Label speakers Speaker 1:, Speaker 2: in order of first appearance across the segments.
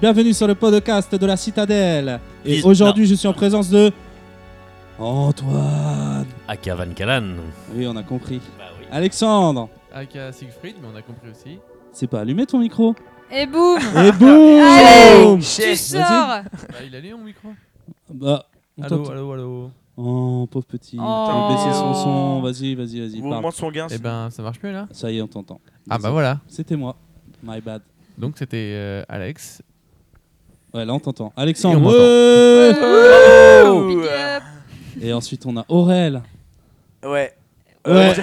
Speaker 1: Bienvenue sur le podcast de la Citadelle. Et
Speaker 2: Dis-
Speaker 1: aujourd'hui, je suis en présence de Antoine.
Speaker 2: Aka Van Kalan.
Speaker 1: Oui, on a compris.
Speaker 2: Bah oui.
Speaker 1: Alexandre,
Speaker 3: Aka euh, Siegfried, mais on a compris aussi.
Speaker 1: c'est pas allumé ton micro Ah,
Speaker 4: Et boum
Speaker 1: Et boum
Speaker 4: Allez Tu
Speaker 5: Shit.
Speaker 4: sors
Speaker 3: Bah, il allait en micro.
Speaker 1: Bah, on
Speaker 3: Allô,
Speaker 1: t'entend.
Speaker 3: allô, allô.
Speaker 1: Oh, pauvre petit.
Speaker 4: Oh.
Speaker 1: On va baisser son son. Vas-y, vas-y, vas-y.
Speaker 5: Vous
Speaker 1: parle.
Speaker 5: augmentez son gain.
Speaker 3: Eh
Speaker 5: c'est-
Speaker 3: ben, ça marche mieux là
Speaker 1: Ça y est, on t'entend.
Speaker 3: Ah bah voilà.
Speaker 1: C'était moi. My bad.
Speaker 3: Donc c'était euh, Alex.
Speaker 1: Ouais, là, on t'entend. Alexandre.
Speaker 3: Et on m'entend.
Speaker 1: ouais
Speaker 5: Oh,
Speaker 4: Big
Speaker 5: euh,
Speaker 4: up
Speaker 1: Et ensuite, on a Aurel.
Speaker 5: Ouais. Euh,
Speaker 1: Ouais.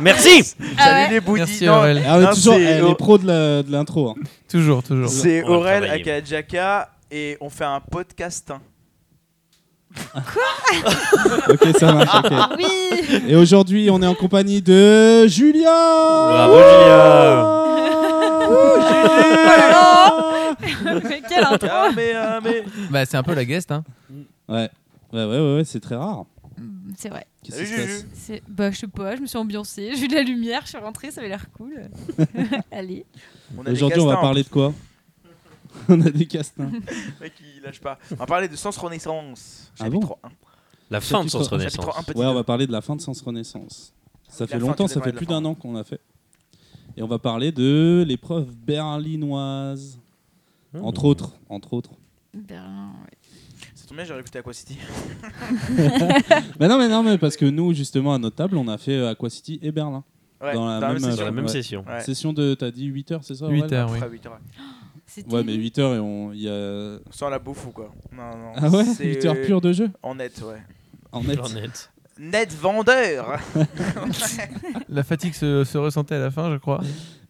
Speaker 2: Merci
Speaker 4: Ah
Speaker 5: Salut
Speaker 4: ouais.
Speaker 5: les bouddhis.
Speaker 3: Merci
Speaker 5: non,
Speaker 3: Aurel.
Speaker 1: Ah ouais,
Speaker 5: Non,
Speaker 1: toujours,
Speaker 5: c'est-
Speaker 1: elle est pro de la- de l'intro. hein.
Speaker 3: Toujours, toujours.
Speaker 5: C'est
Speaker 2: On va
Speaker 5: Aurel
Speaker 2: travailler.
Speaker 5: aka Jaka et on fait un podcast. hein.
Speaker 1: Ok, ça marche. ok.
Speaker 4: Oui
Speaker 1: Et aujourd'hui, on est en compagnie de Julien
Speaker 2: Bravo, Julien
Speaker 4: Oh Mais quelle intro
Speaker 5: Ah mais ah mais.
Speaker 3: Bah c'est un peu la guest hein.
Speaker 1: Ouais, ouais, ouais, ouais, ouais, c'est très rare.
Speaker 4: Mm, C'est vrai.
Speaker 1: Qu'est-ce qui
Speaker 5: Salut
Speaker 1: se passe
Speaker 5: Juju.
Speaker 4: C'est- Bah, je sais pas, je me suis ambiancée, j'ai eu de la lumière, je suis rentrée, ça avait l'air cool. Allez.
Speaker 5: On a des
Speaker 1: Aujourd'hui, on va
Speaker 5: castins,
Speaker 1: parler de quoi On a des castings.
Speaker 5: le Mec il lâche pas. On va parler de Sens Renaissance.
Speaker 1: Ah
Speaker 5: chapitre
Speaker 1: bon
Speaker 5: 1.
Speaker 2: La fin de Sens
Speaker 1: Chapitre-
Speaker 2: Renaissance.
Speaker 5: chapitre un, petit
Speaker 1: Ouais, on
Speaker 5: deux.
Speaker 1: va parler de la fin de Sens Renaissance. Ça
Speaker 5: La
Speaker 1: fait
Speaker 5: fin,
Speaker 1: longtemps,
Speaker 5: tu
Speaker 1: ça
Speaker 5: devrais
Speaker 1: fait
Speaker 5: la
Speaker 1: plus
Speaker 5: fin.
Speaker 1: d'un an qu'on l'a fait. Et on va parler de l'épreuve berlinoise.
Speaker 2: Mmh.
Speaker 1: Entre autres, entre autres.
Speaker 4: Berlin, Ben, ouais.
Speaker 5: C'est tombé bien j'ai réputé Aqua City.
Speaker 1: Mais non, mais non, mais parce que nous, justement, à notre table, on a fait euh, Aqua City et Berlin.
Speaker 5: Ouais.
Speaker 1: Dans la même,
Speaker 2: Dans
Speaker 5: session.
Speaker 2: la même
Speaker 1: Ouais.
Speaker 2: session.
Speaker 5: Ouais.
Speaker 1: Session de, t'as dit 8 heures, c'est ça Aurel
Speaker 3: 8 heures, oui.
Speaker 5: Après 8 heures, ouais.
Speaker 4: C'était-
Speaker 1: Ouais, mais 8 heures et on y a.
Speaker 5: Sans la bouffe ou quoi Non non.
Speaker 1: Ah ouais
Speaker 5: Ah c'est-
Speaker 1: 8 heures pure de jeu
Speaker 5: En net ouais.
Speaker 1: En net.
Speaker 2: Genre net.
Speaker 5: Net
Speaker 4: Ah,
Speaker 5: vendeur.
Speaker 3: La fatigue se, se ressentait à la fin, je crois.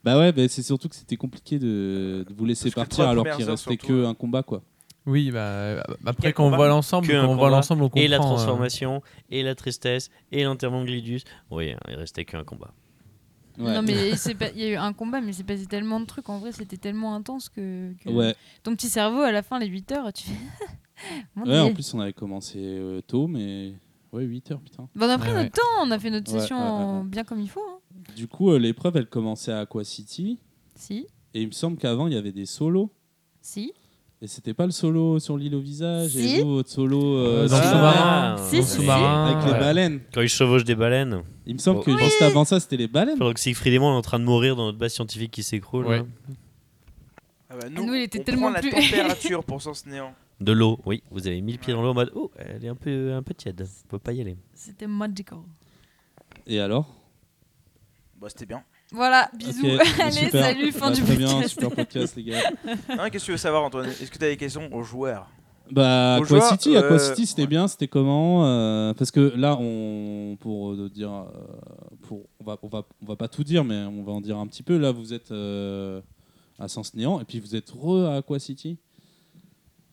Speaker 1: Bah ouais, bah c'est surtout que c'était compliqué de, de vous laisser
Speaker 5: Parce que
Speaker 1: partir
Speaker 5: trois
Speaker 1: alors
Speaker 5: premières
Speaker 1: qu'il
Speaker 5: heures,
Speaker 1: restait
Speaker 5: surtout,
Speaker 1: que
Speaker 5: ouais.
Speaker 1: un combat quoi.
Speaker 3: Oui, bah euh,
Speaker 5: Quel
Speaker 3: après quand on
Speaker 5: combat
Speaker 3: voit l'ensemble,
Speaker 2: Que
Speaker 3: quand
Speaker 2: un
Speaker 3: on voit
Speaker 2: combat
Speaker 3: l'ensemble, on comprend.
Speaker 2: Et la
Speaker 3: euh,
Speaker 2: transformation, et la tristesse, et l'intermanglidus. Oui, il restait qu'un combat.
Speaker 1: Ouais.
Speaker 4: Non, mais c'est pas- il y a eu un combat, mais c'est passé tellement de trucs, en vrai, c'était tellement intense que, que-
Speaker 1: Ouais,
Speaker 4: ton petit cerveau, à la fin, les 8 heures, tu fais. Mon
Speaker 1: ouais en
Speaker 4: Dieu.
Speaker 1: plus on avait commencé euh, tôt, mais ouais, 8 heures putain.
Speaker 4: Bon, on a pris
Speaker 3: Ouais,
Speaker 4: notre
Speaker 3: ouais.
Speaker 4: temps, on a fait notre
Speaker 1: Ouais,
Speaker 4: session
Speaker 1: ouais, ouais,
Speaker 4: en-
Speaker 1: ouais.
Speaker 4: bien comme il faut. hein.
Speaker 1: Du coup, euh, l'épreuve elle commençait à Aqua City
Speaker 4: Si,
Speaker 1: et il me semble qu'avant il y avait des solos.
Speaker 4: si.
Speaker 1: Et c'était pas le solo sur l'île au visage et
Speaker 4: Si.
Speaker 1: vous, votre solo euh,
Speaker 3: Dans
Speaker 1: sur-
Speaker 3: le sous-marin.
Speaker 2: Ah, oui.
Speaker 4: Si,
Speaker 3: Dans le
Speaker 4: si, si.
Speaker 3: sous-marin.
Speaker 1: avec les
Speaker 2: Ouais.
Speaker 1: baleines.
Speaker 2: Quand ils chevauchent des baleines,
Speaker 1: Il me semble que
Speaker 2: Oui.
Speaker 1: juste avant ça c'était les baleines.
Speaker 2: pendant que Siegfried et moi on est en train de mourir dans notre base scientifique qui s'écroule.
Speaker 3: Ouais.
Speaker 2: là.
Speaker 5: Ah bah,
Speaker 4: Nous, il était
Speaker 5: on
Speaker 4: tellement
Speaker 5: prend la
Speaker 4: plus-
Speaker 5: température pour Sens Néant.
Speaker 2: De l'eau, oui. Vous avez mis le pied dans l'eau en mode Oh, elle est un peu, un peu tiède, on peut pas y aller.
Speaker 4: C'était magical.
Speaker 1: Et alors
Speaker 5: Bah c'était bien.
Speaker 4: Voilà, bisous.
Speaker 1: Ok, bah,
Speaker 4: Allez,
Speaker 1: super.
Speaker 4: salut, fin
Speaker 1: Bah,
Speaker 4: du
Speaker 1: très bien,
Speaker 4: podcast.
Speaker 1: super podcast les gars.
Speaker 5: Hein, Qu'est-ce que tu veux savoir Antoine Est-ce que tu as des questions aux joueurs
Speaker 1: Bah,
Speaker 5: Au
Speaker 1: Aqua
Speaker 5: choix,
Speaker 1: City, Aqua
Speaker 5: euh,
Speaker 1: City, c'était
Speaker 5: ouais.
Speaker 1: bien, c'était comment euh, Parce que là, on, pour euh, dire, euh, pour, on va, on va, on va pas tout dire, mais on va en dire un petit peu. Là, vous êtes euh, à Sens Néant, et puis vous êtes re à Aqua City.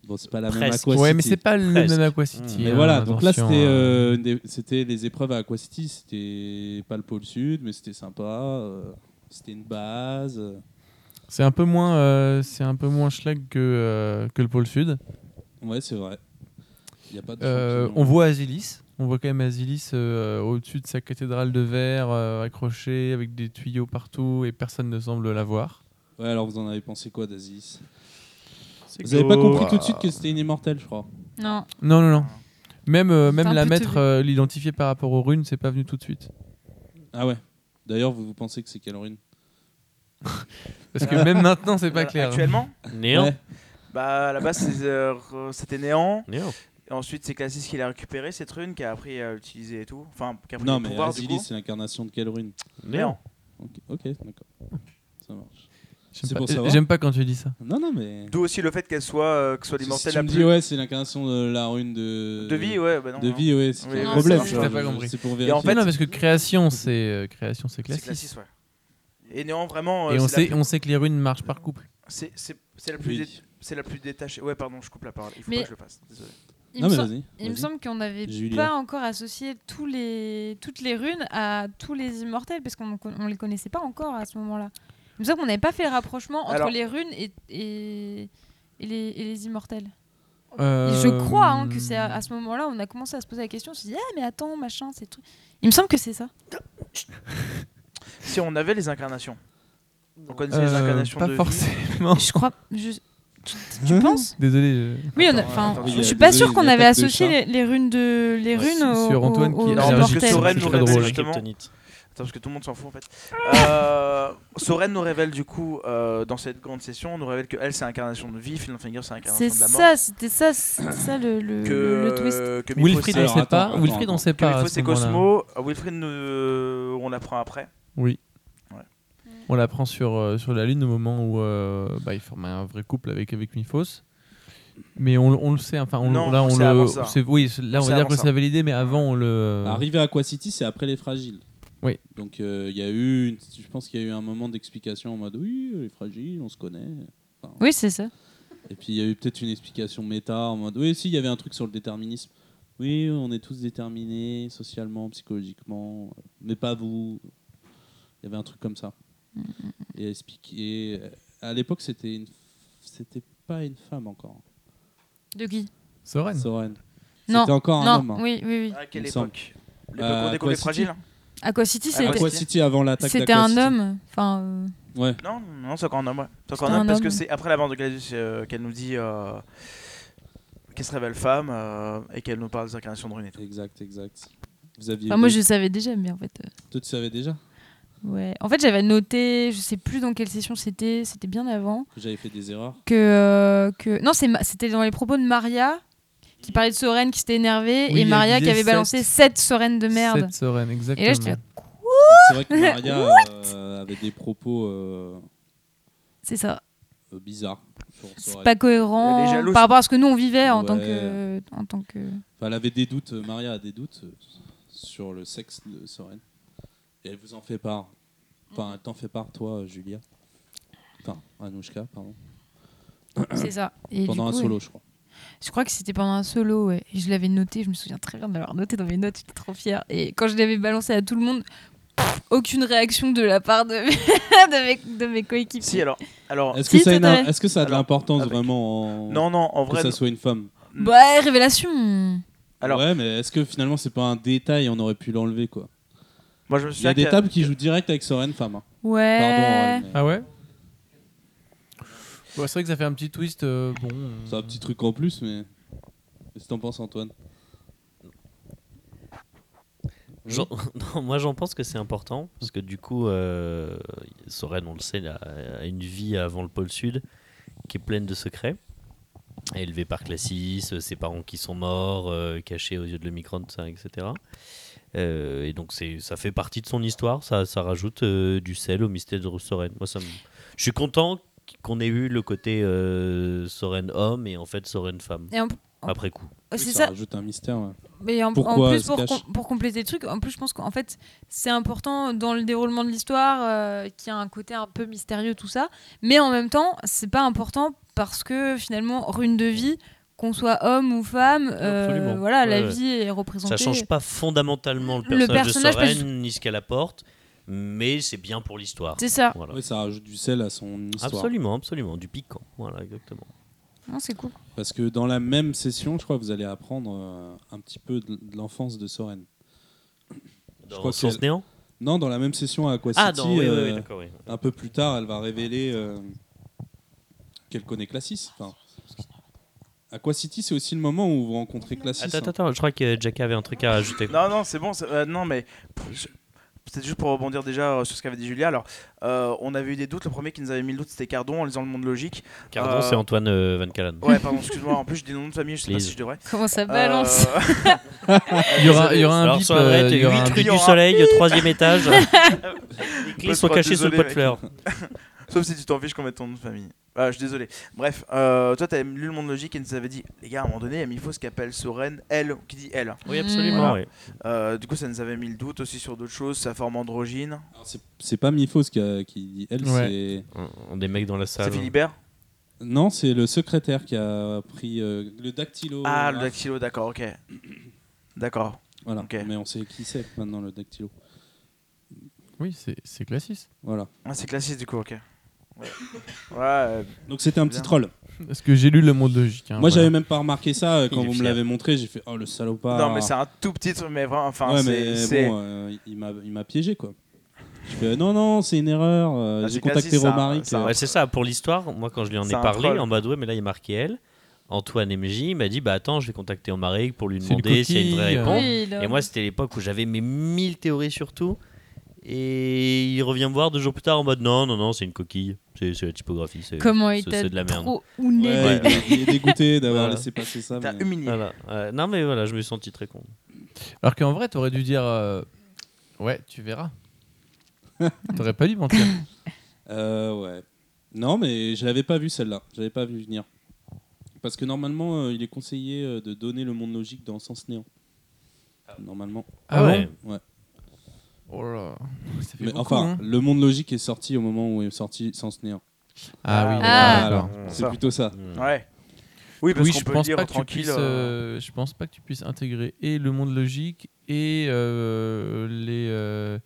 Speaker 1: Bon, c'est pas la même
Speaker 2: Presque.
Speaker 1: Aqua
Speaker 3: Ouais, mais
Speaker 1: City.
Speaker 3: c'est pas le
Speaker 2: Presque.
Speaker 3: même Aqua City.
Speaker 1: Mais
Speaker 3: hein,
Speaker 1: voilà, donc là,
Speaker 3: attention,
Speaker 1: c'était,
Speaker 3: hein.
Speaker 1: euh, une des- c'était les épreuves à Aqua City, c'était pas le pôle sud, mais c'était sympa. euh, c'était une base. euh,
Speaker 3: C'est un peu moins, euh, c'est un peu moins schlag que euh, que le pôle sud.
Speaker 1: Ouais, c'est vrai. Y a pas de
Speaker 3: Euh,
Speaker 1: champignons.
Speaker 3: on voit Asilis. On voit quand même Asilis euh, au-dessus de sa cathédrale de verre, euh, accrochée avec des tuyaux partout et personne ne semble la voir.
Speaker 1: Ouais, alors vous en avez pensé quoi d'Aziz Vous avez pas compris tout de suite que c'était une immortelle, je crois.
Speaker 4: Non,
Speaker 3: Non, non, non. Même, euh, même
Speaker 4: T'as un
Speaker 3: la
Speaker 4: peu
Speaker 3: mettre,
Speaker 4: teubé.
Speaker 3: euh, l'identifier par rapport aux runes, c'est pas venu tout de suite.
Speaker 1: Ah ouais. D'ailleurs, vous, vous pensez que c'est quelle rune
Speaker 3: Parce
Speaker 4: Ah.
Speaker 3: que même maintenant, c'est
Speaker 4: Euh,
Speaker 3: pas
Speaker 5: Voilà,
Speaker 3: clair.
Speaker 5: Euh, Actuellement
Speaker 2: Néant.
Speaker 1: Ouais.
Speaker 5: Bah à la base c'est, euh, re- c'était Néant.
Speaker 2: Néant.
Speaker 5: Et ensuite c'est Cassis qui l'a récupéré cette rune, qui a appris à utiliser et tout. Enfin, qui a appris
Speaker 1: Non,
Speaker 5: le
Speaker 1: mais
Speaker 5: pouvoir du
Speaker 1: Azilis,
Speaker 5: coup.
Speaker 1: c'est l'incarnation de quelle rune
Speaker 2: Néant.
Speaker 1: Ok, ok, d'accord. Ça marche.
Speaker 3: J'aime
Speaker 1: C'est
Speaker 3: pas-
Speaker 1: pour savoir.
Speaker 3: J'aime pas quand tu dis ça.
Speaker 1: Non, non, mais.
Speaker 5: D'où aussi le fait qu'elle soit, euh, que soit
Speaker 1: Si
Speaker 5: l'immortelle
Speaker 1: tu
Speaker 5: la
Speaker 1: me
Speaker 5: plus.
Speaker 1: dis, ouais, c'est l'incarnation de la rune de.
Speaker 5: De vie, ouais, bah non.
Speaker 1: De
Speaker 5: non.
Speaker 1: vie, ouais, c'est
Speaker 5: Oui,
Speaker 1: qu'il y a un
Speaker 4: non,
Speaker 1: problème.
Speaker 4: c'est
Speaker 1: genre,
Speaker 3: vrai. T'as pas
Speaker 1: je-
Speaker 3: compris.
Speaker 1: C'est pour
Speaker 5: Et
Speaker 1: vérifier.
Speaker 5: en fait-
Speaker 3: non, parce que création, c'est euh, création, c'est
Speaker 5: C'est
Speaker 3: classique.
Speaker 5: Cassis, ouais. Et Néant vraiment. euh,
Speaker 3: Et on
Speaker 5: c'est la
Speaker 3: sait,
Speaker 5: plus-
Speaker 3: on sait que les runes marchent par couple.
Speaker 5: C'est c'est- c'est la, plus
Speaker 1: Oui.
Speaker 5: dé- c'est la plus détachée. Ouais, pardon, je coupe la parole. Il faut
Speaker 4: Mais-
Speaker 5: pas que je le fasse. Désolé.
Speaker 4: il,
Speaker 1: Non,
Speaker 4: me,
Speaker 1: mais
Speaker 4: sem-
Speaker 1: vas-y.
Speaker 4: il me
Speaker 1: vas-y.
Speaker 4: semble qu'on n'avait
Speaker 1: Julia.
Speaker 4: pas encore associé tous les... toutes les runes à tous les immortels parce qu'on ne les connaissait pas encore à ce moment-là. Il me semble qu'on n'avait pas fait le rapprochement entre
Speaker 5: Alors-
Speaker 4: les runes et, et, et les, et les immortels. Et
Speaker 3: Euh,
Speaker 4: je crois hein, que c'est à, à ce moment-là on a commencé à se poser la question. On s'est dit, ah, mais attends, machin, c'est tout. Il me semble que c'est ça.
Speaker 5: Si on avait les incarnations. On connaissait les
Speaker 3: euh,
Speaker 5: incarnations
Speaker 3: Pas
Speaker 5: de vie.
Speaker 3: forcément.
Speaker 4: Je crois. je- Tu, tu penses
Speaker 3: Désolé. je-
Speaker 4: Oui, on a-
Speaker 5: Attends,
Speaker 4: enfin,
Speaker 5: attends,
Speaker 4: je
Speaker 5: oui,
Speaker 4: suis
Speaker 1: euh,
Speaker 4: pas
Speaker 1: désolé,
Speaker 4: sûre qu'on
Speaker 1: une
Speaker 4: avait
Speaker 1: attaque de
Speaker 4: associé
Speaker 1: chat.
Speaker 4: les, les runes de les
Speaker 3: Ouais,
Speaker 4: runes
Speaker 3: c'est
Speaker 4: au,
Speaker 3: sur
Speaker 4: au-
Speaker 3: Antoine qui
Speaker 4: au-
Speaker 3: est
Speaker 4: au
Speaker 5: Non, parce que
Speaker 4: mortel.
Speaker 5: Soren
Speaker 2: C'est
Speaker 5: nous
Speaker 2: très
Speaker 5: révèle
Speaker 2: drôle.
Speaker 5: justement.
Speaker 2: Kryptonite.
Speaker 5: Attends, parce que tout le monde s'en fout en fait. Euh, Soren nous révèle du coup, euh, dans cette grande session, nous révèle que elle c'est incarnation de vie, Finlandfinger c'est
Speaker 4: C'est
Speaker 5: incarnation de la mort.
Speaker 4: ça, c'était ça, c'était ça le, le-
Speaker 5: Que,
Speaker 4: le- le twist.
Speaker 5: euh, que Mifo,
Speaker 3: Wilfried,
Speaker 5: c'est-
Speaker 3: on
Speaker 1: Alors,
Speaker 3: sait pas.
Speaker 1: attends,
Speaker 3: Wilfried, on
Speaker 1: attends.
Speaker 3: sait
Speaker 5: que
Speaker 3: pas. à
Speaker 5: Mifo,
Speaker 3: ce
Speaker 5: c'est
Speaker 3: moment-là.
Speaker 5: Cosmo. euh, Wilfried, nous, euh, on l'apprend après.
Speaker 3: Oui.
Speaker 5: Ouais.
Speaker 3: On l'apprend sur, euh, sur la Lune au moment où euh, bah, il forme un vrai couple avec, avec Mifos. Mais on, on le sait, enfin, on,
Speaker 5: Non,
Speaker 3: là, on
Speaker 5: c'est
Speaker 3: le.
Speaker 5: avant ça.
Speaker 3: c'est- Oui, c'est- là,
Speaker 5: On
Speaker 3: on
Speaker 5: sait
Speaker 3: va dire
Speaker 5: avant
Speaker 3: que
Speaker 5: ça.
Speaker 3: c'est validé, mais avant, on le.
Speaker 1: Arrivé à Aqua City, c'est après les fragiles.
Speaker 3: Oui.
Speaker 1: Donc euh, il y a eu, une- je pense qu'il y a eu un moment d'explication en mode oui, les fragiles, on se connaît.
Speaker 4: Oui, c'est ça.
Speaker 1: Et puis il y a eu peut-être une explication méta en mode oui, si il y avait un truc sur le déterminisme. Oui, on est tous déterminés socialement, psychologiquement, euh, mais pas vous. Il y avait un truc comme ça. Et expliquer. euh, À l'époque, c'était une, c'était pas une femme encore.
Speaker 4: De qui
Speaker 3: Soren.
Speaker 1: Soren.
Speaker 4: Non.
Speaker 1: C'était encore un homme.
Speaker 4: Non,
Speaker 1: hein.
Speaker 4: oui, oui, oui.
Speaker 5: À
Speaker 1: Il
Speaker 5: quelle
Speaker 1: me semble.
Speaker 5: époque
Speaker 1: Euh,
Speaker 5: L'époque où on
Speaker 1: Aqua
Speaker 5: découvre les
Speaker 1: City.
Speaker 5: fragiles
Speaker 4: Aqua City,
Speaker 5: Aqua
Speaker 4: c'était
Speaker 1: Aqua
Speaker 5: City.
Speaker 1: City avant l'attaque
Speaker 4: c'était
Speaker 1: d'Aqua
Speaker 4: un
Speaker 1: City.
Speaker 4: homme. Enfin, euh,
Speaker 1: Ouais.
Speaker 5: Non, non, c'est encore un homme. ouais. C'est encore
Speaker 4: C'était
Speaker 5: un
Speaker 4: un
Speaker 5: homme parce
Speaker 4: homme.
Speaker 5: que c'est après la mort de Gladius euh, qu'elle nous dit euh, qu'elle se révèle femme euh, et qu'elle nous parle des incarnations de runes et tout.
Speaker 1: Exact, exact. Vous aviez.
Speaker 4: enfin, moi, je le savais déjà, mais en fait, euh,
Speaker 1: Toi, tu savais déjà
Speaker 4: ouais. En fait, j'avais noté, je sais plus dans quelle session c'était, c'était bien avant
Speaker 1: que j'avais fait des erreurs.
Speaker 4: que euh, que non, c'est Ma- c'était dans les propos de Maria qui parlait de Soren qui s'était énervée
Speaker 3: Oui,
Speaker 4: et
Speaker 3: elle
Speaker 4: Maria qui
Speaker 3: disait
Speaker 4: avait balancé 7 Soren de merde.
Speaker 3: Seth Soren,
Speaker 4: Et là, j'étais
Speaker 3: exactement.
Speaker 4: là,
Speaker 1: C'est vrai que Maria euh, avait des propos euh,
Speaker 4: c'est ça.
Speaker 1: euh, bizarres. sur
Speaker 4: C'est
Speaker 1: Soren.
Speaker 4: pas
Speaker 5: Elle est
Speaker 4: cohérent
Speaker 5: jalouse.
Speaker 4: par rapport à ce que nous on vivait en tant
Speaker 1: Ouais.
Speaker 4: que en tant que
Speaker 1: Enfin, elle avait des doutes, euh, Maria a des doutes euh, sur le sexe de Soren. Et elle vous en fait part. Enfin, elle t'en fait part, toi, euh, Julia. Enfin, Anouchka, pardon.
Speaker 4: c'est ça. Et du
Speaker 1: Pendant un
Speaker 4: coup,
Speaker 1: solo, je crois.
Speaker 4: Je crois que c'était pendant un solo, ouais. Et je l'avais noté, je me souviens très bien de l'avoir noté dans mes notes, j'étais trop fière. Et quand je l'avais balancé à tout le monde, pff, aucune réaction de la part de mes, de mes, de mes coéquipiers.
Speaker 5: Si euh, alors, alors
Speaker 1: Est-ce
Speaker 4: Si,
Speaker 1: que, ça a
Speaker 4: tout à
Speaker 1: une-
Speaker 4: fait.
Speaker 1: est-ce que ça a de
Speaker 5: Alors,
Speaker 1: l'importance
Speaker 5: avec-
Speaker 1: vraiment en-
Speaker 5: non non en
Speaker 1: que
Speaker 5: vrai
Speaker 1: ça soit une femme
Speaker 4: Bah, révélation
Speaker 5: Alors-
Speaker 1: Ouais, mais est-ce que finalement, c'est pas un détail On aurait pu l'enlever, quoi.
Speaker 5: moi je me
Speaker 1: Il y a
Speaker 5: souviens
Speaker 1: des
Speaker 5: que-
Speaker 1: tables qui jouent direct avec Soren, femme. hein.
Speaker 4: Ouais.
Speaker 1: Pardon, Aurel, mais-
Speaker 3: Ah ouais Bon, C'est vrai que ça fait un petit twist. euh, bon, euh,
Speaker 1: C'est un petit truc en plus, mais. Qu'est-ce que t'en penses, Antoine
Speaker 2: J'en- non, moi j'en pense que c'est important parce que du coup, euh, Soren, on le sait, là, a une vie avant le pôle sud qui est pleine de secrets. Élevé par Classis, euh, ses parents qui sont morts, euh, cachés aux yeux de l'Omicron, tout ça, etc. Euh, et donc c'est, ça fait partie de son histoire, ça, ça rajoute euh, du sel au mystère de Soren. Moi, ça me- je suis content qu'on ait eu le côté euh, Soren homme et en fait Soren femme,
Speaker 4: Et en-
Speaker 2: après coup.
Speaker 1: Oui,
Speaker 4: c'est
Speaker 1: ça,
Speaker 4: ça.
Speaker 1: rajoute un mystère. ouais.
Speaker 4: Mais en, en
Speaker 1: Pourquoi
Speaker 4: plus,
Speaker 1: se
Speaker 4: pour,
Speaker 1: cache
Speaker 4: com- pour compléter le truc, en plus, je pense qu'en fait, c'est important dans le déroulement de l'histoire, euh, qu'il y a un côté un peu mystérieux, tout ça. Mais en même temps, c'est pas important parce que finalement, rune de vie, qu'on soit homme ou femme, euh,
Speaker 2: Absolument.
Speaker 4: voilà, la
Speaker 2: Ouais, ouais.
Speaker 4: vie est représentée.
Speaker 2: Ça change pas fondamentalement le
Speaker 4: Le
Speaker 2: personnage,
Speaker 4: personnage,
Speaker 2: de
Speaker 4: pas
Speaker 2: Soren ni ce qu'elle apporte, mais c'est bien pour l'histoire.
Speaker 4: C'est ça.
Speaker 2: Voilà.
Speaker 1: Oui, ça rajoute du sel à son histoire.
Speaker 2: Absolument, absolument, du piquant. Voilà, exactement.
Speaker 4: Non, c'est cool.
Speaker 1: Parce que dans la même session, je crois que vous allez apprendre euh, un petit peu de de l'enfance de Soren.
Speaker 2: Dans
Speaker 1: crois
Speaker 2: le sens
Speaker 1: qu'elle-
Speaker 2: néant
Speaker 1: Non, dans la même session à Aqua
Speaker 2: Ah,
Speaker 1: City,
Speaker 2: dans, oui, oui,
Speaker 1: euh,
Speaker 2: oui, d'accord, oui.
Speaker 1: un peu plus tard, elle va révéler euh, qu'elle connaît Classis. Enfin, Aqua City, c'est aussi le moment où vous rencontrez Classis.
Speaker 2: Attends,
Speaker 1: hein.
Speaker 2: attends, attends, je crois que Jacka avait un truc à rajouter.
Speaker 5: Non, non, c'est bon. c'est- euh, non, mais je- peut-être juste pour rebondir déjà euh, sur ce qu'avait dit Julia. Alors, euh, on avait eu des doutes. Le premier qui nous avait mis le doute, c'était Cardon en lisant le monde logique.
Speaker 2: Cardon,
Speaker 5: Euh,
Speaker 2: c'est Antoine euh, Van Callen.
Speaker 5: Ouais, pardon, excuse-moi. En plus, je dis le nom de famille, je sais pas
Speaker 2: Please.
Speaker 5: si je devrais.
Speaker 4: Comment ça balance
Speaker 5: Euh,
Speaker 3: Il y aura, il y aura un
Speaker 2: Alors,
Speaker 3: bip,
Speaker 2: sur la
Speaker 3: euh,
Speaker 2: vraie,
Speaker 3: il y aura
Speaker 2: 8
Speaker 3: un
Speaker 2: rue
Speaker 5: bip.
Speaker 2: du soleil, troisième étage. Les
Speaker 5: Bah,
Speaker 2: clés sont
Speaker 5: je crois,
Speaker 2: cachées sous le pot
Speaker 5: désolé,
Speaker 2: de
Speaker 5: mec.
Speaker 2: fleurs.
Speaker 5: Sauf si tu t'en fiches qu'on mette ton nom de famille. Ah, je suis désolé. Bref, euh, toi, t'avais lu le monde logique et nous avait dit, les gars, à un moment donné, il y a Mifos qui appelle Soren elle, qui dit elle.
Speaker 2: Oui,
Speaker 5: Voilà.
Speaker 2: absolument. oui.
Speaker 5: Euh, du coup, ça nous avait mis le doute aussi sur d'autres choses, sa forme androgyne.
Speaker 1: Alors, c'est- C'est pas Mifos qui, a- qui dit elle,
Speaker 3: Ouais.
Speaker 2: Un- un Des mecs dans la
Speaker 5: C'est
Speaker 2: salle.
Speaker 5: Philibert
Speaker 1: c'est. Non, c'est le secrétaire qui a pris euh, le dactylo. euh,
Speaker 5: Ah, le dactylo, d'accord, ok. D'accord.
Speaker 1: Voilà,
Speaker 5: Ok.
Speaker 1: mais on sait qui c'est maintenant le dactylo.
Speaker 3: Oui, c'est- c'est classique.
Speaker 1: Voilà.
Speaker 5: Ah, c'est classique, du coup, ok. Ouais, ouais euh,
Speaker 1: Donc c'était un
Speaker 5: Bien.
Speaker 1: petit troll.
Speaker 3: Parce que j'ai lu le monde logique. hein,
Speaker 1: Moi,
Speaker 3: voilà.
Speaker 1: j'avais même pas remarqué ça euh, quand
Speaker 2: Il est
Speaker 1: vous me
Speaker 2: fier.
Speaker 1: l'avez montré. J'ai fait oh le salopard.
Speaker 5: Non, mais c'est un tout petit truc, mais vraiment, enfin,
Speaker 1: ouais,
Speaker 5: c'est-
Speaker 1: mais
Speaker 5: c'est.
Speaker 1: bon, euh, il m'a il m'a piégé quoi. Je fais, non, non, c'est une erreur. euh,
Speaker 5: Ah, c'est
Speaker 1: J'ai contacté
Speaker 5: classique, ça,
Speaker 1: Romaric.
Speaker 5: ça.
Speaker 1: euh,
Speaker 2: Ouais, c'est ça, pour l'histoire, moi quand je lui en ai
Speaker 5: C'est un
Speaker 2: parlé,
Speaker 5: troll.
Speaker 2: en mode ouais, mais là il y a marqué elle. Antoine MJ m'a dit bah attends, je vais contacter Omaric pour lui
Speaker 3: C'est une
Speaker 2: demander s'il y a une vraie
Speaker 3: coquille, euh.
Speaker 2: réponse.
Speaker 4: Oui, là.
Speaker 2: Et moi, c'était l'époque où j'avais mes 1000 théories sur tout. Et il revient me voir deux jours plus tard en mode non, non, non, c'est une coquille. C'est c'est la typographie. c'est-
Speaker 4: Comment
Speaker 2: c'est-
Speaker 4: était
Speaker 2: C'est de la merde.
Speaker 4: trop
Speaker 1: ouais,
Speaker 4: houné.
Speaker 2: Ouais.
Speaker 1: il est- Il est dégoûté d'avoir
Speaker 2: Voilà.
Speaker 1: laissé passer ça.
Speaker 5: T'as
Speaker 1: mais-
Speaker 5: humilié.
Speaker 2: Voilà. Euh, non, mais voilà, je me suis senti très con.
Speaker 3: Alors qu'en vrai, t'aurais dû dire euh, Ouais, tu verras. t'aurais pas dû mentir.
Speaker 1: Euh, ouais. Non, mais je l'avais pas vu celle-là. Je l'avais pas vu venir. Parce que normalement, euh, il est conseillé euh, de donner le monde logique dans le sens néant. Normalement.
Speaker 2: Ah
Speaker 5: Ah
Speaker 3: bon Ah Oh là, ça fait
Speaker 1: Mais
Speaker 3: beaucoup,
Speaker 1: enfin,
Speaker 3: hein.
Speaker 1: le monde logique est sorti au moment où est sorti sens néant.
Speaker 3: Ah oui,
Speaker 4: Ah.
Speaker 3: d'accord.
Speaker 1: C'est
Speaker 5: Ça.
Speaker 1: plutôt ça.
Speaker 2: Mm.
Speaker 5: Ouais. Oui, parce
Speaker 3: Oui,
Speaker 5: qu'on
Speaker 3: je
Speaker 5: peut
Speaker 3: pense
Speaker 5: lire
Speaker 3: pas que tu
Speaker 5: tranquille.
Speaker 3: puisses,
Speaker 5: euh,
Speaker 3: euh, je pense pas que tu puisses intégrer et le monde logique et euh, les euh,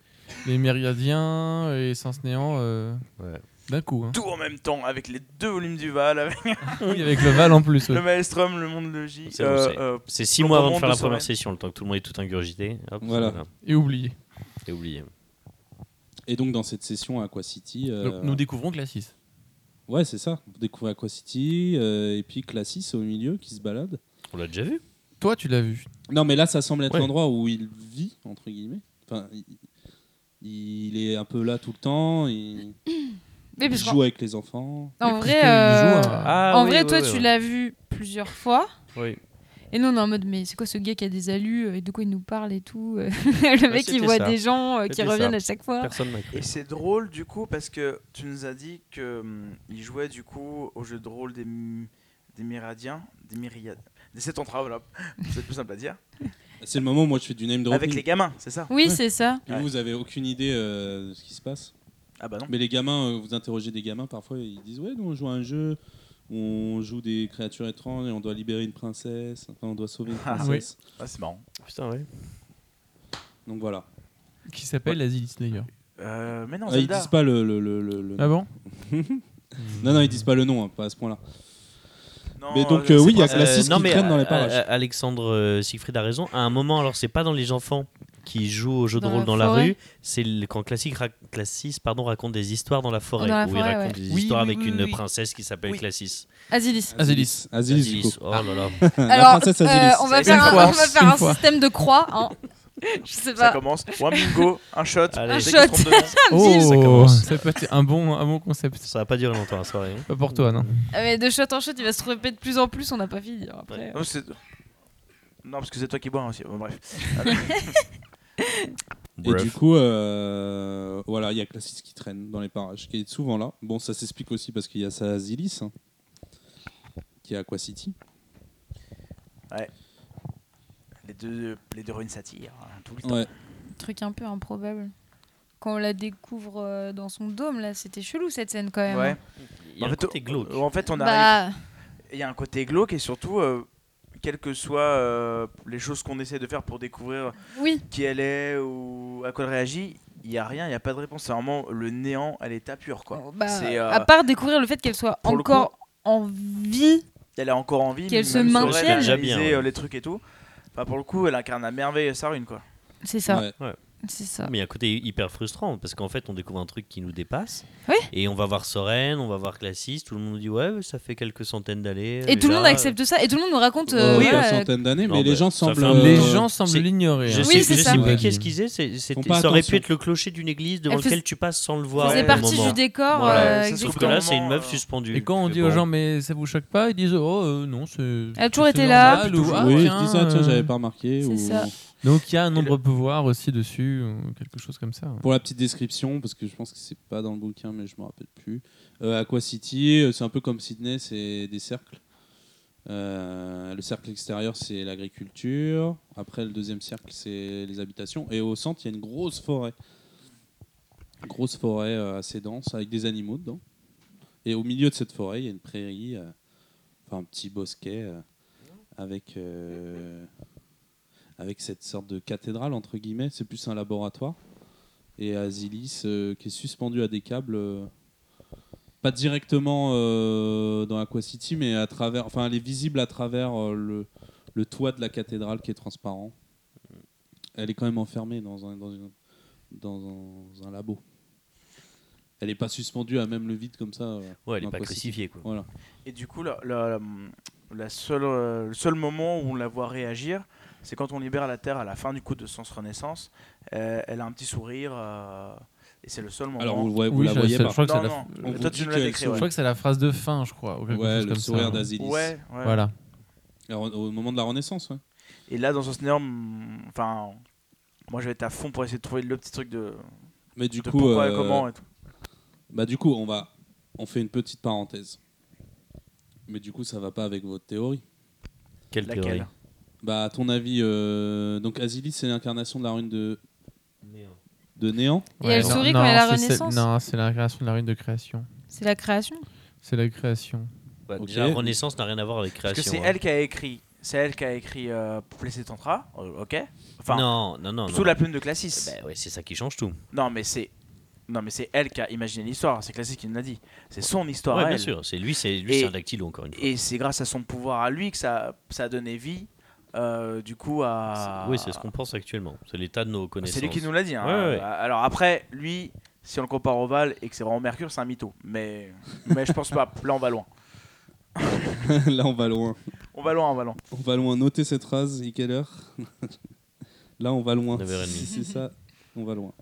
Speaker 3: les méridiens et sens néant euh,
Speaker 2: Ouais.
Speaker 3: d'un coup. hein.
Speaker 5: Tout en même temps, avec les deux volumes du Val, avec
Speaker 3: Oui, avec le Val en plus. ouais.
Speaker 5: le Maelstrom, le monde logique.
Speaker 2: C'est bon,
Speaker 5: euh,
Speaker 2: c'est-
Speaker 5: euh,
Speaker 2: C'est six
Speaker 5: Dans
Speaker 2: mois
Speaker 5: un
Speaker 2: avant de
Speaker 5: monde
Speaker 2: faire la
Speaker 5: de
Speaker 2: première
Speaker 5: sommeil.
Speaker 2: session, le temps que tout le monde ait tout ingurgité. Hop,
Speaker 1: Voilà.
Speaker 3: Et oublié.
Speaker 2: Et oublié.
Speaker 1: Et donc, dans cette session à Aqua City. euh,
Speaker 3: Donc, nous découvrons que la 6.
Speaker 1: Ouais, c'est ça. Vous découvrez Aqua City euh, et puis Classis au milieu qui se balade.
Speaker 2: On l'a déjà vu.
Speaker 3: Toi, tu l'as vu.
Speaker 1: Non, mais là, ça semble être
Speaker 2: Ouais.
Speaker 1: l'endroit où il vit, entre guillemets. Enfin, il, il est un peu là tout le temps. Il,
Speaker 4: Mais
Speaker 1: il
Speaker 4: parce qu'en-
Speaker 1: joue avec les enfants.
Speaker 4: en
Speaker 3: Puisqu'il
Speaker 4: vrai,
Speaker 3: joue
Speaker 4: euh,
Speaker 3: à-
Speaker 5: Ah.
Speaker 2: Ah
Speaker 4: en vrai, toi, tu l'as vu plusieurs fois.
Speaker 2: Oui.
Speaker 4: Et nous, on est en mode, mais c'est quoi ce gars qui a des alus euh, et de quoi il nous parle et tout euh, Le mec,
Speaker 2: Ah, c'était
Speaker 4: il voit
Speaker 2: ça.
Speaker 4: des gens euh, qui
Speaker 2: C'était
Speaker 4: reviennent
Speaker 2: ça.
Speaker 4: à chaque fois.
Speaker 2: Personne m'a cru.
Speaker 5: Et c'est drôle du coup parce que tu nous as dit que hum, il jouait du coup au jeu de rôle des, m- des Myradiens, des Myriades, des sept entraves, c'est plus simple à dire.
Speaker 1: C'est le moment où moi je fais du name dropping.
Speaker 5: Avec les gamins, c'est ça
Speaker 4: Oui,
Speaker 1: Ouais.
Speaker 4: c'est ça.
Speaker 1: Puis vous, vous avez aucune idée euh, de ce qui se passe.
Speaker 5: Ah bah non.
Speaker 1: Mais les gamins, euh, vous interrogez des gamins, parfois ils disent Ouais, nous on joue à un jeu où on joue des créatures étranges et on doit libérer une princesse, enfin, on doit sauver une
Speaker 5: Ah, oui.
Speaker 1: princesse.
Speaker 5: Ah, c'est marrant.
Speaker 2: Putain, ouais.
Speaker 1: Donc voilà.
Speaker 5: Oh,
Speaker 3: Qui s'appelle Azilis d'ailleurs.
Speaker 5: Euh, mais non,
Speaker 1: Ah, ils
Speaker 5: Zelda.
Speaker 1: disent pas le, le- le- le-
Speaker 2: Euh,
Speaker 1: le-
Speaker 3: Ah bon
Speaker 1: Non, non, ils disent pas le nom, hein, pas à ce point-là.
Speaker 5: Non,
Speaker 1: Mais donc,
Speaker 5: euh,
Speaker 1: euh,
Speaker 5: c'est
Speaker 1: oui, il y a
Speaker 5: pas-
Speaker 1: Classis
Speaker 5: euh,
Speaker 1: qui
Speaker 2: non, mais
Speaker 1: traîne dans les
Speaker 2: euh,
Speaker 1: parages.
Speaker 2: euh, Alexandre euh, Siegfried a raison. À un moment, alors c'est pas dans les enfants qui jouent au jeu de
Speaker 4: Dans
Speaker 2: rôle
Speaker 4: la
Speaker 2: dans la
Speaker 4: forêt.
Speaker 2: rue, c'est le- quand Classic ra- Classis pardon, raconte des histoires dans la forêt,
Speaker 4: Dans la
Speaker 2: où il
Speaker 4: forêt,
Speaker 2: raconte
Speaker 4: ouais.
Speaker 2: des
Speaker 3: Oui,
Speaker 2: histoires
Speaker 3: oui,
Speaker 2: avec
Speaker 3: oui,
Speaker 2: une
Speaker 3: oui.
Speaker 2: princesse qui s'appelle
Speaker 5: Oui.
Speaker 2: Classis.
Speaker 4: Asilis.
Speaker 3: Azilis.
Speaker 1: Azilis, du
Speaker 2: Azilis,
Speaker 1: coup.
Speaker 2: oh là là.
Speaker 1: La princesse Azilis.
Speaker 4: euh, on va
Speaker 5: Une
Speaker 4: faire, un,
Speaker 5: fois,
Speaker 4: on va faire
Speaker 3: une
Speaker 4: un
Speaker 3: fois.
Speaker 4: système de croix. hein. Je sais
Speaker 5: Ça
Speaker 4: pas.
Speaker 5: commence. Ou un bingo, un shot.
Speaker 2: Allez.
Speaker 5: dès
Speaker 2: Un
Speaker 5: qu'il se
Speaker 4: shot.
Speaker 5: trompe de nom.
Speaker 2: Ça
Speaker 3: Oh,
Speaker 2: commence.
Speaker 3: ça peut être un bon, un bon concept.
Speaker 2: Ça va pas durer longtemps la soirée. hein.
Speaker 3: Pas pour toi, non
Speaker 4: Ah, mais de shot en shot, il va se répéter de plus en plus. On n'a pas fini. hein, Après.
Speaker 5: Non, c'est- non, parce que c'est toi qui bois hein, aussi. Bon, bref.
Speaker 1: Et
Speaker 2: Bref.
Speaker 1: du coup, euh, voilà, il y a Classis qui traîne dans les parages, qui est souvent là. Bon, ça s'explique aussi parce qu'il y a sa Asilis, hein, qui est à Aqua City.
Speaker 5: Les deux, les deux ruines satire hein, tout le temps.
Speaker 1: Ouais.
Speaker 4: Truc un peu improbable. Quand on la découvre euh, dans son dôme, là, c'était chelou cette scène quand même.
Speaker 5: Ouais.
Speaker 2: il y a
Speaker 5: en
Speaker 2: un
Speaker 5: fait,
Speaker 2: côté glauque.
Speaker 5: En fait, on arrive
Speaker 4: Bah,
Speaker 5: Il y a un côté glauque et surtout, euh, quelles que soient euh, les choses qu'on essaie de faire pour découvrir
Speaker 4: oui.
Speaker 5: qui elle est ou à quoi elle réagit, il n'y a rien, il n'y a pas de réponse. C'est vraiment le néant à l'état pur. Quoi.
Speaker 4: Bah,
Speaker 5: C'est, euh,
Speaker 4: À part découvrir le fait qu'elle soit
Speaker 5: pour le
Speaker 4: encore en vie.
Speaker 5: Elle est encore en vie,
Speaker 4: qu'elle
Speaker 5: même
Speaker 4: se
Speaker 5: si elle
Speaker 4: maintienne.
Speaker 5: a
Speaker 2: Déjà
Speaker 5: analysé,
Speaker 2: bien, ouais.
Speaker 5: euh, les trucs et tout. Enfin, pour le coup, elle incarne à merveille sa rune. Quoi.
Speaker 4: C'est ça.
Speaker 1: Ouais.
Speaker 4: C'est ça.
Speaker 2: Mais il y a un côté hyper frustrant parce qu'en fait, on découvre un truc qui nous dépasse.
Speaker 4: Oui.
Speaker 2: Et on va voir Soren, on va voir Classis, tout le monde nous dit ouais, ça fait quelques centaines d'années.
Speaker 4: Et tout le monde accepte ça. Et tout le monde nous raconte.
Speaker 1: Euh,
Speaker 4: euh,
Speaker 1: oui,
Speaker 4: voilà,
Speaker 1: une centaine d'années,
Speaker 2: Non,
Speaker 1: mais les
Speaker 2: bah,
Speaker 1: gens
Speaker 2: ça
Speaker 1: semblent. Ah,
Speaker 2: fait un
Speaker 3: Les
Speaker 2: Euh,
Speaker 3: gens semblent
Speaker 2: c'est-
Speaker 3: l'ignorer.
Speaker 2: Je
Speaker 3: hein.
Speaker 4: Oui,
Speaker 2: sais,
Speaker 4: c'est
Speaker 2: je
Speaker 4: ça.
Speaker 2: sais
Speaker 3: Nous a
Speaker 2: plus
Speaker 3: dit.
Speaker 2: qui est-ce qu'ils est. c'est- c'était-
Speaker 1: pas
Speaker 2: Ça aurait
Speaker 1: attention.
Speaker 2: pu être le clocher d'une église devant
Speaker 4: Elle fais-
Speaker 2: lequel tu passes sans le
Speaker 4: faisait
Speaker 2: voir. au
Speaker 4: partie
Speaker 2: moment.
Speaker 4: du décor.
Speaker 2: Voilà.
Speaker 4: euh,
Speaker 5: Ça se trouve
Speaker 2: Sauf
Speaker 4: exactement.
Speaker 2: que là, c'est une meuf
Speaker 5: euh,
Speaker 2: suspendue.
Speaker 3: Et quand on
Speaker 2: Mais
Speaker 3: dit
Speaker 2: bon.
Speaker 3: aux gens, mais ça vous choque pas Ils disent, oh euh, non, c'est.
Speaker 4: Elle a toujours
Speaker 3: c'est
Speaker 4: été là.
Speaker 3: normal, ou, ah,
Speaker 1: oui,
Speaker 3: tiens,
Speaker 1: je dis ça, tiens,
Speaker 3: euh,
Speaker 1: j'avais pas remarqué.
Speaker 4: hein. c'est
Speaker 1: ou-
Speaker 4: ça.
Speaker 3: Donc il y a un nombre pouvoir aussi dessus, ou quelque chose comme ça.
Speaker 1: Pour la petite description, parce que je pense que c'est pas dans le bouquin, mais je me rappelle plus. Euh, Aqua City, euh, c'est un peu comme Sydney, c'est des cercles. Euh, le cercle extérieur, c'est l'agriculture. Après, le deuxième cercle, c'est les habitations. Et au centre, il y a une grosse forêt. Grosse forêt euh, assez dense, avec des animaux dedans. Et au milieu de cette forêt, il y a une prairie, euh, enfin un petit bosquet, euh, avec, euh, avec cette sorte de cathédrale, entre guillemets. C'est plus un laboratoire et Azilis euh, qui est suspendu à des câbles, euh, pas directement euh, dans Aqua City, mais à travers, enfin, elle est visible à travers euh, le, le toit de la cathédrale qui est transparent. Elle est quand même enfermée dans un, dans une- dans un- un labo. Elle n'est pas suspendue à même le vide comme ça. euh,
Speaker 2: Ouais, elle est
Speaker 1: dans
Speaker 2: pas
Speaker 1: Aquacity.
Speaker 2: crucifiée quoi.
Speaker 1: Voilà.
Speaker 5: Et du coup, la, la- la- la seule, euh, le seul moment où on la voit réagir, c'est quand on libère la Terre à la fin du coup de Sens Renaissance. Euh, elle a un petit sourire euh, et c'est le seul moment.
Speaker 1: Alors, vous, le voyez- vous
Speaker 3: Oui,
Speaker 1: la
Speaker 3: je-
Speaker 1: voyez
Speaker 3: je
Speaker 1: pas.
Speaker 3: crois que c'est
Speaker 5: non,
Speaker 3: la-
Speaker 5: non.
Speaker 1: On
Speaker 5: Toi,
Speaker 1: vous
Speaker 5: tu
Speaker 1: dit
Speaker 5: nous l'as
Speaker 1: qu'elle
Speaker 5: décrit,
Speaker 3: Je crois que c'est la phrase de fin, je crois. ou quelque
Speaker 1: Ouais,
Speaker 3: chose
Speaker 1: le
Speaker 3: comme ça.
Speaker 1: sourire d'Asilis.
Speaker 5: Ouais, ouais.
Speaker 3: Voilà.
Speaker 1: Alors, Au au moment de la Renaissance, ouais.
Speaker 5: Et là, dans Sens énorme, enfin, moi, je vais être à fond pour essayer de trouver le petit truc de,
Speaker 1: Mais du
Speaker 5: de
Speaker 1: coup,
Speaker 5: pourquoi et
Speaker 1: euh,
Speaker 5: comment et tout.
Speaker 1: bah du coup, on va, on fait une petite parenthèse. Mais du coup, ça va pas avec votre théorie.
Speaker 2: Quelle
Speaker 5: Laquelle
Speaker 2: théorie
Speaker 1: Bah, à ton avis, euh, donc Asilis, c'est l'incarnation de la rune de, de néant.
Speaker 4: Et elle
Speaker 3: non,
Speaker 4: sourit
Speaker 3: non,
Speaker 4: quand elle a la
Speaker 3: c'est- c'est-
Speaker 4: renaissance
Speaker 3: Non, c'est la création de la ruine de création.
Speaker 4: C'est la création
Speaker 3: C'est la création.
Speaker 2: Bah,
Speaker 1: Ok.
Speaker 2: déjà, Renaissance n'a rien à voir avec
Speaker 5: Parce que
Speaker 2: création.
Speaker 5: c'est
Speaker 2: hein.
Speaker 5: elle qui a écrit, c'est elle qui a écrit euh, Plessé Tantra, euh, ok. Enfin,
Speaker 2: non, non, non.
Speaker 5: sous
Speaker 2: non.
Speaker 5: la plume de Classis.
Speaker 2: Bah ouais, c'est ça qui change tout.
Speaker 5: Non, mais c'est. Non, mais c'est elle qui a imaginé l'histoire, c'est Classis qui nous l'a dit. C'est son histoire,
Speaker 2: Ouais,
Speaker 5: à
Speaker 2: bien
Speaker 5: elle.
Speaker 2: sûr. C'est lui, c'est lui, c'est
Speaker 5: Et-
Speaker 2: un dactylo encore une fois.
Speaker 5: Et c'est grâce à son pouvoir à lui que ça, ça a donné vie, euh, du coup, à.
Speaker 2: Oui, c'est ce qu'on pense actuellement. C'est l'état de nos connaissances.
Speaker 5: C'est lui qui nous l'a dit. hein.
Speaker 2: Ouais, ouais, ouais.
Speaker 5: Alors après, lui, si on le compare au Val et que c'est vraiment Mercure, c'est un mytho. Mais, mais je pense pas. Là, on va loin.
Speaker 1: Là, on va loin.
Speaker 5: On va loin, on va loin.
Speaker 1: On va loin. Notez cette phrase. Et quelle heure Là, on va loin.
Speaker 2: 9h30.
Speaker 1: Si c'est ça, on va loin.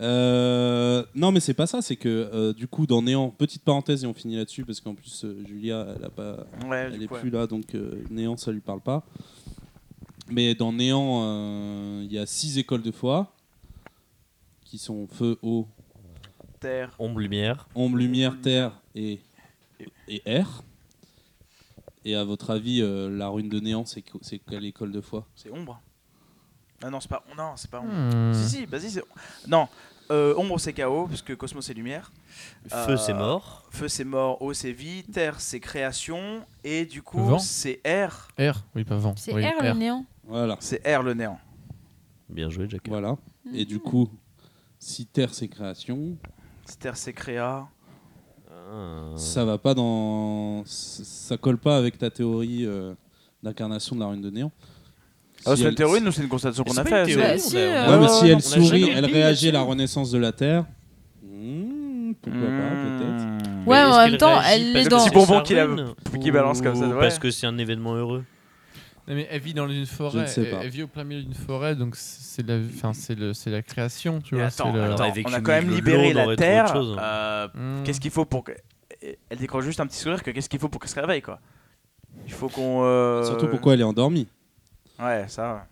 Speaker 1: Euh, non, mais c'est pas ça. C'est que euh, du coup, dans Néant, petite parenthèse et on finit là-dessus parce qu'en plus, euh, Julia, elle a pas,
Speaker 5: Ouais,
Speaker 1: elle
Speaker 5: du
Speaker 1: n'est
Speaker 5: coup, ouais.
Speaker 1: plus là, donc euh, Néant, ça lui parle pas. Mais dans Néant, euh, il y a six écoles de foi qui sont feu, eau,
Speaker 5: Terre.
Speaker 2: Ombre lumière.
Speaker 1: ombre, lumière, terre et, et air. Et à votre avis, euh, la rune de Néant, c'est co- c'est quelle école de foi
Speaker 5: C'est ombre. Ah non, c'est pas. Non, c'est pas ombre.
Speaker 3: Hmm.
Speaker 5: Si, si, vas-y, c'est. Non, euh, ombre c'est chaos, parce que cosmos c'est lumière.
Speaker 2: Feu,
Speaker 5: Euh,
Speaker 2: c'est mort.
Speaker 5: Feu c'est mort, eau c'est vie, terre c'est création, et du coup
Speaker 3: Vent.
Speaker 5: c'est air.
Speaker 3: R, oui, pas vent.
Speaker 4: C'est
Speaker 3: oui,
Speaker 4: R, le néant.
Speaker 1: Voilà.
Speaker 5: C'est air le néant.
Speaker 2: Bien joué, Jack.
Speaker 1: voilà. Et du coup, si terre, c'est création,
Speaker 5: C'est terre c'est créa.
Speaker 2: Ah.
Speaker 1: ça va pas dans. c- Ça colle pas avec ta théorie euh, d'incarnation de la rune de Néant. Si
Speaker 5: c'est une
Speaker 1: elle-
Speaker 5: théorie, nous c'est une constatation
Speaker 2: Mais
Speaker 5: qu'on
Speaker 2: c'est
Speaker 5: a
Speaker 2: pas une
Speaker 5: faite.
Speaker 2: théorie,
Speaker 4: Bah, si,
Speaker 2: on a-
Speaker 1: Ouais,
Speaker 5: Ah
Speaker 2: on a-
Speaker 1: mais
Speaker 5: ouais,
Speaker 1: si
Speaker 5: ouais,
Speaker 1: elle
Speaker 2: Euh, on a jamais
Speaker 1: sourit,
Speaker 2: eu
Speaker 1: elle
Speaker 2: de
Speaker 1: réagit à la
Speaker 2: là-dessus.
Speaker 1: renaissance de la Terre. Mmh, pourquoi pas, peut-être.
Speaker 5: Hmm.
Speaker 4: Ouais,
Speaker 2: Bah, Mais
Speaker 4: en
Speaker 2: est-ce
Speaker 4: même
Speaker 2: qu'elle
Speaker 4: temps,
Speaker 2: réagit
Speaker 4: elle
Speaker 2: parce que
Speaker 4: est dans-
Speaker 2: c'est
Speaker 5: Le petit bonbon
Speaker 2: sa
Speaker 5: qu'il a-
Speaker 2: rune
Speaker 5: qui balance comme ça,
Speaker 2: ou
Speaker 5: ouais.
Speaker 2: Parce que c'est un événement heureux.
Speaker 3: Non, mais elle vit dans une forêt.
Speaker 1: ne sais
Speaker 3: elle-
Speaker 1: pas.
Speaker 3: Elle vit au plein milieu d'une forêt, donc c'est la, enfin, c'est le, c'est la création, tu
Speaker 5: Mais
Speaker 3: vois.
Speaker 5: attends,
Speaker 3: c'est le-
Speaker 5: attends,
Speaker 2: Alors, avec
Speaker 5: on a
Speaker 2: une
Speaker 5: quand même
Speaker 2: île de
Speaker 5: libéré
Speaker 2: l'eau, on
Speaker 5: la
Speaker 2: aurait trouvé autre
Speaker 5: terre.
Speaker 2: chose, hein.
Speaker 5: euh,
Speaker 3: Hmm.
Speaker 5: Qu'est-ce qu'il faut pour que. Elle décroche juste un petit sourire que qu'est-ce qu'il faut pour qu'elle se réveille quoi. Il faut qu'on. euh,
Speaker 1: Surtout pourquoi elle est endormie.
Speaker 5: Ouais, ça.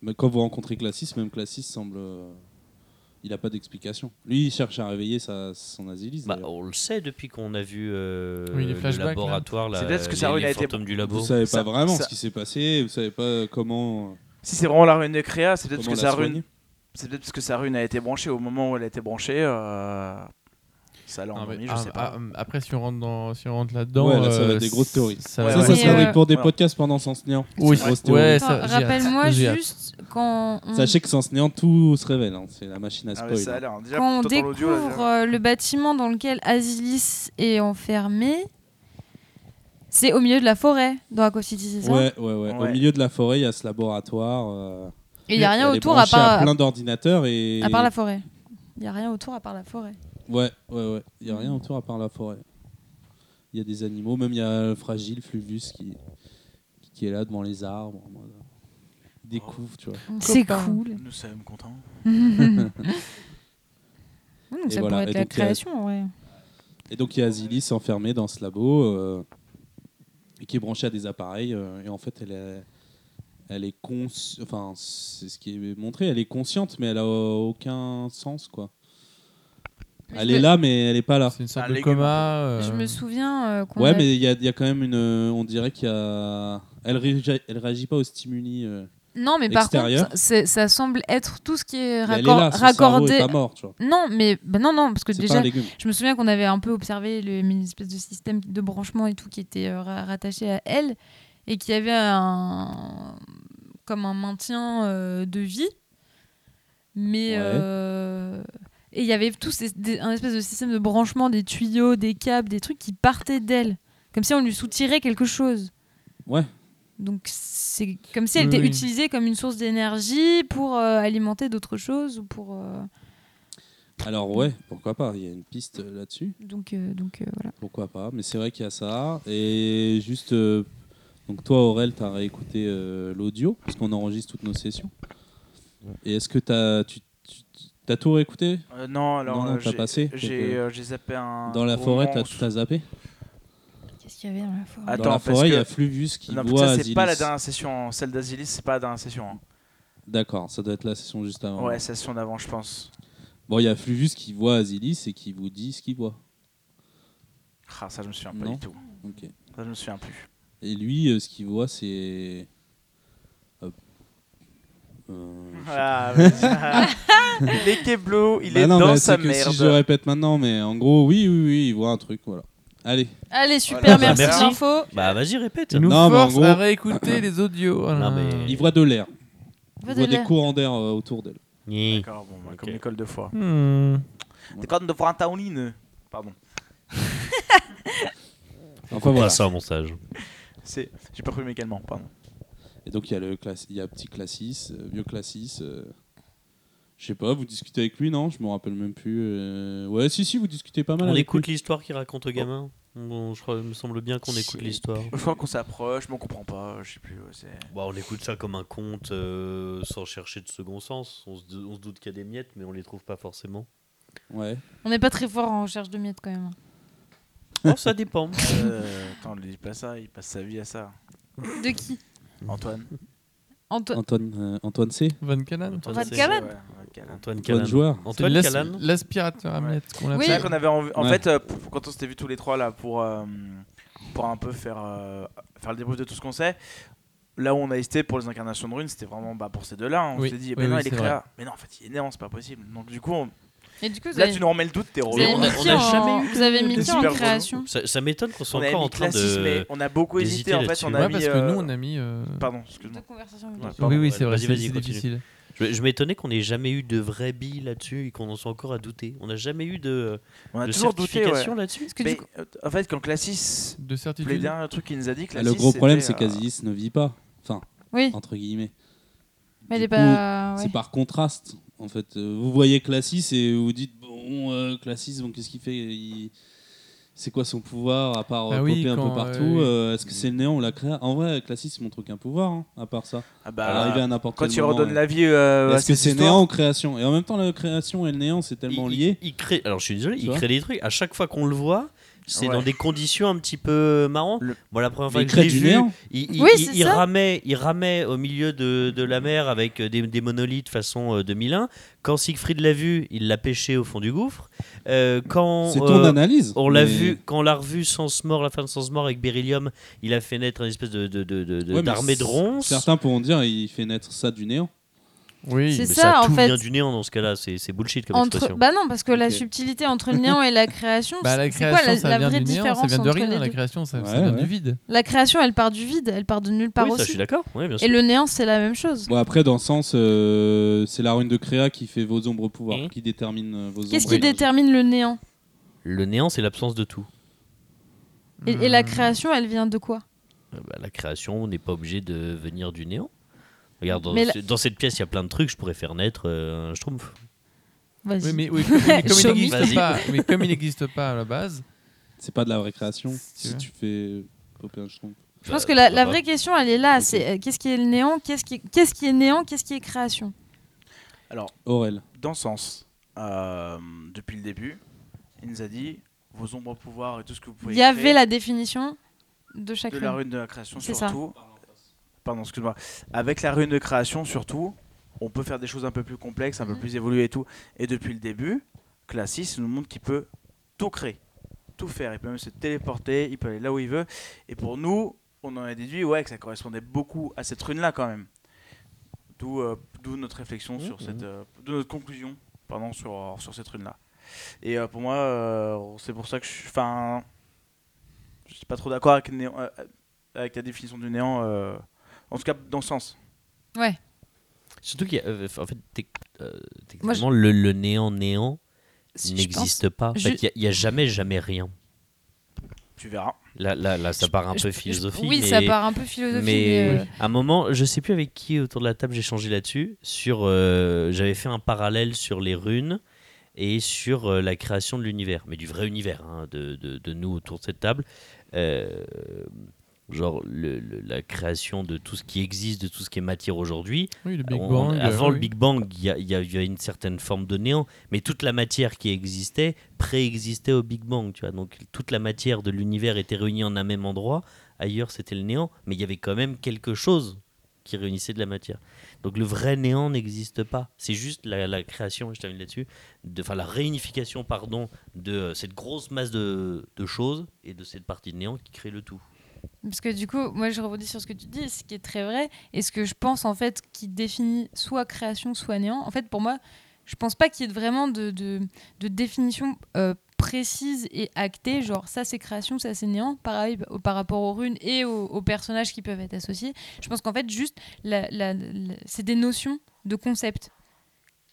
Speaker 1: Mais quand vous rencontrez Classis, même Classis semble. euh, il a pas d'explication. Lui, il cherche à réveiller sa, son Asilis.
Speaker 2: Bah,
Speaker 1: d'ailleurs.
Speaker 2: on le sait depuis qu'on a vu euh,
Speaker 3: Oui, les
Speaker 2: le
Speaker 3: flashbacks, là.
Speaker 2: laboratoire. là,
Speaker 5: C'est peut-être ce que
Speaker 2: les-
Speaker 5: ça aurait
Speaker 2: les
Speaker 5: été-
Speaker 2: fantômes du labo.
Speaker 1: vous savez pas
Speaker 5: ah ça-
Speaker 1: vraiment
Speaker 5: ça-
Speaker 1: ce qui s'est passé, vous savez pas comment.
Speaker 5: Si c'est vraiment la rune de créa, c'est peut-être
Speaker 1: comment
Speaker 5: que
Speaker 1: la
Speaker 5: sa rune.
Speaker 1: soigner.
Speaker 5: C'est peut-être parce que sa rune a été branchée au moment où elle a été branchée. euh, Ça l'a
Speaker 3: Non, mais-
Speaker 5: endormi, je
Speaker 3: ah,
Speaker 5: sais pas.
Speaker 3: ah, après, si on rentre dans, si on rentre là-dedans,
Speaker 1: Ouais, là, ça va être
Speaker 3: euh,
Speaker 1: des grosses théories.
Speaker 3: Ça,
Speaker 5: Ouais,
Speaker 1: Ça,
Speaker 3: va-
Speaker 1: ça
Speaker 4: ouais.
Speaker 1: serait
Speaker 4: Mais,
Speaker 1: pour des
Speaker 5: voilà.
Speaker 1: podcasts pendant Sens Néant.
Speaker 3: Oui,
Speaker 1: C'est une grosse théorie.
Speaker 3: ouais, ça- j'ai
Speaker 4: Attends,
Speaker 3: hâte.
Speaker 4: Rappelle-moi
Speaker 3: J'ai hâte.
Speaker 4: juste quand on,
Speaker 1: Sachez que Sens Néant, tout se révèle. hein. C'est la machine à
Speaker 5: Ah
Speaker 1: spoil.
Speaker 5: ouais, ça a l'air. Déjà,
Speaker 4: quand on
Speaker 5: t'entends l'audio, là,
Speaker 4: découvre
Speaker 5: déjà.
Speaker 4: euh, le bâtiment dans lequel Asilis est enfermé. C'est au milieu de la forêt dans Aqua City, c'est ça
Speaker 1: ouais, ouais, ouais, Au
Speaker 5: Ouais.
Speaker 1: milieu de la forêt, il y a ce laboratoire. euh,
Speaker 4: Et il n'y a rien
Speaker 1: elle est
Speaker 4: autour à
Speaker 1: branchée
Speaker 4: part,
Speaker 1: plein d'ordinateurs et.
Speaker 4: à part la forêt. Il n'y a rien autour à part la forêt.
Speaker 1: Ouais, ouais, ouais. Il n'y a rien autour à part la forêt. Il y a des animaux, même il y a le fragile Fluvius qui, qui est là devant les arbres. en mode, Il découvre, tu vois.
Speaker 4: C'est
Speaker 3: Copain.
Speaker 4: cool.
Speaker 5: Nous sommes contents.
Speaker 4: Mmh, donc
Speaker 1: Et voilà.
Speaker 4: ça pourrait être
Speaker 1: Et donc,
Speaker 4: la
Speaker 1: il y a-
Speaker 4: création, en vrai.
Speaker 1: Et donc il y a Azilis enfermée dans ce labo euh, et qui est branchée à des appareils. euh, et en fait, elle est, elle est consci- enfin, c'est ce qui est montré, elle est consciente, mais elle a aucun sens, quoi. Elle est là, mais elle n'est pas là.
Speaker 3: C'est une sorte
Speaker 5: Un
Speaker 3: de
Speaker 5: légume,
Speaker 3: coma. euh,
Speaker 4: Je me souviens euh, qu'on
Speaker 1: Ouais,
Speaker 4: a-
Speaker 1: mais il y, a- il y a quand même une. euh, on dirait qu'il y a. Elle réagit, elle réagit pas aux stimuli. euh,
Speaker 4: Non, mais par
Speaker 1: extérieur.
Speaker 4: contre, c'est- ça semble être tout ce qui est,
Speaker 1: mais elle est
Speaker 4: raccor-
Speaker 1: là, son cerveau est
Speaker 4: raccordé.
Speaker 1: pas mort, tu vois.
Speaker 4: Non, mais bah non, non, parce que
Speaker 1: C'est pas
Speaker 4: déjà,
Speaker 1: un légume.
Speaker 4: je me souviens qu'on avait un peu observé le, une espèce de système de branchement et tout qui était euh, ra- rattaché à elle et qui avait un comme un maintien euh, de vie, mais
Speaker 1: Ouais.
Speaker 4: euh, et il y avait tout ces- des- un espèce de système de branchement des tuyaux, des câbles, des trucs qui partaient d'elle, comme si on lui soutirait quelque chose.
Speaker 1: Ouais.
Speaker 4: Donc c'est comme si elle
Speaker 3: Oui,
Speaker 4: était
Speaker 3: oui.
Speaker 4: utilisée comme une source d'énergie pour euh, alimenter d'autres choses ou pour. euh,
Speaker 1: Alors ouais, pourquoi pas, il y a une piste euh, là-dessus,
Speaker 4: Donc, euh, donc euh, voilà.
Speaker 1: pourquoi pas, mais c'est vrai qu'il y a ça, et juste, euh, donc toi Aurel, tu as réécouté euh, l'audio, parce qu'on enregistre toutes nos sessions, et est-ce que t'as- tu as tout réécouté
Speaker 5: Euh, non, alors
Speaker 1: Non, non,
Speaker 5: euh,
Speaker 1: t'as
Speaker 5: j'ai-
Speaker 1: passé, donc,
Speaker 5: j'ai
Speaker 1: euh,
Speaker 5: euh, j'ai zappé un.
Speaker 1: Dans la
Speaker 5: moment
Speaker 1: forêt, t'as
Speaker 5: où-
Speaker 1: tout à zappé
Speaker 4: Qu'est-ce qu'il y avait dans la forêt
Speaker 5: Attends,
Speaker 1: Dans la
Speaker 5: parce
Speaker 1: forêt, il y
Speaker 5: que-
Speaker 1: a Fluvius qui
Speaker 5: Non,
Speaker 1: boit
Speaker 5: ça, c'est pas la
Speaker 1: Asilis.
Speaker 5: dernière session. hein. Celle d'Asilis, c'est pas la dernière session. hein.
Speaker 1: D'accord, ça doit être la session juste avant.
Speaker 5: Ouais, session d'avant, je pense.
Speaker 1: Bon, il y a Fluvius qui voit Asilis et qui vous dit ce qu'il voit.
Speaker 5: Ah, ça, je me souviens pas
Speaker 1: Non.
Speaker 5: du tout.
Speaker 1: Ok.
Speaker 5: Ça, je me souviens plus.
Speaker 1: Et lui, euh, ce qu'il voit, c'est. Euh, euh,
Speaker 5: Ah, vas-y. Les Keblo, il
Speaker 1: bah
Speaker 5: est
Speaker 1: non,
Speaker 5: dans
Speaker 1: bah,
Speaker 5: sa
Speaker 1: c'est que
Speaker 5: merde.
Speaker 1: Si je le répète maintenant, mais en gros, oui, oui, oui, il voit un truc, voilà. Allez,
Speaker 4: Allez, super,
Speaker 3: Ah,
Speaker 5: Voilà.
Speaker 4: merci,
Speaker 2: Merci.
Speaker 4: l'info.
Speaker 2: Bah vas-y, répète.
Speaker 3: Il nous
Speaker 1: Non, mais en
Speaker 3: force
Speaker 1: gros-
Speaker 3: à réécouter les audios.
Speaker 2: Non,
Speaker 3: Voilà.
Speaker 2: mais-
Speaker 1: il voit de l'air. Il
Speaker 4: Va
Speaker 1: voit
Speaker 4: de
Speaker 1: des
Speaker 4: là.
Speaker 1: courants d'air euh, autour d'elle.
Speaker 2: Ni.
Speaker 5: D'accord, bon, bah,
Speaker 2: Ok.
Speaker 5: comme l'école de foi.
Speaker 3: Hmm.
Speaker 5: Des cornes de foire en taonine. Pardon.
Speaker 1: Enfin
Speaker 2: Voilà
Speaker 1: voilà.
Speaker 2: ça, mon sage.
Speaker 5: C'est- J'ai pas pris mes calmants, pardon.
Speaker 1: Et donc il y a le class- il y a petit classis, euh, vieux classis. euh, Je sais pas, vous discutez avec lui, non Je me rappelle même plus. euh, Ouais, si, si, vous discutez pas mal.
Speaker 2: On
Speaker 1: avec
Speaker 2: écoute l'histoire qu'il raconte au gamin. Bon, je crois, il me semble bien qu'on écoute l'histoire.
Speaker 5: Je crois qu'on s'approche, mais on comprend pas. Je sais plus. ouais, c'est-
Speaker 2: Bah, on écoute ça comme un conte euh, sans chercher de second sens. On se, dou- on se doute qu'il y a des miettes, mais on les trouve pas forcément.
Speaker 1: lui. Ouais.
Speaker 4: On n'est pas très fort en recherche de miettes quand même.
Speaker 2: Oh, ça dépend.
Speaker 5: Euh, attends, ne dis pas ça, il passe sa vie à ça.
Speaker 4: De qui
Speaker 5: Antoine.
Speaker 4: Antoine.
Speaker 1: Antoine, euh, Antoine C.
Speaker 3: Van Canan.
Speaker 4: Van
Speaker 2: c'est-
Speaker 4: Calan.
Speaker 5: Ouais, ouais, Calan.
Speaker 2: Antoine
Speaker 1: Antoine
Speaker 2: Calan.
Speaker 1: joueur.
Speaker 3: C'est
Speaker 2: Antoine
Speaker 3: l'as-
Speaker 2: Calan.
Speaker 3: l'aspirateur à
Speaker 5: Ouais.
Speaker 3: miettes qu'on
Speaker 4: Oui.
Speaker 5: C'est
Speaker 3: l'appelle.
Speaker 5: vrai qu'on avait envie. En
Speaker 1: Ouais.
Speaker 5: fait, euh, pour- quand on s'était vu tous les trois là pour, euh, pour un peu faire, euh, faire le débrief de tout ce qu'on sait, là où on a hésité pour les incarnations de runes, c'était vraiment bah, pour ces deux-là. hein. On
Speaker 3: Oui.
Speaker 5: s'est dit,
Speaker 3: Oui,
Speaker 5: mais non,
Speaker 3: oui,
Speaker 5: il est
Speaker 3: c'est
Speaker 5: créa. Mais non, en fait, il est néant, c'est pas possible. Donc du coup, on-
Speaker 4: Et du coup, vous
Speaker 5: là,
Speaker 4: avez,
Speaker 5: tu nous remets le doute, t'es
Speaker 4: vous
Speaker 5: relou.
Speaker 4: avez
Speaker 2: on
Speaker 4: mis
Speaker 2: a- on
Speaker 4: qui
Speaker 2: a
Speaker 4: en-
Speaker 2: jamais eu
Speaker 4: vous avez mis
Speaker 5: de
Speaker 4: qui en
Speaker 5: super
Speaker 4: création
Speaker 2: Ça, ça m'étonne qu'on soit
Speaker 5: On a
Speaker 2: encore en
Speaker 5: mis
Speaker 2: train
Speaker 5: classis, mais
Speaker 2: de.
Speaker 5: on a beaucoup hésité.
Speaker 2: d'hésiter
Speaker 5: En fait, on a
Speaker 3: Ouais,
Speaker 5: mis.
Speaker 3: parce
Speaker 5: euh,
Speaker 3: que nous, on a mis. euh,
Speaker 5: Pardon,
Speaker 4: De
Speaker 5: excuse-moi.
Speaker 4: conversation.
Speaker 5: Ouais.
Speaker 3: Oui,
Speaker 2: Pardon,
Speaker 3: oui, c'est vrai,
Speaker 2: vas-y,
Speaker 3: c'est
Speaker 2: vas-y,
Speaker 3: c'est
Speaker 2: continue.
Speaker 3: difficile.
Speaker 2: Je, je m'étonnais qu'on n'ait jamais eu de vrai billes là-dessus et qu'on en soit encore à douter. On n'a jamais eu de,
Speaker 5: On a
Speaker 2: de
Speaker 5: toujours douté. ouais.
Speaker 2: certification là-dessus.
Speaker 4: Parce que
Speaker 5: Mais,
Speaker 4: du coup,
Speaker 5: euh, en fait, quand Classis,
Speaker 3: De
Speaker 5: les
Speaker 3: certitude.
Speaker 5: derniers trucs qu'il nous a dit, Classis.
Speaker 1: Ah, le gros problème, c'est
Speaker 5: c'était, euh,
Speaker 1: qu'Asilis ne vit pas. Enfin,
Speaker 4: oui,
Speaker 1: entre guillemets.
Speaker 4: mais elle
Speaker 1: Du
Speaker 4: est
Speaker 1: coup,
Speaker 4: pas. euh, ouais.
Speaker 1: C'est par contraste. En fait, Euh, vous voyez Classis et vous dites bon, euh, Classis, bon, qu'est-ce qu'il fait Il- C'est quoi son pouvoir à part euh,
Speaker 3: Ah oui,
Speaker 1: popper un
Speaker 3: quand,
Speaker 1: peu partout
Speaker 3: euh, oui.
Speaker 1: Euh, Est-ce que c'est le néant ou la créa En vrai, Classis il montre aucun pouvoir hein, à part ça.
Speaker 5: ah
Speaker 2: Euh,
Speaker 5: bah,
Speaker 1: Arriver à n'importe
Speaker 5: Quand
Speaker 1: quel
Speaker 5: il
Speaker 1: moment,
Speaker 5: redonne
Speaker 1: euh,
Speaker 5: la vie. euh, à
Speaker 1: Est-ce que
Speaker 5: cette
Speaker 1: c'est
Speaker 5: histoire,
Speaker 1: néant ou création Et en même temps, la création et le néant, c'est tellement
Speaker 2: il,
Speaker 1: lié.
Speaker 2: il- il crée, alors je suis désolé,
Speaker 1: Tu
Speaker 2: il
Speaker 1: vois
Speaker 2: crée des trucs. À chaque fois qu'on le voit, c'est
Speaker 5: Ouais.
Speaker 2: dans des conditions un petit peu marrantes.
Speaker 5: Le-
Speaker 2: Bon, la première
Speaker 1: Mais
Speaker 2: fois
Speaker 1: il
Speaker 2: que je
Speaker 1: crée
Speaker 2: l'ai
Speaker 1: du
Speaker 2: vu,
Speaker 1: néant.
Speaker 2: il, il-
Speaker 4: Oui,
Speaker 2: il-
Speaker 4: c'est
Speaker 2: il
Speaker 4: ça.
Speaker 2: ramait, il ramait au milieu de, de la mer avec euh, des, des monolithes façon euh, 2001. Quand Siegfried l'a vu, il l'a pêché au fond du gouffre. Euh, quand
Speaker 1: C'est
Speaker 2: euh,
Speaker 1: ton analyse.
Speaker 2: on l'a
Speaker 1: mais-
Speaker 2: vu, quand on l'a revu sans mort, la fin de sans mort avec Beryllium, il a fait naître une espèce de, de, de, de- de-
Speaker 1: Ouais, mais
Speaker 2: d'armée de ronces.
Speaker 1: Certains pourront dire il fait naître ça du néant.
Speaker 3: Oui.
Speaker 2: Mais
Speaker 4: C'est ça, en
Speaker 2: tout
Speaker 4: fait.
Speaker 2: vient du néant dans ce cas-là, c'est, c'est bullshit comme
Speaker 4: Entre...
Speaker 2: expression.
Speaker 4: Bah non, parce que la
Speaker 1: Ok.
Speaker 4: subtilité entre le néant et la création,
Speaker 3: Bah, la
Speaker 4: c'est- c'est
Speaker 3: création,
Speaker 4: quoi la,
Speaker 3: ça
Speaker 4: la
Speaker 3: vient
Speaker 4: vraie
Speaker 3: du néant,
Speaker 4: différence
Speaker 3: ça vient de
Speaker 4: entre
Speaker 3: rien,
Speaker 4: les
Speaker 3: la
Speaker 4: deux
Speaker 3: création, ça, ça
Speaker 1: Ouais,
Speaker 3: vient
Speaker 1: ouais.
Speaker 3: du vide.
Speaker 4: La création, elle part du vide, elle part de nulle part
Speaker 2: oui, ça, je
Speaker 4: aussi.
Speaker 2: suis d'accord. Oui, bien sûr.
Speaker 4: Et le néant, c'est la même chose.
Speaker 1: Bon, après, dans le sens, euh, c'est la rune de créa qui fait vos ombres pouvoirs,
Speaker 5: Mmh.
Speaker 2: Mhm.
Speaker 1: qui détermine euh, vos ombres.
Speaker 4: Qu'est-ce qui
Speaker 3: hein.
Speaker 1: énergies.
Speaker 4: détermine le néant
Speaker 2: Le néant, c'est l'absence de tout.
Speaker 4: et, et
Speaker 3: Hmm.
Speaker 4: la création, elle vient de quoi
Speaker 2: Euh, bah, la création, on n'est pas obligé de venir du néant. Regarde, dans,
Speaker 4: Mais la-
Speaker 2: ce- dans cette pièce, il y a plein de trucs. Je pourrais faire naître euh, un schtroumpf.
Speaker 4: Vas-y.
Speaker 3: Oui, mais, oui, comme, mais comme
Speaker 4: Show me.
Speaker 3: il
Speaker 2: Vas-y.
Speaker 3: n'existe pas, mais comme il n'existe pas à la base,
Speaker 1: C'est pas de la vraie création
Speaker 3: Si tu
Speaker 1: si
Speaker 3: veux.
Speaker 1: tu fais euh, popper un jeton.
Speaker 4: Je pense que la,
Speaker 2: Bah,
Speaker 4: la
Speaker 2: bah,
Speaker 4: vraie question, elle est là.
Speaker 1: Ok.
Speaker 4: C'est euh, qu'est-ce qui est le néant Qu'est-ce qui, qu'est-ce qui est néant Qu'est-ce qui est création
Speaker 5: Alors,
Speaker 1: Aurel.
Speaker 5: dans ce sens, euh, depuis le début, il nous a dit vos ombres au pouvoir et tout ce que vous pouvez.
Speaker 4: Il y avait
Speaker 5: créer
Speaker 4: la définition de chaque
Speaker 5: de la
Speaker 4: rune.
Speaker 5: rune de la création
Speaker 4: C'est
Speaker 5: surtout. Pardon, excuse-moi. Avec la rune de création surtout, on peut faire des choses un peu plus complexes, un peu
Speaker 4: Mhm.
Speaker 5: plus évoluées et tout. Et depuis le début, Classis nous montre qu'il peut tout créer, tout faire. Il peut même se téléporter, il peut aller là où il veut. Et pour nous, on en a déduit ouais, que ça correspondait beaucoup à cette rune-là quand même. D'où euh, d'où notre réflexion
Speaker 2: Mhm.
Speaker 5: sur cette, euh, d'où notre conclusion, pardon, sur euh, sur cette rune-là. Et euh, pour moi, euh, c'est pour ça que je suis, enfin, je suis pas trop d'accord avec, néant- euh, avec la définition du néant. euh, en tout cas, dans ce sens.
Speaker 4: Ouais.
Speaker 2: Surtout qu'il y a. euh, en fait, tec- euh,
Speaker 4: Moi, je-
Speaker 2: techniquement, le, le néant néant
Speaker 4: Je pense-
Speaker 2: n'existe pas. En
Speaker 4: Je-
Speaker 2: fait, il n'y a, jamais, jamais rien.
Speaker 5: Tu verras.
Speaker 2: Là, là, là ça part un
Speaker 4: je-
Speaker 2: peu
Speaker 4: je-
Speaker 2: philosophique.
Speaker 4: Oui,
Speaker 2: mais...
Speaker 4: ça part un peu philosophique.
Speaker 2: Mais
Speaker 4: euh,
Speaker 2: à un moment, je sais plus avec qui autour de la table j'ai changé là-dessus. Sur, euh, j'avais fait un parallèle sur les runes et sur euh, la création de l'univers, mais du vrai univers hein, de, de- de nous autour de cette table. Euh, genre le- le- la création de tout ce qui existe, de tout ce qui est matière aujourd'hui.
Speaker 3: Oui, le Big
Speaker 2: On- on-
Speaker 3: Bang.
Speaker 2: avant
Speaker 3: euh,
Speaker 2: le
Speaker 3: oui.
Speaker 2: Big Bang, il y, a- il y a- il y a une certaine forme de néant, mais toute la matière qui existait préexistait au Big Bang, tu vois. Donc toute la matière de l'univers était réunie en un même endroit. Ailleurs, c'était le néant, mais il y avait quand même quelque chose qui réunissait de la matière. Donc le vrai néant n'existe pas. C'est juste la, la création, et je termine là-dessus, de- enfin la réunification, pardon, de euh, cette grosse masse de, de choses et de cette partie de néant qui crée le tout.
Speaker 4: Parce que du coup, moi je rebondis sur ce que tu dis, ce qui est très vrai, et ce que je pense en fait qui définit soit création, soit néant. En fait, pour moi, je pense pas qu'il y ait vraiment de, de, de définition euh, précise et actée, genre ça c'est création, ça c'est néant, pareil au- par rapport aux runes et aux, aux personnages qui peuvent être associés. Je pense qu'en fait, juste, la- la- la- c'est des notions de concept.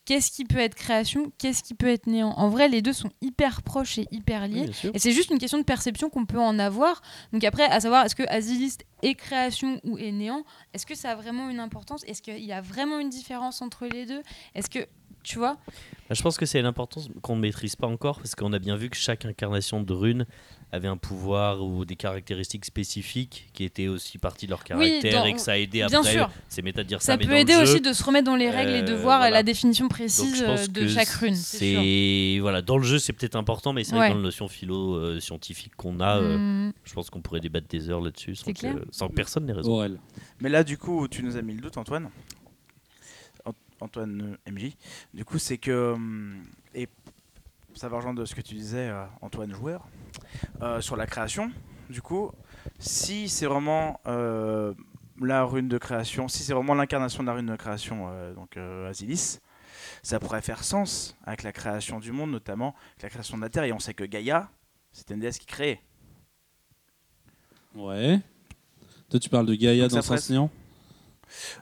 Speaker 4: Qu'est-ce qui peut être création, qu'est-ce qui peut être néant En vrai, les deux sont hyper proches et hyper liés. Et c'est juste une question de perception qu'on peut en avoir. Donc après, à savoir, est-ce que Asyliste est création ou est néant Est-ce que ça a vraiment une importance Est-ce qu'il y a vraiment une différence entre les deux Est-ce que, tu vois
Speaker 2: Bah, Je pense que c'est l'importance qu'on ne maîtrise pas encore, parce qu'on a bien vu que chaque incarnation de rune avait un pouvoir ou des caractéristiques spécifiques qui étaient aussi partie de leur
Speaker 4: Oui,
Speaker 2: caractère
Speaker 4: dans-
Speaker 2: et que ça a aidé
Speaker 4: bien
Speaker 2: après.
Speaker 4: sûr.
Speaker 2: C'est méta de dire ça,
Speaker 4: Ça
Speaker 2: mais
Speaker 4: peut
Speaker 2: dans le
Speaker 4: aider
Speaker 2: jeu,
Speaker 4: aussi de se remettre dans les règles et de
Speaker 2: euh,
Speaker 4: voir
Speaker 2: voilà.
Speaker 4: la définition
Speaker 2: donc
Speaker 4: précise
Speaker 2: je
Speaker 4: euh,
Speaker 2: pense
Speaker 4: de
Speaker 2: que
Speaker 4: chaque rune. c'est sûr.
Speaker 2: C'est voilà, dans le jeu c'est peut-être important, mais c'est vrai
Speaker 4: Ouais.
Speaker 2: que dans la notion philo euh, scientifique qu'on a, euh,
Speaker 4: Hmm.
Speaker 2: je pense qu'on pourrait débattre des heures là-dessus sans,
Speaker 4: C'est
Speaker 2: que-
Speaker 4: clair.
Speaker 2: sans que personne n'ait raison.
Speaker 1: Aurel.
Speaker 5: Mais là, du coup, tu nous as mis le doute, Antoine. Ant- Antoine euh, MJ. Du coup, c'est que. hum, Et ça va rejoindre ce que tu disais, euh, Antoine Joueur, euh, sur la création. Du coup, si c'est vraiment euh, la rune de création, si c'est vraiment l'incarnation de la rune de création, euh, donc euh, Asilis, ça pourrait faire sens avec la création du monde, notamment avec la création de la Terre. Et on sait que Gaïa, c'était une déesse qui créait.
Speaker 1: Ouais. Toi, tu parles de Gaïa
Speaker 5: Donc, ça
Speaker 1: dans Sens
Speaker 5: presse.
Speaker 1: Néant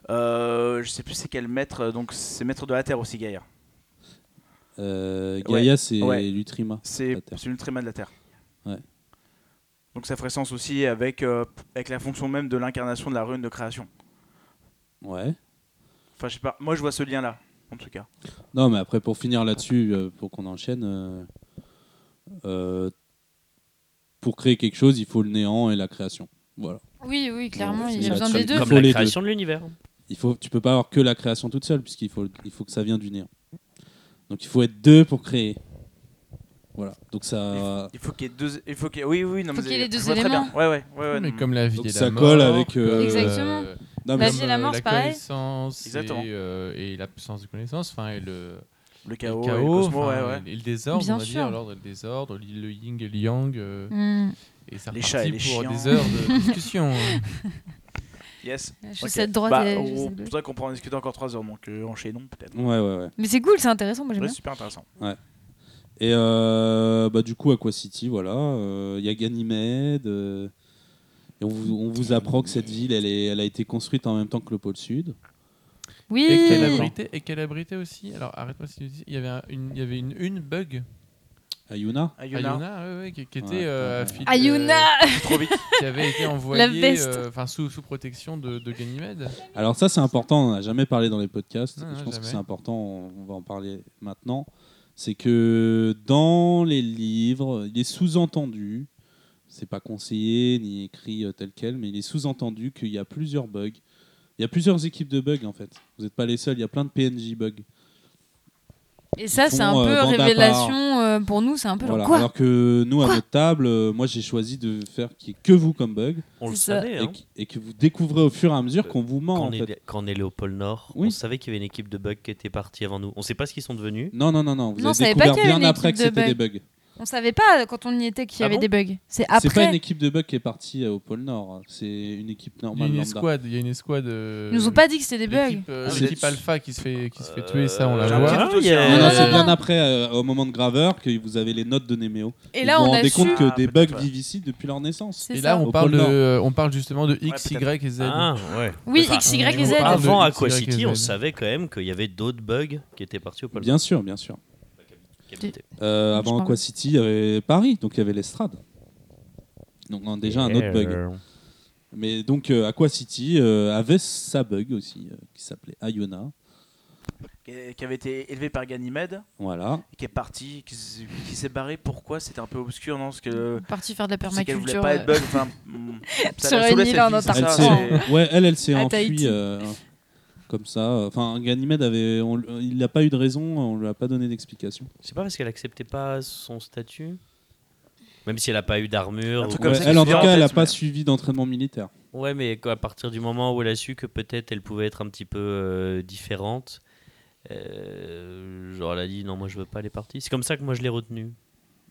Speaker 5: Euh, je sais plus c'est quel maître, euh, donc c'est maître de la Terre aussi, Gaïa.
Speaker 1: Euh, Gaïa, c'est
Speaker 5: Ouais.
Speaker 1: Lutrima.
Speaker 5: C'est
Speaker 1: La Terre.
Speaker 5: c'est l'ultraman de la Terre.
Speaker 1: Ouais.
Speaker 5: Donc ça ferait sens aussi avec, euh, avec la fonction même de l'incarnation de la rune de création.
Speaker 1: Ouais.
Speaker 5: Enfin, je sais pas. Moi, je vois ce lien-là, en tout cas.
Speaker 1: Non, mais après, pour finir là-dessus, euh, pour qu'on enchaîne, euh, euh, pour créer quelque chose, il faut le néant et la création. Voilà.
Speaker 4: Oui, oui, clairement,
Speaker 1: Ouais,
Speaker 4: il y
Speaker 1: c'est
Speaker 4: a besoin
Speaker 1: là-dessus.
Speaker 4: des deux.
Speaker 1: Comme
Speaker 2: Comme
Speaker 1: les
Speaker 2: la
Speaker 1: deux.
Speaker 2: création de l'univers. hein.
Speaker 1: Il faut, tu peux pas avoir que la création toute seule, puisqu'il faut, il faut que ça vienne du néant. Donc, il faut être deux pour créer. Voilà. Donc, ça,
Speaker 5: Il faut qu'il y ait deux. Il faut qu'il y ait... Oui, oui, non,
Speaker 4: Faut
Speaker 5: mais
Speaker 4: qu'il y ait les
Speaker 5: je
Speaker 4: deux
Speaker 5: vois très
Speaker 4: éléments.
Speaker 5: bien. Ouais, ouais, ouais. ouais,
Speaker 3: Mais
Speaker 5: non.
Speaker 3: comme la vie
Speaker 1: Donc
Speaker 3: et la
Speaker 1: ça
Speaker 3: mort,
Speaker 1: colle avec, euh,
Speaker 3: comme,
Speaker 4: Exactement.
Speaker 3: euh,
Speaker 1: Non,
Speaker 4: La
Speaker 1: mais
Speaker 4: vie et
Speaker 3: comme,
Speaker 4: la
Speaker 3: euh,
Speaker 4: mort, c'est pareil.
Speaker 3: connaissance et,
Speaker 5: Exactement.
Speaker 3: euh, et l'absence de connaissance, enfin et le
Speaker 5: Le
Speaker 3: et le
Speaker 5: chaos, et le
Speaker 3: chaos,
Speaker 5: cosmos,
Speaker 3: enfin,
Speaker 5: ouais, ouais.
Speaker 3: et le désordre,
Speaker 4: Bien
Speaker 3: on va
Speaker 4: sûr.
Speaker 3: dire, l'ordre et le désordre, le- le yin et le yang, euh,
Speaker 4: Hmm.
Speaker 3: et ça
Speaker 5: Les chats et
Speaker 3: repartit
Speaker 5: les
Speaker 3: pour
Speaker 5: chiens.
Speaker 3: des heures de discussion. hein.
Speaker 5: Yes.
Speaker 4: Je
Speaker 5: Ok.
Speaker 4: sais de droite
Speaker 5: Bah,
Speaker 4: et je sais
Speaker 5: on
Speaker 4: de gauche.
Speaker 5: faudrait qu'on pourra en discuter encore 3 heures, donc euh, enchaînons peut-être.
Speaker 1: Ouais, ouais, ouais.
Speaker 4: Mais c'est cool, c'est intéressant, moi j'aime
Speaker 5: Ouais,
Speaker 4: bien.
Speaker 5: super intéressant.
Speaker 1: Et euh, bah, du coup, Aqua City, voilà. euh, Il y a Ganymède. euh, et on, vous, on vous apprend que cette ville, elle, est, elle a été construite en même temps que le pôle sud.
Speaker 4: Oui,
Speaker 3: et qu'elle
Speaker 5: abri-
Speaker 3: abritait, et qu'elle abritait aussi. Alors arrête-moi si tu dis, il y avait un- une, il y avait une, une bug.
Speaker 1: Ayuna
Speaker 5: Ayuna,
Speaker 3: Ayuna, ouais, ouais, qui, qui était
Speaker 1: Ouais,
Speaker 3: euh,
Speaker 1: ouais, ouais.
Speaker 3: affi-
Speaker 4: Ayuna
Speaker 5: trop vite.
Speaker 3: euh, qui avait été envoyée,
Speaker 4: best.
Speaker 3: euh, enfin sous, sous protection de, de Ganymède.
Speaker 1: Alors ça c'est important, on n'a jamais parlé dans les podcasts,
Speaker 3: Non,
Speaker 1: et je
Speaker 3: non,
Speaker 1: pense que
Speaker 3: jamais.
Speaker 1: c'est important, on on va en parler maintenant, c'est que dans les livres, il est sous-entendu, c'est pas conseillé ni écrit euh, tel quel, mais il est sous-entendu qu'il y a plusieurs bugs, il y a plusieurs équipes de bugs en fait, vous n'êtes pas les seuls, il y a plein de PNJ bugs.
Speaker 4: Et ça,
Speaker 1: font,
Speaker 4: c'est un
Speaker 1: euh,
Speaker 4: peu
Speaker 1: bande à part.
Speaker 4: révélation euh, pour nous, c'est un peu genre
Speaker 1: Voilà.
Speaker 4: quoi
Speaker 1: Alors que nous à
Speaker 4: Quoi
Speaker 1: notre table, euh, moi j'ai choisi de faire qu'il n'y ait que vous comme bug,
Speaker 2: On le
Speaker 4: C'est ça.
Speaker 2: savait.
Speaker 1: et,
Speaker 2: hein.
Speaker 1: qu- et que vous découvrez au fur et à mesure qu'on vous ment
Speaker 2: Quand
Speaker 1: en
Speaker 2: on,
Speaker 1: fait.
Speaker 2: est, quand on est allé au pôle Nord,
Speaker 1: Oui.
Speaker 2: on savait qu'il y avait une équipe de bugs qui était partie avant nous. On ne sait pas ce qu'ils sont devenus.
Speaker 1: Non, non, non, non, vous
Speaker 4: Non, on
Speaker 1: avez
Speaker 4: savait pas
Speaker 1: découvert
Speaker 4: qu'il y avait
Speaker 1: bien
Speaker 4: une
Speaker 1: après que
Speaker 4: équipe de
Speaker 1: c'était des bugs.
Speaker 4: On savait pas quand on y était qu'il y
Speaker 2: Ah
Speaker 4: avait
Speaker 2: bon
Speaker 4: des bugs. C'est
Speaker 1: C'est pas une
Speaker 4: après.
Speaker 1: équipe de bugs qui est partie euh, au pôle Nord, c'est une équipe
Speaker 3: Il y a
Speaker 1: normale
Speaker 3: une
Speaker 1: lambda.
Speaker 3: escouade, il y a une escouade. euh,
Speaker 4: Ils nous ont pas dit que c'était des bugs.
Speaker 3: L'équipe euh,
Speaker 1: Ah,
Speaker 3: l'équipe
Speaker 5: c'est-
Speaker 3: Alpha qui se fait, qui se fait
Speaker 2: Euh,
Speaker 3: tuer, ça on la
Speaker 5: j'ai un
Speaker 3: voit.
Speaker 5: petit doute aussi,
Speaker 2: Ah,
Speaker 5: hein.
Speaker 2: il y
Speaker 1: Non,
Speaker 2: a-
Speaker 1: non,
Speaker 4: non,
Speaker 1: c'est
Speaker 4: non,
Speaker 1: bien
Speaker 4: non.
Speaker 1: après, euh, au moment de Graveur, que vous avez les notes de Néméo.
Speaker 4: Et là,
Speaker 1: vous
Speaker 4: on
Speaker 1: vous
Speaker 4: a
Speaker 1: rendez
Speaker 4: su.
Speaker 1: compte que des bugs
Speaker 5: Ah,
Speaker 1: vivent ici depuis leur naissance.
Speaker 4: C'est
Speaker 3: Et
Speaker 4: ça.
Speaker 3: là, on
Speaker 1: Au
Speaker 3: parle,
Speaker 1: pôle Nord.
Speaker 3: de, euh, on parle justement de X,
Speaker 5: peut-être.
Speaker 3: Y et Z.
Speaker 2: Ah, ouais.
Speaker 4: Oui,
Speaker 2: Enfin,
Speaker 4: X, Y et Z.
Speaker 3: on-
Speaker 2: Avant
Speaker 3: de
Speaker 2: Aqua
Speaker 3: X, Y et
Speaker 2: City, on
Speaker 3: Z.
Speaker 2: savait quand même qu'il y avait d'autres bugs qui étaient partis au pôle
Speaker 1: Bien sûr, bien sûr.
Speaker 2: Qui habitaient.
Speaker 1: Euh,
Speaker 4: Je
Speaker 1: avant
Speaker 4: pense.
Speaker 1: Aqua City, il y avait Paris, donc il y avait l'Estrade. Donc non, déjà un autre bug.
Speaker 2: Euh,
Speaker 1: Mais donc euh, Aqua City euh, avait sa bug aussi, euh, qui s'appelait Ayona.
Speaker 5: qui qui avait été élevé par Ganymède,
Speaker 1: Voilà.
Speaker 5: et qui est parti, qui s- qui s'est barré. Pourquoi C'était un peu obscur, non Parce que
Speaker 4: Parti faire de la
Speaker 5: c'est qu'elle voulait
Speaker 4: permaculture.
Speaker 5: pas
Speaker 4: euh,
Speaker 5: être bug. Enfin, mm,
Speaker 4: Sur
Speaker 5: la
Speaker 4: une
Speaker 5: saoulait,
Speaker 4: île
Speaker 5: cette
Speaker 4: en
Speaker 5: vie,
Speaker 1: Elle
Speaker 5: c'est ça, hein.
Speaker 4: Antarctique.
Speaker 5: c'est-
Speaker 1: s'est- ouais, elle, elle s'est
Speaker 4: À
Speaker 1: enfuie
Speaker 4: Tahiti.
Speaker 1: euh, comme ça. Enfin, Ganymède avait, on l- il n'a pas eu de raison, on lui a pas donné d'explication.
Speaker 2: C'est pas parce qu'elle acceptait pas son statut Même si elle a pas eu d'armure.
Speaker 5: Un truc
Speaker 2: ou-
Speaker 5: comme
Speaker 1: Ouais,
Speaker 5: ça,
Speaker 1: elle,
Speaker 5: qui
Speaker 1: en
Speaker 5: se
Speaker 1: tout
Speaker 5: vient en
Speaker 1: cas, elle n'a
Speaker 5: tête,
Speaker 1: pas
Speaker 5: mais-
Speaker 1: suivi d'entraînement militaire.
Speaker 2: Ouais, mais quoi, à partir du moment où elle a su que peut-être elle pouvait être un petit peu euh, différente, euh, genre elle a dit non, moi je veux pas les parties. C'est comme ça que moi je l'ai retenue.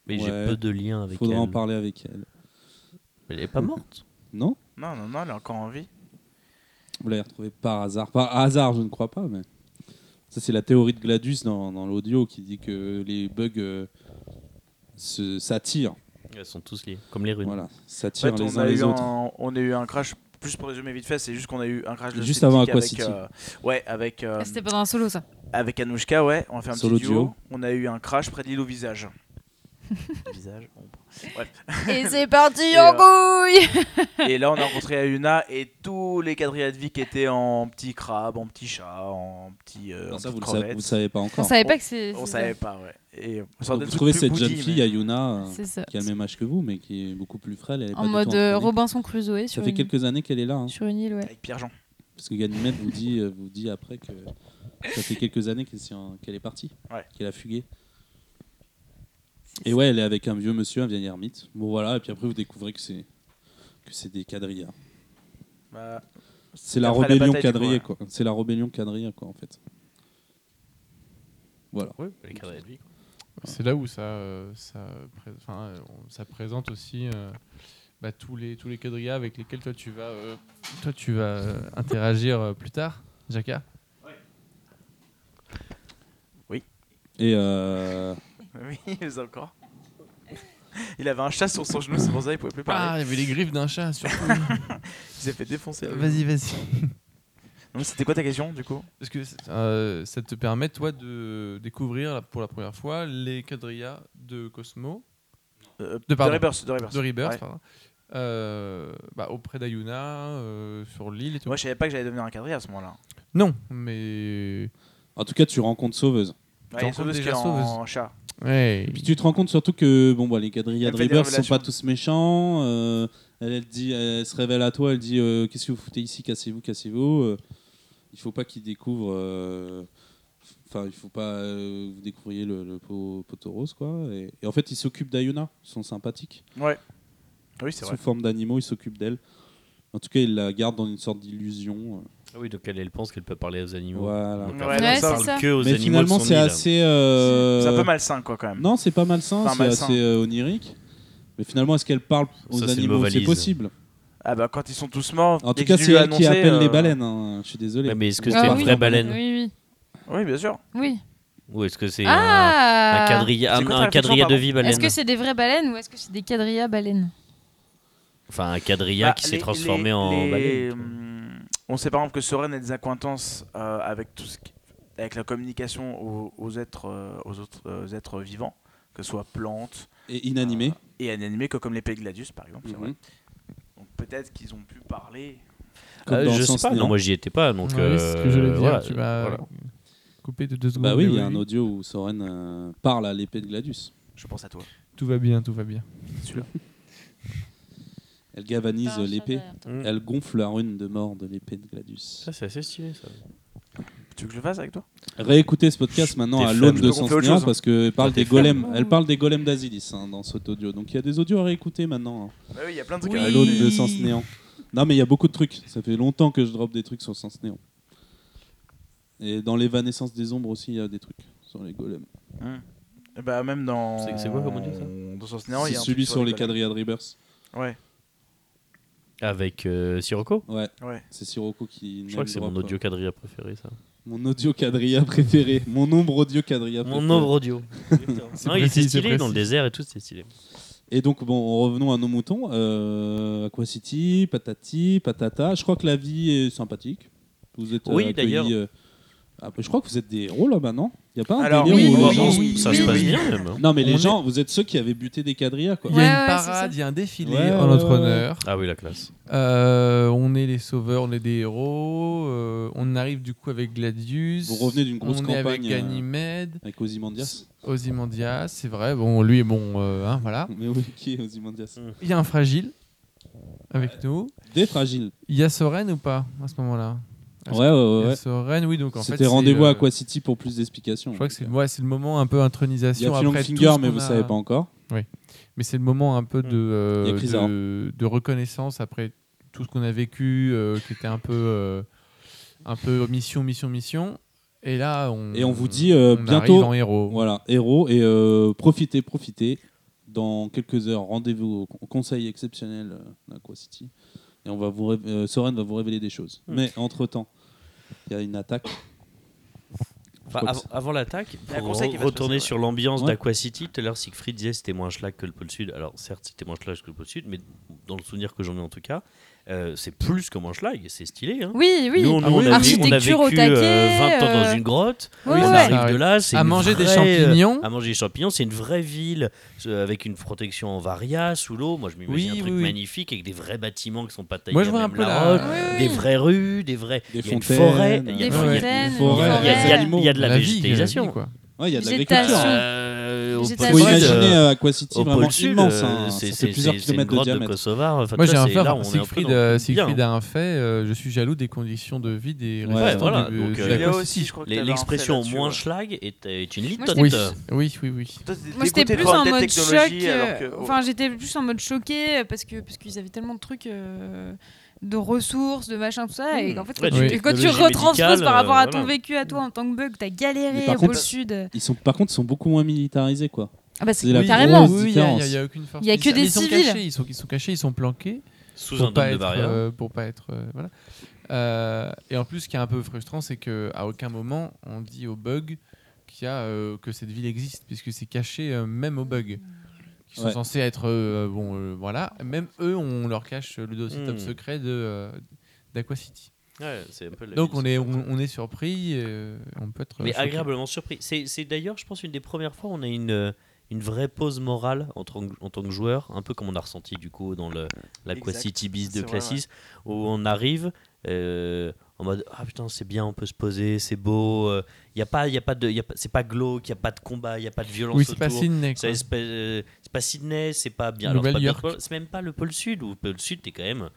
Speaker 2: Mais j'ai
Speaker 1: Ouais.
Speaker 2: peu de lien avec
Speaker 1: Faudra
Speaker 2: elle.
Speaker 1: en parler avec elle.
Speaker 2: Elle est pas morte.
Speaker 1: Non
Speaker 5: Non, non, non, elle est encore en vie.
Speaker 1: Vous l'avez retrouvée par hasard. Par hasard, je ne crois pas, mais. Ça, c'est la théorie de Gladius dans, dans l'audio qui dit que les bugs euh, se- s'attirent.
Speaker 2: Elles sont tous liées, comme les runes.
Speaker 1: Voilà,
Speaker 5: En
Speaker 1: s'attirent les
Speaker 5: fait, on
Speaker 1: uns
Speaker 5: a,
Speaker 1: les
Speaker 5: eu
Speaker 1: autres.
Speaker 5: un, on a eu un crash, plus pour résumer vite fait, c'est juste qu'on a eu un crash de
Speaker 1: Juste
Speaker 5: Celtic
Speaker 1: avant
Speaker 5: avec,
Speaker 1: Aquacity.
Speaker 5: euh, Ouais, avec, euh,
Speaker 4: C'était pendant un solo, ça.
Speaker 5: avec Anushka, ouais, on va faire un
Speaker 1: Solo
Speaker 5: petit duo.
Speaker 1: duo.
Speaker 5: On a eu un crash près de l'île au visage. visage, ombre.
Speaker 4: Et c'est parti
Speaker 5: Et,
Speaker 4: en
Speaker 5: euh,
Speaker 4: couille
Speaker 5: Et là, on a rencontré Ayuna et tous les quadrillades de vie qui étaient en petit crabe, en petit chat, en petit. euh, en
Speaker 1: Non, Ah, ça,
Speaker 5: petite
Speaker 1: vous
Speaker 5: crevette.
Speaker 1: ne savez pas
Speaker 4: On
Speaker 1: encore.
Speaker 4: savait pas que c'est.
Speaker 5: On
Speaker 4: c'est-
Speaker 5: savait pas, ouais. Et on
Speaker 1: Donc,
Speaker 5: sortait de
Speaker 1: vous
Speaker 5: trucs
Speaker 1: trouvez
Speaker 5: plus
Speaker 1: cette jeune
Speaker 5: boudis,
Speaker 1: fille,
Speaker 5: mais-
Speaker 1: Ayuna, euh,
Speaker 4: C'est ça.
Speaker 1: qui a le même âge que vous, mais qui est beaucoup plus frêle. Elle est
Speaker 4: En
Speaker 1: pas du tout
Speaker 4: mode euh,
Speaker 1: entraînée.
Speaker 4: Robinson Crusoe
Speaker 1: Ça
Speaker 4: sur
Speaker 1: fait
Speaker 4: une-
Speaker 1: quelques années qu'elle est là. hein.
Speaker 4: sur une île, ouais.
Speaker 5: Avec Pierre-Jean.
Speaker 1: Parce que Ganymède vous dit, euh, vous dit après que ça fait quelques années qu'elle s'est en- qu'elle est partie,
Speaker 5: Ouais.
Speaker 1: qu'elle a fugué.
Speaker 4: C'est
Speaker 1: Et
Speaker 4: ça.
Speaker 1: ouais, elle est avec un vieux monsieur, un vieil ermite. Bon voilà, et puis après vous découvrez que c'est que c'est des quadrillas.
Speaker 5: Bah,
Speaker 1: C'est la
Speaker 5: après
Speaker 1: rébellion
Speaker 5: bataille du
Speaker 1: quadrillée
Speaker 5: coin,
Speaker 1: quoi. C'est la rébellion quadrillée quoi en fait. Voilà.
Speaker 2: Oui, les cadres de vie. quoi.
Speaker 3: C'est là où ça, euh, ça, pré- enfin, euh, on- ça présente aussi euh, bah, tous les tous les quadrillas avec lesquels toi tu vas, euh, toi tu vas euh, interagir euh, plus tard, Jacka.
Speaker 1: Et euh,
Speaker 5: Oui, mais encore. Il avait un chat sur son genou, c'est pour ça qu'il pouvait plus parler.
Speaker 3: Ah, il y avait les griffes d'un chat. Surtout.
Speaker 5: Il s'est fait défoncer.
Speaker 3: vas-y, vas-y.
Speaker 5: Non, mais c'était quoi ta question du coup
Speaker 3: Parce que euh, ça te permet, toi, de découvrir pour la première fois les quadrillas de Cosmo,
Speaker 5: Euh,
Speaker 3: De pardon.
Speaker 5: Rebirth. De Rebirth.
Speaker 3: de Rebirth,
Speaker 5: Ouais.
Speaker 3: pardon, euh, bah, auprès d'Ayuna, euh, sur l'île et tout.
Speaker 5: Moi, je savais pas que j'allais devenir un quadrilla à ce moment-là.
Speaker 3: non, mais.
Speaker 1: en tout cas, tu rencontres Sauveuse.
Speaker 5: Ouais,
Speaker 3: rencontres
Speaker 5: sauf ce
Speaker 3: déjà
Speaker 5: qui est en
Speaker 3: Sauveuse.
Speaker 5: chat.
Speaker 3: Ouais.
Speaker 1: Puis tu te rends compte surtout que bon bah les quadrillas
Speaker 5: Elle
Speaker 1: de
Speaker 5: fait des
Speaker 1: Rebirth sont
Speaker 5: révélations.
Speaker 1: pas tous méchants. euh, elle, elle dit, elle se révèle à toi, elle dit euh, qu'est-ce que vous foutez ici, cassez-vous, cassez-vous. Euh, il faut pas qu'ils découvrent. euh, Enfin, il faut pas euh, vous découvriez le, le pot- poteau rose quoi. Et, et en fait, ils s'occupent d'Ayuna, ils sont sympathiques.
Speaker 5: Ouais. Oui, c'est
Speaker 1: Sous
Speaker 5: vrai.
Speaker 1: forme d'animaux, ils s'occupent d'elle. En tout cas, ils la gardent dans une sorte d'illusion. euh.
Speaker 2: Ah oui, donc elle, elle pense qu'elle peut parler aux animaux.
Speaker 1: Voilà.
Speaker 2: Donc,
Speaker 5: Ouais,
Speaker 2: en
Speaker 5: ouais,
Speaker 2: fait, elle
Speaker 4: c'est
Speaker 2: parle
Speaker 4: ça.
Speaker 2: que aux
Speaker 1: Mais
Speaker 2: animaux.
Speaker 1: finalement,
Speaker 2: de son
Speaker 1: c'est
Speaker 2: île.
Speaker 1: assez. euh,
Speaker 5: C'est un peu malsain, quoi, quand même.
Speaker 1: Non, c'est pas malsain,
Speaker 5: Enfin,
Speaker 1: c'est
Speaker 5: malsain.
Speaker 1: assez euh, onirique. Mais finalement, est-ce qu'elle parle aux
Speaker 2: Ça, c'est le mot
Speaker 1: animaux C'est
Speaker 2: valise.
Speaker 1: possible.
Speaker 5: Ah bah, quand ils sont tous morts.
Speaker 1: En tout
Speaker 5: dès que
Speaker 1: cas,
Speaker 5: je
Speaker 1: c'est
Speaker 5: lui ai
Speaker 1: elle qui
Speaker 5: annoncé,
Speaker 1: appelle
Speaker 5: euh,
Speaker 1: les baleines. hein. Je suis désolé.
Speaker 2: Ouais, mais est-ce que
Speaker 1: Bon,
Speaker 2: c'est
Speaker 1: bah,
Speaker 2: une
Speaker 1: oui.
Speaker 2: vraie baleine
Speaker 4: Ah Oui, oui.
Speaker 5: Oui, bien sûr.
Speaker 4: oui.
Speaker 2: Ou est-ce que c'est un-
Speaker 4: ah
Speaker 2: un quadrilla,
Speaker 5: C'est
Speaker 2: un,
Speaker 5: quoi ta
Speaker 2: un
Speaker 5: réflexion,
Speaker 2: quadrilla de
Speaker 5: pardon
Speaker 2: vie baleine
Speaker 4: Est-ce que c'est des vraies baleines ou est-ce que c'est des quadrillas baleines
Speaker 2: Enfin, un quadrilla
Speaker 5: Bah,
Speaker 2: qui s'est
Speaker 5: les-
Speaker 2: transformé
Speaker 5: les-
Speaker 2: en
Speaker 5: les-
Speaker 2: baleine. quoi.
Speaker 5: hum, On sait par exemple que Soren a des accointances euh, avec tout ce qui- avec la communication aux, aux êtres, euh, aux autres euh, aux êtres vivants, que ce soit plantes
Speaker 1: Et inanimé.
Speaker 5: et inanimés, que comme les Pégladius par exemple. c'est
Speaker 1: Mhm.
Speaker 5: vrai. Donc peut-être qu'ils ont pu parler.
Speaker 1: Comme
Speaker 2: Euh,
Speaker 1: dans le
Speaker 2: je sais
Speaker 1: sens
Speaker 2: pas,
Speaker 1: néant.
Speaker 2: non, moi j'y étais pas, donc.
Speaker 3: Ouais, c'est ce que j'allais
Speaker 2: euh,
Speaker 3: dire.
Speaker 2: voilà,
Speaker 3: tu m'as
Speaker 2: voilà.
Speaker 3: coupé de deux secondes.
Speaker 1: Bah oui,
Speaker 3: mais
Speaker 1: il y a un audio où Soren euh, parle à l'épée de Gladius.
Speaker 5: Je pense à toi.
Speaker 3: Tout va bien, tout va bien.
Speaker 5: Celui-là.
Speaker 1: Elle galvanise
Speaker 4: T'as un chat
Speaker 1: euh, l'épée.
Speaker 4: derrière toi.
Speaker 2: Mm.
Speaker 1: Elle gonfle la rune de mort de l'épée de Gladius.
Speaker 2: Ça, c'est assez stylé, ça.
Speaker 5: Tu veux que je le fasse avec toi
Speaker 1: Réécoutez ce podcast maintenant
Speaker 2: T'es
Speaker 1: à
Speaker 2: fan,
Speaker 1: l'aune
Speaker 5: je
Speaker 1: de
Speaker 5: peux qu'on
Speaker 1: Sens
Speaker 5: fait autre
Speaker 1: Néant
Speaker 5: chose, hein.
Speaker 1: parce qu'elle parle,
Speaker 2: Toi, t'es
Speaker 1: des golems- elle parle des golems d'Asilis hein, dans cet audio. Donc il y a des audios à réécouter maintenant. hein.
Speaker 5: Bah Oui, il y a plein de trucs.
Speaker 4: Oui.
Speaker 5: à
Speaker 1: à l'aune de
Speaker 5: rajouter.
Speaker 1: Sens Néant. Non, mais il y a beaucoup de trucs. Ça fait longtemps que je drop des trucs sur Sens Néant. Et dans l'évanescence des ombres aussi, il y a des trucs sur les golems.
Speaker 5: Hum. Bah même dans.
Speaker 2: C'est- c'est quoi, comment on dit, ça
Speaker 5: Dans Sens Néant, il
Speaker 1: c'est
Speaker 5: y a un
Speaker 1: celui
Speaker 5: truc
Speaker 1: sur les
Speaker 5: baleines.
Speaker 1: quadrillades Rebirth.
Speaker 5: Ouais.
Speaker 2: Avec euh, Sirocco
Speaker 1: Ouais,
Speaker 5: Ouais.
Speaker 1: c'est Sirocco qui.
Speaker 2: Je crois que c'est
Speaker 1: name
Speaker 2: mon
Speaker 1: drop,
Speaker 2: audio quadrilla préféré, ça.
Speaker 1: euh, Mon audio quadrilla préféré. Mon ombre audio quadrilla préféré.
Speaker 2: Mon ombre audio.
Speaker 3: C'est
Speaker 2: Non, il était
Speaker 3: précis, c'est
Speaker 2: stylé dans le
Speaker 3: précis.
Speaker 2: désert et tout, c'était stylé.
Speaker 1: Et donc, bon, revenons à nos moutons. Euh, Aqua City, Patati, Patata. Je crois que la vie est sympathique. Vous êtes euh,
Speaker 2: Oui,
Speaker 1: accueillis,
Speaker 2: d'ailleurs.
Speaker 1: euh, Ah, bah, je crois que vous êtes des héros là-bas, non Il n'y a pas un
Speaker 5: Alors,
Speaker 1: délire
Speaker 4: oui,
Speaker 1: où-
Speaker 4: oui,
Speaker 2: Bon,
Speaker 4: oui,
Speaker 2: non,
Speaker 4: oui,
Speaker 2: ça
Speaker 4: oui,
Speaker 2: se passe
Speaker 4: oui.
Speaker 2: bien même. hein.
Speaker 1: Non, mais
Speaker 3: On
Speaker 1: les
Speaker 3: est-
Speaker 1: gens, vous êtes ceux qui avaient buté des quadrillas, quoi.
Speaker 3: Il y a
Speaker 4: Ouais,
Speaker 3: une
Speaker 4: ouais, c'est
Speaker 3: parade,
Speaker 4: ça.
Speaker 3: il y a un défilé
Speaker 1: Ouais,
Speaker 3: en
Speaker 1: ouais,
Speaker 3: notre
Speaker 1: ouais, ouais.
Speaker 3: honneur.
Speaker 2: Ah oui, la classe.
Speaker 3: Euh, on est les sauveurs, on est des héros. euh, on arrive du coup avec Gladius.
Speaker 1: Vous revenez d'une grosse
Speaker 3: on est avec
Speaker 1: campagne, euh,
Speaker 3: Ganymède,
Speaker 1: Avec Ozymandias.
Speaker 3: Ozymandias, c'est vrai. Bon, lui, bon, euh, hein, voilà.
Speaker 1: Mais oui, qui est Ozymandias
Speaker 3: Il y a un fragile avec nous.
Speaker 1: Des fragiles.
Speaker 3: Il y a Soren ou pas à ce moment-là
Speaker 1: Ouais,
Speaker 3: Ah, Parce
Speaker 1: ouais,
Speaker 3: Il y
Speaker 1: ouais.
Speaker 3: a
Speaker 1: ouais.
Speaker 3: Soren, oui. Donc en fait,
Speaker 1: C'était
Speaker 3: c'est
Speaker 1: rendez-vous
Speaker 3: le-
Speaker 1: à Aqua City pour plus d'explications.
Speaker 3: Je crois que c'est ouais, c'est le moment un peu
Speaker 1: Il y
Speaker 3: intronisation
Speaker 1: a Phil
Speaker 3: après tout
Speaker 1: Finger,
Speaker 3: ce
Speaker 1: mais
Speaker 3: qu'on
Speaker 1: vous
Speaker 3: a-
Speaker 1: savez pas encore.
Speaker 3: Mais c'est le moment un peu
Speaker 2: Mm.
Speaker 3: de, euh,
Speaker 1: Il y a Chris Aran.
Speaker 3: de, de reconnaissance après tout ce qu'on a vécu, euh, qui était un peu, euh, un peu mission, mission, mission. Et là, on,
Speaker 1: Et on vous dit, euh,
Speaker 3: Mm. on
Speaker 1: bientôt-
Speaker 3: arrive en héros.
Speaker 1: Voilà, héros. Et euh, profitez, profitez. Dans quelques heures, rendez-vous au au conseil exceptionnel euh, d'Aqua City. Et on va vous ré- euh, Soren va vous révéler des choses.
Speaker 3: Mm.
Speaker 2: Hmm.
Speaker 1: Mais entre-temps, il y a une attaque.
Speaker 2: Enfin,
Speaker 1: crois que
Speaker 2: av- avant l'attaque,
Speaker 5: Il y a un
Speaker 2: pour
Speaker 5: conseil
Speaker 2: re-
Speaker 5: qui va se
Speaker 2: retourner
Speaker 5: passer,
Speaker 2: sur l'ambiance
Speaker 1: Ouais.
Speaker 2: d'Aqua City, tout à l'heure Siegfried disait c'était moins schlag que le pôle sud. Alors certes c'était moins schlag que le pôle sud, mais dans le souvenir que j'en ai en tout cas, euh, c'est plus que moins schlag, et c'est stylé. hein.
Speaker 4: Oui, oui.
Speaker 2: Nous, on, nous,
Speaker 3: Ah
Speaker 2: on
Speaker 3: oui,
Speaker 2: a,
Speaker 4: oui.
Speaker 2: on a vécu
Speaker 4: Architecture au
Speaker 2: euh, 20 ans
Speaker 4: taquet,
Speaker 2: dans une grotte,
Speaker 4: Ouais,
Speaker 2: on
Speaker 4: ouais.
Speaker 2: arrive de là, c'est
Speaker 3: Ah À
Speaker 2: une
Speaker 3: manger des
Speaker 2: vraie, euh,
Speaker 3: champignons.
Speaker 2: à manger des champignons, c'est une vraie ville euh, avec une protection en varia sous l'eau. Moi, je m'imagine
Speaker 3: Oui,
Speaker 2: un truc
Speaker 3: oui, oui.
Speaker 2: magnifique avec des vrais bâtiments qui sont pas taillés
Speaker 3: Moi, je
Speaker 2: à
Speaker 3: vois un
Speaker 2: même
Speaker 3: peu
Speaker 2: la
Speaker 3: la-
Speaker 2: roche,
Speaker 4: Oui,
Speaker 2: des
Speaker 4: oui.
Speaker 2: vraies rues, des vrais.
Speaker 1: Des
Speaker 2: il y a une
Speaker 1: fontaines,
Speaker 2: forêt, il y a-
Speaker 4: Des
Speaker 2: il y a-
Speaker 4: fontaines,
Speaker 1: des
Speaker 4: des
Speaker 1: forêts.
Speaker 2: il y a- il y a- il y a de la euh,
Speaker 3: vie,
Speaker 2: végétation.
Speaker 3: quoi.
Speaker 1: Ouais, il y a de
Speaker 4: Végétation.
Speaker 1: l'agriculture. hein.
Speaker 2: Euh, au
Speaker 4: Végétation.
Speaker 2: pôle
Speaker 1: Faut
Speaker 2: sud,
Speaker 1: imaginer
Speaker 2: euh,
Speaker 1: euh, Aqua City
Speaker 2: au
Speaker 1: vraiment
Speaker 2: pôle sud,
Speaker 1: immense.
Speaker 2: euh,
Speaker 1: hein.
Speaker 2: c'est-
Speaker 1: Ça
Speaker 2: c'est
Speaker 1: fait plusieurs
Speaker 2: c'est une
Speaker 1: kilomètres de
Speaker 2: grotte
Speaker 1: diamètre.
Speaker 2: Kosovar. Enfin,
Speaker 3: Moi,
Speaker 2: tu
Speaker 3: j'ai
Speaker 2: vois,
Speaker 3: un
Speaker 2: c'est- là, on est
Speaker 3: frère,
Speaker 2: un peu
Speaker 3: Siegfried,
Speaker 2: dans le
Speaker 3: euh,
Speaker 2: bien,
Speaker 3: Siegfried
Speaker 2: hein.
Speaker 3: a un fait. euh, je suis jaloux des conditions de vie des
Speaker 1: Ouais,
Speaker 3: résistants
Speaker 2: voilà,
Speaker 3: du-
Speaker 2: donc,
Speaker 3: de
Speaker 2: euh,
Speaker 3: la
Speaker 5: Il y a
Speaker 3: Cossie.
Speaker 5: aussi, je crois que t'avais un
Speaker 2: L'expression
Speaker 5: fait là-dessus,
Speaker 2: moins
Speaker 5: ouais.
Speaker 2: schlag est, euh, est une
Speaker 4: Moi,
Speaker 2: litote.
Speaker 4: je
Speaker 3: Oui, oui, oui, oui.
Speaker 5: Toi, t'étais
Speaker 4: Moi, j'étais
Speaker 5: dégoûté
Speaker 4: plus
Speaker 5: par
Speaker 4: en
Speaker 5: la
Speaker 4: mode choc.
Speaker 5: technologie, alors que- oh.
Speaker 4: euh, Enfin, j'étais plus en mode choqué euh, parce que parce qu'ils avaient tellement de trucs euh, de ressources, de machin tout ça, et
Speaker 2: Mmh.
Speaker 4: qu'en fait,
Speaker 2: Ouais,
Speaker 4: quand,
Speaker 3: des
Speaker 4: tu, quand tu
Speaker 2: technologies
Speaker 4: retransposes
Speaker 2: médicales,
Speaker 4: par rapport à
Speaker 2: euh,
Speaker 4: ton
Speaker 2: voilà.
Speaker 4: vécu à toi en tant que bug, t'as
Speaker 1: Mais
Speaker 4: galéré
Speaker 1: par
Speaker 4: au
Speaker 1: contre-
Speaker 4: pôle sud.
Speaker 1: Ils sont, par contre, ils sont beaucoup moins militarisés, quoi.
Speaker 4: Ah bah c'est
Speaker 1: c'est la
Speaker 4: carrément.
Speaker 1: grosse
Speaker 3: Oui, il y a- il y a-
Speaker 1: différence.
Speaker 3: il y a aucune force.
Speaker 4: Il y a que
Speaker 3: Ils-
Speaker 4: des
Speaker 3: ils sont
Speaker 4: civils.
Speaker 3: cachés, Ils sont- ils sont cachés, ils sont planqués.
Speaker 2: Sous
Speaker 3: pour
Speaker 2: un
Speaker 3: pas
Speaker 2: dôme de
Speaker 3: être,
Speaker 2: barrière.
Speaker 3: euh, pour pas être euh, voilà. Euh, et en plus, ce qui est un peu frustrant, c'est que à aucun moment on dit au bug qu'il y a euh, que cette ville existe, puisque c'est caché euh, même aux bugs qui sont
Speaker 1: Ouais.
Speaker 3: censés être euh, bon, euh, voilà. Même eux, on leur cache euh, le dossier
Speaker 2: Hmm.
Speaker 3: top secret de euh, d'Aqua City.
Speaker 2: Ouais, c'est un peu la
Speaker 3: Donc
Speaker 2: ville,
Speaker 3: on
Speaker 2: ça.
Speaker 3: est on, on est surpris, euh, on peut être. euh,
Speaker 2: Mais
Speaker 3: choqué.
Speaker 2: agréablement surpris. C'est c'est d'ailleurs, je pense, une des premières fois où on a une, euh, une vraie pause morale en tant, que, en tant que joueur, un peu comme on a ressenti du coup dans le- l'Aqua
Speaker 5: Exact.
Speaker 2: City Bis de
Speaker 5: C'est vrai,
Speaker 2: Classis, où on arrive euh, en mode Ah putain, c'est bien, on peut se poser, c'est beau, il y a pas, y a pas de, y a pas- c'est pas glauque, il n'y a pas de combat, il n'y a pas de violence
Speaker 3: Oui, c'est
Speaker 2: autour.
Speaker 3: pas Sydney.
Speaker 2: Ça,
Speaker 3: quoi.
Speaker 2: C'est pas, euh, c'est pas Sydney, c'est pas bien. alors, c'est pas
Speaker 3: Nouvelle-York.
Speaker 2: bien- C'est même pas le pôle sud, où le pôle sud, t'es quand même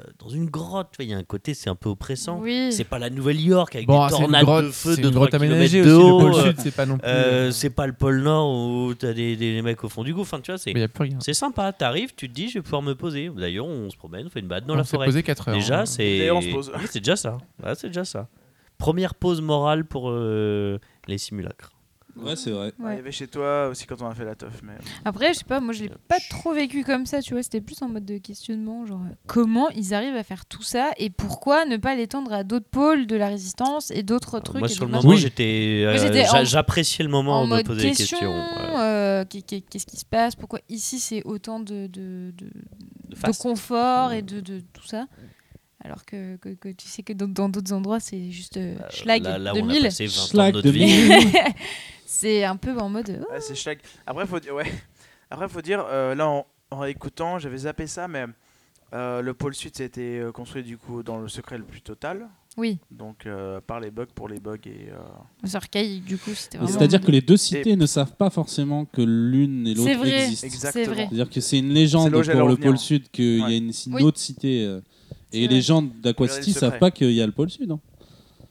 Speaker 2: euh, dans une grotte, tu vois, il y a un côté, c'est un peu oppressant.
Speaker 4: Oui.
Speaker 2: C'est pas la Nouvelle-York avec
Speaker 3: Bon, ah,
Speaker 2: des
Speaker 3: c'est une
Speaker 2: tornades
Speaker 3: grotte,
Speaker 2: de feu
Speaker 3: c'est
Speaker 2: de
Speaker 3: une
Speaker 2: 3
Speaker 3: grotte aménagée
Speaker 2: km
Speaker 3: aussi.
Speaker 2: de haut.
Speaker 3: le pôle
Speaker 2: euh,
Speaker 3: sud, c'est pas non plus.
Speaker 2: euh,
Speaker 3: euh,
Speaker 2: c'est pas le pôle Nord où t'as des, des mecs au fond du gouffre. Enfin, tu vois, c'est
Speaker 3: mais il y a plus rien.
Speaker 2: c'est sympa. T'arrives, tu te dis, je vais pouvoir me poser. D'ailleurs, on se promène, on fait une balade dans
Speaker 3: on
Speaker 2: la
Speaker 3: s'est
Speaker 2: forêt.
Speaker 3: posé 4 heures.
Speaker 2: Déjà,
Speaker 3: hein.
Speaker 2: c'est
Speaker 5: D'ailleurs, on se pose.
Speaker 2: Oui, c'est déjà ça. Ouais, c'est déjà ça. Première pause morale pour euh, les simulacres.
Speaker 1: Ouais, c'est vrai.
Speaker 5: Ah, Il y avait chez toi aussi quand on a fait la teuf. Mais...
Speaker 4: Après, je sais pas, moi je l'ai pas trop vécu comme ça, tu vois, c'était plus en mode de questionnement, genre euh, comment ils arrivent à faire tout ça et pourquoi ne pas l'étendre à d'autres pôles de la résistance et d'autres trucs.
Speaker 2: Euh, Moi,
Speaker 4: et
Speaker 2: sur le
Speaker 4: d'autres
Speaker 2: moment,
Speaker 4: machins.
Speaker 2: j'étais.
Speaker 4: Moi,
Speaker 2: euh,
Speaker 4: j'étais
Speaker 2: j'a-
Speaker 4: en-
Speaker 2: J'appréciais le moment
Speaker 4: en
Speaker 2: où on me
Speaker 4: mode
Speaker 2: posait des
Speaker 4: question,
Speaker 2: questions. ouais.
Speaker 4: euh, qu'est- qu'est- qu'est-ce qui se passe, pourquoi ici c'est autant de, de, de,
Speaker 2: De
Speaker 4: de
Speaker 2: face.
Speaker 4: confort et de, de tout ça, alors que, que, que tu sais que dans dans d'autres endroits c'est juste euh, schlag
Speaker 2: Bah, là, là, on a
Speaker 4: 2000,
Speaker 2: passé 20 ans de
Speaker 1: Schlag
Speaker 2: notre
Speaker 1: de
Speaker 2: vie.
Speaker 1: mille.
Speaker 4: c'est un peu en mode... oh,
Speaker 5: Ah, c'est schlag. Après, faut dire, ouais. Après, faut dire euh, là, en, en réécoutant, j'avais zappé ça, mais euh, le pôle sud, c'était euh, construit du coup dans le secret le plus total.
Speaker 4: oui,
Speaker 5: Donc, euh, par les bugs, pour les bugs. Et, euh,
Speaker 4: c'est archaïque du coup, c'était
Speaker 1: Mais
Speaker 4: vraiment en
Speaker 1: C'est-à-dire
Speaker 4: mode-
Speaker 1: que les deux cités ne savent pas forcément que l'une et l'autre
Speaker 4: C'est vrai,
Speaker 1: existent.
Speaker 4: c'est
Speaker 5: Exactement.
Speaker 4: vrai.
Speaker 1: C'est-à-dire que c'est une
Speaker 5: C'est
Speaker 1: légende
Speaker 5: là où
Speaker 1: pour
Speaker 5: j'allais en
Speaker 1: le
Speaker 5: venir.
Speaker 1: pôle sud qu'il y
Speaker 5: Ouais.
Speaker 1: a une, une
Speaker 4: Oui.
Speaker 1: autre cité. euh,
Speaker 4: C'est
Speaker 1: Et
Speaker 4: vrai.
Speaker 1: les gens d'Aqua
Speaker 5: Regardez le
Speaker 1: City ne savent
Speaker 5: secret.
Speaker 1: pas qu'il y a le pôle sud. hein.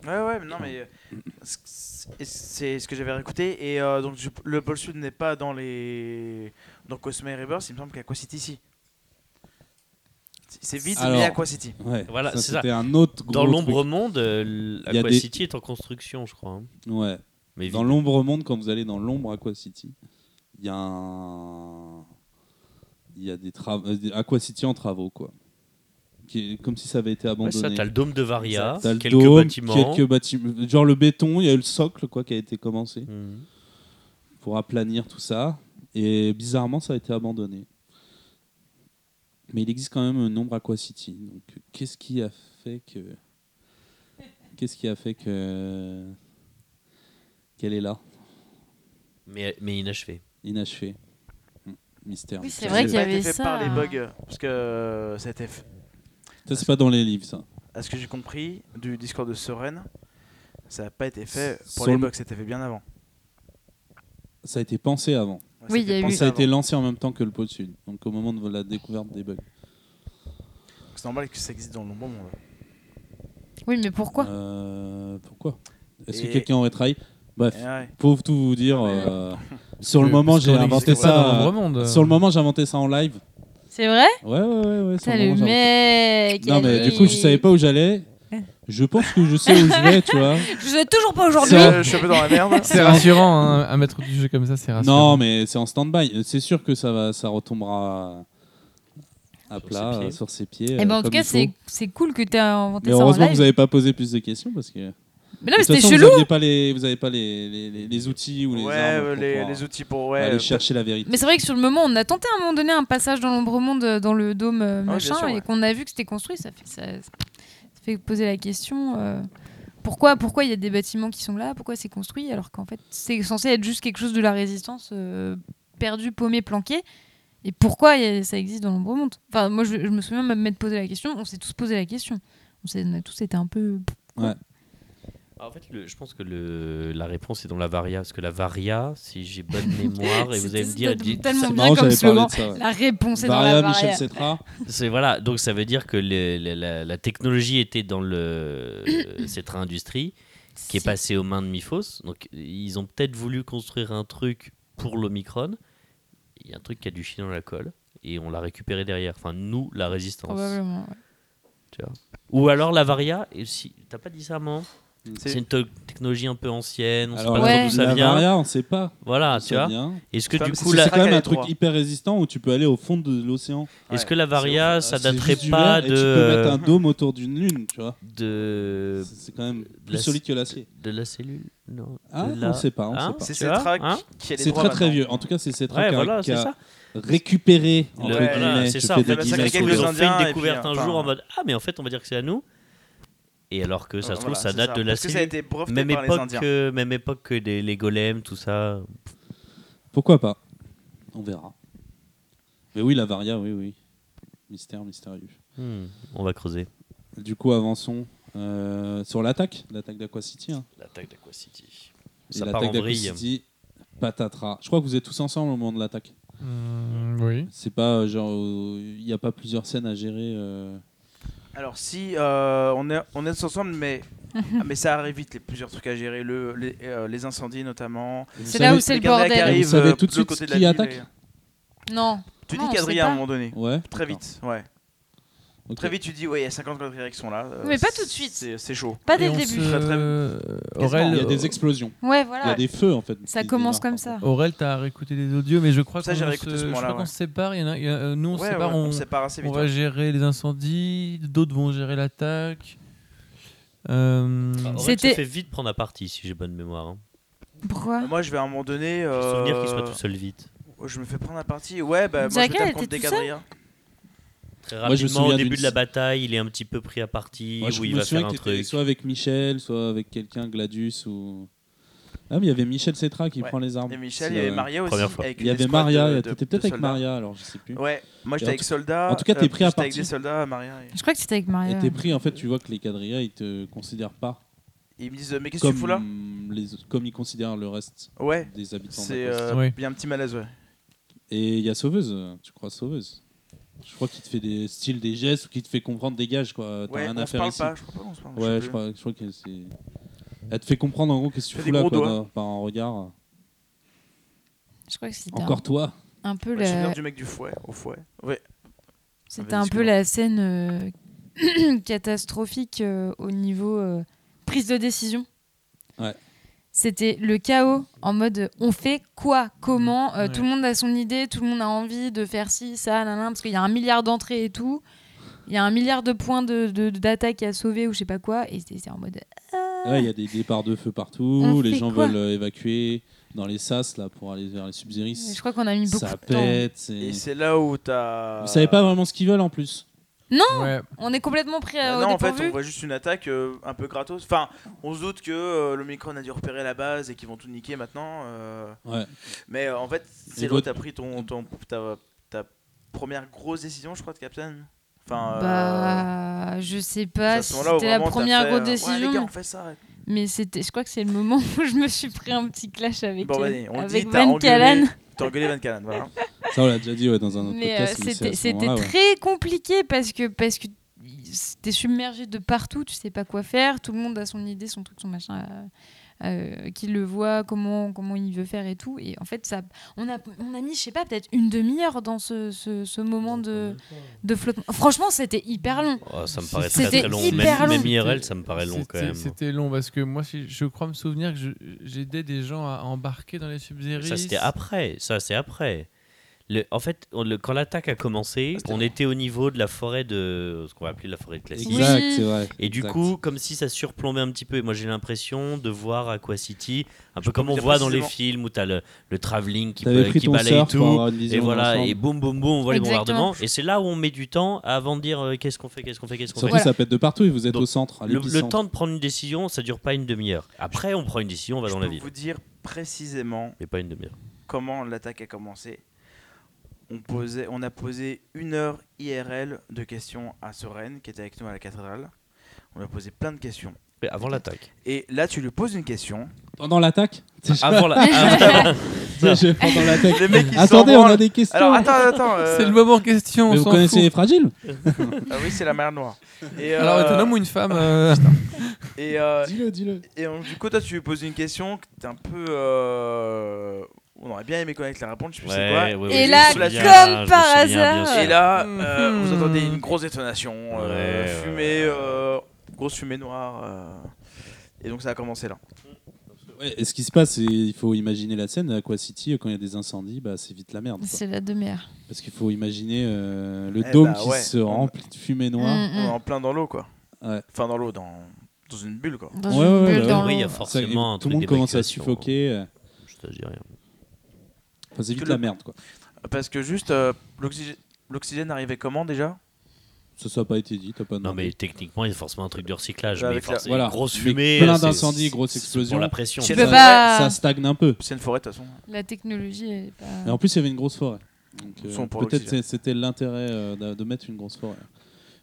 Speaker 5: Ouais, ouais, mais non, mais euh, c- c- c'est ce que j'avais réécouté. Et euh, donc, je- le pôle sud n'est pas dans les. Dans Cosme Rebirth, il me semble qu'Aqua City, si. C'est- C'est vide, mais
Speaker 1: Alors,
Speaker 5: Aqua City.
Speaker 1: Ouais,
Speaker 2: Voilà,
Speaker 1: ça,
Speaker 2: c'est ça.
Speaker 1: c'était un autre gros
Speaker 2: Dans l'ombre
Speaker 1: truc.
Speaker 2: monde, euh,
Speaker 1: Il y a
Speaker 2: Aqua
Speaker 1: des-
Speaker 2: City est en construction, je crois. hein.
Speaker 1: Ouais.
Speaker 2: Mais
Speaker 1: Dans l'ombre monde, quand vous allez dans l'ombre Aqua City, il y a un... il y a des travaux, Aqua City en travaux quoi. Qui est- comme si ça avait été
Speaker 2: Ouais,
Speaker 1: abandonné.
Speaker 2: ça, t'as le dôme de Varia,
Speaker 5: Exact.
Speaker 1: T'as le
Speaker 2: quelques
Speaker 1: dôme,
Speaker 2: bâtiments.
Speaker 1: quelques bâtiments, genre le béton, il y a eu le socle quoi qui a été commencé
Speaker 2: Mhm.
Speaker 1: pour aplanir tout ça. Et bizarrement, ça a été abandonné. Mais il existe quand même un nombre Aqua City. Donc, qu'est-ce qui a fait que Qu'est-ce qui a fait que qu'elle est là,
Speaker 2: mais, mais inachevé.
Speaker 1: inachevée Hmm, Mystère.
Speaker 4: Oui, c'est
Speaker 1: mystère.
Speaker 4: vrai
Speaker 5: Ça
Speaker 4: qu'il y
Speaker 5: a pas été
Speaker 4: avait
Speaker 5: fait
Speaker 4: ça.
Speaker 5: par les bugs, euh, parce que euh, ça a été f-
Speaker 1: Ça, c'est pas dans les livres, ça.
Speaker 5: à ce que j'ai compris du discours de Soren, ça n'a pas été fait
Speaker 1: S-
Speaker 5: pour
Speaker 1: sur
Speaker 5: les
Speaker 1: le-
Speaker 5: bugs, c'était fait bien avant.
Speaker 1: Ça a été pensé avant.
Speaker 5: Ouais,
Speaker 4: Oui,
Speaker 5: c'était
Speaker 4: il y a eu-
Speaker 5: pensé
Speaker 1: ça a été
Speaker 5: avant.
Speaker 1: lancé en même temps que le pôle sud, donc au moment de la découverte des bugs.
Speaker 5: C'est normal que ça existe dans le bon monde.
Speaker 4: Oui, mais pourquoi
Speaker 1: Euh, Pourquoi Est-ce que
Speaker 5: Et-
Speaker 1: quelqu'un aurait trahi Bref,
Speaker 5: Et Eh ouais.
Speaker 1: pour tout vous dire, euh, sur le moment
Speaker 3: Ah, Parce
Speaker 1: j'ai
Speaker 3: qu'on
Speaker 1: inventé
Speaker 3: n'existe pas dans
Speaker 1: ça.
Speaker 3: le
Speaker 1: euh,
Speaker 3: vrai monde.
Speaker 1: Sur le moment j'ai inventé ça en live.
Speaker 4: C'est vrai
Speaker 1: Ouais, ouais, ouais. ouais sur
Speaker 4: Putain,
Speaker 1: le
Speaker 4: le
Speaker 1: moment, j'ai inventé-
Speaker 4: mec
Speaker 1: Non mais
Speaker 4: il-
Speaker 1: du coup je savais pas où j'allais. Je pense que je sais où je vais, tu vois.
Speaker 4: Je sais toujours pas aujourd'hui.
Speaker 1: C'est-
Speaker 5: Euh, Je suis un peu dans la merde.
Speaker 3: C'est rassurant, hein, un maître du jeu comme ça,
Speaker 2: Ah,
Speaker 3: c'est rassurant.
Speaker 1: Non mais c'est en stand-by. Euh, C'est sûr que ça va, ça retombera à
Speaker 2: Sur
Speaker 1: plat
Speaker 2: ses pieds.
Speaker 1: euh, sur ses pieds.
Speaker 4: Eh ben,
Speaker 1: euh,
Speaker 4: en tout
Speaker 1: comme
Speaker 4: cas,
Speaker 1: il faut.
Speaker 4: c'est c'est cool que tu as inventé
Speaker 1: Mais
Speaker 4: ça en
Speaker 1: heureusement que
Speaker 4: live.
Speaker 1: vous n'avez pas posé plus de questions parce que.
Speaker 4: Mais
Speaker 1: De
Speaker 4: non, mais
Speaker 1: toute
Speaker 4: c'était
Speaker 1: façon,
Speaker 4: chelou.
Speaker 1: Vous n'avez pas les, vous avez pas les, les, les- les outils ou les
Speaker 5: ouais,
Speaker 1: armes
Speaker 5: euh,
Speaker 1: pour
Speaker 5: les,
Speaker 1: pouvoir
Speaker 5: les outils pour ouais,
Speaker 1: aller
Speaker 5: euh,
Speaker 1: chercher la vérité.
Speaker 4: Mais c'est vrai que sur le moment, on a tenté à un moment donné un passage dans l'ombre monde, euh, dans le dôme euh,
Speaker 5: bien
Speaker 4: machin,
Speaker 5: sûr, ouais.
Speaker 4: et qu'on a vu que c'était construit. Ça fait, ça, ça fait poser la question euh, pourquoi pourquoi il y a des bâtiments qui sont là Pourquoi c'est construit Alors qu'en fait, c'est censé être juste quelque chose de la résistance euh, perdu, paumé, planqué. Et pourquoi il y a- ça existe dans l'ombre monde Enfin, moi, je, je me souviens même m'être posé la question. On s'est tous posé la question. On, s'est- on a tous été un peu.
Speaker 2: Ah, En fait, le- je pense que le, la réponse est dans la varia. Parce que la varia, si j'ai bonne mémoire, et vous allez me dire,
Speaker 4: C'était
Speaker 2: dites-
Speaker 4: tellement
Speaker 2: ça-
Speaker 1: C'est
Speaker 4: bien
Speaker 1: marrant,
Speaker 4: comme
Speaker 1: j'avais
Speaker 4: slogan.
Speaker 1: parlé de ça. ouais.
Speaker 4: La réponse est
Speaker 1: Varia,
Speaker 4: dans la
Speaker 1: Michel
Speaker 4: barrière.
Speaker 1: Cetra.
Speaker 2: c'est voilà. Donc ça veut dire que les- la, la- la technologie était dans le cette industrie qui est passée aux mains de Mifos. Donc ils ont peut-être voulu construire un truc pour l'Omicron. Il y a un truc qui a du chien dans la colle et on l'a récupéré derrière. Enfin, nous, la résistance.
Speaker 4: Probablement.
Speaker 2: Ou alors la varia. Et si t'as pas dit ça, man
Speaker 5: C'est-
Speaker 2: C'est une te- technologie un peu ancienne. On
Speaker 1: Alors,
Speaker 2: sait pas
Speaker 4: Ouais.
Speaker 2: trop d'où ça
Speaker 1: la
Speaker 2: vient.
Speaker 1: Varia, on ne sait pas.
Speaker 2: Voilà,
Speaker 1: d'où
Speaker 2: tu
Speaker 1: ça
Speaker 2: vois.
Speaker 1: vient.
Speaker 2: Est-ce que
Speaker 5: Enfin,
Speaker 2: du
Speaker 5: c'est-
Speaker 2: coup,
Speaker 5: c'est
Speaker 2: la,
Speaker 1: C'est quand même
Speaker 5: qu'elle
Speaker 1: un
Speaker 5: est
Speaker 1: truc
Speaker 5: droite.
Speaker 1: hyper résistant où tu peux aller au fond de l'océan.
Speaker 2: Est-ce
Speaker 5: Ouais.
Speaker 2: que la varia,
Speaker 1: Ah, C'est
Speaker 2: ça
Speaker 1: au-
Speaker 2: daterait
Speaker 1: c'est juste
Speaker 2: pas
Speaker 1: du verre et Tu peux mettre un
Speaker 2: de,
Speaker 1: dôme autour d'une lune, tu vois.
Speaker 2: de,
Speaker 1: C'est c'est quand même
Speaker 2: de
Speaker 1: plus
Speaker 2: la-
Speaker 1: solide que l'acier.
Speaker 2: de la cellule Non.
Speaker 1: Ah,
Speaker 2: de
Speaker 1: on
Speaker 2: la-
Speaker 1: ne sait pas. on
Speaker 2: Hein
Speaker 1: sait pas.
Speaker 5: C'est
Speaker 2: Tu vois,
Speaker 5: Cetra
Speaker 2: hein
Speaker 5: qui- qui a les
Speaker 1: C'est
Speaker 5: droits
Speaker 1: très très
Speaker 5: maintenant.
Speaker 1: vieux. En tout cas, c'est Cetra
Speaker 2: Ouais,
Speaker 1: qui a-
Speaker 2: voilà,
Speaker 1: qui
Speaker 2: c'est
Speaker 1: a
Speaker 2: ça.
Speaker 1: récupéré
Speaker 2: Le-
Speaker 1: entre
Speaker 5: Ouais,
Speaker 2: voilà,
Speaker 1: guillemets.
Speaker 2: c'est
Speaker 1: je
Speaker 2: ça.
Speaker 1: fais
Speaker 2: En fait,
Speaker 1: des
Speaker 5: la
Speaker 2: ils
Speaker 1: guillemets
Speaker 5: sacrée
Speaker 1: sur
Speaker 5: quelques
Speaker 1: les
Speaker 2: ont
Speaker 1: autres.
Speaker 5: Indiens,
Speaker 2: fait
Speaker 5: et
Speaker 2: une
Speaker 5: puis,
Speaker 2: découverte un
Speaker 5: enfin,
Speaker 2: jour en mode Ah, mais en fait, on va dire que c'est à nous. Et alors que ça se trouve,
Speaker 5: Voilà,
Speaker 2: ça
Speaker 5: c'est
Speaker 2: date de la
Speaker 5: Parce que ça a
Speaker 2: cellule.
Speaker 5: été breveté
Speaker 2: Même
Speaker 5: par les
Speaker 2: époque,
Speaker 5: Indiens.
Speaker 2: que, même époque que les, les golems, tout ça.
Speaker 1: Pourquoi pas On verra. Mais oui, la Varia, oui, oui. Mystère mystérieux.
Speaker 2: Hmm, on va creuser.
Speaker 1: Du coup, avançons euh, sur l'attaque, l'attaque d'Aqua City. hein.
Speaker 2: L'attaque d'Aqua City.
Speaker 1: Et
Speaker 2: Ça part en
Speaker 1: l'attaque d'Aqua
Speaker 2: vrille.
Speaker 1: City, patatras. Je crois que vous êtes tous ensemble au moment de l'attaque.
Speaker 3: Hmm, oui.
Speaker 1: C'est pas euh, genre, euh, il n'y a pas plusieurs scènes à gérer. euh.
Speaker 5: Alors si euh, on est on est tous ensemble, mais ah, mais ça arrive vite les plusieurs trucs à gérer, le les, euh, les incendies notamment.
Speaker 1: Vous
Speaker 4: C'est
Speaker 1: savez-
Speaker 4: là où c'est le
Speaker 5: les gardiens qui
Speaker 4: bordel.
Speaker 5: arrivent,
Speaker 1: Vous savez
Speaker 5: euh,
Speaker 1: tout de
Speaker 5: l'autre
Speaker 1: suite
Speaker 5: côté
Speaker 1: qui
Speaker 5: la
Speaker 1: attaque
Speaker 5: ville,
Speaker 4: Non.
Speaker 5: et- Tu
Speaker 4: Non, on
Speaker 5: dis
Speaker 4: sait
Speaker 5: qu'Adrien à
Speaker 4: pas.
Speaker 5: un moment donné.
Speaker 1: Ouais.
Speaker 5: Très
Speaker 1: d'accord.
Speaker 5: vite, ouais.
Speaker 1: Ok.
Speaker 5: Très vite, tu dis, ouais, il y a 50 contrées qui sont là. euh,
Speaker 4: Mais pas tout de suite.
Speaker 5: C'est c'est chaud.
Speaker 4: Pas dès
Speaker 3: Et
Speaker 4: le
Speaker 3: on
Speaker 4: début.
Speaker 3: se-
Speaker 5: Très, très-
Speaker 3: Euh,
Speaker 5: Quasiment.
Speaker 1: Il y
Speaker 3: Aurel,
Speaker 1: a des explosions. Il
Speaker 4: Ouais,
Speaker 1: y a
Speaker 4: voilà.
Speaker 1: des feux en fait.
Speaker 4: Ah, Ça
Speaker 1: qui
Speaker 4: commence
Speaker 1: démarrent.
Speaker 4: comme ça.
Speaker 3: Aurel, t'as réécouté les audios, mais je crois
Speaker 5: Ça,
Speaker 3: qu'on
Speaker 5: j'ai
Speaker 3: se,
Speaker 5: réécouté ce
Speaker 3: je crois
Speaker 5: moment-là,
Speaker 3: qu'on
Speaker 5: ouais.
Speaker 3: se sépare. il y en a- il y a- nous, on se
Speaker 5: Ouais,
Speaker 3: sépare,
Speaker 5: ouais,
Speaker 3: on,
Speaker 5: on se sépare assez
Speaker 3: on
Speaker 5: vite.
Speaker 3: va
Speaker 5: ouais.
Speaker 3: gérer les incendies, d'autres vont gérer l'attaque. Euh,
Speaker 2: C'était
Speaker 4: C'était-
Speaker 2: Bah, fait vite prendre à partie, si j'ai bonne mémoire. Hein.
Speaker 4: Pourquoi
Speaker 5: Moi, je vais à un moment donné.
Speaker 2: J'ai le souvenir qu'il
Speaker 5: euh,
Speaker 2: soit tout seul vite.
Speaker 5: Je me fais prendre la partie. Ouais, bah,
Speaker 4: Tu sais
Speaker 5: moi, je
Speaker 4: à
Speaker 5: me
Speaker 4: quel
Speaker 5: tape contre
Speaker 4: était
Speaker 5: des
Speaker 4: tout seul
Speaker 5: Gadriens.
Speaker 2: Très
Speaker 1: Moi, je me
Speaker 2: rapidement, au
Speaker 1: souviens
Speaker 2: début
Speaker 1: d'une-
Speaker 2: de la bataille, il est un petit peu pris à partie,
Speaker 1: Moi, je
Speaker 2: où il
Speaker 1: me
Speaker 2: va
Speaker 1: souviens
Speaker 2: faire un
Speaker 1: que t'étais
Speaker 2: truc.
Speaker 1: soit avec Michel, soit avec quelqu'un, Gladius ou. Ah, mais il y avait Michel Cetra qui
Speaker 5: Ouais.
Speaker 1: prend les armes.
Speaker 5: Et Michel,
Speaker 1: C'est,
Speaker 5: il y avait
Speaker 1: euh,
Speaker 5: Maria aussi.
Speaker 2: première fois.
Speaker 5: avec
Speaker 1: Il
Speaker 5: une
Speaker 1: y avait
Speaker 5: escouade
Speaker 1: Maria, et
Speaker 5: de- de-
Speaker 1: t'étais
Speaker 5: de
Speaker 1: peut-être avec
Speaker 5: soldats.
Speaker 1: Maria alors, je sais plus.
Speaker 5: Ouais, moi
Speaker 1: Et en
Speaker 5: j'étais avec
Speaker 1: tout-
Speaker 5: soldats.
Speaker 1: en tout cas, t'es
Speaker 5: euh,
Speaker 1: pris à
Speaker 5: j'étais avec
Speaker 1: partie.
Speaker 5: des soldats, Maria. et-
Speaker 4: Je crois que c'était avec
Speaker 1: Et
Speaker 4: Maria.
Speaker 1: t'es pris en fait, tu vois que les quadrillas ils te considèrent pas
Speaker 5: Ils me disent, mais qu'est-ce que
Speaker 1: comme
Speaker 5: tu fous là
Speaker 1: les autres- comme ils considèrent le reste
Speaker 5: Ouais,
Speaker 1: des habitants.
Speaker 5: c'est.
Speaker 1: d'Aquas.
Speaker 5: euh,
Speaker 3: Oui.
Speaker 5: Il y a un petit malaise, ouais.
Speaker 1: Et il y a Sauveuse, euh, tu crois Sauveuse. Je crois qu'il te fait des styles, des gestes ou qu'il te fait comprendre dégage quoi. Bah, T'as
Speaker 5: Ouais,
Speaker 1: rien
Speaker 5: on
Speaker 1: à
Speaker 5: se
Speaker 1: faire
Speaker 5: parle
Speaker 1: ici.
Speaker 5: pas, je crois pas qu'on se parle. sais
Speaker 1: ouais, je
Speaker 5: plus.
Speaker 1: crois, je crois que c'est. Elle te fait comprendre en gros qu'est-ce que tu
Speaker 5: Fais
Speaker 1: fous
Speaker 5: des
Speaker 1: là
Speaker 5: gros
Speaker 1: quoi,
Speaker 5: doigts.
Speaker 1: dans- par un regard.
Speaker 4: Je crois que c'était
Speaker 1: Encore toi.
Speaker 4: un, un peu
Speaker 5: Ouais, je me souviens
Speaker 4: la,
Speaker 5: du mec du fouet, au fouet. Ouais.
Speaker 4: c'était
Speaker 5: Vas-y,
Speaker 4: un peu
Speaker 5: excuse-moi.
Speaker 4: la scène euh, catastrophique euh, au niveau euh, prise de décision.
Speaker 1: Ouais.
Speaker 4: C'était le chaos en mode euh, on fait quoi, comment, euh,
Speaker 3: Ouais.
Speaker 4: tout le monde a son idée, tout le monde a envie de faire ci, ça, nanana, parce qu'il y a un milliard d'entrées et tout. Il y a un milliard de points de- de- d'attaque à sauver ou je sais pas quoi. Et c'est c'est en mode.
Speaker 1: Ouais, Il y a des départs de feu partout,
Speaker 4: On
Speaker 1: les
Speaker 4: fait
Speaker 1: gens
Speaker 4: Ah, quoi
Speaker 1: veulent euh, évacuer dans les sas là pour aller vers les subséries.
Speaker 4: Je crois qu'on a mis beaucoup
Speaker 1: Ça
Speaker 4: de temps.
Speaker 1: pète. c'est-
Speaker 5: Et c'est là où t'as.
Speaker 1: Vous savez pas vraiment ce qu'ils veulent en plus.
Speaker 4: Non,
Speaker 3: Ouais.
Speaker 4: on est complètement pris
Speaker 5: Bah
Speaker 4: euh, au
Speaker 5: non, en fait,
Speaker 4: dépourvu.
Speaker 5: on voit juste une attaque euh, un peu gratos. Enfin, on se doute que euh, le micron a dû repérer la base et qu'ils vont tout niquer maintenant. euh,
Speaker 1: Ouais.
Speaker 5: Mais euh, en fait, c'est
Speaker 1: Et
Speaker 5: l'autre
Speaker 1: votre-
Speaker 5: t'as pris ton, ton- ta, ta première grosse décision, je crois, de Captain. Enfin, euh,
Speaker 4: Bah, je sais
Speaker 5: c'est
Speaker 4: pas
Speaker 5: à
Speaker 4: si
Speaker 5: ce moment-là où
Speaker 4: c'était la
Speaker 5: vraiment t'as
Speaker 4: première
Speaker 5: fait,
Speaker 4: grosse
Speaker 5: euh, Ouais,
Speaker 4: décision,
Speaker 5: les gars, on fait ça.
Speaker 4: mais c'était, je crois que c'est le moment où je me suis pris un petit clash avec,
Speaker 5: Bon,
Speaker 4: euh,
Speaker 5: vas-y, on le
Speaker 4: avec
Speaker 5: dit, t'as
Speaker 4: Van Callan.
Speaker 5: engueulé, t'as engueulé Van Callan, voilà.
Speaker 1: Ça, on l'a déjà dit ouais, dans un autre
Speaker 4: Mais euh,
Speaker 1: podcast. mais c'est à
Speaker 4: c'était
Speaker 1: ce
Speaker 4: c'était
Speaker 1: moment-là, ouais.
Speaker 4: très compliqué parce que parce que c'était submergé de partout, tu sais pas quoi faire, tout le monde a son idée, son truc, son machin, euh, euh, qui le voit, comment comment il veut faire et tout. Et en fait, ça, on a on a mis, je sais pas, peut-être une demi-heure dans ce, ce, ce moment de de flottement. Franchement, c'était hyper long.
Speaker 2: Oh, ça me paraît très
Speaker 4: C'était
Speaker 2: très long.
Speaker 4: hyper
Speaker 2: même,
Speaker 4: long.
Speaker 2: même IRL, ça me paraît long quand
Speaker 3: C'était-
Speaker 2: même.
Speaker 3: C'était long parce que moi, si- je crois me souvenir que je- j'aidais des gens à embarquer dans les subséries.
Speaker 2: Ça c'était après. Ça c'est après. Le- en fait, on- le- quand l'attaque a
Speaker 1: Ah,
Speaker 2: commencé, on était au niveau de la forêt de ce qu'on va appeler la forêt de classique.
Speaker 1: Exact,
Speaker 4: Oui.
Speaker 1: c'est vrai.
Speaker 2: Et du
Speaker 1: Exact.
Speaker 2: coup, comme si ça surplombait un petit peu. Et moi, j'ai l'impression de voir Aqua City, un peu comme
Speaker 5: vous
Speaker 2: on
Speaker 5: dire
Speaker 2: voit dans les
Speaker 5: précisément.
Speaker 2: films où t'as le, le travelling qui,
Speaker 1: T'avais
Speaker 2: peut-
Speaker 1: pris
Speaker 2: qui
Speaker 1: ton
Speaker 2: balaye
Speaker 1: surf pour
Speaker 2: tout.
Speaker 1: avoir une vision
Speaker 2: Et voilà,
Speaker 1: d'ensemble.
Speaker 2: et boum, boum, boum, on voit
Speaker 4: Exactement.
Speaker 2: les bombardements. Et c'est là où on met du temps avant de dire euh, qu'est-ce qu'on fait, qu'est-ce qu'on fait, qu'est-ce qu'on fait.
Speaker 1: Surtout, ça pète de partout et vous êtes
Speaker 2: Donc,
Speaker 1: au centre. à
Speaker 2: Le, le
Speaker 1: l'épicentre.
Speaker 2: temps de prendre une décision, ça dure pas une demi-heure. Après, on prend une décision, on va
Speaker 5: je
Speaker 2: dans
Speaker 5: peux
Speaker 2: la ville.
Speaker 5: vous dire précisément
Speaker 2: Mais pas une demi-heure.
Speaker 5: comment l'attaque a commencé. On, posait, on a posé une heure IRL de questions à Soren, qui était avec nous à la cathédrale. On lui a posé plein de questions.
Speaker 2: Mais avant l'attaque.
Speaker 5: Et là, tu lui poses une question.
Speaker 1: Pendant l'attaque
Speaker 2: Avant la- avant-
Speaker 1: J'ai pendant l'attaque.
Speaker 5: Les mecs, ils
Speaker 1: Attendez,
Speaker 5: s'en
Speaker 1: on a
Speaker 5: branlent.
Speaker 1: des questions.
Speaker 5: Alors, attends, attends. euh,
Speaker 3: C'est le moment en question. on
Speaker 1: Mais vous
Speaker 3: s'en
Speaker 1: connaissez
Speaker 3: fout.
Speaker 1: les fragiles
Speaker 5: Ah oui, c'est la mer noire. Et, euh,
Speaker 3: Alors, t'es un homme ou une femme euh,
Speaker 5: et, euh,
Speaker 1: Dis-le, dis-le.
Speaker 5: et donc, du coup, toi, tu lui poses une question que t'es un peu. euh, On aurait bien aimé connaître la réponse, je sais plus c'est quoi.
Speaker 2: Ouais, ouais,
Speaker 4: Et
Speaker 2: ouais, je
Speaker 4: là,
Speaker 2: me souviens,
Speaker 4: comme
Speaker 2: je
Speaker 4: par
Speaker 2: me souviens, bien
Speaker 4: hasard.
Speaker 2: sûr.
Speaker 5: Et là, euh,
Speaker 3: Mhm.
Speaker 5: vous entendez une grosse détonation, euh,
Speaker 2: Ouais, ouais,
Speaker 5: fumée,
Speaker 2: ouais.
Speaker 5: euh, grosse fumée noire. euh, Et donc ça a commencé là.
Speaker 1: Ouais, et ce qui se passe, c'est il faut imaginer la scène à Aqua City quand il y a des incendies, bah, c'est vite la merde. quoi.
Speaker 4: C'est la demi-heure.
Speaker 1: Parce qu'il faut imaginer euh, le
Speaker 5: Eh
Speaker 1: dôme
Speaker 5: bah
Speaker 1: qui
Speaker 5: ouais.
Speaker 1: se remplit de fumée noire.
Speaker 4: Mm,
Speaker 5: On est
Speaker 4: mm.
Speaker 5: en plein dans l'eau quoi.
Speaker 1: Ouais.
Speaker 5: Enfin dans l'eau, dans... dans une bulle quoi.
Speaker 4: Dans
Speaker 1: Ouais,
Speaker 4: une
Speaker 1: ouais,
Speaker 4: bulle
Speaker 1: bah
Speaker 4: dans
Speaker 2: oui, il y a
Speaker 4: l'eau.
Speaker 1: Ça, et
Speaker 2: forcément un
Speaker 1: tout
Speaker 2: truc
Speaker 1: le monde commence à
Speaker 2: d'évacuation.
Speaker 1: suffoquer. euh,
Speaker 2: Je te dis rien.
Speaker 1: Enfin, c'est vite
Speaker 5: Tout
Speaker 1: la
Speaker 5: le-
Speaker 1: merde. Quoi.
Speaker 5: Parce que juste, euh, l'oxygé- l'oxygène arrivait comment déjà
Speaker 1: Ça, ça n'a pas été dit, t'as pas
Speaker 2: Non,
Speaker 1: demandé.
Speaker 2: mais techniquement, il y a forcément un truc de recyclage.
Speaker 5: Là,
Speaker 2: Mais
Speaker 5: avec la-
Speaker 2: forcément,
Speaker 1: voilà.
Speaker 2: grosse
Speaker 1: Mais
Speaker 2: fumée.
Speaker 1: plein
Speaker 2: c'est-
Speaker 1: d'incendies,
Speaker 2: c'est-
Speaker 1: grosse
Speaker 2: c'est
Speaker 1: explosion.
Speaker 2: Pour la pression.
Speaker 5: Tu
Speaker 4: peux
Speaker 1: ça,
Speaker 4: pas-
Speaker 1: ça stagne un peu.
Speaker 5: C'est une forêt de toute façon.
Speaker 4: La technologie est pas.
Speaker 1: Et en plus, il y avait une grosse forêt. Donc, euh,
Speaker 5: Sont pour
Speaker 1: peut-être
Speaker 5: l'oxygène.
Speaker 1: c'est- c'était l'intérêt euh, d'a- de mettre une grosse forêt.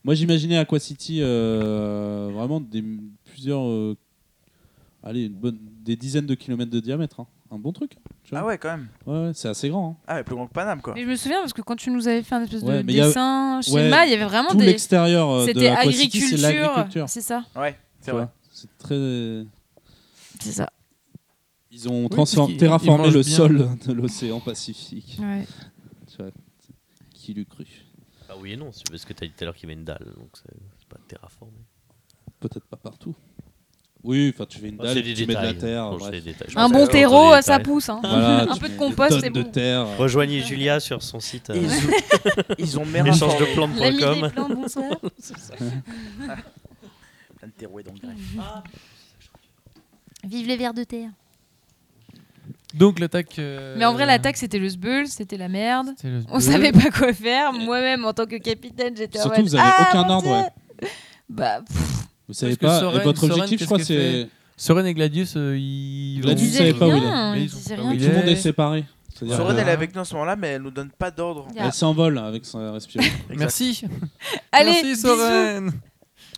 Speaker 1: Moi, j'imaginais Aqua City euh, vraiment des, plusieurs. euh, allez, une bonne, des dizaines de kilomètres de diamètre. hein. Un bon truc. Tu vois
Speaker 5: Ah ouais quand même.
Speaker 1: Ouais, ouais, c'est assez grand. hein.
Speaker 5: Ah ouais, plus grand que Paname quoi.
Speaker 4: Mais je me souviens parce que quand tu nous avais fait un espèce
Speaker 1: Ouais,
Speaker 4: de
Speaker 1: mais il y a-
Speaker 4: dessin,
Speaker 1: ouais,
Speaker 4: schéma, il y avait vraiment
Speaker 1: Tout
Speaker 4: des.
Speaker 1: l'extérieur euh, de
Speaker 4: C'était
Speaker 1: Aqua City, c'est
Speaker 4: agriculture.
Speaker 1: l'agriculture.
Speaker 4: C'est ça.
Speaker 5: Ouais,
Speaker 1: tu
Speaker 5: c'est vrai.
Speaker 1: vois. C'est très.
Speaker 4: C'est ça.
Speaker 1: Ils ont
Speaker 3: parce
Speaker 1: transformé-
Speaker 3: qu'ils- ils
Speaker 1: terraformé
Speaker 3: mangent
Speaker 1: le
Speaker 3: bien.
Speaker 1: sol de l'océan Pacifique.
Speaker 4: Ouais.
Speaker 1: Tu vois, Qui l'eût cru
Speaker 2: Ah oui et non, c'est parce que t'as dit tout à l'heure qu'il y avait une dalle. Donc c'est c'est pas terraformé.
Speaker 1: Peut-être pas partout. Oui, enfin, tu fais une
Speaker 2: Ah,
Speaker 1: dalle,
Speaker 2: c'est
Speaker 1: et tu mets de la terre.
Speaker 2: Bon,
Speaker 1: bref.
Speaker 2: c'est des détails.
Speaker 4: Un
Speaker 5: c'est-
Speaker 4: bon
Speaker 5: c'est-
Speaker 4: terreau,
Speaker 2: c'est-
Speaker 4: ça pousse. hein.
Speaker 1: Voilà,
Speaker 4: Un
Speaker 1: tu
Speaker 4: peu de
Speaker 1: mets
Speaker 4: compost,
Speaker 1: tonnes
Speaker 4: c'est
Speaker 1: de
Speaker 4: bon.
Speaker 1: terre.
Speaker 2: Rejoignez Julia sur son site euh,
Speaker 5: Ils ont, ils ont mérité.
Speaker 2: échange de
Speaker 4: L'ami des
Speaker 2: plantes.com.
Speaker 4: plans, bonsoir.
Speaker 5: Plein de terreaux et d'engrais.
Speaker 4: Vive les vers de terre.
Speaker 3: Donc, l'attaque. euh,
Speaker 4: Mais en vrai, l'attaque, c'était le sbull, c'était la merde.
Speaker 3: c'est le-
Speaker 1: Euh.
Speaker 4: On savait pas quoi faire. Moi-même, en tant que capitaine, j'étais en
Speaker 1: Surtout,
Speaker 4: mode,
Speaker 1: vous avez
Speaker 4: ah,
Speaker 1: aucun
Speaker 4: mon
Speaker 1: ordre,
Speaker 4: Dieu.
Speaker 1: ouais.
Speaker 4: Bah, pff,
Speaker 1: Vous savez
Speaker 3: Parce que
Speaker 1: pas,
Speaker 3: Soren-
Speaker 1: et votre
Speaker 3: Soren,
Speaker 1: objectif, je
Speaker 3: qu'est-ce
Speaker 1: crois, c'est.
Speaker 3: qu'il Soren et Gladius, euh, ils.
Speaker 4: ils
Speaker 1: Gladius,
Speaker 3: vont-
Speaker 1: vous savez
Speaker 4: disaient
Speaker 1: pas où il est.
Speaker 4: rien.
Speaker 3: Mais
Speaker 4: Ils
Speaker 3: ils ont
Speaker 4: disaient
Speaker 3: pas
Speaker 4: rien.
Speaker 3: où
Speaker 1: Tout
Speaker 3: il
Speaker 1: le monde
Speaker 3: est-
Speaker 1: est séparé. C'est-à-dire
Speaker 5: Soren
Speaker 1: que-
Speaker 5: elle est avec nous en ce moment là, mais elle nous donne pas d'ordre.
Speaker 4: Yeah.
Speaker 1: Elle s'envole avec sa respiration.
Speaker 3: Merci.
Speaker 4: Allez,
Speaker 3: Merci,
Speaker 4: bisous.
Speaker 3: Soren.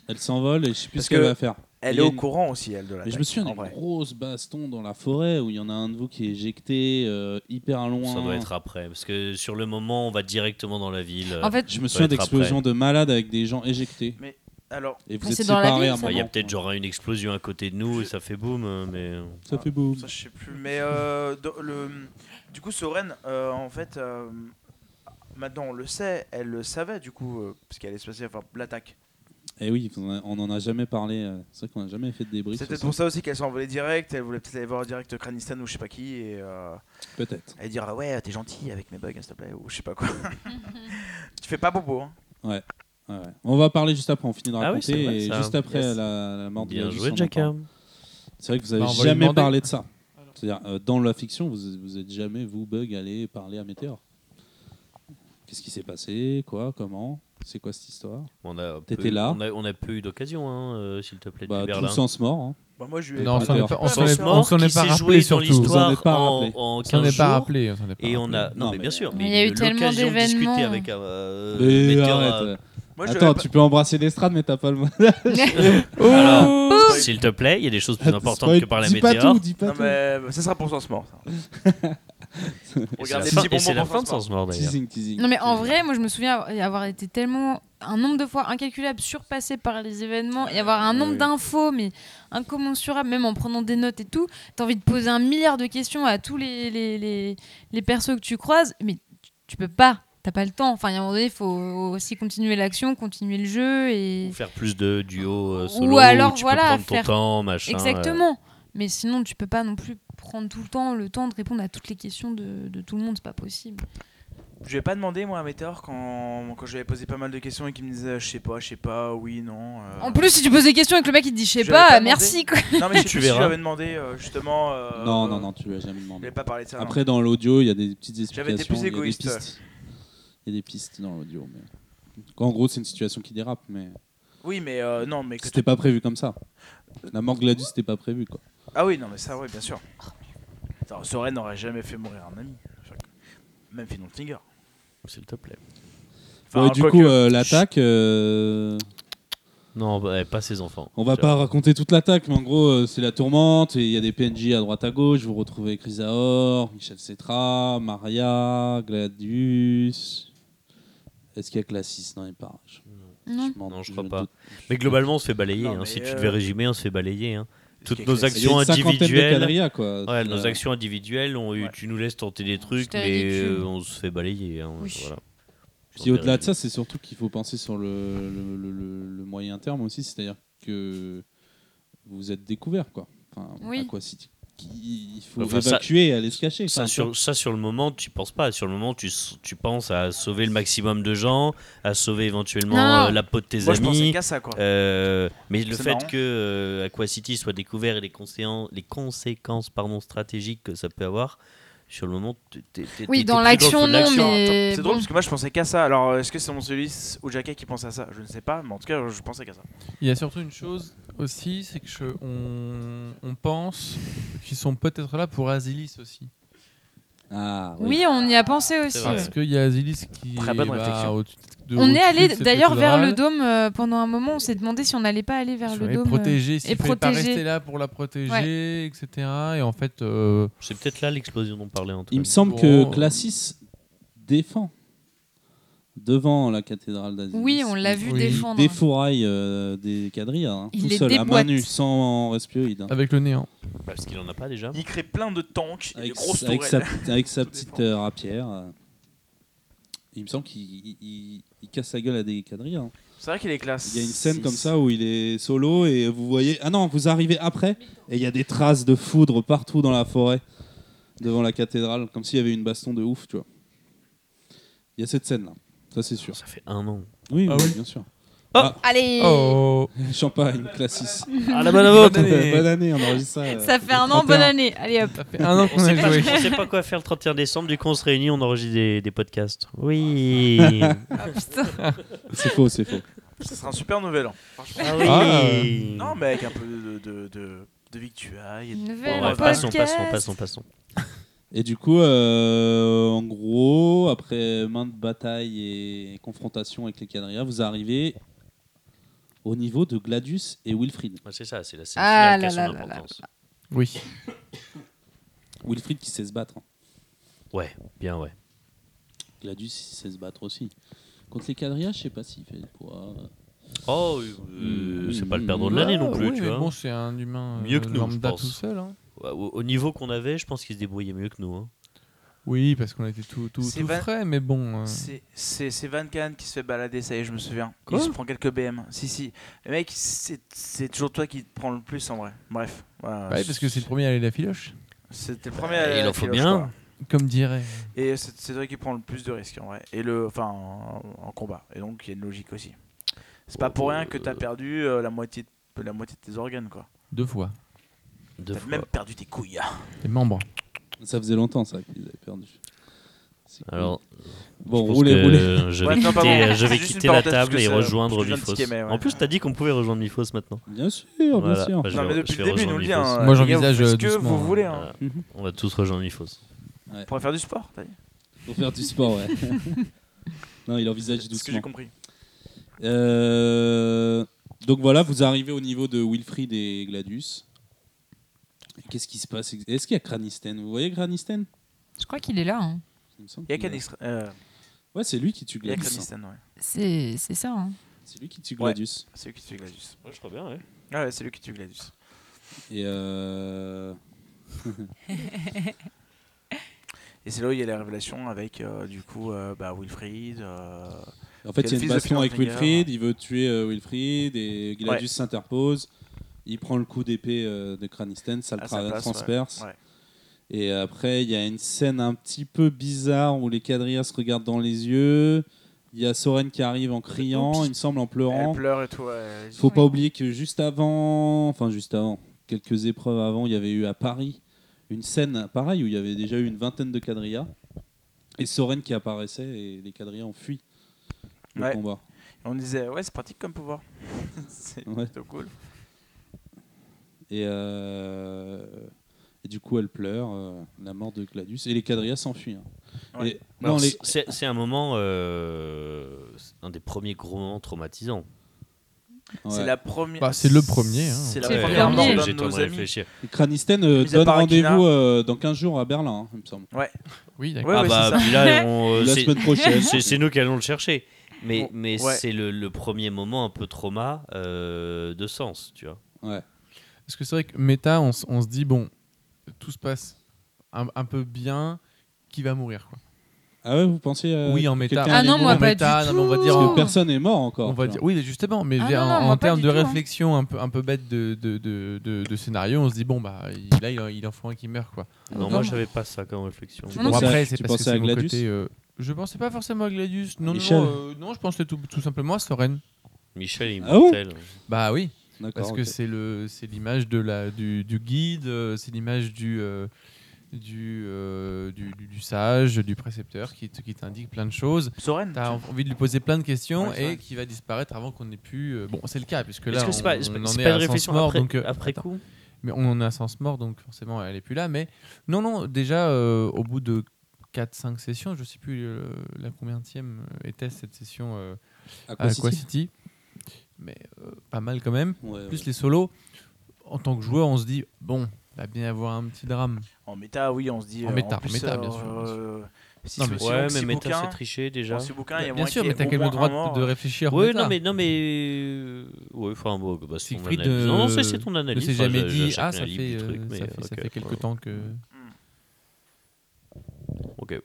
Speaker 1: Elle s'envole et je sais plus
Speaker 5: Parce
Speaker 1: ce qu'elle
Speaker 5: que- Bah,
Speaker 1: va faire.
Speaker 5: Elle
Speaker 1: Il
Speaker 5: est
Speaker 1: y a
Speaker 5: au
Speaker 1: une-
Speaker 5: courant aussi, elle, de la
Speaker 1: Mais je me souviens d'une grosse baston dans la forêt où il y en a un de vous qui est éjecté euh, hyper loin.
Speaker 2: Ça doit être après. Parce que sur le moment, on va directement dans la ville.
Speaker 4: En fait,
Speaker 1: Je me souviens
Speaker 2: être
Speaker 1: d'explosions de malades avec des gens éjectés.
Speaker 5: Alors,
Speaker 1: Et vous
Speaker 4: Mais
Speaker 1: êtes
Speaker 4: Ah, c'est dans la
Speaker 1: séparés
Speaker 4: ville,
Speaker 1: à un
Speaker 4: ça.
Speaker 1: moment.
Speaker 2: Bah, il y a peut-être genre une explosion à côté de nous et ça fait boum, euh, mais
Speaker 1: Ça fait beau.
Speaker 5: Ça, je sais plus. Mais euh, do- le, du coup, Soren, euh, en fait, euh, maintenant on le sait, elle le savait, du coup, euh, parce qu'elle est passée, enfin, l'attaque.
Speaker 1: Et Eh oui, on en a- on en a jamais parlé. euh, C'est vrai qu'on n'a jamais fait de débrief.
Speaker 5: C'est peut-être
Speaker 1: sur
Speaker 5: pour
Speaker 1: ça.
Speaker 5: ça aussi qu'elle s'est envolée direct, elle voulait peut-être aller voir direct Cranistan ou je sais pas qui, et euh,
Speaker 1: Peut-être.
Speaker 5: elle dire, ah ouais, t'es gentil avec mes bugs, hein, s'il te plaît, ou je sais pas quoi. tu fais pas bobo, hein.
Speaker 1: Ouais, ouais. On va parler juste après, on finit de
Speaker 2: Ah oui,
Speaker 1: raconter.
Speaker 2: c'est vrai,
Speaker 1: et
Speaker 2: ça.
Speaker 1: juste après
Speaker 2: Yes.
Speaker 1: la, la mort de
Speaker 2: bien
Speaker 1: Gladius, on
Speaker 2: joué,
Speaker 1: en
Speaker 2: Jacka.
Speaker 1: parle. C'est vrai que vous
Speaker 3: Bah, on
Speaker 1: n'avez
Speaker 3: va lui
Speaker 1: jamais
Speaker 3: demander.
Speaker 1: parlé de ça. C'est-à-dire, euh, dans la fiction, vous vous êtes jamais, vous, Bug, allé parler à Météor. Qu'est-ce qui s'est passé Quoi Comment c'est quoi cette histoire
Speaker 2: On a peu-
Speaker 1: T'étais là.
Speaker 2: On a, on a peu eu d'occasion, hein, euh, s'il te plaît,
Speaker 1: Bah,
Speaker 2: de
Speaker 1: tout
Speaker 2: Berlin.
Speaker 1: sens mort. hein.
Speaker 5: Bah, moi, je lui ai-
Speaker 1: Et
Speaker 3: Non, on s'en est
Speaker 1: Peter.
Speaker 3: pas- on
Speaker 2: On
Speaker 3: s'en est-
Speaker 2: s'en
Speaker 3: on s'en est pas rappelé
Speaker 2: dans
Speaker 3: surtout.
Speaker 1: Vous en
Speaker 2: l'histoire
Speaker 1: êtes pas
Speaker 2: en,
Speaker 1: rappelé.
Speaker 2: en
Speaker 3: On s'en
Speaker 2: 15
Speaker 3: est pas
Speaker 2: jours.
Speaker 3: rappelé. on s'en est pas
Speaker 2: Et on
Speaker 3: rappelé.
Speaker 2: a. Non,
Speaker 1: Non,
Speaker 2: mais
Speaker 1: mais-
Speaker 2: bien sûr.
Speaker 4: Mais il y a eu
Speaker 2: de
Speaker 4: tellement
Speaker 2: l'occasion de discuter
Speaker 4: d'événements.
Speaker 2: avec un, euh,
Speaker 1: Mais
Speaker 2: metteur, euh,
Speaker 1: arrête.
Speaker 5: moi, je l'aurais
Speaker 1: Attends,
Speaker 5: pas-
Speaker 1: tu peux embrasser l'estrade, mais t'as pas le.
Speaker 2: Alors,
Speaker 5: Ouh.
Speaker 2: s'il te plaît, il y a des choses plus importantes
Speaker 1: Spoil-
Speaker 2: que par la
Speaker 1: Ah, dis pas
Speaker 2: météore.
Speaker 1: tout, dis pas
Speaker 5: Non,
Speaker 1: tout.
Speaker 5: mais bah, ça sera pour Sens Mort. ça.
Speaker 2: Et c'est la
Speaker 5: Regardez
Speaker 2: fin-
Speaker 5: Petit
Speaker 2: et c'est
Speaker 5: Bonbon
Speaker 2: la
Speaker 5: pour
Speaker 2: fin de
Speaker 5: Sens Mort.
Speaker 2: Sens Mort d'ailleurs.
Speaker 1: Teasing, teasing.
Speaker 4: Non mais en
Speaker 1: teasing.
Speaker 4: vrai, moi je me souviens avoir- avoir été tellement un nombre de fois incalculable surpassé par les événements et avoir un nombre
Speaker 1: Oui.
Speaker 4: d'infos mais incommensurable même en prenant des notes et tout. T'as envie de poser un milliard de questions à tous les les, les, les persos que tu croises, mais tu- tu peux pas. T'as pas le temps. Enfin, il y a un moment donné, il faut aussi continuer l'action, continuer le jeu et
Speaker 2: Ou faire plus de duo euh,
Speaker 4: Ou
Speaker 2: solo.
Speaker 4: alors,
Speaker 2: où tu
Speaker 4: voilà,
Speaker 2: peux prendre ton
Speaker 4: faire-
Speaker 2: temps, machin. euh,
Speaker 4: exactement. Mais sinon, tu peux pas non plus prendre tout le temps le temps de répondre à toutes les questions de, de tout le monde. C'est pas possible.
Speaker 5: Je lui ai pas demandé, moi, à Météor, quand, quand je lui avais posé pas mal de questions et qu'il me disait, euh, je sais pas, je sais pas, oui, non. euh.
Speaker 4: En plus, si tu poses des questions et que le mec il te dit bah. je sais
Speaker 5: Je l'avais pas
Speaker 4: pas,
Speaker 5: demandé.
Speaker 4: merci quoi.
Speaker 5: non, mais je
Speaker 2: Tu
Speaker 5: sais plus si je lui
Speaker 2: verras.
Speaker 5: avais demandé, euh, justement. euh,
Speaker 1: Non, non, non, tu lui as jamais
Speaker 5: Je
Speaker 1: demandé.
Speaker 5: lui ai pas parlé de ça. non.
Speaker 1: Après, dans l'audio, il y a des petites
Speaker 5: J'avais été
Speaker 1: explications. il y
Speaker 5: plus
Speaker 1: a des
Speaker 5: égoïste.
Speaker 1: pistes. Il y a des pistes dans l'audio. Mais... En gros, c'est une situation qui dérape, mais
Speaker 5: Oui, mais euh, non, mais. que-
Speaker 1: c'était pas prévu comme ça. La mort de Gladys, c'était pas prévu. Quoi.
Speaker 5: Ah oui, non, mais ça, oui, bien sûr. Attends, Soren n'aurait jamais fait mourir un ami. Même Finon Tinger.
Speaker 2: S'il te plaît.
Speaker 5: Enfin,
Speaker 1: Ouais, du
Speaker 5: quoique-
Speaker 1: coup, euh, l'attaque, euh,
Speaker 2: Non, bah, pas ses enfants.
Speaker 1: on va pas raconter toute l'attaque, mais en gros, euh, c'est la tourmente. et Il y a des PNJ à droite à gauche. Vous retrouvez Chrysaor, Michel Cetra, Maria, Gladius. Est-ce qu'il y a Classis dans les parages
Speaker 4: Non.
Speaker 1: m'en-
Speaker 2: Non, je crois
Speaker 1: me
Speaker 2: pas.
Speaker 1: doute.
Speaker 2: Mais globalement, on se fait balayer.
Speaker 5: Non,
Speaker 2: hein.
Speaker 5: mais,
Speaker 2: Si tu
Speaker 5: euh,
Speaker 2: devais régimer, on se fait balayer. hein. Toutes
Speaker 5: Parce
Speaker 2: nos
Speaker 5: qu'il y a-
Speaker 1: Il y a
Speaker 2: actions
Speaker 1: une cinquantaine de
Speaker 2: individuelles.
Speaker 1: quadrillas, quoi.
Speaker 2: Ouais,
Speaker 1: Euh,
Speaker 2: nos actions individuelles, on-
Speaker 5: Ouais.
Speaker 2: tu nous laisses tenter des trucs,
Speaker 4: C'était
Speaker 2: mais
Speaker 4: ridicule.
Speaker 2: euh, on se fait balayer. hein,
Speaker 4: Oui.
Speaker 2: voilà.
Speaker 1: Puis au-delà de ça, c'est surtout qu'il faut penser sur le, le- le- le- le moyen terme aussi, c'est-à-dire que vous êtes découvert, quoi. Enfin,
Speaker 4: Oui.
Speaker 1: à quoi si- qui- il faut
Speaker 2: Enfin, ça-
Speaker 1: évacuer et aller se cacher.
Speaker 2: Ça
Speaker 1: Enfin,
Speaker 2: sur, ça, sur le moment, tu penses pas. Sur le moment, tu, s- tu penses à sauver le maximum de gens, à sauver éventuellement
Speaker 4: Non.
Speaker 2: euh, la peau de tes
Speaker 5: Moi, je pensais
Speaker 2: amis.
Speaker 5: qu'à ça, quoi.
Speaker 2: Euh, mais le
Speaker 5: C'est
Speaker 2: fait
Speaker 5: marrant.
Speaker 2: que euh, Aqua City soit découvert et les, conséquences- les conséquences pardon, stratégiques que ça peut avoir, sur le moment, tu- t'es- t'es-
Speaker 4: Oui,
Speaker 2: t'es
Speaker 4: dans
Speaker 2: plus le feu
Speaker 4: l'action,
Speaker 2: de
Speaker 4: non,
Speaker 2: l'action.
Speaker 5: Attends,
Speaker 4: mais
Speaker 5: C'est drôle
Speaker 4: bon.
Speaker 5: parce que moi je pensais qu'à ça. Alors est-ce que c'est mon Solis ou Jacquet qui pense à ça Je ne sais pas, mais en tout cas je pensais qu'à ça.
Speaker 3: Il y a surtout une chose aussi, c'est que je- on, on pense qu'ils sont peut-être là pour Asilis aussi.
Speaker 1: Ah, oui.
Speaker 4: Oui, on y a pensé aussi.
Speaker 2: vrai.
Speaker 4: ouais.
Speaker 3: Parce qu'il y a Asilis qui
Speaker 5: Très bonne réflexion.
Speaker 3: au-dessus de-
Speaker 4: On
Speaker 3: au-dessus
Speaker 4: est
Speaker 3: de
Speaker 4: allé
Speaker 3: cette
Speaker 4: d'ailleurs vers le
Speaker 3: cathédrale.
Speaker 4: dôme euh, pendant un moment. On s'est demandé si on n'allait pas aller vers
Speaker 3: Il
Speaker 4: le
Speaker 3: fallait
Speaker 4: dôme. euh.
Speaker 3: protéger, s'il
Speaker 4: et
Speaker 3: fallait pas
Speaker 4: protéger.
Speaker 3: rester là pour la protéger, etc. Et en fait, euh,
Speaker 2: C'est peut-être là l'explosion dont parlait Antoine.
Speaker 1: Il me semble
Speaker 3: Bon.
Speaker 1: que Classis défend devant la cathédrale d'Asie.
Speaker 4: Oui, on l'a vu
Speaker 3: Oui.
Speaker 4: défendre.
Speaker 1: Des fourrailles euh, des quadrillas, hein,
Speaker 4: Il
Speaker 1: tout
Speaker 4: les
Speaker 1: seul, à main
Speaker 4: déboîte.
Speaker 1: nue, sans respioïde. hein.
Speaker 3: avec le néant.
Speaker 2: Parce qu'il en a pas déjà.
Speaker 5: Il crée plein de tanks et
Speaker 1: avec,
Speaker 5: de grosses
Speaker 1: avec
Speaker 5: tourelles.
Speaker 1: sa, avec sa
Speaker 5: Tout
Speaker 1: petite
Speaker 5: dépend.
Speaker 1: euh, rapière. euh. Il me semble qu'il il- il- il casse la gueule à des quadrillas. hein.
Speaker 5: C'est vrai qu'il est classe.
Speaker 1: Il y a une scène
Speaker 5: Six.
Speaker 1: comme ça où il est solo et vous voyez. Ah non, vous arrivez après et il y a des traces de foudre partout dans la forêt devant la cathédrale, comme s'il y avait une baston de ouf, tu vois. Il y a cette scène-là, ça c'est sûr.
Speaker 2: Ça fait un an.
Speaker 1: Oui,
Speaker 3: Ah
Speaker 1: oui,
Speaker 3: oui.
Speaker 1: bien sûr.
Speaker 4: Allez
Speaker 3: Oh
Speaker 1: Champagne, classis.
Speaker 2: Ah la bonne
Speaker 3: vote.
Speaker 1: Bonne
Speaker 3: Bonne
Speaker 1: année,
Speaker 3: année.
Speaker 1: on enregistre ça. euh,
Speaker 4: Ça fait
Speaker 1: le
Speaker 4: un an, bonne
Speaker 1: 31.
Speaker 4: année. Allez hop.
Speaker 3: Ça fait un an
Speaker 2: On
Speaker 3: qu'on a
Speaker 2: sait, pas,
Speaker 3: joué.
Speaker 2: on sait pas quoi faire le 31 décembre, du coup on se réunit, on enregistre des, des podcasts. Oui.
Speaker 1: C'est faux, c'est faux.
Speaker 5: Ça sera un super nouvel an. franchement.
Speaker 2: Ah oui.
Speaker 3: Ah.
Speaker 5: Non mais avec un peu de, de, de, de victuailles. et de-
Speaker 4: Nouvelle
Speaker 2: Bon,
Speaker 5: Ouais,
Speaker 2: ouais,
Speaker 4: podcast.
Speaker 2: passons, passons, passons, passons.
Speaker 1: Et du coup, euh, en gros, après main de bataille et confrontation avec les quadrillas, vous arrivez au niveau de Gladius et Wilfried.
Speaker 2: Ouais, Bah, c'est ça, c'est la scène
Speaker 4: Ah
Speaker 2: finale
Speaker 4: là
Speaker 2: qui a
Speaker 4: là
Speaker 2: son
Speaker 4: là là
Speaker 2: importance.
Speaker 3: Oui.
Speaker 1: Wilfried qui sait se battre. hein.
Speaker 2: Ouais, bien ouais.
Speaker 1: Gladius il sait se battre aussi. Contre les quadrillas, je sais pas s'il fait le poids.
Speaker 2: Oh,
Speaker 1: euh,
Speaker 2: c'est pas le perdant de l'année non plus,
Speaker 3: Ouais,
Speaker 2: tu
Speaker 3: mais
Speaker 2: vois.
Speaker 3: Bon, c'est un humain euh,
Speaker 2: Mieux que nous, je
Speaker 3: lambda
Speaker 2: pense.
Speaker 3: tout seul. hein.
Speaker 2: Ouais, Au au niveau qu'on avait, je pense qu'il se débrouillait mieux que nous. hein.
Speaker 3: Oui, parce qu'on était tout, tout,
Speaker 5: C'est
Speaker 3: tout
Speaker 5: vrai.
Speaker 3: frais, mais bon. euh,
Speaker 5: C'est- C'est c'est Van Can qui se fait balader, ça y est, je me souviens.
Speaker 3: Quoi
Speaker 5: il se prend quelques BM. Si, si. Le mec, c'est c'est toujours toi qui te prends le plus en vrai. Bref. Voilà.
Speaker 3: ouais, parce que c'est le premier à aller la filoche,
Speaker 5: C'était le premier
Speaker 2: Bah,
Speaker 5: à-
Speaker 2: il en
Speaker 5: à
Speaker 2: faut
Speaker 5: filoche,
Speaker 2: bien.
Speaker 5: quoi.
Speaker 3: comme dirait.
Speaker 5: Et euh, c'est c'est toi qui prends le plus de risques en vrai. Et le, enfin, en, en combat. Et donc il y a une logique aussi. C'est pas
Speaker 2: Oh,
Speaker 5: pour rien que t'as perdu euh, la moitié, de- la moitié de tes organes quoi.
Speaker 3: Deux fois.
Speaker 2: Deux
Speaker 5: T'as
Speaker 2: fois.
Speaker 5: même perdu tes couilles. hein.
Speaker 3: Les membres.
Speaker 1: Ça faisait longtemps ça qu'ils avaient perdu. C'est cool.
Speaker 2: Alors,
Speaker 1: bon,
Speaker 2: je pense
Speaker 1: roulez,
Speaker 2: que
Speaker 1: roulez.
Speaker 2: Je
Speaker 5: Ouais,
Speaker 2: vais
Speaker 5: non, pardon,
Speaker 2: quitter, je
Speaker 5: c'est
Speaker 2: vais
Speaker 5: juste une
Speaker 2: quitter la
Speaker 5: parenthèse parce
Speaker 2: table
Speaker 5: que
Speaker 2: et
Speaker 5: c'est-
Speaker 2: rejoindre
Speaker 5: je viens de
Speaker 2: Vifos.
Speaker 5: skimmer, ouais.
Speaker 2: En plus, t'as dit qu'on pouvait rejoindre Vifos maintenant.
Speaker 1: Bien sûr,
Speaker 2: Voilà.
Speaker 1: bien sûr.
Speaker 2: Bah, je
Speaker 5: Non,
Speaker 2: vais-
Speaker 5: mais
Speaker 2: je
Speaker 5: depuis
Speaker 2: vais
Speaker 5: le début, il nous
Speaker 2: rejoindre
Speaker 5: le dit.
Speaker 2: Ivos.
Speaker 3: Moi,
Speaker 5: hein, les gars, vous
Speaker 3: j'envisage,
Speaker 5: faites
Speaker 3: euh,
Speaker 5: ce que
Speaker 3: doucement,
Speaker 5: vous voulez. hein.
Speaker 2: Euh,
Speaker 1: Mhm.
Speaker 2: on va tous rejoindre Vifos.
Speaker 5: On pourrait faire du sport. t'as dit.
Speaker 1: Pour faire du sport, ouais. non, il envisage
Speaker 5: C'est ce que j'ai
Speaker 1: doucement.
Speaker 5: compris.
Speaker 1: Euh, donc voilà, vous arrivez au niveau de Wilfried et Gladius. Qu'est-ce qui se passe ex- Est-ce qu'il y a Cranisten Vous voyez Cranisten
Speaker 4: Je crois qu'il est là. hein.
Speaker 1: Il me semble
Speaker 5: Il y a
Speaker 1: qu'il est là.
Speaker 5: Canis- euh,
Speaker 1: Ouais, c'est lui qui tue
Speaker 5: il y a
Speaker 1: Gladius.
Speaker 5: Canistan, ouais.
Speaker 4: C'est c'est ça. hein.
Speaker 1: C'est lui qui tue
Speaker 5: Ouais.
Speaker 1: Gladius.
Speaker 5: C'est lui qui tue Gladius.
Speaker 2: je crois bien, ouais.
Speaker 5: Ah ouais, c'est lui qui tue Gladius.
Speaker 1: Et euh,
Speaker 5: Et c'est là où il y a la révélation avec euh, du coup euh, bah, Wilfried. euh,
Speaker 1: en fait,
Speaker 5: Quel
Speaker 1: il y a une
Speaker 5: fils de
Speaker 1: baston avec
Speaker 5: Fenrir.
Speaker 1: Wilfried. Il veut tuer euh, Wilfried et Gladius
Speaker 5: Ouais.
Speaker 1: s'interpose. Il prend le coup d'épée euh, de Cranisten, ça le
Speaker 5: À sa
Speaker 1: tra-
Speaker 5: place, ouais.
Speaker 1: transperce.
Speaker 5: Ah, Ouais.
Speaker 1: Et après, il y a une scène un petit peu bizarre où les quadrillas se regardent dans les yeux. Il y a Soren qui arrive en criant, il me semble, en
Speaker 5: Elle
Speaker 1: pleurant.
Speaker 5: pleure et tout. ouais.
Speaker 1: Faut pas oublier que juste avant, enfin juste avant, quelques épreuves avant, il y avait eu à Paris une scène pareille où il y avait déjà eu une vingtaine de quadrillas et Soren qui apparaissait et les quadrillas ont fui le
Speaker 5: Ouais.
Speaker 1: combat.
Speaker 5: On disait, ouais, c'est pratique comme pouvoir. c'est
Speaker 1: Ouais.
Speaker 5: plutôt cool.
Speaker 1: Et, euh, et du coup, elle pleure euh, la mort de Gladius et les quadrillas s'enfuient. hein.
Speaker 5: Ouais.
Speaker 1: Et- non, les-
Speaker 2: C'est c'est un moment, euh, c'est un des premiers gros moments traumatisants.
Speaker 1: ouais.
Speaker 5: C'est la première.
Speaker 3: Bah, c'est le premier, hein.
Speaker 5: C'est la
Speaker 4: C'est le
Speaker 5: première mort
Speaker 4: premier.
Speaker 5: d'un de
Speaker 2: J'ai le temps
Speaker 5: nos
Speaker 2: de
Speaker 5: amis.
Speaker 2: réfléchir.
Speaker 1: Et Cranisten euh,
Speaker 5: Mis à
Speaker 1: donne
Speaker 5: part Akina.
Speaker 1: rendez-vous euh, dans 15 jours à Berlin, hein, il me semble.
Speaker 3: Oui, d'accord.
Speaker 5: Ouais,
Speaker 2: ah
Speaker 5: ouais, c'est
Speaker 2: bah,
Speaker 5: ça.
Speaker 2: puis là, on, euh,
Speaker 1: la
Speaker 2: c'est-
Speaker 1: semaine prochaine.
Speaker 2: c'est c'est nous qui allons le chercher. Mais,
Speaker 5: Bon,
Speaker 2: mais
Speaker 5: ouais.
Speaker 2: c'est le, le premier moment un peu trauma euh, de sens, tu vois.
Speaker 1: Ouais.
Speaker 3: Parce que c'est vrai que méta, on, s- on se dit, bon, tout se passe un, un peu bien, qui va mourir quoi.
Speaker 1: Ah ouais, vous pensez euh,
Speaker 3: Oui, en
Speaker 1: que
Speaker 3: méta.
Speaker 1: quelqu'un
Speaker 4: Ah
Speaker 1: allait
Speaker 4: non, moi
Speaker 1: mourir
Speaker 4: pas
Speaker 3: méta,
Speaker 4: du
Speaker 3: non,
Speaker 4: tout.
Speaker 3: mais on va dire
Speaker 1: Parce
Speaker 3: en-
Speaker 1: que personne n'est mort encore.
Speaker 3: On va
Speaker 1: tu
Speaker 3: dire,
Speaker 1: vois.
Speaker 3: oui, mais justement, mais je veux
Speaker 4: Ah
Speaker 3: dire,
Speaker 4: non, non,
Speaker 3: en,
Speaker 4: moi
Speaker 3: en
Speaker 4: pas
Speaker 3: termes
Speaker 4: du
Speaker 3: de
Speaker 4: tout, hein.
Speaker 3: réflexion un, peu, un peu bête de, de, de, de- de scénario, on se dit, bon, bah, il- là, il, en- il en faut un qui meurt. quoi.
Speaker 2: Ah Non, moi, j'avais pas ça comme réflexion.
Speaker 1: Tu
Speaker 4: Ah Non,
Speaker 3: Bon,
Speaker 1: pensais à-
Speaker 3: après, c'est
Speaker 1: tu
Speaker 3: parce que
Speaker 1: pensais
Speaker 3: c'est
Speaker 1: à
Speaker 3: mon
Speaker 1: Gladius
Speaker 3: côté, euh, je pensais pas forcément à Gladius. Non, non,
Speaker 1: Michel
Speaker 3: non, euh, non, je pensais tout, tout simplement à Soren.
Speaker 2: Michel est
Speaker 1: Ah bon
Speaker 2: mortel.
Speaker 3: Bah oui,
Speaker 1: D'accord,
Speaker 3: parce
Speaker 1: ok.
Speaker 3: que c'est le c'est l'image de la du, du guide, euh, c'est l'image du euh, du, euh, du, du- du sage, du précepteur qui te- qui t'indique plein de choses.
Speaker 5: Soren
Speaker 3: T'as en- envie de lui poser plein de questions
Speaker 5: Ouais, c'est vrai.
Speaker 3: et qui va disparaître avant qu'on ait pu. euh, bon, c'est le cas puisque là
Speaker 2: Est-ce que c'est pas,
Speaker 3: on,
Speaker 2: c'est pas-
Speaker 3: on en
Speaker 2: c'est
Speaker 3: est
Speaker 2: pas
Speaker 3: à
Speaker 2: une
Speaker 3: sens
Speaker 2: réflexion
Speaker 3: mort,
Speaker 2: après,
Speaker 3: donc euh,
Speaker 2: après
Speaker 3: attends.
Speaker 2: coup
Speaker 3: Mais on en est à sens mort, donc forcément elle est plus là. Mais non, non, déjà euh, au bout de 4-5 sessions, je sais plus euh, la combien était cette session euh, à
Speaker 1: Aquacity.
Speaker 3: Aqua City, mais euh, pas mal quand même.
Speaker 1: Ouais, ouais.
Speaker 3: Plus les solos, en tant que joueur, on se dit bon, il va bien y avoir un petit drame.
Speaker 5: En méta, oui, on se dit.
Speaker 3: En
Speaker 5: euh,
Speaker 3: méta, en
Speaker 5: plus,
Speaker 3: méta,
Speaker 5: euh,
Speaker 3: bien sûr, bien sûr.
Speaker 5: euh, si
Speaker 3: Non,
Speaker 5: c'est
Speaker 3: mais-
Speaker 5: aussi long
Speaker 2: Ouais,
Speaker 5: que
Speaker 2: mais
Speaker 5: six
Speaker 2: méta, c'est
Speaker 5: bouquins,
Speaker 2: triché déjà.
Speaker 5: en six bouquins, il y a
Speaker 3: bien
Speaker 5: moins
Speaker 3: sûr,
Speaker 5: qu'il
Speaker 3: mais
Speaker 5: y ait
Speaker 3: t'as quand
Speaker 5: au
Speaker 3: même
Speaker 5: moins
Speaker 3: le droit
Speaker 5: un euh. mort.
Speaker 3: de réfléchir.
Speaker 2: Oui,
Speaker 3: méta.
Speaker 2: non, mais. Non, mais... Ouais, enfin, bon, bah, c'est ton
Speaker 3: Siegfried,
Speaker 2: analyse.
Speaker 3: euh,
Speaker 2: non, non, c'est c'est ton
Speaker 3: ne
Speaker 2: analyse.
Speaker 3: s'est
Speaker 2: Enfin,
Speaker 3: jamais
Speaker 2: je- je-
Speaker 3: dit
Speaker 2: chacun
Speaker 3: ah ça
Speaker 2: est libre
Speaker 3: fait,
Speaker 2: du truc,
Speaker 3: euh,
Speaker 2: mais,
Speaker 3: ça fait ça
Speaker 2: ok,
Speaker 3: fait quelque
Speaker 2: voilà.
Speaker 3: temps que.
Speaker 2: Ok.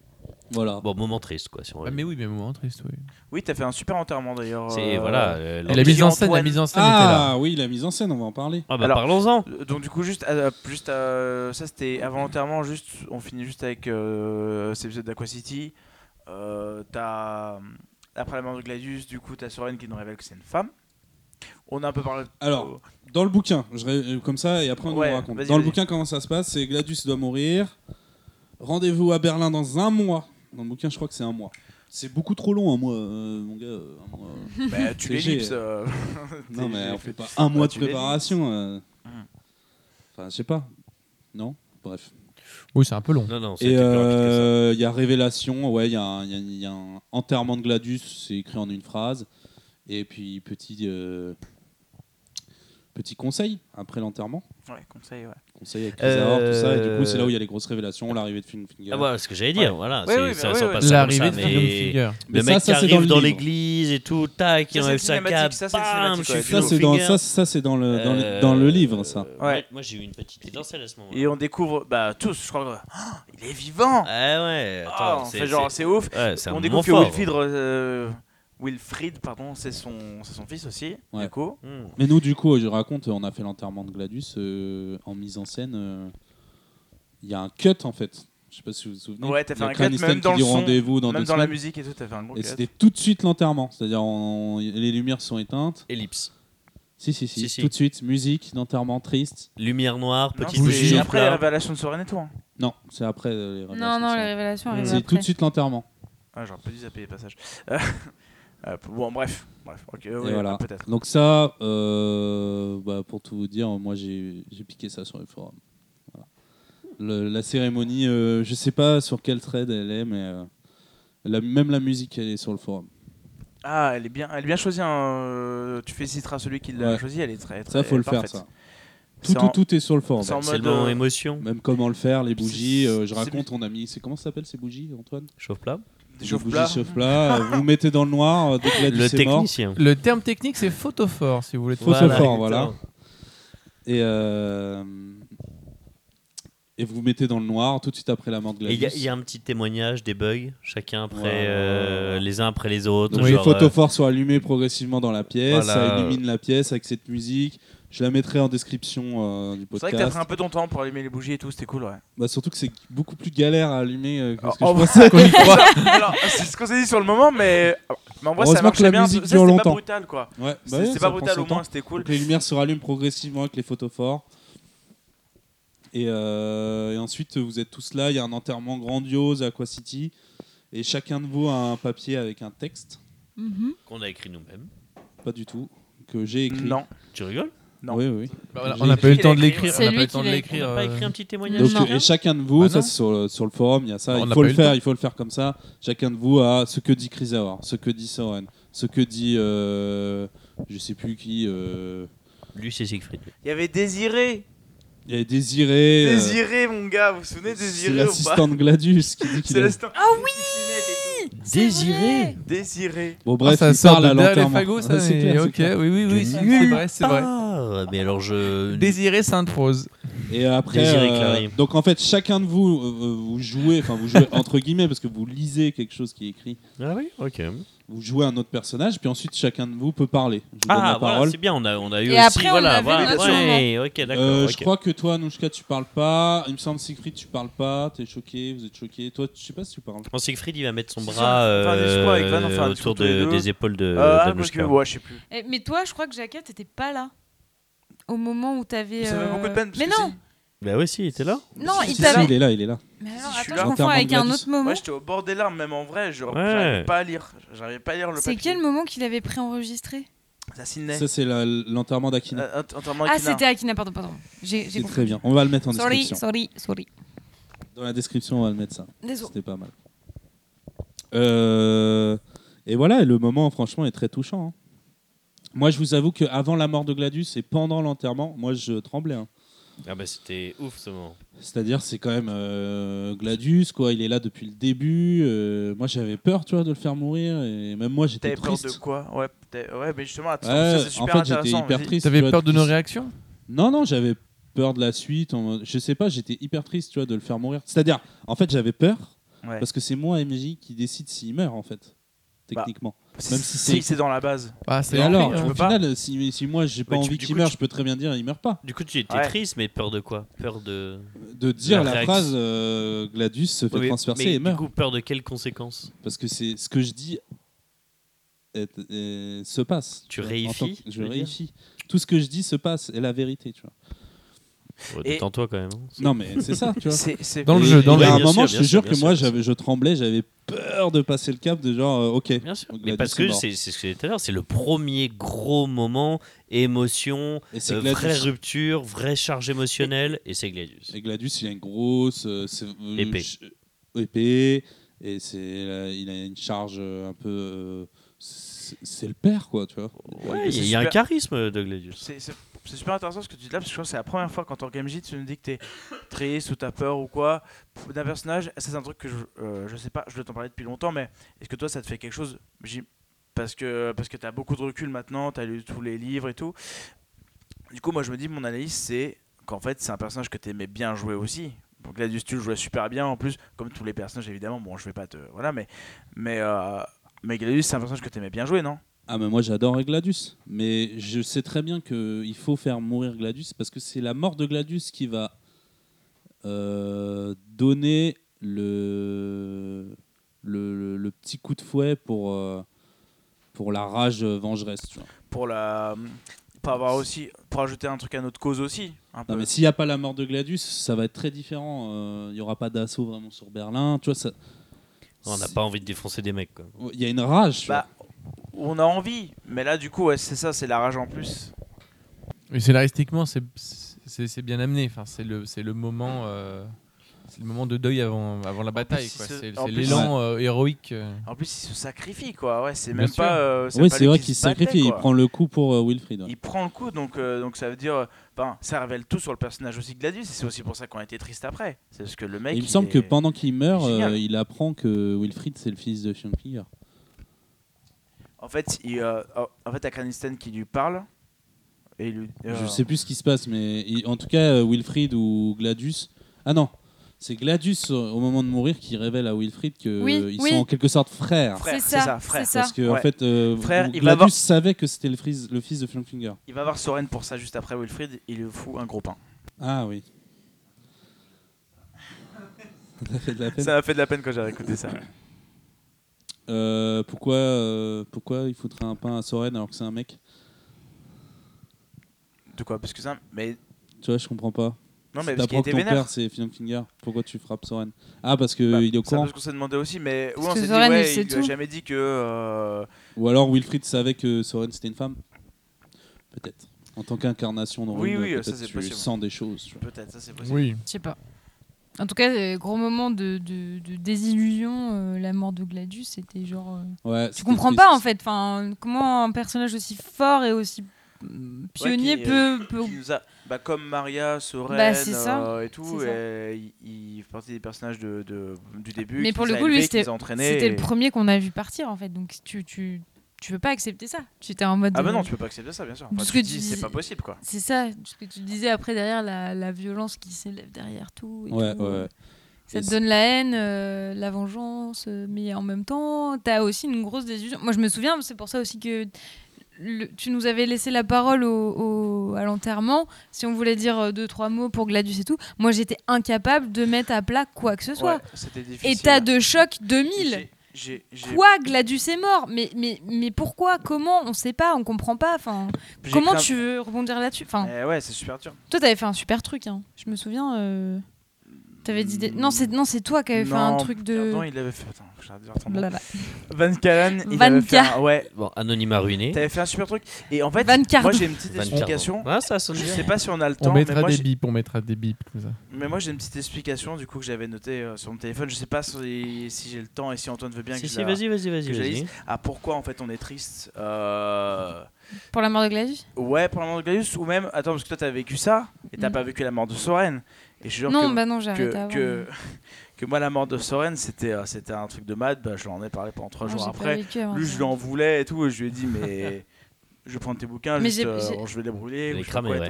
Speaker 1: Voilà.
Speaker 2: Bon, moment triste, quoi. Si on
Speaker 3: Ah,
Speaker 2: veut.
Speaker 3: mais oui, mais moment triste. Oui.
Speaker 5: Oui, t'as fait un super enterrement d'ailleurs.
Speaker 2: C'est
Speaker 5: euh,
Speaker 2: voilà. euh,
Speaker 3: Et la
Speaker 2: l'enterrement.
Speaker 3: mise en scène, la
Speaker 5: Antoine.
Speaker 3: mise en scène était là.
Speaker 1: Ah oui, la mise en scène, on va en parler.
Speaker 2: Ah bah
Speaker 5: Alors-
Speaker 2: parlons-en.
Speaker 5: Euh, Donc du coup juste euh, juste euh, ça c'était avant l'enterrement juste on finit juste avec euh, cet épisode d'Aqua City. Euh, t'as après la mort de Gladius du coup t'as Soren qui nous révèle que c'est une femme. On a un peu parlé.
Speaker 1: Alors, Dans le bouquin, je ré- euh, comme ça, et après on nous
Speaker 5: Ouais,
Speaker 1: raconte.
Speaker 5: vas-y,
Speaker 1: Dans le
Speaker 5: vas-y.
Speaker 1: bouquin, comment ça se passe C'est Gladius doit mourir. Rendez-vous à Berlin dans un mois. Dans le bouquin, je crois que c'est un mois. C'est beaucoup trop long, un mois, euh, mon gars. euh, un mois.
Speaker 5: Bah, tu
Speaker 1: C'est
Speaker 5: l'ellipses.
Speaker 1: gé-
Speaker 5: euh,
Speaker 1: Non,
Speaker 5: t'es-
Speaker 1: mais
Speaker 5: j'ai
Speaker 1: on
Speaker 5: fait-
Speaker 1: fait pas un mois de
Speaker 5: tu l'as dit.
Speaker 1: préparation. euh.
Speaker 5: Hum.
Speaker 1: Enfin, je sais pas. Non Bref.
Speaker 3: Oui, c'est un peu long.
Speaker 2: Non, non,
Speaker 1: Et
Speaker 2: c'était plus rapide que ça.
Speaker 1: euh, il y a révélation, ouais, il y, a un- il y a- il y a un enterrement de Gladius, c'est écrit en une phrase. Et puis petit euh, petit conseil après l'enterrement,
Speaker 5: euh, Ouais conseil ouais.
Speaker 1: conseil avec Chrysaor,
Speaker 2: Euh,
Speaker 1: tout ça. Et du coup, c'est là où il y a les grosses révélations, l'arrivée de Finfinger.
Speaker 2: Ah, voilà ce que j'allais dire, voilà.
Speaker 5: Ouais,
Speaker 2: c'est-
Speaker 5: ouais,
Speaker 2: ça
Speaker 5: ouais,
Speaker 2: sent
Speaker 5: ouais.
Speaker 2: pas ça comme
Speaker 3: L'arrivée
Speaker 2: ça,
Speaker 3: de
Speaker 2: mais.
Speaker 3: Figure.
Speaker 2: Le
Speaker 1: Mais
Speaker 2: mec qui
Speaker 1: c'est
Speaker 2: arrive dans
Speaker 1: livre.
Speaker 2: l'église et tout, tac, il
Speaker 5: Ça, c'est
Speaker 2: enlève
Speaker 5: une
Speaker 2: sa cape,
Speaker 5: cinématique, ça, c'est une
Speaker 2: bam, je
Speaker 5: cinématique, ouais.
Speaker 2: suis
Speaker 1: Ça, c'est dans, ça, ça, c'est dans, le, Euh, dans, le, dans le livre, ça.
Speaker 5: Euh, Ouais.
Speaker 2: Moi, j'ai eu une petite étincelle à ce moment-là.
Speaker 5: Et on découvre bah tous je crois que- Ah, il est vivant.
Speaker 2: Ah ouais,
Speaker 5: Ah,
Speaker 2: attends,
Speaker 5: on fait genre c'est ouf.
Speaker 2: ouais, c'est un
Speaker 5: On
Speaker 2: moment
Speaker 5: découvre que
Speaker 2: fort.
Speaker 5: Wilfried, euh, Wilfried, pardon, c'est son, c'est son fils aussi,
Speaker 1: Ouais.
Speaker 5: du coup.
Speaker 2: Hmm.
Speaker 1: Mais nous, du coup, je raconte, on a fait l'enterrement de Gladius euh, en mise en scène. euh, Il y a un cut, en fait. Je sais pas si vous vous souvenez.
Speaker 5: Ouais, t'as
Speaker 1: Il
Speaker 5: fait
Speaker 1: y a
Speaker 5: un cut,
Speaker 1: Craniston
Speaker 5: même
Speaker 1: qui
Speaker 5: dans
Speaker 1: dit
Speaker 5: le son,
Speaker 1: rendez-vous dans
Speaker 5: Même
Speaker 1: deux
Speaker 5: dans la
Speaker 1: semaines.
Speaker 5: musique euh. et tout, t'as fait un gros
Speaker 1: Et
Speaker 5: cut.
Speaker 1: c'était tout de suite l'enterrement, c'est-à-dire on- les lumières sont éteintes.
Speaker 2: Ellipse.
Speaker 1: Si si, si,
Speaker 2: Si, si.
Speaker 1: tout de suite, musique, l'enterrement triste.
Speaker 2: Lumière noire,
Speaker 5: Non,
Speaker 2: petite
Speaker 5: c'est
Speaker 2: bougie
Speaker 1: bougie
Speaker 2: au
Speaker 5: après la
Speaker 2: fleur.
Speaker 5: révélation de Soren et tout. hein.
Speaker 1: Non, c'est après euh, les
Speaker 4: Non,
Speaker 1: révélations.
Speaker 4: non,
Speaker 1: ça.
Speaker 4: les révélations
Speaker 3: Mm.
Speaker 4: arrivent
Speaker 1: C'est
Speaker 4: après.
Speaker 1: tout de suite l'enterrement.
Speaker 5: Ah, j'aurais pas dû zapper les passages. Euh, euh, bon, bref. Bref, ok, ouais,
Speaker 1: Et voilà.
Speaker 5: peut-être.
Speaker 1: Donc ça, euh, bah, pour tout vous dire, moi j'ai j'ai piqué ça sur les forums. Voilà. Le- la cérémonie, euh, je sais pas sur quel thread elle est, mais euh, la- même la musique elle est sur le forum.
Speaker 5: Ah, elle est bien, elle est bien choisie. hein, euh, tu féliciteras celui qui l'a
Speaker 1: Ouais.
Speaker 5: choisi. Elle est très, très
Speaker 1: Ça faut le faire
Speaker 5: parfaite.
Speaker 1: ça. Tout,
Speaker 5: C'est en-
Speaker 1: tout, tout est sur le forum.
Speaker 5: c'est en
Speaker 2: C'est le
Speaker 5: mode,
Speaker 2: moment
Speaker 5: euh,
Speaker 2: émotion.
Speaker 1: Même comment le faire, les bougies. euh, je
Speaker 5: C'est-
Speaker 1: raconte, on a mis. C'est comment ça s'appelle ces bougies, Antoine
Speaker 2: Chauffe-plat.
Speaker 5: Des
Speaker 1: Les
Speaker 5: chauffe-plats.
Speaker 1: bougies chauffe-plat. euh, vous mettez dans le noir. euh, dès que la
Speaker 2: Le
Speaker 1: nuit, c'est mort.
Speaker 2: technicien.
Speaker 3: Le terme technique, c'est photophore, si vous voulez.
Speaker 1: Voilà.
Speaker 3: trouver.
Speaker 1: Photophore, voilà. Et euh, et vous mettez dans le noir tout de suite après la mort de Gladys.
Speaker 2: Et il y, a- il y a un petit témoignage des bugs, chacun après
Speaker 1: Ouais.
Speaker 2: euh, les uns après les autres.
Speaker 1: Donc les
Speaker 2: genre, euh,
Speaker 1: photophores sont allumés progressivement dans la pièce,
Speaker 2: Voilà.
Speaker 1: ça illumine la pièce avec cette musique. Je la mettrai en description euh, du
Speaker 5: C'est vrai que t'as
Speaker 1: podcast.
Speaker 5: pris un peu ton temps pour allumer les bougies et tout, c'était cool, ouais.
Speaker 1: Bah, surtout que c'est beaucoup plus galère à allumer euh, que ce que
Speaker 5: Oh,
Speaker 1: je
Speaker 5: oh,
Speaker 1: pensais.
Speaker 5: Alors, c'est ce qu'on s'est dit sur le moment, mais, euh, mais en vrai,
Speaker 1: Heureusement
Speaker 5: ça
Speaker 1: que
Speaker 5: marchait
Speaker 1: la
Speaker 5: bien.
Speaker 1: musique
Speaker 5: Ça,
Speaker 1: dure
Speaker 5: c'était
Speaker 1: longtemps.
Speaker 5: pas brutal, quoi.
Speaker 1: Ouais, bah
Speaker 5: C'est-
Speaker 1: ouais,
Speaker 5: C'était
Speaker 1: ça
Speaker 5: pas
Speaker 1: prend
Speaker 5: brutal,
Speaker 1: son
Speaker 5: au
Speaker 1: temps.
Speaker 5: moins, c'était cool.
Speaker 1: Donc les lumières se rallument progressivement avec les photophores. Et, euh, et ensuite, vous êtes tous là. Il y a un enterrement grandiose à Aqua City. Et chacun de vous a un papier avec un texte.
Speaker 4: Mhm.
Speaker 2: Qu'on a écrit nous-mêmes.
Speaker 1: Pas du tout. Que j'ai écrit.
Speaker 5: Non.
Speaker 2: Tu rigoles
Speaker 5: non.
Speaker 1: Oui, oui.
Speaker 3: Bah, voilà, on n'a pas eu le temps de l'écrire.
Speaker 4: C'est
Speaker 3: On n'a
Speaker 4: lui
Speaker 3: pas eu le temps
Speaker 4: qui
Speaker 3: de
Speaker 4: l'a
Speaker 2: On
Speaker 3: l'écrire.
Speaker 2: n'a pas écrit
Speaker 3: euh,
Speaker 2: un petit témoignage
Speaker 1: Donc,
Speaker 4: Non.
Speaker 1: et chacun de vous,
Speaker 3: Ah
Speaker 1: ça
Speaker 3: non.
Speaker 1: c'est sur le, sur le forum, il y a ça,
Speaker 3: On
Speaker 1: il
Speaker 3: n'a
Speaker 1: faut
Speaker 3: pas
Speaker 1: le
Speaker 3: eu le
Speaker 1: faire,
Speaker 3: temps.
Speaker 1: il faut le faire comme ça. Chacun de vous a ce que dit Chris Auer, ce que dit Soren, ce que dit euh, je sais plus qui, euh,
Speaker 2: Lui, c'est Siegfried.
Speaker 5: Il y avait Désiré.
Speaker 1: il y a Désiré, euh,
Speaker 5: Désiré, mon gars, vous vous souvenez de
Speaker 1: c'est
Speaker 5: Désiré ou pas
Speaker 1: l'assistant de Gladius qui dit qu'il
Speaker 5: C'est
Speaker 1: a...
Speaker 5: l'assistant. Ah oui
Speaker 4: C'est
Speaker 2: Désiré.
Speaker 4: vrai.
Speaker 5: Désiré.
Speaker 1: Bon bref,
Speaker 3: ça
Speaker 1: il
Speaker 3: Ah, sort
Speaker 1: parle
Speaker 3: de
Speaker 1: à
Speaker 3: derrière les
Speaker 1: l'enterrement.
Speaker 3: fagots, ça.
Speaker 1: Ouais, c'est
Speaker 3: mais
Speaker 1: clair, c'est
Speaker 3: ok,
Speaker 1: clair.
Speaker 3: oui, oui, oui, c'est
Speaker 2: Nulle
Speaker 3: vrai, c'est vrai.
Speaker 2: part. Ah, Mais alors, je.
Speaker 3: Désiré Sainte-Rose.
Speaker 1: Et après,
Speaker 2: Désiré
Speaker 1: euh,
Speaker 2: Clary.
Speaker 1: donc en fait, chacun de vous, euh, vous jouez, enfin vous jouez entre guillemets parce que vous lisez quelque chose qui est écrit.
Speaker 2: Ah oui, ok.
Speaker 1: Vous jouez un autre personnage, puis ensuite chacun de vous peut parler. Je vous donne
Speaker 2: Ah,
Speaker 1: la
Speaker 2: voilà,
Speaker 1: parole.
Speaker 2: c'est bien, on a, on a eu
Speaker 4: Et
Speaker 2: aussi.
Speaker 4: après, on
Speaker 2: voilà,
Speaker 4: avait
Speaker 2: voilà,
Speaker 5: notre
Speaker 2: ouais, ok, d'accord.
Speaker 1: Euh, Je
Speaker 2: ok.
Speaker 1: crois que toi, Nouchka, tu parles pas. Il me semble, Siegfried, tu parles pas. T'es choqué, vous êtes choqué. Toi, tu- je sais pas si tu parles.
Speaker 2: Bon, Siegfried, il va mettre son
Speaker 5: Si, si,
Speaker 2: bras
Speaker 5: on va faire des
Speaker 2: euh,
Speaker 5: discours avec Van, on fait un discours
Speaker 2: autour
Speaker 5: tous les
Speaker 2: de-
Speaker 5: deux.
Speaker 2: des épaules de,
Speaker 5: Ah,
Speaker 2: de
Speaker 5: parce que,
Speaker 2: Mouchka.
Speaker 5: ouais, je sais plus.
Speaker 4: Eh, Mais toi, je crois que Jacquette était pas là. Au moment où t'avais.
Speaker 5: Ça fait
Speaker 4: euh,
Speaker 5: beaucoup de peine. parce
Speaker 4: Mais
Speaker 5: que
Speaker 4: non
Speaker 2: Bah ouais, si, il était là.
Speaker 4: Non, il
Speaker 5: Si,
Speaker 1: Si,
Speaker 5: t'avait-
Speaker 1: si, il
Speaker 4: t'avait.
Speaker 1: est là, il est là.
Speaker 4: Mais alors,
Speaker 5: Si, je suis
Speaker 4: attends,
Speaker 5: là.
Speaker 4: je confonds avec un
Speaker 1: L'enterrement de
Speaker 4: autre
Speaker 5: c'est-
Speaker 4: moment.
Speaker 5: Ouais, j'étais au bord des larmes, même en vrai, je
Speaker 2: Ouais.
Speaker 5: j'arrivais pas à lire. J'arrivais pas à lire le
Speaker 4: C'est
Speaker 5: papier.
Speaker 4: quel moment qu'il avait préenregistré
Speaker 5: Ça signait.
Speaker 1: Ça, c'est la- l'enterrement d'Akina.
Speaker 5: Euh, ent- enterrement
Speaker 4: Ah,
Speaker 5: Akina.
Speaker 4: c'était Akina, pardon, pardon. J'ai j'ai
Speaker 1: C'est
Speaker 4: compris.
Speaker 1: très bien. On va le mettre en
Speaker 4: Sorry,
Speaker 1: description.
Speaker 4: sorry, sorry.
Speaker 1: Dans la description, on va le mettre ça.
Speaker 4: Désolé.
Speaker 1: C'était pas mal. Euh, Et voilà, et le moment, franchement, est très touchant. hein. Moi, je vous avoue qu'avant la mort de Gladius et pendant l'enterrement, moi, je tremblais. hein.
Speaker 2: Ah bah c'était ouf ce moment.
Speaker 1: C'est-à-dire, c'est quand même euh, Gladius, quoi. Il est là depuis le début. euh, moi, j'avais peur, tu vois, de le faire mourir. Et même moi, j'étais
Speaker 5: T'avais peur
Speaker 1: triste.
Speaker 5: de quoi ouais, t'es- ouais, mais justement, attends,
Speaker 1: Ouais,
Speaker 5: ça c'est
Speaker 1: en
Speaker 5: super
Speaker 1: fait, j'étais
Speaker 5: intéressant.
Speaker 1: hyper
Speaker 5: vas-y.
Speaker 1: triste. tu
Speaker 3: T'avais
Speaker 1: vois,
Speaker 3: peur de nos
Speaker 1: triste.
Speaker 3: réactions
Speaker 1: Non, non, j'avais peur de la suite. en mode- Je sais pas, j'étais hyper triste, tu vois, de le faire mourir. C'est-à-dire, en fait, j'avais peur
Speaker 5: Ouais.
Speaker 1: parce que c'est moi, MJ, qui décide s'il meurt, en fait, techniquement.
Speaker 5: Si-
Speaker 1: si c'est-
Speaker 5: si Bah, c'est dans la base.
Speaker 3: Ah,
Speaker 1: Et
Speaker 3: c'est
Speaker 1: alors,
Speaker 5: tu
Speaker 3: écrit, hein.
Speaker 1: au
Speaker 5: peux pas. Bah,
Speaker 1: final, si, si moi, j'ai pas
Speaker 2: Ouais, tu-
Speaker 1: envie
Speaker 2: du
Speaker 1: qu'il
Speaker 2: coup,
Speaker 1: meurt,
Speaker 2: tu-
Speaker 1: je peux très bien dire, il meurt pas.
Speaker 2: Du coup, tu étais
Speaker 5: Ouais.
Speaker 2: triste, mais peur de quoi Peur de.
Speaker 1: De dire la,
Speaker 2: réaction.
Speaker 1: phrase euh, Gladius se fait
Speaker 2: Oui,
Speaker 1: transpercer
Speaker 2: mais
Speaker 1: et meurt,
Speaker 2: Du coup, peur de quelles conséquences
Speaker 1: parce que c'est ce que je dis. est- est- se passe.
Speaker 2: Tu
Speaker 1: vois, en
Speaker 2: réifies,
Speaker 1: tant que-
Speaker 2: tu
Speaker 1: Je
Speaker 2: veux dire
Speaker 1: réifie. Tout ce que je dis se passe et la vérité, tu vois.
Speaker 2: Ouais,
Speaker 5: Et-
Speaker 2: Détends-toi quand même. hein.
Speaker 1: Non, mais c'est ça, tu vois.
Speaker 5: C'est- c'est-
Speaker 3: Dans le
Speaker 1: Et-
Speaker 3: jeu, dans
Speaker 1: et
Speaker 3: le
Speaker 1: à
Speaker 2: jeu.
Speaker 1: un
Speaker 2: Bien
Speaker 1: moment,
Speaker 2: sûr,
Speaker 1: je
Speaker 2: bien
Speaker 1: te
Speaker 2: sûr,
Speaker 1: jure
Speaker 2: bien
Speaker 1: que
Speaker 2: sûr,
Speaker 1: moi,
Speaker 2: bien sûr.
Speaker 1: j'avais- je tremblais, j'avais peur de passer le cap, de genre, euh, ok.
Speaker 2: Bien sûr.
Speaker 1: Donc,
Speaker 2: Mais
Speaker 1: Gladius
Speaker 2: parce
Speaker 1: est
Speaker 2: que
Speaker 1: mort.
Speaker 2: c'est c'est ce que j'ai dit tout à l'heure, c'est le premier gros moment, émotion,
Speaker 1: Et c'est
Speaker 2: euh,
Speaker 1: Gladius.
Speaker 2: vraie rupture, vraie charge émotionnelle, et c'est Gladius.
Speaker 1: Et Gladius, il a une grosse euh, c'est- euh,
Speaker 2: Épée.
Speaker 1: ch- euh, épée, et c'est, euh, il a une charge euh, un peu. euh, c'est c'est le père, quoi, tu vois.
Speaker 2: Ouais,
Speaker 5: c'est
Speaker 2: Il y a un
Speaker 5: super-
Speaker 2: charisme de Gladius.
Speaker 5: C'est c'est- c'est super intéressant ce que tu dis là, parce que je crois que c'est la première fois qu'en tant que MJ, tu nous dis que t'es triste ou t'as peur ou quoi p- d'un personnage. Ça, c'est un truc que je, euh, je sais pas, je dois t'en parler depuis longtemps, mais est-ce que toi, ça te fait quelque chose J'im- Parce que, parce que t'as beaucoup de recul maintenant, t'as lu tous les livres et tout. Du coup, moi, je me dis, mon analyse, c'est qu'en fait, c'est un personnage que t'aimais bien jouer aussi. Donc là, tu le jouais super bien en plus, comme tous les personnages évidemment. Bon, je vais pas te. Voilà, mais. Mais, euh, mais Gladius, c'est un personnage que t'aimais bien jouer, non
Speaker 1: Ah, mais moi, j'adore Gladius. Mais je sais très bien qu'il faut faire mourir Gladius parce que c'est la mort de Gladius qui va euh, donner le, le, le- le petit coup de fouet pour, euh, pour la rage euh, vengeresse, tu vois.
Speaker 5: pour la pour avoir aussi pour ajouter un truc à notre cause aussi. un peu.
Speaker 1: Non, mais s'il n'y a pas la mort de Gladius, ça va être très différent. Euh, Il n'y aura pas d'assaut vraiment sur Berlin. Tu vois, ça-
Speaker 2: On n'a pas envie de défoncer des mecs. Quoi.
Speaker 1: Il y a une rage. tu
Speaker 5: Bah, on a envie, mais là, du coup, ouais, c'est ça, c'est la rage en plus.
Speaker 3: Mais scénaristiquement, c'est- c'est c'est bien amené. Enfin, c'est le, c'est le moment. euh, c'est le moment de deuil avant, avant la bataille.
Speaker 5: plus,
Speaker 3: quoi.
Speaker 5: c'est-
Speaker 3: C'est
Speaker 5: en
Speaker 3: c'est
Speaker 5: plus-
Speaker 3: l'élan euh, héroïque. euh.
Speaker 5: En plus, il se sacrifie, quoi. Ouais, c'est
Speaker 3: Bien
Speaker 5: même
Speaker 3: sûr.
Speaker 5: pas. euh,
Speaker 1: vois. Oui,
Speaker 5: pas
Speaker 1: c'est
Speaker 5: lui
Speaker 1: vrai
Speaker 5: qui
Speaker 1: qu'il se
Speaker 5: battait,
Speaker 1: sacrifie. Il
Speaker 5: quoi.
Speaker 1: prend le coup pour euh, Wilfried. ouais.
Speaker 5: Il prend le coup, donc, euh, donc ça veut dire. euh, ben, ça révèle tout sur le personnage aussi de Gladius, et c'est aussi pour ça qu'on a été triste après. C'est parce que le mec.
Speaker 1: Et il me semble que
Speaker 5: est-
Speaker 1: pendant qu'il meurt,
Speaker 5: il est génial.
Speaker 1: euh, il apprend que Wilfried c'est le fils de Schumpinger.
Speaker 5: En fait, il, euh, en fait, t'as Cranston qui lui parle. Et il lui,
Speaker 1: Je
Speaker 5: euh,
Speaker 1: sais plus ce qui se passe, mais il- en tout cas, euh, Wilfried ou Gladius. Ah non, c'est Gladius euh, au moment de mourir qui révèle à Wilfried qu'ils
Speaker 4: Oui, oui.
Speaker 1: sont en quelque sorte frères.
Speaker 5: Frère,
Speaker 4: c'est
Speaker 5: c'est
Speaker 4: ça,
Speaker 5: ça, frère.
Speaker 4: c'est ça.
Speaker 1: Parce que en
Speaker 5: Ouais.
Speaker 1: fait, euh,
Speaker 5: Frère,
Speaker 1: Gladius
Speaker 5: il va avoir-
Speaker 1: savait que c'était le, fris- le fils de Schumpinger.
Speaker 5: Il va voir Soren pour ça juste après Wilfried, il lui fout un gros pain.
Speaker 1: Ah oui. Ça fait de la peine.
Speaker 5: Ça m'a fait de la peine quand j'ai écouté ça.
Speaker 1: Euh, pourquoi, euh, pourquoi il foutrait un pain à Soren alors que c'est un mec
Speaker 5: De quoi Parce que ça. Mais.
Speaker 1: Tu vois, je comprends pas.
Speaker 5: Non, mais
Speaker 1: Si
Speaker 5: parce qu'il
Speaker 1: T'apprends
Speaker 5: était
Speaker 1: que ton
Speaker 5: vénère.
Speaker 1: père c'est Finger. Pourquoi tu frappes Soren Ah, parce qu'il
Speaker 5: Bah,
Speaker 1: il est au
Speaker 5: C'est un
Speaker 1: courant.
Speaker 5: peu ce qu'on s'est demandé aussi, mais
Speaker 4: Parce
Speaker 5: ouais, on
Speaker 4: que
Speaker 5: s'est dit,
Speaker 4: Zoran, il
Speaker 5: ouais,
Speaker 4: sait
Speaker 5: il lui a
Speaker 4: tout.
Speaker 5: jamais dit que. euh,
Speaker 1: Ou alors Wilfried savait que Soren c'était une femme Peut-être. En tant qu'incarnation dans
Speaker 5: Oui,
Speaker 1: Rune,
Speaker 5: oui,
Speaker 1: peut-être
Speaker 5: ça, c'est
Speaker 1: tu
Speaker 5: possible.
Speaker 1: sens des choses. tu vois.
Speaker 5: Peut-être, ça c'est possible.
Speaker 3: Oui.
Speaker 4: Je sais pas. En tout cas, euh, gros moment de, de- de désillusion, euh, la mort de Gladius, c'était genre. euh,
Speaker 1: Ouais,
Speaker 4: Tu
Speaker 1: c'était
Speaker 4: comprends
Speaker 1: triste.
Speaker 4: pas en fait. Enfin, comment un personnage aussi fort et aussi euh, pionnier
Speaker 5: qui, euh,
Speaker 4: peut, peut-
Speaker 5: Qui nous a- bah, comme Maria, Soren
Speaker 4: Bah, c'est ça.
Speaker 5: euh, et tout,
Speaker 4: C'est ça.
Speaker 5: et il, il fait partie des personnages de, de- du début.
Speaker 4: Mais
Speaker 5: qui
Speaker 4: pour
Speaker 5: nous
Speaker 4: le
Speaker 5: a
Speaker 4: coup, lui,
Speaker 5: élevés, qui
Speaker 4: c'était-
Speaker 5: nous a entraînés,
Speaker 4: C'était
Speaker 5: et-
Speaker 4: le premier qu'on a vu partir en fait. Donc tu tu tu veux pas accepter ça. Tu étais en mode.
Speaker 5: Ah bah
Speaker 4: euh,
Speaker 5: non, tu peux pas accepter ça, bien sûr. Enfin,
Speaker 4: Parce
Speaker 5: tu
Speaker 4: que
Speaker 5: te
Speaker 4: tu
Speaker 5: dis, c'est
Speaker 4: dis-
Speaker 5: pas possible quoi.
Speaker 4: C'est ça, ce que tu disais après derrière la, la violence qui s'élève derrière tout. et
Speaker 1: Ouais,
Speaker 4: tout.
Speaker 1: ouais, ouais.
Speaker 4: Ça
Speaker 1: Et
Speaker 4: te
Speaker 1: c'est-
Speaker 4: donne la haine, euh, la vengeance, euh, mais en même temps, t'as aussi une grosse désillusion. Moi, je me souviens, c'est pour ça aussi que le- tu nous avais laissé la parole au, au- à l'enterrement. Si on voulait dire euh, deux, trois mots pour Gladius et tout, moi, j'étais incapable de mettre à plat quoi que ce soit.
Speaker 5: Ouais, c'était difficile. hein.
Speaker 4: État de choc
Speaker 5: J'ai-
Speaker 4: 2000.
Speaker 5: j'ai- j'ai-
Speaker 4: Quoi, Gladius est mort Mais, mais, mais pourquoi Comment On sait pas, on comprend pas. Enfin,
Speaker 5: j'ai
Speaker 4: comment
Speaker 5: craint-
Speaker 4: tu veux rebondir là-dessus enfin,
Speaker 5: Eh ouais, c'est super dur.
Speaker 4: toi, t'avais fait un super truc, hein. Je me souviens. euh, T'avais dit. des- Non, c'est non, c'est toi qui avais fait un
Speaker 5: Non,
Speaker 4: truc de.
Speaker 5: Pardon, il avait fait. Attends, j'ai envie de reprendre.
Speaker 4: Blablabla.
Speaker 5: Van Callen, il
Speaker 4: Van
Speaker 5: avait fait un... Ouais,
Speaker 2: Bon, anonymat ruiné.
Speaker 5: t'avais fait un super truc. Et en fait,
Speaker 4: Van
Speaker 5: moi
Speaker 4: Cardo.
Speaker 5: j'ai une petite
Speaker 2: Van Carlo.
Speaker 5: explication.
Speaker 2: Ah, ça sonne
Speaker 5: Je
Speaker 2: bien.
Speaker 5: sais pas si on a le
Speaker 3: On
Speaker 5: temps, mais
Speaker 3: mettra
Speaker 5: moi,
Speaker 3: des
Speaker 5: j'ai- Euh,
Speaker 3: bips, on mettra des bips comme ça.
Speaker 5: mais moi, j'ai une petite explication du coup que j'avais notée euh, sur mon téléphone. Je sais pas si, si j'ai le temps et si Antoine veut bien
Speaker 2: Si,
Speaker 5: que
Speaker 2: si,
Speaker 5: je la-
Speaker 2: vas-y, vas-y, vas-y.
Speaker 5: que je la
Speaker 2: vas-y.
Speaker 5: lise. Ah, pourquoi en fait on est triste euh,
Speaker 4: Pour la mort de Gladius
Speaker 5: Ouais, pour la mort de Gladius ou même attends parce que toi t'as vécu ça et t'as
Speaker 4: Mm.
Speaker 5: pas vécu la mort de Soren. Et je jure
Speaker 4: Non,
Speaker 5: que,
Speaker 4: bah non, j'ai arrêté
Speaker 5: que,
Speaker 4: avant.
Speaker 5: que, que moi la mort de Soren c'était euh, c'était un truc de mad. Bah, je l'en ai parlé pendant trois
Speaker 4: Moi,
Speaker 5: jours
Speaker 4: Ah, j'ai pas
Speaker 5: après.
Speaker 4: vécu avant
Speaker 5: Lui,
Speaker 4: ça.
Speaker 5: je lui en voulais et tout. Et je lui ai dit, mais je vais prendre tes bouquins,
Speaker 4: Mais
Speaker 5: juste,
Speaker 4: j'ai-
Speaker 5: euh,
Speaker 4: j'ai-
Speaker 5: je vais les brûler.
Speaker 2: Je
Speaker 5: ou
Speaker 2: les
Speaker 5: je sais pas
Speaker 2: cramer,
Speaker 5: quoi
Speaker 2: ouais.
Speaker 5: et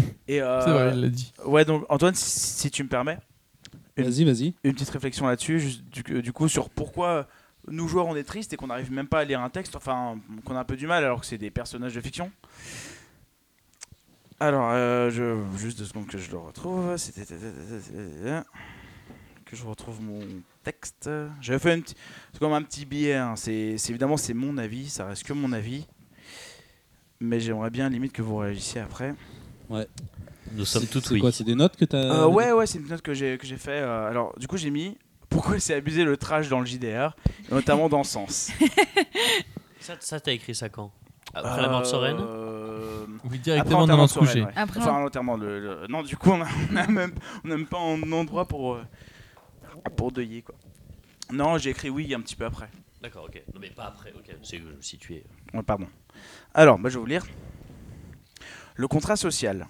Speaker 5: tout. Et, euh,
Speaker 3: C'est vrai, il l'a dit.
Speaker 5: ouais, donc Antoine, si, si tu me permets, une-
Speaker 1: Vas-y, vas-y.
Speaker 5: une petite réflexion là-dessus, juste du, du coup, sur pourquoi nous joueurs on est tristes et qu'on n'arrive même pas à lire un texte, enfin, qu'on a un peu du mal alors que c'est des personnages de fiction. Alors, euh, je, juste deux secondes que je le retrouve. C'était. Que je retrouve mon texte. J'avais fait une petite- C'est comme un petit billet. hein. C'est c'est- évidemment, c'est mon avis. Ça reste que mon avis. Mais j'aimerais bien, limite, que vous réagissiez après.
Speaker 2: Nous sommes
Speaker 1: C'est-
Speaker 2: toutes
Speaker 1: c'est
Speaker 2: oui.
Speaker 1: quoi C'est des notes que t'as
Speaker 5: Euh, ouais, ouais, c'est une note que j'ai que j'ai fait. euh, alors, du coup, j'ai mis pourquoi c'est abusé le trash dans le JDR, et notamment dans le sens.
Speaker 2: Ça, ça, t'as écrit ça quand Ah, Après la mort de Soren
Speaker 5: Euh,
Speaker 3: Oui,
Speaker 5: Après
Speaker 3: directement
Speaker 5: l'enterrement
Speaker 3: dans
Speaker 5: de
Speaker 3: se
Speaker 5: Soren,
Speaker 3: coucher.
Speaker 5: ouais.
Speaker 4: Après,
Speaker 5: Enfin, l'enterrement, le, le- Non, du coup, on a, on a même, on a même pas un endroit pour, euh, pour deuiller, quoi. Non, j'ai écrit oui un petit peu après.
Speaker 2: Ah, D'accord, ok. Non, mais pas après, ok. C'est que je me situais.
Speaker 5: Ouais, Oh, pardon. Alors, bah, je vais vous lire. Le contrat social.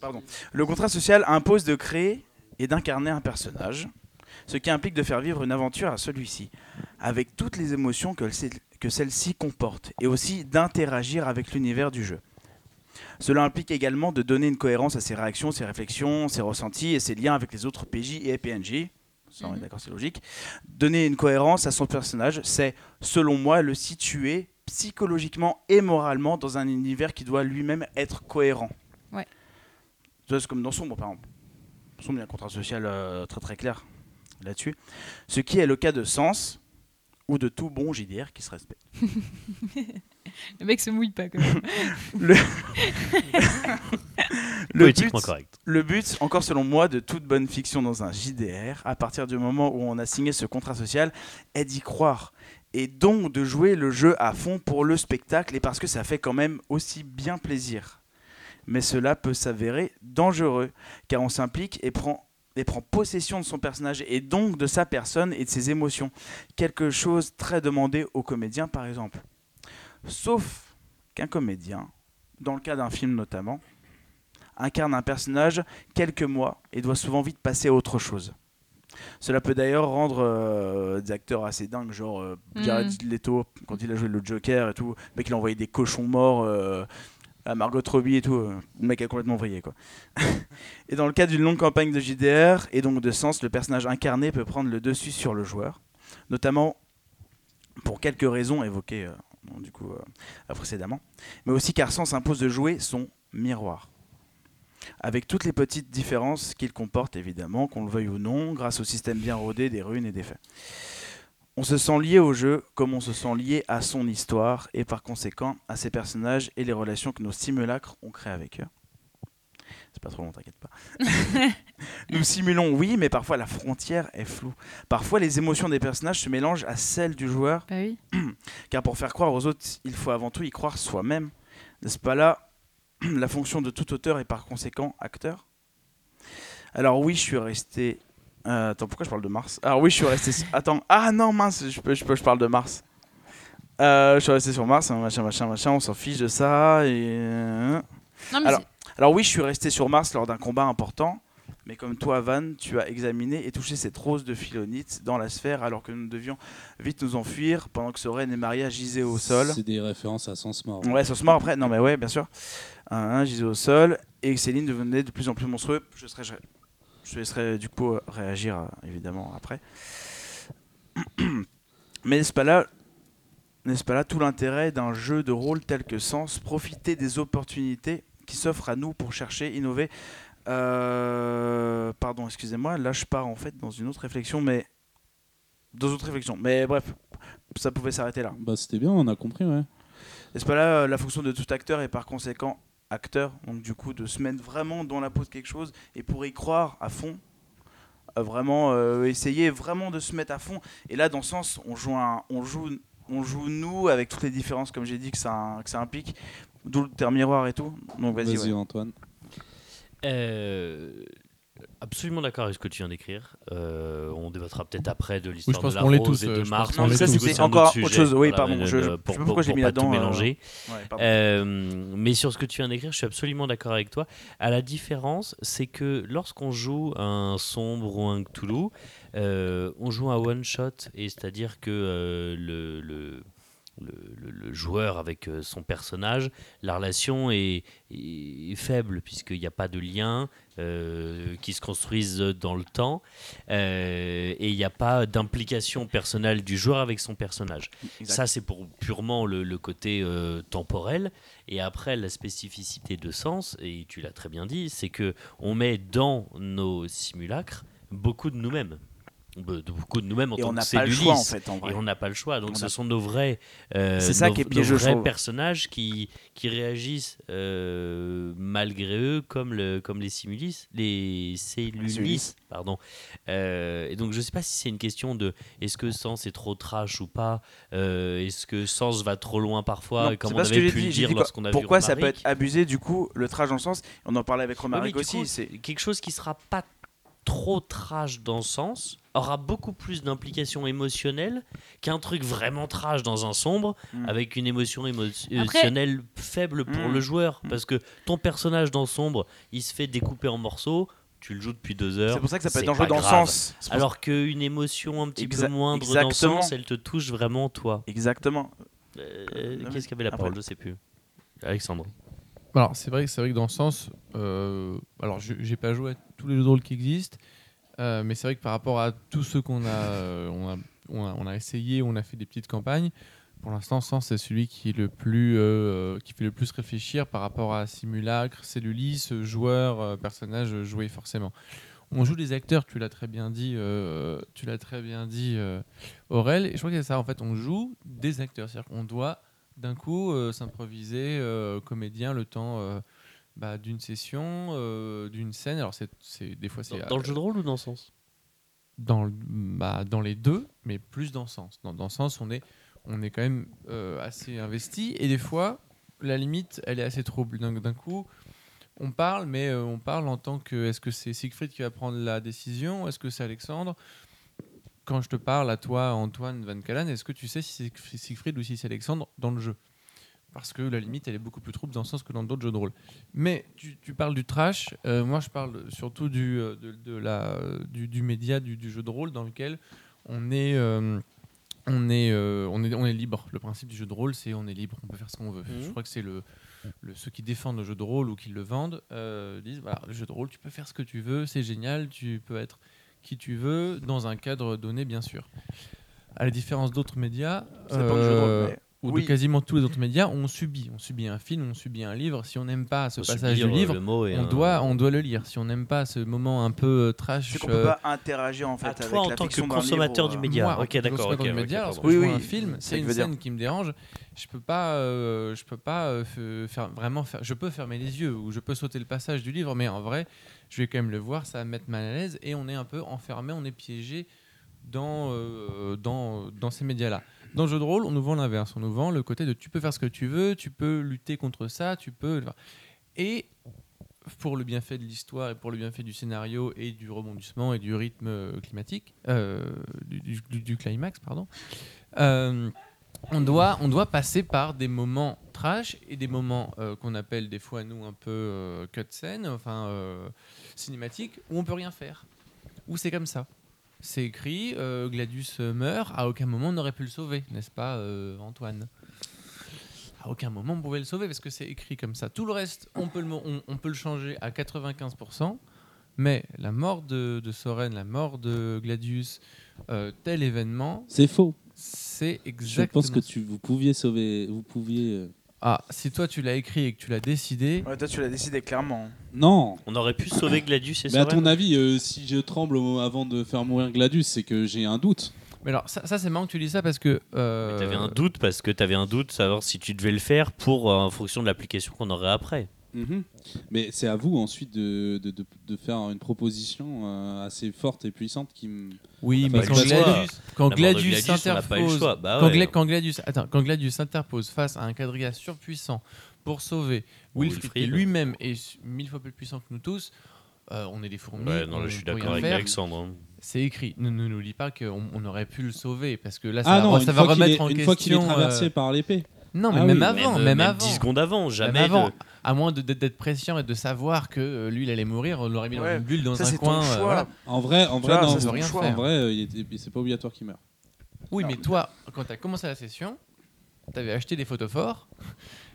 Speaker 5: Pardon. Le contrat social impose de créer et d'incarner un personnage, ce qui implique de faire vivre une aventure à celui-ci, avec toutes les émotions que, celle- que celle-ci comporte, et aussi d'interagir avec l'univers du jeu. Cela implique également de donner une cohérence à ses réactions, ses réflexions, ses ressentis et ses liens avec les autres PJ et PNJ. Ça, on est
Speaker 4: Mhm.
Speaker 5: d'accord, c'est logique. Donner une cohérence à son personnage, c'est, selon moi, le situer psychologiquement et moralement dans un univers qui doit lui-même être cohérent.
Speaker 4: Ouais.
Speaker 5: Tu vois, c'est comme dans Sombre, par exemple. Sombre, il y a un contrat social euh, très très clair là-dessus. Ce qui est le cas de Sens ou de tout bon JDR qui se respecte.
Speaker 4: Le mec se mouille pas quand même.
Speaker 5: Le
Speaker 2: Politiquement
Speaker 5: but,
Speaker 2: correct.
Speaker 5: le but, encore selon moi, de toute bonne fiction dans un JDR, à partir du moment où on a signé ce contrat social, est d'y croire. Et donc de jouer le jeu à fond pour le spectacle et parce que ça fait quand même aussi bien plaisir. Mais cela peut s'avérer dangereux, car on s'implique et prend, et prend possession de son personnage et donc de sa personne et de ses émotions. Quelque chose très demandé aux comédiens par exemple. Sauf qu'un comédien, dans le cas d'un film notamment, incarne un personnage quelques mois et doit souvent vite passer à autre chose. Cela peut d'ailleurs rendre euh, des acteurs assez dingues, genre euh, Jared Leto quand il a joué le Joker et tout, le mec il a envoyé des cochons morts euh, à Margot Robbie et tout, euh, le mec a complètement vrillé quoi. et dans le cas d'une longue campagne de JDR et donc de sens, le personnage incarné peut prendre le dessus sur le joueur, notamment pour quelques raisons évoquées euh, du coup euh, précédemment, mais aussi car Sens impose de jouer son miroir avec toutes les petites différences qu'il comporte évidemment, qu'on le veuille ou non, grâce au système bien rodé des runes et des faits. On se sent lié au jeu comme on se sent lié à son histoire et par conséquent à ses personnages et les relations que nos simulacres ont créées avec eux. C'est pas trop long, t'inquiète pas. Nous simulons, oui, mais parfois la frontière est floue. Parfois les émotions des personnages se mélangent à celles du joueur
Speaker 4: bah oui.
Speaker 5: car pour faire croire aux autres, il faut avant tout y croire soi-même. N'est-ce pas là la fonction de tout auteur et par conséquent acteur Alors oui, je suis resté... euh, attends, pourquoi je parle de Mars Alors oui, je suis resté... attends, ah non, mince, je, peux, je, peux- je parle de Mars. Euh, je suis resté sur Mars, hein, machin, machin, machin, on s'en fiche de ça. Et... euh,
Speaker 4: Non, mais
Speaker 5: Alors- Alors oui, je suis resté sur Mars lors d'un combat important, mais comme toi, Van, tu as examiné et touché cette rose de philonite dans la sphère alors que nous devions vite nous enfuir pendant que Soren et Maria gisaient au sol.
Speaker 1: C'est des références à Sens Mort.
Speaker 5: Ouais, sur ce mort après. Non, mais ouais, bien sûr. Un, un gisait au sol et Céline devenait de plus en plus monstrueux. Je serais, je, je laisserai du coup euh, réagir euh, évidemment après. Mais n'est-ce pas là, n'est-ce pas là tout l'intérêt d'un jeu de rôle tel que Sens Profiter des opportunités qui s'offrent à nous pour chercher, innover. Euh, pardon, excusez-moi. Là, je pars en fait dans une autre réflexion, mais deux autres réflexions. Mais bref, ça pouvait s'arrêter là.
Speaker 1: Bah, c'était bien, on a compris, ouais.
Speaker 5: N'est-ce pas là euh, la fonction de tout acteur et par conséquent acteur Donc du coup de se mettre vraiment dans la peau de quelque chose et pour y croire à fond, euh, vraiment euh, essayer vraiment de se mettre à fond. Et là dans ce sens on joue, un- on joue, on joue nous avec toutes les différences comme j'ai dit que ça, que ça implique, d'où le terme miroir et tout. Donc vas-y.
Speaker 1: Vas-y,
Speaker 5: ouais.
Speaker 1: Antoine.
Speaker 2: Euh, absolument d'accord avec ce que tu viens d'écrire. Euh, on débattra peut-être après de l'histoire
Speaker 3: Oui, je pense
Speaker 2: de la
Speaker 3: qu'on l'est
Speaker 2: rose
Speaker 3: tous,
Speaker 2: et de
Speaker 3: euh, je pense
Speaker 2: Mars.
Speaker 3: qu'on l'est
Speaker 2: parce que
Speaker 3: tous.
Speaker 2: c'est
Speaker 5: C'est
Speaker 2: un
Speaker 5: encore
Speaker 2: autre
Speaker 5: autre
Speaker 2: sujet.
Speaker 5: chose, oui, pardon,
Speaker 2: mais
Speaker 5: je- je sais pas
Speaker 2: pour-
Speaker 5: pourquoi
Speaker 2: pour-
Speaker 5: j'ai
Speaker 2: pour
Speaker 5: mis
Speaker 2: pas
Speaker 5: là-dedans,
Speaker 2: tout
Speaker 5: euh,
Speaker 2: mélanger.
Speaker 5: Ouais, pardon.
Speaker 2: Euh, mais sur ce que tu viens d'écrire, je suis absolument d'accord avec toi. À la différence, c'est que lorsqu'on joue un sombre ou un Cthulhu, euh, on joue un one shot, et c'est-à-dire que euh, le, le- le- le- le joueur avec euh, son personnage, la relation est, est faible puisqu'il n'y a pas de lien euh, qui se construisent dans le temps, euh, et il n'y a pas d'implication personnelle du joueur avec son personnage.
Speaker 5: Exact.
Speaker 2: Eh, Ça, c'est pour purement le, le côté euh, temporel. Et après, la spécificité de sens, et tu l'as très bien dit, c'est que on met dans nos simulacres beaucoup de nous-mêmes. Be- de- Beaucoup de nous-mêmes en
Speaker 5: Et
Speaker 2: tant
Speaker 5: on
Speaker 2: que
Speaker 5: n'a pas le choix en
Speaker 2: cellulistes.
Speaker 5: fait en vrai.
Speaker 2: Et on n'a pas le choix. Donc,
Speaker 5: On
Speaker 2: ce
Speaker 5: a-
Speaker 2: sont nos vrais, euh,
Speaker 5: C'est ça
Speaker 2: nos-
Speaker 5: qui est
Speaker 2: nos
Speaker 5: piégeux, je
Speaker 2: vrais
Speaker 5: trouve.
Speaker 2: personnages qui, qui réagissent euh, malgré eux, comme, le, comme les simulis, les cellulis,
Speaker 5: cellulis.
Speaker 2: pardon. Euh, et donc, je ne sais pas si c'est une question de est-ce que Sens est trop trash ou pas euh, Est-ce que Sens va trop loin parfois
Speaker 5: Non,
Speaker 2: Comme
Speaker 5: c'est
Speaker 2: on
Speaker 5: pas ce que
Speaker 2: avait
Speaker 5: j'ai
Speaker 2: pu
Speaker 5: dit,
Speaker 2: le
Speaker 5: j'ai
Speaker 2: dire
Speaker 5: dit quoi-
Speaker 2: lorsqu'on a vu
Speaker 5: pourquoi ça peut
Speaker 2: Romaric.
Speaker 5: être abusé du coup le trash dans le sens on en parlait avec Romaric
Speaker 2: mais du coup,
Speaker 5: aussi c'est
Speaker 2: quelque chose qui sera pas trop trash dans le sens aura beaucoup plus d'implication émotionnelle qu'un truc vraiment trash dans un sombre
Speaker 5: Mm.
Speaker 2: avec une émotion émo-
Speaker 4: Après-
Speaker 2: émotionnelle faible pour
Speaker 5: Mm.
Speaker 2: le joueur parce que ton personnage dans sombre il se fait découper en morceaux tu le joues depuis deux heures
Speaker 5: c'est pour ça que ça peut
Speaker 2: c'est
Speaker 5: être dangereux
Speaker 2: pas
Speaker 5: dans le
Speaker 2: grave.
Speaker 5: sens. C'est pour
Speaker 2: alors qu'une émotion un petit
Speaker 5: Exa-
Speaker 2: peu moindre dans le
Speaker 5: exactement.
Speaker 2: sens elle te touche vraiment toi
Speaker 5: ça- Exactement.
Speaker 2: Euh,
Speaker 5: non, mais
Speaker 2: qu'est-ce qu'avait la
Speaker 5: après-
Speaker 2: parole je sais plus Alexandre
Speaker 3: Alors, c'est vrai, que- c'est vrai que dans ce sens, euh, alors je- j'ai pas joué à tous les jeux de rôle qui existent, euh, mais c'est vrai que par rapport à tous ceux qu'on a, euh, on a, on a, on a essayé, on a fait des petites campagnes, pour l'instant, Sens, c'est celui qui, est le plus, euh, qui fait le plus réfléchir par rapport à Simulacre, Cellulis, joueur, euh, personnage, joué forcément. On joue des acteurs, tu l'as très bien dit, euh, tu l'as très bien dit, euh, Aurel, et je crois que c'est ça, en fait, on joue des acteurs, c'est-à-dire qu'on doit d'un coup euh, s'improviser euh, comédien le temps euh, bah, d'une session, euh, d'une scène. Alors c'est, c'est- des fois c'est
Speaker 2: Dans, dans le jeu de rôle ou dans le sens
Speaker 3: dans, le- bah, dans les deux, mais plus dans le sens. Dans, dans le sens, on est, on est quand même euh, assez investi et des fois, la limite, elle est assez trouble. D'un, d'un coup, on parle, mais euh, on parle en tant que est-ce que c'est Siegfried qui va prendre la décision Est-ce que c'est Alexandre Quand je te parle à toi, Antoine Van Callen, est-ce que tu sais si c'est Siegfried ou si c'est Alexandre dans le jeu parce que la limite, elle est beaucoup plus trouble dans le sens que dans d'autres jeux de rôle. Mais tu, tu parles du trash, euh, moi je parle surtout du, euh, de, de la, du, du média, du, du jeu de rôle dans lequel on est, euh, on, est, euh, on, est, on est libre. Le principe du jeu de rôle, c'est on est libre, on peut faire ce qu'on veut.
Speaker 2: Mhm.
Speaker 3: Je crois que c'est le, le- ceux qui défendent le jeu de rôle ou qui le vendent euh, disent voilà, le jeu de rôle, tu peux faire ce que tu veux, c'est génial, tu peux être qui tu veux, dans un cadre donné, bien sûr. À la différence d'autres médias,
Speaker 5: Ça dépend du jeu de
Speaker 3: euh,
Speaker 5: rôle, mais-
Speaker 3: ou
Speaker 5: Oui.
Speaker 3: de quasiment tous les autres médias, on subit. On subit un film, on subit un livre. Si on n'aime pas ce
Speaker 2: Faut
Speaker 3: passage
Speaker 2: subir,
Speaker 3: du
Speaker 2: euh,
Speaker 3: livre,
Speaker 2: le mot et
Speaker 3: on,
Speaker 2: un-
Speaker 3: doit, on doit le lire. Si on n'aime pas ce moment un peu euh, trash,
Speaker 5: C'est qu'on
Speaker 3: euh,
Speaker 5: peut pas interagir en fait
Speaker 2: à
Speaker 5: avec
Speaker 2: toi en
Speaker 5: la
Speaker 2: tant que
Speaker 5: fiction d'un livre,
Speaker 2: consommateur du
Speaker 5: euh,
Speaker 2: média.
Speaker 3: moi,
Speaker 2: Ok,
Speaker 3: quand je
Speaker 2: d'accord,
Speaker 3: reçois dans
Speaker 2: ok,
Speaker 3: le
Speaker 2: ok,
Speaker 3: média,
Speaker 2: pardon.
Speaker 3: lorsque je
Speaker 5: Oui,
Speaker 3: vois
Speaker 5: oui,
Speaker 3: un film,
Speaker 5: c'est
Speaker 3: c'est
Speaker 5: que
Speaker 3: une
Speaker 5: je veux dire.
Speaker 3: scène qui me dérange. Je peux pas, euh, je peux pas euh, f- faire vraiment faire. Je peux fermer les yeux ou je peux sauter le passage du livre, mais en vrai, je vais quand même le voir. Ça va me mettre mal à l'aise et on est un peu enfermé, on est piégé dans euh, dans dans ces médias-là. Dans le jeu de rôle, on nous vend l'inverse. On nous vend le côté de tu peux faire ce que tu veux, tu peux lutter contre ça, tu peux. Et pour le bienfait de l'histoire et pour le bienfait du scénario et du rebondissement et du rythme euh, climatique, euh, du, du- du- du climax, pardon, euh, on, doit, on doit passer par des moments trash et des moments euh, qu'on appelle des fois, nous, un peu euh, cutscene, enfin euh, cinématique, où on peut rien faire. Où c'est comme ça. C'est écrit, euh, Gladius euh, meurt, à aucun moment on n'aurait pu le sauver, n'est-ce pas, euh, Antoine à aucun moment on pouvait le sauver parce que c'est écrit comme ça. Tout le reste, on peut le, mo- on, on peut le changer à 95%, mais la mort de, de Soren, la mort de Gladius, euh, tel événement,
Speaker 1: C'est faux.
Speaker 3: c'est
Speaker 1: Je
Speaker 3: exactement.
Speaker 1: pense que tu, vous pouviez sauver. Vous pouviez. euh,
Speaker 3: Ah, si toi tu l'as écrit et que tu l'as décidé,
Speaker 5: Ouais, toi, tu l'as décidé clairement.
Speaker 1: Non
Speaker 2: On aurait pu sauver Gladius et
Speaker 1: Mais à
Speaker 2: Soren.
Speaker 1: ton avis, euh, si je tremble au- avant de faire mourir Gladius, c'est que j'ai un doute.
Speaker 3: mais alors ça, ça, c'est marrant que tu dis ça parce que. euh,
Speaker 2: Mais T'avais un doute parce que t'avais un doute savoir si tu devais le faire pour euh, en fonction de l'application qu'on aurait après.
Speaker 1: Mais c'est à vous ensuite de, de- de- de faire une proposition euh, assez forte et puissante qui me.
Speaker 3: Oui,
Speaker 1: On n'a
Speaker 3: mais
Speaker 1: pas
Speaker 3: quand
Speaker 1: eu le choix.
Speaker 3: Gladius, quand
Speaker 2: La mort de
Speaker 3: Gladius
Speaker 2: Gladius, on n'a pas eu le
Speaker 3: s'interpose
Speaker 2: choix. Bah
Speaker 3: Quand,
Speaker 2: ouais.
Speaker 3: Gla- quand Gladius, attends, quand Gladius s'interpose face à un quadrilla surpuissant pour sauver
Speaker 2: Ou
Speaker 3: Wilfried,
Speaker 2: Wilfried.
Speaker 3: qui lui-même est su- mille fois plus puissant que nous tous, euh, on est des fourmis.
Speaker 2: Ouais, non,
Speaker 3: on
Speaker 2: là, je suis
Speaker 3: peut rien
Speaker 2: d'accord avec
Speaker 3: faire.
Speaker 2: Alexandre. hein.
Speaker 3: C'est écrit. Ne ne nous lis pas qu'on on aurait pu le sauver parce que là, ça
Speaker 1: Ah
Speaker 3: va,
Speaker 1: non,
Speaker 3: ça
Speaker 1: une
Speaker 3: va
Speaker 1: fois qu'il
Speaker 3: remettre
Speaker 1: est,
Speaker 3: en
Speaker 1: une
Speaker 3: question.
Speaker 1: fois qu'il est traversé
Speaker 3: euh,
Speaker 1: par l'épée.
Speaker 3: Non, mais
Speaker 1: Ah
Speaker 3: même
Speaker 1: oui.
Speaker 3: avant,
Speaker 2: euh,
Speaker 3: même, avant.
Speaker 2: 10 secondes avant, jamais.
Speaker 3: Même avant,
Speaker 2: de-
Speaker 3: à moins de- d'être d'être prescient et de savoir que euh, lui, il allait mourir, on l'aurait mis
Speaker 5: Ouais.
Speaker 3: dans une bulle, dans
Speaker 5: ça,
Speaker 3: un
Speaker 5: c'est
Speaker 3: coin.
Speaker 5: ton
Speaker 3: euh,
Speaker 5: choix.
Speaker 3: voilà.
Speaker 1: En vrai, en
Speaker 5: Tu
Speaker 1: vrai,
Speaker 5: vois,
Speaker 1: non,
Speaker 5: ça,
Speaker 1: vous-
Speaker 5: ça veut rien
Speaker 1: en
Speaker 3: faire.
Speaker 1: vrai, euh, il est- c'est pas obligatoire qu'il meure.
Speaker 3: Oui,
Speaker 5: Non.
Speaker 3: mais toi, quand t'as commencé la session, t'avais acheté des photophores,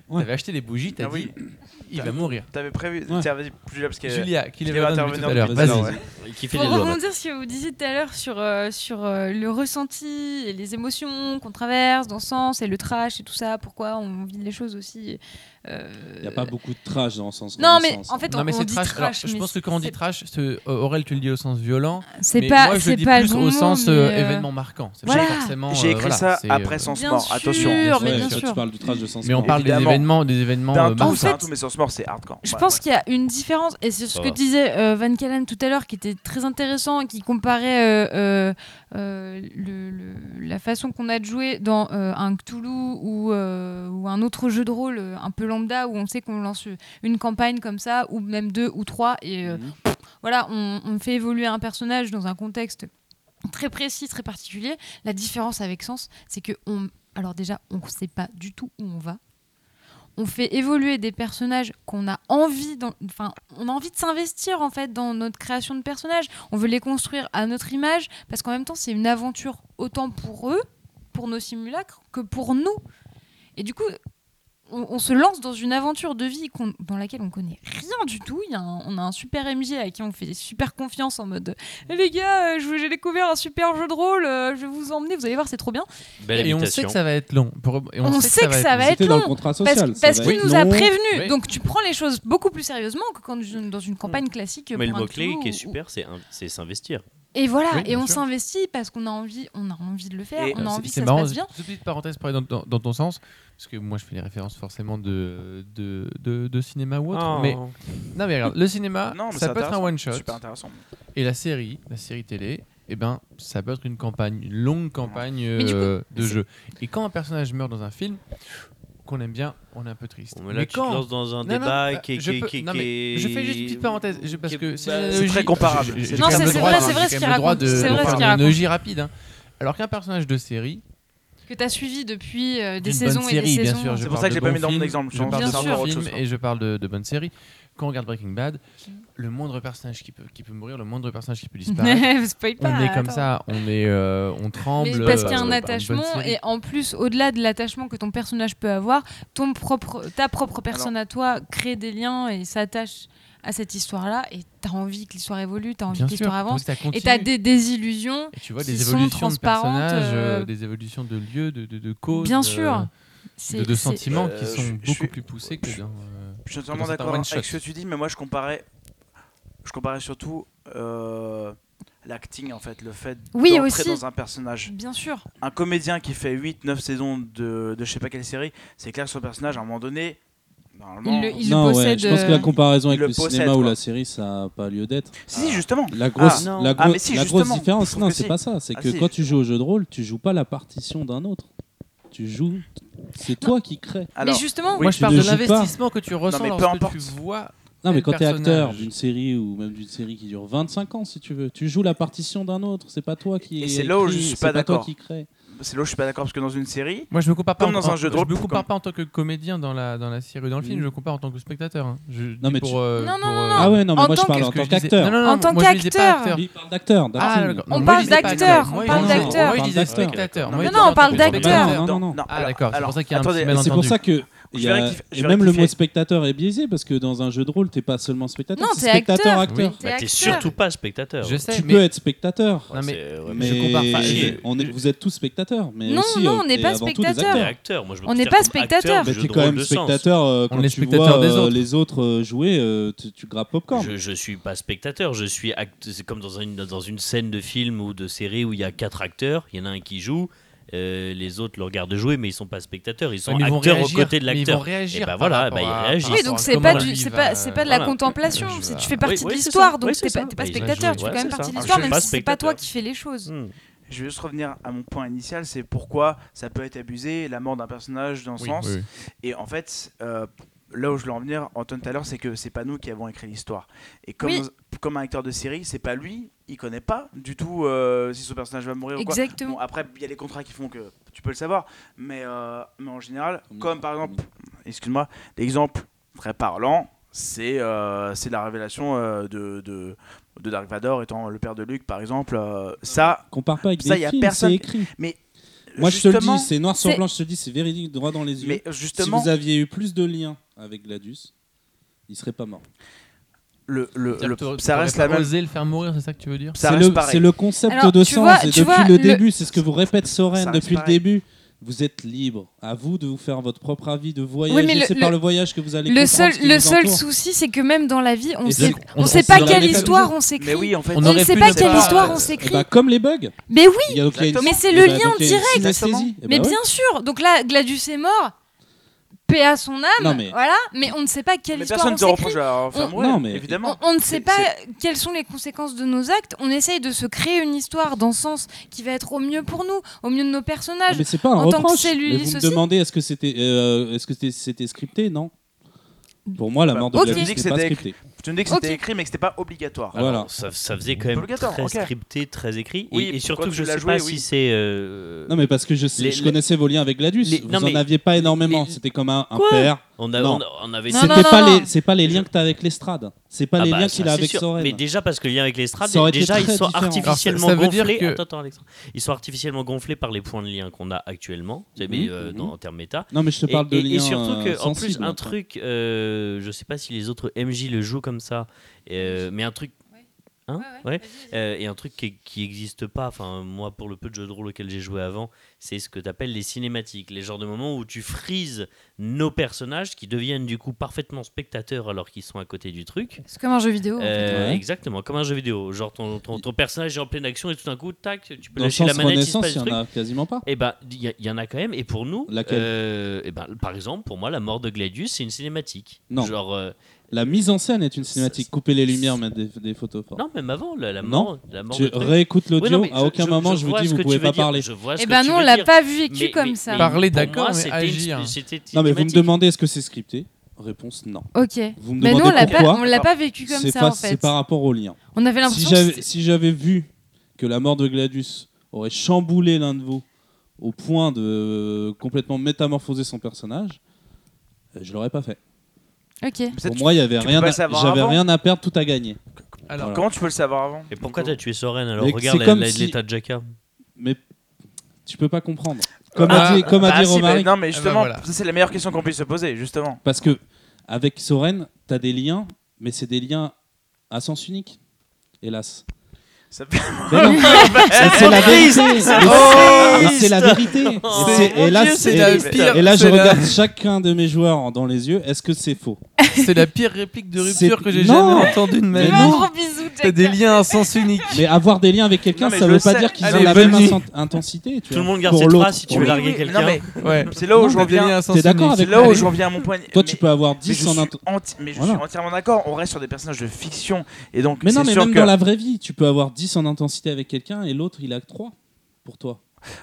Speaker 1: Ouais.
Speaker 3: t'avais acheté des bougies, t'as
Speaker 5: Ah oui.
Speaker 3: dit, il va mourir.
Speaker 5: T'avais prévu.
Speaker 1: Ouais.
Speaker 5: Tiens, vas-y, Julia, parce que.
Speaker 3: Julia, qui
Speaker 5: qui
Speaker 3: lève
Speaker 5: va
Speaker 3: la main depuis tout à
Speaker 5: intervenir
Speaker 3: l'heure. Bah
Speaker 5: depuis
Speaker 1: tout à
Speaker 3: Vas-y.
Speaker 1: l'heure,
Speaker 5: ouais.
Speaker 2: Il kiffait
Speaker 4: Pour
Speaker 2: les doigts. maintenant.
Speaker 4: rebondir sur ce que vous disiez tout à l'heure sur, euh, sur euh, le ressenti et les émotions qu'on traverse dans ce sens et le trash et tout ça, pourquoi on vit les choses aussi. euh,
Speaker 1: Il n'y a pas beaucoup de trash dans ce sens.
Speaker 4: Non,
Speaker 1: dans le
Speaker 4: mais
Speaker 1: sens.
Speaker 4: en fait,
Speaker 3: Non,
Speaker 4: on,
Speaker 3: mais
Speaker 4: on
Speaker 3: c'est
Speaker 4: dit
Speaker 3: trash.
Speaker 4: trash.
Speaker 3: Alors, je
Speaker 4: mais
Speaker 3: pense que quand on dit
Speaker 4: c'est-
Speaker 3: trash, c'est- euh, Aurel, tu le dis au sens violent.
Speaker 4: c'est
Speaker 3: mais
Speaker 4: pas,
Speaker 3: moi, je
Speaker 4: c'est
Speaker 3: le dis
Speaker 4: pas le
Speaker 3: plus
Speaker 4: bon
Speaker 3: au sens
Speaker 4: mot,
Speaker 3: euh,
Speaker 4: mais, euh,
Speaker 3: événement marquant. C'est
Speaker 4: Voilà.
Speaker 3: pas forcément.
Speaker 5: J'ai
Speaker 3: euh,
Speaker 5: écrit
Speaker 3: voilà,
Speaker 5: ça
Speaker 3: c'est, euh,
Speaker 5: après Sens
Speaker 4: Bien
Speaker 5: Mort,
Speaker 4: sûr,
Speaker 5: attention.
Speaker 4: mais
Speaker 1: Ouais,
Speaker 4: bien
Speaker 1: toi,
Speaker 4: sûr.
Speaker 1: tu parles du trash de sens.
Speaker 3: Mais on
Speaker 1: propre.
Speaker 3: parle des
Speaker 5: Évidemment.
Speaker 3: événements, des événements
Speaker 5: D'un
Speaker 3: euh,
Speaker 5: tout,
Speaker 4: En
Speaker 5: c'est un
Speaker 3: marquants.
Speaker 4: fait,
Speaker 5: tout, mais Sens Mort, c'est hardcore.
Speaker 4: Je
Speaker 5: Ouais,
Speaker 4: pense
Speaker 5: ouais.
Speaker 4: qu'il y a une différence, et c'est ce
Speaker 2: bah, Ça va.
Speaker 4: que disait euh, Van Callen tout à l'heure, qui était très intéressant et qui comparait euh, euh, euh, le- le- la façon qu'on a de jouer dans euh, un Cthulhu ou, euh, ou un autre jeu de rôle euh, un peu lambda, où on sait qu'on lance une campagne comme ça, ou même deux ou trois, et euh,
Speaker 1: Mhm.
Speaker 4: voilà, on, on fait évoluer un personnage dans un contexte très précis, très particulier. La différence avec Sens, c'est que on, alors déjà, on ne sait pas du tout où on va. On fait évoluer des personnages qu'on a envie, d'en- enfin, on a envie de s'investir en fait dans notre création de personnages. On veut les construire à notre image parce qu'en même temps, c'est une aventure autant pour eux, pour nos simulacres, que pour nous. Et du coup, on, on se lance dans une aventure de vie qu'on- dans laquelle on connaît rien du tout. Il y a un- on a un super MJ à qui on fait super confiance en mode Eh les gars, euh, je vous- j'ai découvert un super jeu de rôle, euh, je vais vous emmener, vous allez voir, c'est trop bien.
Speaker 2: Belle
Speaker 3: Et on sait
Speaker 2: habitation.
Speaker 3: que ça va être long. Pour- et
Speaker 4: On sait que ça
Speaker 3: long.
Speaker 4: va être
Speaker 1: C'était dans le
Speaker 4: long,
Speaker 1: contrat
Speaker 4: Parce,
Speaker 1: social.
Speaker 4: que-
Speaker 1: ça
Speaker 4: parce
Speaker 1: va
Speaker 4: qu'il
Speaker 1: être
Speaker 4: nous a
Speaker 1: long.
Speaker 4: prévenu.
Speaker 3: Oui.
Speaker 4: Donc tu prends les choses beaucoup plus sérieusement que quand dans une campagne classique.
Speaker 2: Mais le
Speaker 4: pour un
Speaker 2: mot-clé
Speaker 4: clou
Speaker 2: qui est
Speaker 4: ou-
Speaker 2: super, c'est un- c'est s'investir.
Speaker 4: Et voilà,
Speaker 3: Oui,
Speaker 4: et
Speaker 3: bien
Speaker 4: on
Speaker 3: sûr.
Speaker 4: s'investit parce qu'on a envie, on a envie de le faire,
Speaker 5: Et,
Speaker 4: on
Speaker 3: Euh,
Speaker 4: a
Speaker 3: c'est-
Speaker 4: envie que
Speaker 3: c'est
Speaker 4: ça
Speaker 3: marrant,
Speaker 4: se passe bien.
Speaker 3: Toute petite parenthèse pour aller dans, dans- dans ton sens, parce que moi je fais les références forcément de, de, de, de cinéma ou autre.
Speaker 2: Oh.
Speaker 3: Mais, non, mais regarde, le cinéma,
Speaker 5: Ah, Non, mais
Speaker 3: ça
Speaker 5: c'est
Speaker 3: peut être un
Speaker 5: intéressant.
Speaker 3: one shot.
Speaker 5: Super intéressant.
Speaker 3: Et la série, la série télé, eh ben, ça peut être une campagne, une longue campagne
Speaker 4: Mais du coup,
Speaker 3: euh, de
Speaker 4: c'est-
Speaker 3: jeu. Et quand un personnage meurt dans un film, qu'on aime bien, on est un peu triste.
Speaker 5: Oh,
Speaker 2: Bon, mais là, tu te
Speaker 3: quand
Speaker 2: lances dans un
Speaker 3: Non,
Speaker 2: débat
Speaker 3: non,
Speaker 2: qui est-
Speaker 3: je
Speaker 2: qui est-
Speaker 3: peux-
Speaker 2: qui est-
Speaker 3: non,
Speaker 2: qui est-
Speaker 3: mais je fais juste une petite parenthèse, je- parce
Speaker 2: qui-
Speaker 3: que c'est
Speaker 2: bah,
Speaker 3: la
Speaker 5: c'est
Speaker 3: logique.
Speaker 5: très comparable.
Speaker 3: J'ai- j'ai
Speaker 5: C'est
Speaker 3: quand
Speaker 5: très
Speaker 3: même le
Speaker 5: comparable.
Speaker 3: droit-
Speaker 5: Non, c'est- c'est
Speaker 4: vrai,
Speaker 3: j'ai
Speaker 4: c'est
Speaker 3: quand même le droit
Speaker 4: ce qu'il raconte. C'est vrai,
Speaker 3: de
Speaker 4: ce
Speaker 3: faire
Speaker 4: qu'il
Speaker 3: une
Speaker 4: raconte.
Speaker 3: logie rapide. hein. Alors qu'un personnage de série,
Speaker 4: Que tu as suivi depuis euh, des
Speaker 3: d'une
Speaker 4: saisons
Speaker 3: bonne
Speaker 4: et des
Speaker 3: série, bien
Speaker 4: saisons. hein.
Speaker 3: sûr. je
Speaker 5: C'est pour
Speaker 3: parle
Speaker 5: ça que
Speaker 3: de
Speaker 5: j'ai pas
Speaker 3: bons
Speaker 5: mis dans mon
Speaker 3: films,
Speaker 5: exemple,
Speaker 3: Je
Speaker 5: je pense.
Speaker 3: parle
Speaker 4: Bien
Speaker 3: de
Speaker 4: sûr.
Speaker 3: bons
Speaker 5: Autre
Speaker 3: films
Speaker 5: chose,
Speaker 3: et je parle de, de bonnes séries. Quand on regarde Breaking Bad, le moindre personnage qui peut, qui peut mourir, le moindre personnage qui peut disparaître,
Speaker 4: Spoil pas,
Speaker 3: on est comme
Speaker 4: attends.
Speaker 3: ça, on est, euh, on tremble.
Speaker 4: Mais parce
Speaker 3: euh, par
Speaker 4: qu'il y a un
Speaker 3: une bonne
Speaker 4: attachement
Speaker 3: série.
Speaker 4: et en plus au-delà de l'attachement que ton personnage peut avoir, ton propre ta propre personne à toi crée des liens et s'attache à cette histoire-là et t'as envie que l'histoire évolue, t'as envie
Speaker 3: Bien
Speaker 4: que
Speaker 3: sûr,
Speaker 4: l'histoire avance
Speaker 3: donc ça
Speaker 4: et
Speaker 3: continue.
Speaker 4: t'as des désillusions.
Speaker 3: Et tu vois
Speaker 4: qui
Speaker 3: des
Speaker 4: sont
Speaker 3: évolutions de
Speaker 4: transparentes,
Speaker 3: personnages, euh,
Speaker 4: euh,
Speaker 3: des évolutions de lieux, de, de, de causes.
Speaker 4: Bien
Speaker 3: euh,
Speaker 4: sûr. C'est
Speaker 3: De, de
Speaker 4: c'est-
Speaker 3: sentiments qui
Speaker 5: Euh,
Speaker 3: sont
Speaker 5: je- je
Speaker 3: beaucoup
Speaker 5: suis-
Speaker 3: plus poussés que
Speaker 5: je-
Speaker 3: dans. euh,
Speaker 5: Je suis totalement
Speaker 3: Dans un
Speaker 5: d'accord
Speaker 3: one
Speaker 5: avec
Speaker 3: shot.
Speaker 5: ce que tu dis, mais moi je comparais, je comparais surtout euh, l'acting en fait, le fait
Speaker 4: Oui,
Speaker 5: d'entrer
Speaker 4: aussi.
Speaker 5: dans un personnage.
Speaker 4: Bien sûr.
Speaker 5: Un comédien qui fait 8-9 saisons de, de je sais pas quelle série, c'est clair que son personnage à un moment donné, normalement.
Speaker 4: le- il-
Speaker 1: non, ouais,
Speaker 4: possède,
Speaker 1: je pense que la
Speaker 4: euh,
Speaker 1: comparaison avec
Speaker 5: il
Speaker 1: le,
Speaker 5: le possède,
Speaker 1: cinéma ou
Speaker 5: quoi.
Speaker 1: la série, ça n'a pas lieu d'être.
Speaker 5: Si, si, justement.
Speaker 1: La grosse,
Speaker 2: Ah, non.
Speaker 1: la,
Speaker 2: Ah,
Speaker 1: grosse-
Speaker 5: mais si,
Speaker 1: la grosse
Speaker 5: justement. Je
Speaker 1: différence,
Speaker 5: trouve
Speaker 1: non,
Speaker 5: que
Speaker 1: c'est
Speaker 5: si.
Speaker 1: pas ça. C'est
Speaker 5: Ah,
Speaker 1: que
Speaker 5: si.
Speaker 1: quand tu joues au jeu de rôle, tu joues pas la partition d'un autre. Tu joues, c'est toi qui crée.
Speaker 5: Alors,
Speaker 4: mais justement,
Speaker 5: oui,
Speaker 3: Moi,
Speaker 1: tu
Speaker 3: je parle
Speaker 1: ne
Speaker 3: de
Speaker 1: joues pas.
Speaker 3: l'investissement que tu ressens
Speaker 5: mais peu
Speaker 3: lorsque
Speaker 5: importe.
Speaker 3: tu vois.
Speaker 1: Non, mais
Speaker 3: Quel
Speaker 1: quand t'es acteur
Speaker 3: personnage
Speaker 1: d'une série ou même d'une série qui dure 25 ans, si tu veux, tu joues la partition d'un autre. C'est pas toi qui.
Speaker 5: Et c'est là où je
Speaker 1: écris,
Speaker 5: suis
Speaker 1: c'est
Speaker 5: pas
Speaker 1: toi
Speaker 5: d'accord.
Speaker 1: qui crée.
Speaker 5: c'est là où je suis pas d'accord parce que dans une série,
Speaker 3: Moi, je me compare pas
Speaker 5: Comme
Speaker 3: en-
Speaker 5: dans un
Speaker 3: en-
Speaker 5: jeu de
Speaker 3: je
Speaker 5: rôle,
Speaker 3: me compare
Speaker 5: comme-
Speaker 3: pas en tant que comédien dans la dans la série ou dans le film.
Speaker 1: Mm.
Speaker 3: Je me compare en tant que spectateur. hein. Je
Speaker 1: Non,
Speaker 3: dis
Speaker 1: mais
Speaker 3: pour,
Speaker 1: tu-
Speaker 3: euh,
Speaker 4: Non, non,
Speaker 3: pour,
Speaker 4: non,
Speaker 3: euh,
Speaker 4: non.
Speaker 1: Ah ouais, non, mais
Speaker 4: En
Speaker 1: moi je
Speaker 4: tant
Speaker 1: parle
Speaker 3: qu'est-ce
Speaker 1: en
Speaker 3: que
Speaker 1: tant
Speaker 3: je disais
Speaker 1: qu'acteur.
Speaker 3: Non, non, non,
Speaker 4: En tant
Speaker 3: moi, je disais pas
Speaker 4: qu'acteur.
Speaker 3: acteur.
Speaker 1: Lui, il parle d'acteur.
Speaker 3: Ah,
Speaker 1: d'acting.
Speaker 3: d'accord.
Speaker 4: On
Speaker 3: Non,
Speaker 4: parle
Speaker 3: moi, je disais pas
Speaker 4: d'acteur,
Speaker 3: acteur.
Speaker 4: on
Speaker 3: Moi,
Speaker 4: parle
Speaker 3: je disais-
Speaker 4: d'acteur.
Speaker 3: Moi, je disais
Speaker 1: D'accord.
Speaker 3: spectateur. Moi,
Speaker 4: Non,
Speaker 3: je
Speaker 4: non,
Speaker 3: disais
Speaker 4: on parle
Speaker 3: en tant que
Speaker 4: d'acteur.
Speaker 3: spectateur.
Speaker 1: Non, non, non.
Speaker 3: Ah, d'accord, c'est pour ça qu'il y a un
Speaker 5: attendez,
Speaker 3: petit mélange.
Speaker 1: C'est pour
Speaker 3: entendu.
Speaker 1: ça que
Speaker 5: Je
Speaker 1: il y a-
Speaker 5: vais rectifier- je
Speaker 1: et
Speaker 5: vais
Speaker 1: même le
Speaker 5: rectifier.
Speaker 1: mot spectateur est biaisé parce que dans un jeu de rôle, t'es pas seulement spectateur,
Speaker 4: Non,
Speaker 1: c'est
Speaker 4: t'es acteur.
Speaker 1: spectateur acteur.
Speaker 4: T'es
Speaker 2: Bah, T'es
Speaker 4: acteur.
Speaker 2: surtout pas spectateur.
Speaker 3: Je sais,
Speaker 1: Tu
Speaker 3: mais-
Speaker 1: peux être spectateur,
Speaker 3: Non, mais-
Speaker 2: C'est- ouais,
Speaker 1: mais,
Speaker 3: je compare pas-
Speaker 2: je-
Speaker 1: on est- vous êtes tous spectateurs. Mais
Speaker 4: Non,
Speaker 1: aussi,
Speaker 4: non,
Speaker 1: euh,
Speaker 4: on n'est
Speaker 1: t'es
Speaker 4: pas
Speaker 1: avant tout des
Speaker 4: spectateurs.
Speaker 2: t'es
Speaker 1: acteurs.
Speaker 2: acteur. Moi, je me
Speaker 4: On n'est
Speaker 2: considère
Speaker 4: pas
Speaker 2: comme acteur
Speaker 4: spectateur.
Speaker 2: du
Speaker 1: Mais
Speaker 2: jeu
Speaker 1: t'es
Speaker 2: de
Speaker 1: quand
Speaker 2: rôle
Speaker 1: même
Speaker 2: de sens.
Speaker 1: spectateur euh,
Speaker 3: On
Speaker 1: quand
Speaker 3: est
Speaker 1: tu
Speaker 3: spectateur
Speaker 1: vois
Speaker 3: des
Speaker 1: euh,
Speaker 3: autres.
Speaker 1: les autres euh, jouer, euh, tu, tu grappes popcorn.
Speaker 2: Je, je suis pas spectateur, je suis acte. C'est comme dans une, dans une scène de film ou de série où il y a quatre acteurs, il y en a un qui joue, euh, les autres le regardent jouer, mais ils sont pas spectateurs, ils sont
Speaker 3: Mais ils vont
Speaker 2: acteurs
Speaker 3: réagir,
Speaker 2: aux côtés de
Speaker 3: mais Ils vont
Speaker 2: l'acteur.
Speaker 3: réagir.
Speaker 2: Eh ben
Speaker 3: par
Speaker 2: voilà,
Speaker 3: rapport
Speaker 2: bah, ils
Speaker 3: à- par
Speaker 2: réagissent. Ils
Speaker 4: Oui,
Speaker 3: rapport
Speaker 4: donc
Speaker 3: à
Speaker 4: c'est
Speaker 3: comment
Speaker 4: pas
Speaker 3: ils
Speaker 4: du,
Speaker 3: vivent,
Speaker 4: c'est pas,
Speaker 3: euh,
Speaker 4: c'est pas de la
Speaker 2: voilà.
Speaker 4: contemplation.
Speaker 3: Je
Speaker 4: c'est-
Speaker 3: vois.
Speaker 4: Tu fais partie
Speaker 2: Oui, oui,
Speaker 4: de
Speaker 2: c'est ça.
Speaker 4: l'histoire, donc
Speaker 2: Oui,
Speaker 4: t'es
Speaker 2: c'est
Speaker 4: pas,
Speaker 2: ça.
Speaker 4: t'es pas
Speaker 2: Bah, ils
Speaker 4: spectateur.
Speaker 2: jouent,
Speaker 4: Tu
Speaker 2: ouais,
Speaker 4: fais quand même
Speaker 2: c'est ça.
Speaker 4: partie de
Speaker 2: Alors,
Speaker 4: l'histoire,
Speaker 2: je suis
Speaker 4: même
Speaker 2: pas
Speaker 4: si c'est pas toi
Speaker 2: spectateur.
Speaker 4: qui fais les choses.
Speaker 2: Hmm.
Speaker 5: je vais juste revenir à mon point initial, c'est pourquoi ça peut être abusé, la mort d'un personnage dans le
Speaker 3: Oui,
Speaker 5: sens.
Speaker 3: oui, oui.
Speaker 5: Et en fait, euh, là où je veux en venir, Antoine tout à l'heure, c'est que c'est pas nous qui avons écrit l'histoire. Et comme,
Speaker 4: Oui.
Speaker 5: comme un acteur de série, c'est pas lui, il connaît pas du tout euh, si son personnage va mourir ou quoi. Bon,
Speaker 4: Exactement.
Speaker 5: après, il y a les contrats qui font que tu peux le savoir, mais, euh, mais en général,
Speaker 1: Combien-
Speaker 5: comme par exemple, excuse-moi, l'exemple très parlant, c'est euh, c'est la révélation euh, de, de, de Dark Vador étant le père de Luke, par exemple. euh, ça,
Speaker 1: Compare pas avec
Speaker 5: Ça,
Speaker 1: des
Speaker 5: y a
Speaker 1: films,
Speaker 5: personne
Speaker 1: c'est
Speaker 5: qui-
Speaker 1: écrit. Moi,
Speaker 5: Moi,
Speaker 1: je te le
Speaker 5: justement,
Speaker 1: dis, c'est noir sur
Speaker 4: c'est-
Speaker 1: blanc, je te le dis, c'est véridique, droit dans les yeux.
Speaker 5: mais
Speaker 1: Si
Speaker 5: justement,
Speaker 1: vous aviez eu plus de liens avec Gladius, il serait pas mort.
Speaker 5: le, le, le-
Speaker 3: C'est-à-dire que t'aurais-
Speaker 5: ça
Speaker 3: t'aurais
Speaker 5: reste
Speaker 3: pas
Speaker 5: la même.
Speaker 3: osé le faire mourir, c'est ça que tu veux dire
Speaker 5: Ça
Speaker 1: C'est
Speaker 5: reste
Speaker 1: le,
Speaker 5: pareil.
Speaker 1: c'est le concept
Speaker 4: Alors,
Speaker 1: de
Speaker 4: tu
Speaker 1: sens.
Speaker 4: vois-
Speaker 1: et
Speaker 4: tu
Speaker 1: depuis
Speaker 4: vois,
Speaker 1: le,
Speaker 4: le-
Speaker 1: début, c'est ce que vous répète Soren
Speaker 5: Ça reste
Speaker 1: depuis le
Speaker 5: pareil.
Speaker 1: début. Vous êtes libre. À vous de vous faire votre propre avis, de voyager.
Speaker 4: Oui, mais le-
Speaker 1: c'est
Speaker 4: le-
Speaker 1: par le voyage que vous allez
Speaker 4: Le
Speaker 1: comprendre
Speaker 4: seul,
Speaker 1: ce qui
Speaker 4: le
Speaker 1: vous
Speaker 4: seul
Speaker 1: entoure.
Speaker 4: souci, c'est que même dans la vie, on
Speaker 1: Et
Speaker 4: sait,
Speaker 1: c'est-
Speaker 4: on
Speaker 1: on-
Speaker 4: sait
Speaker 1: on
Speaker 4: pas
Speaker 1: se l'avait
Speaker 4: quelle
Speaker 1: pas
Speaker 4: histoire
Speaker 1: toujours.
Speaker 4: on s'écrit.
Speaker 5: Mais oui, en fait,
Speaker 3: On
Speaker 4: on ne
Speaker 3: aurait
Speaker 4: sait
Speaker 3: pu
Speaker 4: pas
Speaker 3: ne
Speaker 4: quelle
Speaker 5: pas-
Speaker 4: histoire on
Speaker 1: Eh
Speaker 4: s'écrit.
Speaker 1: ben, comme les bugs.
Speaker 4: Mais oui,
Speaker 1: Il y a- donc, il y a une-
Speaker 5: Exactement.
Speaker 4: mais c'est
Speaker 1: eh
Speaker 4: le
Speaker 1: ben,
Speaker 4: lien
Speaker 1: donc, il y a une
Speaker 4: direct.
Speaker 1: synesthésie. Eh ben,
Speaker 4: Mais
Speaker 1: ouais.
Speaker 4: bien sûr. Donc là, Gladius est mort. Paix à son âme.
Speaker 1: Non, mais-
Speaker 4: Voilà. Mais on ne sait pas quelle
Speaker 5: mais
Speaker 4: histoire
Speaker 5: personne
Speaker 4: on
Speaker 5: ne te
Speaker 4: s'écrit.
Speaker 5: reproche à faire
Speaker 4: On-
Speaker 5: mourir,
Speaker 1: Non, mais-
Speaker 5: évidemment.
Speaker 4: On, on ne sait
Speaker 5: C'est-
Speaker 4: pas quelles sont les conséquences de nos actes. On essaye de se créer une histoire dans le sens qui va être au mieux pour nous, au mieux de nos
Speaker 1: Ah,
Speaker 4: personnages.
Speaker 1: Mais c'est pas un
Speaker 4: en tant que
Speaker 1: reproche.
Speaker 4: cellulite
Speaker 1: Mais vous me
Speaker 4: aussi.
Speaker 1: demandez est-ce que c'était, euh, est-ce que c'était- c'était scripté Non. Pour moi, la
Speaker 5: Bah,
Speaker 1: mort de
Speaker 4: ok.
Speaker 1: Gladius
Speaker 5: Je
Speaker 1: n'est pas
Speaker 5: dis que
Speaker 1: scriptée.
Speaker 5: Tu me dis que
Speaker 4: Oh,
Speaker 5: c'était
Speaker 4: Ok.
Speaker 5: écrit, mais que c'était pas obligatoire.
Speaker 1: Voilà.
Speaker 2: Alors, ça, ça faisait quand même
Speaker 5: Obligatoire,
Speaker 2: très
Speaker 5: ok.
Speaker 2: scripté, très écrit. Et-
Speaker 5: Oui,
Speaker 2: et,
Speaker 5: pourquoi
Speaker 2: surtout que
Speaker 5: tu
Speaker 2: je
Speaker 5: l'as
Speaker 2: sais
Speaker 5: joué,
Speaker 2: pas
Speaker 5: oui.
Speaker 2: si c'est. euh,
Speaker 1: Non, mais parce que je, sais-
Speaker 2: Les-
Speaker 1: je
Speaker 2: les-
Speaker 1: connaissez vos liens avec Gladius.
Speaker 2: les-
Speaker 1: vous
Speaker 2: non,
Speaker 1: en
Speaker 2: mais-
Speaker 1: aviez pas énormément.
Speaker 2: les-
Speaker 1: C'était comme un, un
Speaker 2: Quoi
Speaker 1: père.
Speaker 2: On, a,
Speaker 1: Non.
Speaker 2: on, a- on avait
Speaker 4: Non,
Speaker 1: C'était
Speaker 4: non,
Speaker 1: pas
Speaker 4: non.
Speaker 1: les, c'est pas les liens que t'as avec l'estrade. C'est pas
Speaker 2: Ah
Speaker 1: les
Speaker 2: bah,
Speaker 1: liens
Speaker 2: ça,
Speaker 1: qu'il a
Speaker 2: c'est
Speaker 1: avec
Speaker 2: sûr.
Speaker 1: Soren.
Speaker 2: Mais déjà parce que le lien avec l'estrade,
Speaker 1: Ça aurait été
Speaker 2: déjà
Speaker 1: très
Speaker 2: ils sont
Speaker 1: différent.
Speaker 2: artificiellement
Speaker 3: Alors, ça- ça veut dire
Speaker 2: gonflés.
Speaker 3: que-
Speaker 2: Attends, attends, Alexandre. Ils sont artificiellement gonflés par les points de lien qu'on a actuellement, tu sais, mais
Speaker 1: Mhm,
Speaker 2: euh,
Speaker 1: mhm.
Speaker 2: dans- en termes méta.
Speaker 1: Non, mais je te
Speaker 2: Et-
Speaker 1: parle de
Speaker 2: et,
Speaker 1: liens.
Speaker 2: et surtout que
Speaker 1: euh,
Speaker 2: en plus
Speaker 1: sensibles,
Speaker 2: un
Speaker 1: hein.
Speaker 2: truc, euh, je sais pas si les autres MJ le jouent comme ça, euh, mais un truc Hein
Speaker 4: Ouais,
Speaker 2: Ouais.
Speaker 4: ouais,
Speaker 2: Euh, et un truc qui n'existe pas, enfin moi pour le peu de jeux de rôle auxquels j'ai joué avant, c'est ce que tu appelles les cinématiques, les genres de moments où tu frises nos personnages qui deviennent du coup parfaitement spectateurs alors qu'ils sont à côté du truc.
Speaker 4: C'est comme un jeu vidéo. Oh, en fait.
Speaker 2: Euh,
Speaker 1: Ouais.
Speaker 2: Exactement, comme un jeu vidéo. Genre ton, ton, ton personnage est en pleine action et tout d'un coup, tac, tu
Speaker 1: Dans
Speaker 2: peux
Speaker 1: le
Speaker 2: lâcher la
Speaker 1: sens
Speaker 2: manette, il se
Speaker 1: Renaissance,
Speaker 2: passe
Speaker 1: il
Speaker 2: des
Speaker 1: n'y
Speaker 2: trucs.
Speaker 1: en a quasiment pas.
Speaker 2: Eh ben, il y, a- il y en a quand même. Et pour nous,
Speaker 1: Laquelle
Speaker 2: euh, eh ben, par exemple, pour moi, la mort de Gladius, c'est une cinématique.
Speaker 1: Non.
Speaker 2: Genre, euh,
Speaker 1: La mise en scène est une cinématique.
Speaker 2: Ça-
Speaker 1: Couper les lumières, mettre des, des photos fortes.
Speaker 2: non, même avant, la, la
Speaker 1: Non.
Speaker 2: mort, la mort
Speaker 1: tu
Speaker 2: de Gladius.
Speaker 1: réécoutes
Speaker 2: Ouais,
Speaker 1: l'audio,
Speaker 2: non, mais
Speaker 1: à aucun moment je vous
Speaker 2: vois
Speaker 1: dis
Speaker 2: ce
Speaker 1: vous
Speaker 2: que tu
Speaker 1: pouvez
Speaker 2: veux
Speaker 1: pas
Speaker 2: dire,
Speaker 1: parler.
Speaker 2: Je vois ce
Speaker 4: Eh
Speaker 2: que
Speaker 4: ben
Speaker 2: tu
Speaker 4: nous,
Speaker 2: veux
Speaker 4: on l'a
Speaker 2: dire.
Speaker 4: pas vécu
Speaker 2: Mais-
Speaker 4: comme
Speaker 2: mais-
Speaker 4: ça.
Speaker 2: mais
Speaker 3: Parler,
Speaker 2: pour
Speaker 3: d'accord,
Speaker 2: moi,
Speaker 3: mais
Speaker 2: c'était une-
Speaker 3: agir.
Speaker 2: c'était
Speaker 4: hein.
Speaker 1: Non mais vous me
Speaker 2: cinématique.
Speaker 1: demandez est-ce que c'est scripté Réponse non.
Speaker 4: Ok.
Speaker 1: Vous me
Speaker 4: Mais nous,
Speaker 1: demandez
Speaker 4: on l'a pas,
Speaker 1: pourquoi
Speaker 4: on l'a pas vécu comme
Speaker 1: C'est
Speaker 4: ça
Speaker 1: pas-
Speaker 4: en
Speaker 1: c'est
Speaker 4: fait.
Speaker 1: par rapport au lien.
Speaker 4: On avait
Speaker 1: Si
Speaker 4: l'impression. que
Speaker 1: j'avais
Speaker 4: c'était-
Speaker 1: si j'avais vu que la mort de Gladius aurait chamboulé l'un de vous au point de euh, complètement métamorphoser son personnage, euh, je l'aurais pas fait.
Speaker 4: Ok.
Speaker 5: Mais ça,
Speaker 1: Pour
Speaker 5: tu-
Speaker 1: moi, il y avait
Speaker 5: tu
Speaker 1: rien,
Speaker 5: peux
Speaker 1: à,
Speaker 5: le savoir
Speaker 1: j'avais
Speaker 5: avant.
Speaker 1: rien à perdre, tout à gagner.
Speaker 3: Alors,
Speaker 5: Comment tu peux le savoir avant
Speaker 2: Et pourquoi t'as tué Soren alors
Speaker 1: Mais
Speaker 2: Regarde
Speaker 1: c'est
Speaker 2: la-
Speaker 1: comme
Speaker 2: la-
Speaker 1: si-
Speaker 2: l'état de Jacka.
Speaker 1: Mais tu peux pas comprendre. Comme
Speaker 3: Ah,
Speaker 1: a dit, comme a
Speaker 5: Bah
Speaker 1: dit Ah, ben
Speaker 5: si,
Speaker 1: Romaric,
Speaker 5: mais non, mais justement,
Speaker 3: voilà.
Speaker 5: ça, c'est la meilleure question qu'on puisse se poser, justement.
Speaker 1: parce que avec Soren, t'as des liens, mais c'est des liens à sens unique. Hélas.
Speaker 5: Ça fait-
Speaker 1: Mais non, mais c'est la vérité. Mais c'est- mais c'est la vérité. Et c'est-
Speaker 3: Mon
Speaker 1: et là,
Speaker 3: Dieu,
Speaker 1: c'est-
Speaker 3: c'est la
Speaker 1: et-
Speaker 3: pire-
Speaker 1: et là, je
Speaker 3: c'est la-
Speaker 1: regarde chacun de mes joueurs en- dans les yeux. Est-ce que c'est faux
Speaker 3: c'est la pire réplique de
Speaker 1: C'est-
Speaker 3: rupture que j'ai
Speaker 1: Non.
Speaker 3: jamais entendue de ma
Speaker 1: Mais
Speaker 4: Fais-moi un
Speaker 1: non.
Speaker 3: vie.
Speaker 4: gros bisou,
Speaker 3: T'as
Speaker 4: Jack.
Speaker 3: des liens à sens unique.
Speaker 1: Mais avoir des liens avec quelqu'un,
Speaker 5: Non, mais
Speaker 1: ça
Speaker 5: je
Speaker 1: veut
Speaker 5: le
Speaker 1: pas
Speaker 5: sais.
Speaker 1: dire qu'ils ont
Speaker 3: Allez,
Speaker 1: la
Speaker 3: bonne
Speaker 1: même
Speaker 3: nuit.
Speaker 1: insen- intensité. Tu
Speaker 2: Tout le
Speaker 1: vois.
Speaker 2: monde garde
Speaker 1: Pour
Speaker 2: ses
Speaker 1: l'autre,
Speaker 2: traces si tu
Speaker 1: pour
Speaker 2: veux
Speaker 1: l'autre.
Speaker 2: larguer
Speaker 5: Oui, oui, mais non,
Speaker 2: quelqu'un.
Speaker 3: Ouais.
Speaker 5: mais C'est là où
Speaker 1: Non,
Speaker 5: je
Speaker 1: mais
Speaker 5: reviens.
Speaker 3: à sens
Speaker 1: T'es d'accord
Speaker 3: unique.
Speaker 5: C'est
Speaker 1: avec
Speaker 5: là où
Speaker 1: Allez.
Speaker 5: je reviens à mon point.
Speaker 1: Toi,
Speaker 5: mais-
Speaker 1: tu peux avoir
Speaker 5: mais
Speaker 1: 10
Speaker 5: je,
Speaker 1: en
Speaker 5: suis,
Speaker 1: int-
Speaker 5: anti- mais je
Speaker 1: Voilà.
Speaker 5: suis entièrement d'accord, on reste sur des personnages de fiction. Et donc,
Speaker 1: Mais non,
Speaker 5: c'est
Speaker 1: mais
Speaker 5: sûr
Speaker 1: même
Speaker 5: que
Speaker 1: dans la vraie vie, tu peux avoir 10 en intensité avec quelqu'un et l'autre, il a que 3 pour toi.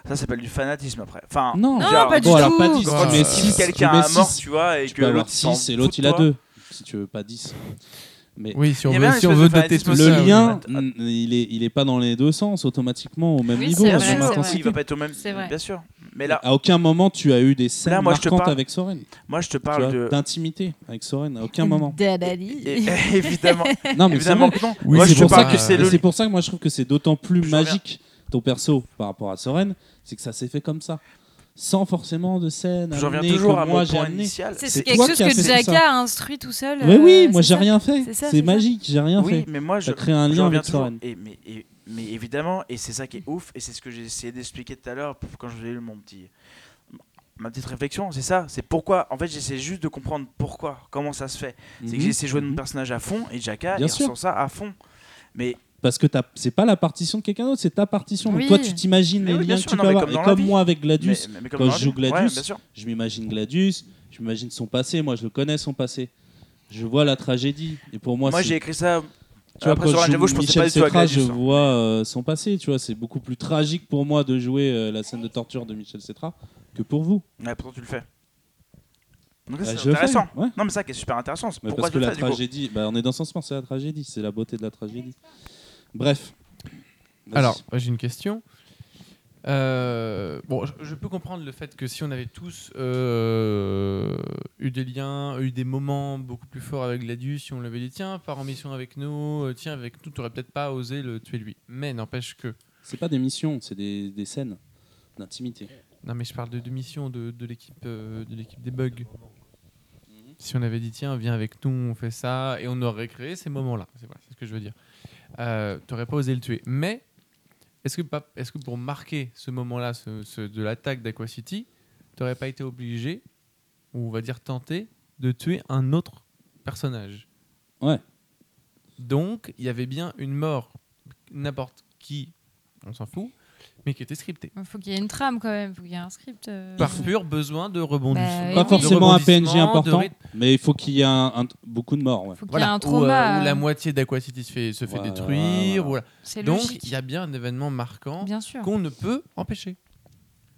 Speaker 5: ça s'appelle du fanatisme après. Enfin,
Speaker 1: Non,
Speaker 4: Non,
Speaker 5: Genre,
Speaker 4: pas du
Speaker 1: bon, alors
Speaker 4: tout.
Speaker 1: pas 10,
Speaker 3: Quand
Speaker 1: mais
Speaker 3: tu
Speaker 5: si
Speaker 1: 6.
Speaker 5: quelqu'un
Speaker 1: mais
Speaker 5: à mort,
Speaker 1: 6.
Speaker 5: tu vois, et
Speaker 1: Tu
Speaker 5: que
Speaker 1: peux avoir
Speaker 5: l'autre s'en
Speaker 1: 6 et
Speaker 5: fout
Speaker 1: l'autre,
Speaker 5: de
Speaker 1: il a
Speaker 5: toi.
Speaker 1: 2. Si tu veux pas 10. Mais
Speaker 3: Oui, si on
Speaker 5: Il y avait
Speaker 3: veut,
Speaker 5: un
Speaker 3: si on
Speaker 5: espèce
Speaker 3: veut
Speaker 5: de
Speaker 3: dater tout
Speaker 5: fanatisme
Speaker 3: ça.
Speaker 1: le
Speaker 5: oui.
Speaker 3: oui.
Speaker 1: lien,
Speaker 5: Attends.
Speaker 1: mm, il est, il est pas dans les deux sens automatiquement au même
Speaker 4: Oui,
Speaker 1: niveau.
Speaker 4: c'est
Speaker 1: à
Speaker 5: Bien
Speaker 1: son
Speaker 4: vrai,
Speaker 5: sûr,
Speaker 4: c'est
Speaker 5: oui,
Speaker 1: intensité.
Speaker 5: il va pas être au même.
Speaker 4: C'est vrai.
Speaker 5: Bien sûr. Mais là,
Speaker 1: À aucun moment tu as eu des scènes
Speaker 5: Là, moi, je te
Speaker 1: marquantes
Speaker 5: parle-
Speaker 1: avec Soren. Tu
Speaker 5: moi, je te
Speaker 1: vois,
Speaker 5: parle de.
Speaker 1: D'intimité avec Soren, à aucun moment.
Speaker 4: Dadali.
Speaker 5: Et- Eh, évidemment,
Speaker 1: Non, mais c'est
Speaker 5: évidemment
Speaker 1: vrai.
Speaker 5: que non.
Speaker 3: Oui,
Speaker 5: moi,
Speaker 1: c'est
Speaker 5: je te
Speaker 1: pour ça
Speaker 5: parle
Speaker 1: que-
Speaker 5: que c'est
Speaker 1: Et
Speaker 5: le.
Speaker 1: c'est pour ça que moi je trouve que c'est d'autant plus
Speaker 5: Je
Speaker 1: magique ton perso par rapport à Soren, c'est que ça s'est fait comme ça. Sans forcément de scène.
Speaker 5: J'en reviens
Speaker 1: amenée
Speaker 5: toujours
Speaker 1: que
Speaker 5: à
Speaker 1: moi
Speaker 5: mon
Speaker 1: j'ai
Speaker 5: point
Speaker 1: amenée.
Speaker 5: initial.
Speaker 4: C'est
Speaker 1: C'est
Speaker 4: quelque
Speaker 1: toi
Speaker 4: chose
Speaker 1: qui as fait
Speaker 4: que
Speaker 1: ça.
Speaker 4: Jack a instruit tout seul.
Speaker 1: Mais
Speaker 4: euh,
Speaker 1: oui, moi
Speaker 4: c'est
Speaker 1: j'ai
Speaker 4: ça.
Speaker 1: rien fait.
Speaker 4: C'est ça,
Speaker 1: C'est
Speaker 4: c'est ça.
Speaker 1: magique, j'ai rien
Speaker 5: Oui,
Speaker 1: fait.
Speaker 5: mais moi, je,
Speaker 1: T'as créé un
Speaker 5: Je
Speaker 1: lien
Speaker 5: reviens
Speaker 1: avec
Speaker 5: toujours.
Speaker 1: Soren.
Speaker 5: Et, mais, et- mais évidemment, et c'est ça qui est ouf, et c'est ce que j'ai essayé d'expliquer tout à l'heure pour- quand je faisais mon petit, ma petite réflexion, c'est ça. C'est pourquoi. En fait, j'essaie juste de comprendre pourquoi, comment ça se fait. C'est que j'ai
Speaker 1: Mhm.
Speaker 5: essayé de jouer de mon personnage à fond, et Jaka,
Speaker 1: Bien
Speaker 5: il
Speaker 1: sûr.
Speaker 5: ressent ça à fond. Mais
Speaker 1: Parce que t'as- c'est pas la partition de quelqu'un d'autre, c'est ta partition. Donc
Speaker 4: Oui.
Speaker 1: toi, tu t'imagines
Speaker 5: Mais
Speaker 1: les
Speaker 5: oui, bien
Speaker 1: liens que
Speaker 5: sûr,
Speaker 1: tu
Speaker 5: non,
Speaker 1: peux
Speaker 5: mais
Speaker 1: avoir.
Speaker 5: comme
Speaker 1: Et
Speaker 5: dans la
Speaker 1: comme
Speaker 5: vie.
Speaker 1: moi avec Gladius,
Speaker 5: mais- mais- mais comme
Speaker 1: quand
Speaker 5: dans
Speaker 1: je
Speaker 5: la
Speaker 1: joue
Speaker 5: vie. Ouais,
Speaker 1: Gladius,
Speaker 5: bien sûr.
Speaker 1: je m'imagine Gladius, je m'imagine son passé. Moi, je le connais, son passé. Je vois la tragédie. Et pour moi,
Speaker 5: Moi,
Speaker 1: c'est-
Speaker 5: j'ai écrit ça.
Speaker 1: tu vois,
Speaker 5: après,
Speaker 1: quand
Speaker 5: sur un
Speaker 1: je
Speaker 5: j'avoue,
Speaker 1: joue
Speaker 5: je pensais
Speaker 1: Michel
Speaker 5: pas du tout à
Speaker 1: Cetra, je
Speaker 5: Gladius. hein.
Speaker 1: vois euh, son passé. Tu vois, c'est beaucoup plus tragique pour moi de jouer euh, la scène de torture de Michel Cetra que pour vous.
Speaker 5: Ouais, pourtant, tu le fais. Donc,
Speaker 1: Bah,
Speaker 5: ça,
Speaker 1: je
Speaker 5: c'est
Speaker 1: le
Speaker 5: intéressant.
Speaker 1: fais, ouais.
Speaker 5: Non, mais ça qui est super intéressant. c'est
Speaker 1: Mais
Speaker 5: Pourquoi
Speaker 1: parce
Speaker 5: tu
Speaker 1: que
Speaker 5: le
Speaker 1: la
Speaker 5: fais, du coup
Speaker 1: tragédie, bah, on est dans ce sens, c'est la tragédie, c'est la beauté de la tragédie. Bref. Vas-y.
Speaker 3: Alors, moi, j'ai une question. Euh, bon, je, je peux comprendre le fait que si on avait tous euh, eu des liens, eu des moments beaucoup plus forts avec Gladius, si on l'avait dit, tiens, pars en mission avec nous, euh, tiens, avec nous, tu peut-être pas osé le tuer lui. Mais n'empêche que.
Speaker 1: c'est pas des missions, c'est des, des scènes d'intimité.
Speaker 3: Non, mais je parle de, de mission de, de l'équipe euh, de l'équipe des bugs. Si on avait dit, tiens, viens avec nous, on fait ça, et on aurait créé ces moments-là. C'est voilà, c'est ce que je veux dire. Euh, T'aurais pas osé le tuer. Mais est-ce que, pas- est-ce que pour marquer ce moment-là ce- ce- de l'attaque d'Aqua City, t'aurais pas été obligé, ou on va dire tenté, de tuer un autre personnage
Speaker 1: Ouais.
Speaker 3: Donc, il y avait bien une mort, n'importe qui, on s'en fout, mais qui était scriptée
Speaker 4: Il faut qu'il y ait une trame quand même. Il faut qu'il y ait un script. euh,
Speaker 3: par pur besoin de rebondissement.
Speaker 4: Bah, Et
Speaker 1: Pas
Speaker 4: oui.
Speaker 1: forcément un PNJ
Speaker 3: de
Speaker 1: important,
Speaker 3: rythme.
Speaker 1: mais il faut qu'il y ait un, un- beaucoup de morts. ouais.
Speaker 4: faut qu'il y ait
Speaker 3: Voilà,
Speaker 4: un
Speaker 3: où,
Speaker 4: trauma.
Speaker 3: euh, où
Speaker 4: euh,
Speaker 3: la moitié d'Aqua City se fait, se fait
Speaker 1: Voilà,
Speaker 3: détruire.
Speaker 1: voilà.
Speaker 3: voilà.
Speaker 4: C'est
Speaker 3: Donc, il
Speaker 4: logique.
Speaker 3: y a bien un événement marquant
Speaker 4: Bien sûr.
Speaker 3: qu'on ne peut empêcher.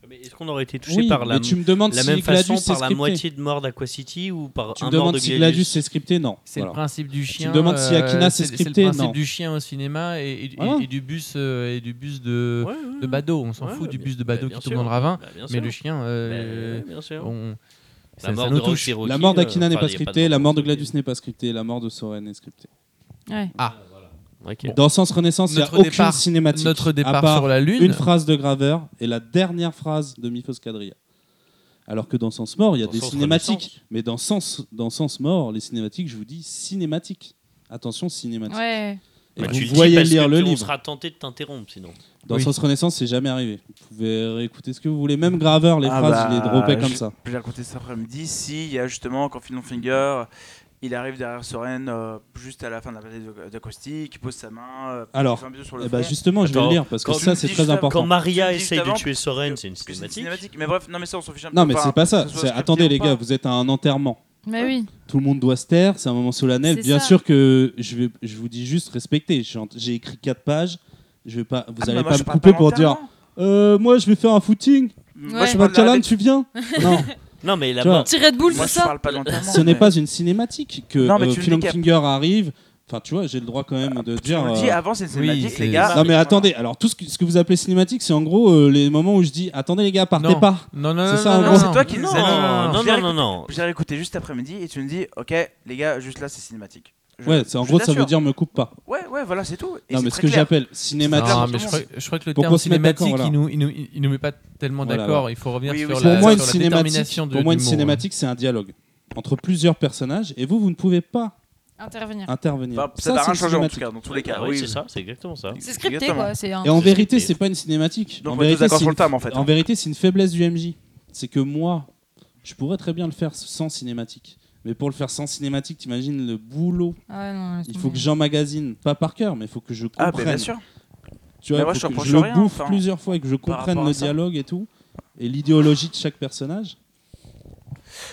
Speaker 2: Mais Est-ce qu'on aurait été touché
Speaker 1: Oui,
Speaker 2: par la,
Speaker 1: mais tu me demandes
Speaker 2: la
Speaker 1: si
Speaker 2: même
Speaker 1: Gladius
Speaker 2: façon
Speaker 1: c'est
Speaker 2: par la
Speaker 1: scripté.
Speaker 2: moitié de mort d'Aqua City ou par
Speaker 1: Tu
Speaker 2: un
Speaker 1: me
Speaker 2: mort
Speaker 1: demandes
Speaker 2: de
Speaker 1: si
Speaker 2: Gladius,
Speaker 1: Gladius c'est scripté Non.
Speaker 3: C'est
Speaker 1: Voilà.
Speaker 3: le principe du chien. euh,
Speaker 1: demandes si Akina, c'est scripté,
Speaker 3: le principe
Speaker 1: non.
Speaker 3: du chien au cinéma et, et- et-
Speaker 1: Voilà.
Speaker 3: et du bus euh, et du bus de,
Speaker 2: Ouais, ouais,
Speaker 3: de Bado. On s'en
Speaker 2: Ouais,
Speaker 3: fout du
Speaker 2: bien-
Speaker 3: bus de
Speaker 2: bah,
Speaker 3: Bado
Speaker 2: bien
Speaker 3: qui tombe
Speaker 2: sûr.
Speaker 3: dans le ravin.
Speaker 2: Bah, bien
Speaker 3: mais
Speaker 2: sûr.
Speaker 3: le chien, euh,
Speaker 2: Bah, bien sûr.
Speaker 3: on- ça,
Speaker 2: La mort
Speaker 3: ça
Speaker 2: de
Speaker 3: nous
Speaker 2: Rocky
Speaker 3: touche.
Speaker 2: Rocky,
Speaker 1: La mort
Speaker 2: euh,
Speaker 1: d'Akina n'est
Speaker 2: enfin,
Speaker 1: pas
Speaker 2: il y a
Speaker 1: scriptée, la mort de
Speaker 2: romance,
Speaker 1: Gladius n'est pas scriptée, la mort de Soren est scriptée.
Speaker 4: Ouais.
Speaker 2: mais- Ok.
Speaker 1: Dans le sens Renaissance, il n'y a
Speaker 3: Notre
Speaker 1: aucune
Speaker 3: départ-
Speaker 1: cinématique.
Speaker 3: Notre
Speaker 1: à
Speaker 3: départ
Speaker 1: part
Speaker 3: sur la lune.
Speaker 1: une phrase de Graveur et la dernière phrase de Miphos Quadrilla. Alors que dans Sens Mort, il y a
Speaker 2: Dans
Speaker 1: des
Speaker 2: Sens
Speaker 1: cinématiques. Mais dans Sens, dans Sens Mort, les cinématiques, je vous dis cinématiques. Attention, cinématiques.
Speaker 4: Ouais.
Speaker 1: Et
Speaker 2: Bah,
Speaker 1: vous
Speaker 2: tu le dis
Speaker 1: voyez
Speaker 2: parce
Speaker 1: lire
Speaker 2: que
Speaker 1: le
Speaker 2: tu- On
Speaker 1: livre.
Speaker 2: sera tenté de t'interrompre sinon.
Speaker 1: Dans
Speaker 3: Oui.
Speaker 1: Sens Renaissance, c'est jamais arrivé. Vous pouvez réécouter ce que vous voulez. Même Graveur, les
Speaker 5: Ah
Speaker 1: phrases,
Speaker 5: bah,
Speaker 1: je les dropais comme
Speaker 5: je-
Speaker 1: ça.
Speaker 5: J'ai raconté cet après-midi. Si, il y a justement, quand Phil Finger, il arrive derrière Soren euh, juste à la fin de la bataille de- d'Acosti, qui pose sa main. euh,
Speaker 1: Alors,
Speaker 5: qui fait un bisou sur le
Speaker 1: Et bah
Speaker 5: front.
Speaker 1: justement, je vais
Speaker 2: Attends,
Speaker 1: le lire parce que
Speaker 5: quand
Speaker 1: ça,
Speaker 5: tu
Speaker 1: c'est
Speaker 5: dis
Speaker 1: très
Speaker 5: juste
Speaker 1: important.
Speaker 2: Quand Maria
Speaker 5: Tu me dis
Speaker 2: essaye
Speaker 5: juste
Speaker 2: de
Speaker 5: avant
Speaker 2: tuer Soren,
Speaker 5: que-
Speaker 2: c'est une
Speaker 5: que c'est une
Speaker 2: cinématique.
Speaker 5: cinématique. Mais bref, non, mais ça, on s'en fiche un peu.
Speaker 1: Non, mais
Speaker 5: enfin,
Speaker 1: c'est pas ça.
Speaker 5: que ce soit
Speaker 1: C'est-
Speaker 5: scripté
Speaker 1: Attendez,
Speaker 5: ou
Speaker 1: les
Speaker 5: pas.
Speaker 1: gars, vous êtes à un enterrement.
Speaker 4: Mais oui.
Speaker 1: Tout le monde doit se taire. C'est un moment solennel.
Speaker 4: C'est
Speaker 1: Bien
Speaker 4: ça.
Speaker 1: sûr que je, vais, je vous dis juste respecter. J'ai j'ai écrit 4 pages. Je vais pas, vous
Speaker 5: Ah, mais
Speaker 1: allez
Speaker 5: moi,
Speaker 1: pas
Speaker 5: je
Speaker 1: me
Speaker 5: parle hein.
Speaker 1: couper
Speaker 5: de
Speaker 1: pour dire
Speaker 5: l'enterrement.
Speaker 1: euh, Moi, je vais faire un footing.
Speaker 5: Moi,
Speaker 4: Ouais.
Speaker 5: je parle de la
Speaker 1: Macallan,
Speaker 5: bête.
Speaker 1: tu viens Non,
Speaker 2: Non, mais la
Speaker 1: Tu vois,
Speaker 2: mort.
Speaker 4: Petit Red Bull,
Speaker 5: Moi,
Speaker 4: c'est
Speaker 5: je
Speaker 4: ça
Speaker 5: parle pas de l'enterrement.
Speaker 1: ce n'est
Speaker 5: mais-
Speaker 1: pas une cinématique. Que
Speaker 5: Non, mais
Speaker 1: euh,
Speaker 5: tu le
Speaker 1: Phil
Speaker 5: décapes.
Speaker 1: Finger arrive. Enfin, tu vois, j'ai le droit quand même de dire.
Speaker 5: On le dit
Speaker 1: euh,
Speaker 5: avant, c'est une
Speaker 3: Oui,
Speaker 5: cinématique,
Speaker 3: c'est-
Speaker 5: les gars.
Speaker 1: Non mais attendez, alors tout ce que, ce que vous appelez cinématique, c'est en gros euh, les moments où je dis attendez les gars, partez
Speaker 3: Non.
Speaker 1: pas.
Speaker 3: Non, non,
Speaker 1: C'est
Speaker 3: non,
Speaker 1: ça,
Speaker 3: non,
Speaker 1: en
Speaker 3: non,
Speaker 1: gros.
Speaker 5: C'est toi qui nous
Speaker 2: Non,
Speaker 5: as
Speaker 2: non,
Speaker 5: dit.
Speaker 2: non, non, non, non.
Speaker 5: J'ai réécouté juste après-midi et tu me dis, ok, les gars, juste là, c'est cinématique. Je-
Speaker 1: Ouais, c'est en
Speaker 5: je
Speaker 1: gros ça
Speaker 5: t'assure.
Speaker 1: veut dire me coupe pas.
Speaker 5: Ouais, ouais, voilà, c'est tout. Et
Speaker 1: non
Speaker 5: c'est
Speaker 1: mais ce
Speaker 5: très
Speaker 1: que
Speaker 5: clair.
Speaker 1: j'appelle
Speaker 5: C'est clair.
Speaker 1: cinématique.
Speaker 3: Non, mais je crois, je crois que le
Speaker 1: Pour
Speaker 3: terme
Speaker 1: qu'on s'y mette d'accord,
Speaker 3: cinématique, il,
Speaker 1: voilà.
Speaker 3: nous, il, nous, il nous met pas tellement
Speaker 1: Voilà,
Speaker 3: d'accord. Il faut revenir
Speaker 5: Oui,
Speaker 3: sur,
Speaker 5: oui,
Speaker 1: Pour
Speaker 3: la,
Speaker 1: moi une
Speaker 3: sur la
Speaker 1: cinématique,
Speaker 3: détermination de
Speaker 1: pour moi une
Speaker 3: l'humour, hein.
Speaker 1: cinématique, c'est un dialogue entre plusieurs personnages et vous vous ne pouvez pas Ah,
Speaker 4: Intervenir.
Speaker 1: intervenir.
Speaker 5: Enfin, Bah, ça n'a
Speaker 1: c'est
Speaker 5: rien
Speaker 1: une
Speaker 5: changé en tout
Speaker 1: cinématique.
Speaker 5: cas, dans tous les cas.
Speaker 2: Ah oui,
Speaker 5: oui,
Speaker 2: c'est ça, c'est exactement ça.
Speaker 4: C'est scripté,
Speaker 5: Exactement.
Speaker 4: quoi. C'est un-
Speaker 1: Et en
Speaker 2: C'est
Speaker 1: vérité,
Speaker 2: scripté.
Speaker 1: c'est pas une cinématique.
Speaker 5: Donc,
Speaker 1: en
Speaker 5: on est tous
Speaker 1: vérité,
Speaker 5: d'accord
Speaker 1: c'est
Speaker 5: sur
Speaker 1: une,
Speaker 5: le terme en fait. hein.
Speaker 1: en vérité, c'est une faiblesse du MJ, c'est que moi, je pourrais très bien le faire sans cinématique. Mais pour le faire sans cinématique, t'imagines le boulot.
Speaker 4: Ah, non, laisse
Speaker 1: Il faut
Speaker 4: tomber.
Speaker 1: que j'emmagasine, pas par cœur, mais il faut que je
Speaker 5: Ah,
Speaker 1: comprenne.
Speaker 5: bah, bien sûr.
Speaker 1: Tu
Speaker 5: Mais
Speaker 1: vois,
Speaker 5: moi,
Speaker 1: faut
Speaker 5: je te
Speaker 1: que
Speaker 5: reproche
Speaker 1: je le
Speaker 5: rien,
Speaker 1: bouffe
Speaker 5: enfin,
Speaker 1: plusieurs fois et que je comprenne
Speaker 5: rapport à
Speaker 1: le
Speaker 5: ça.
Speaker 1: dialogue et tout, et l'idéologie de chaque personnage.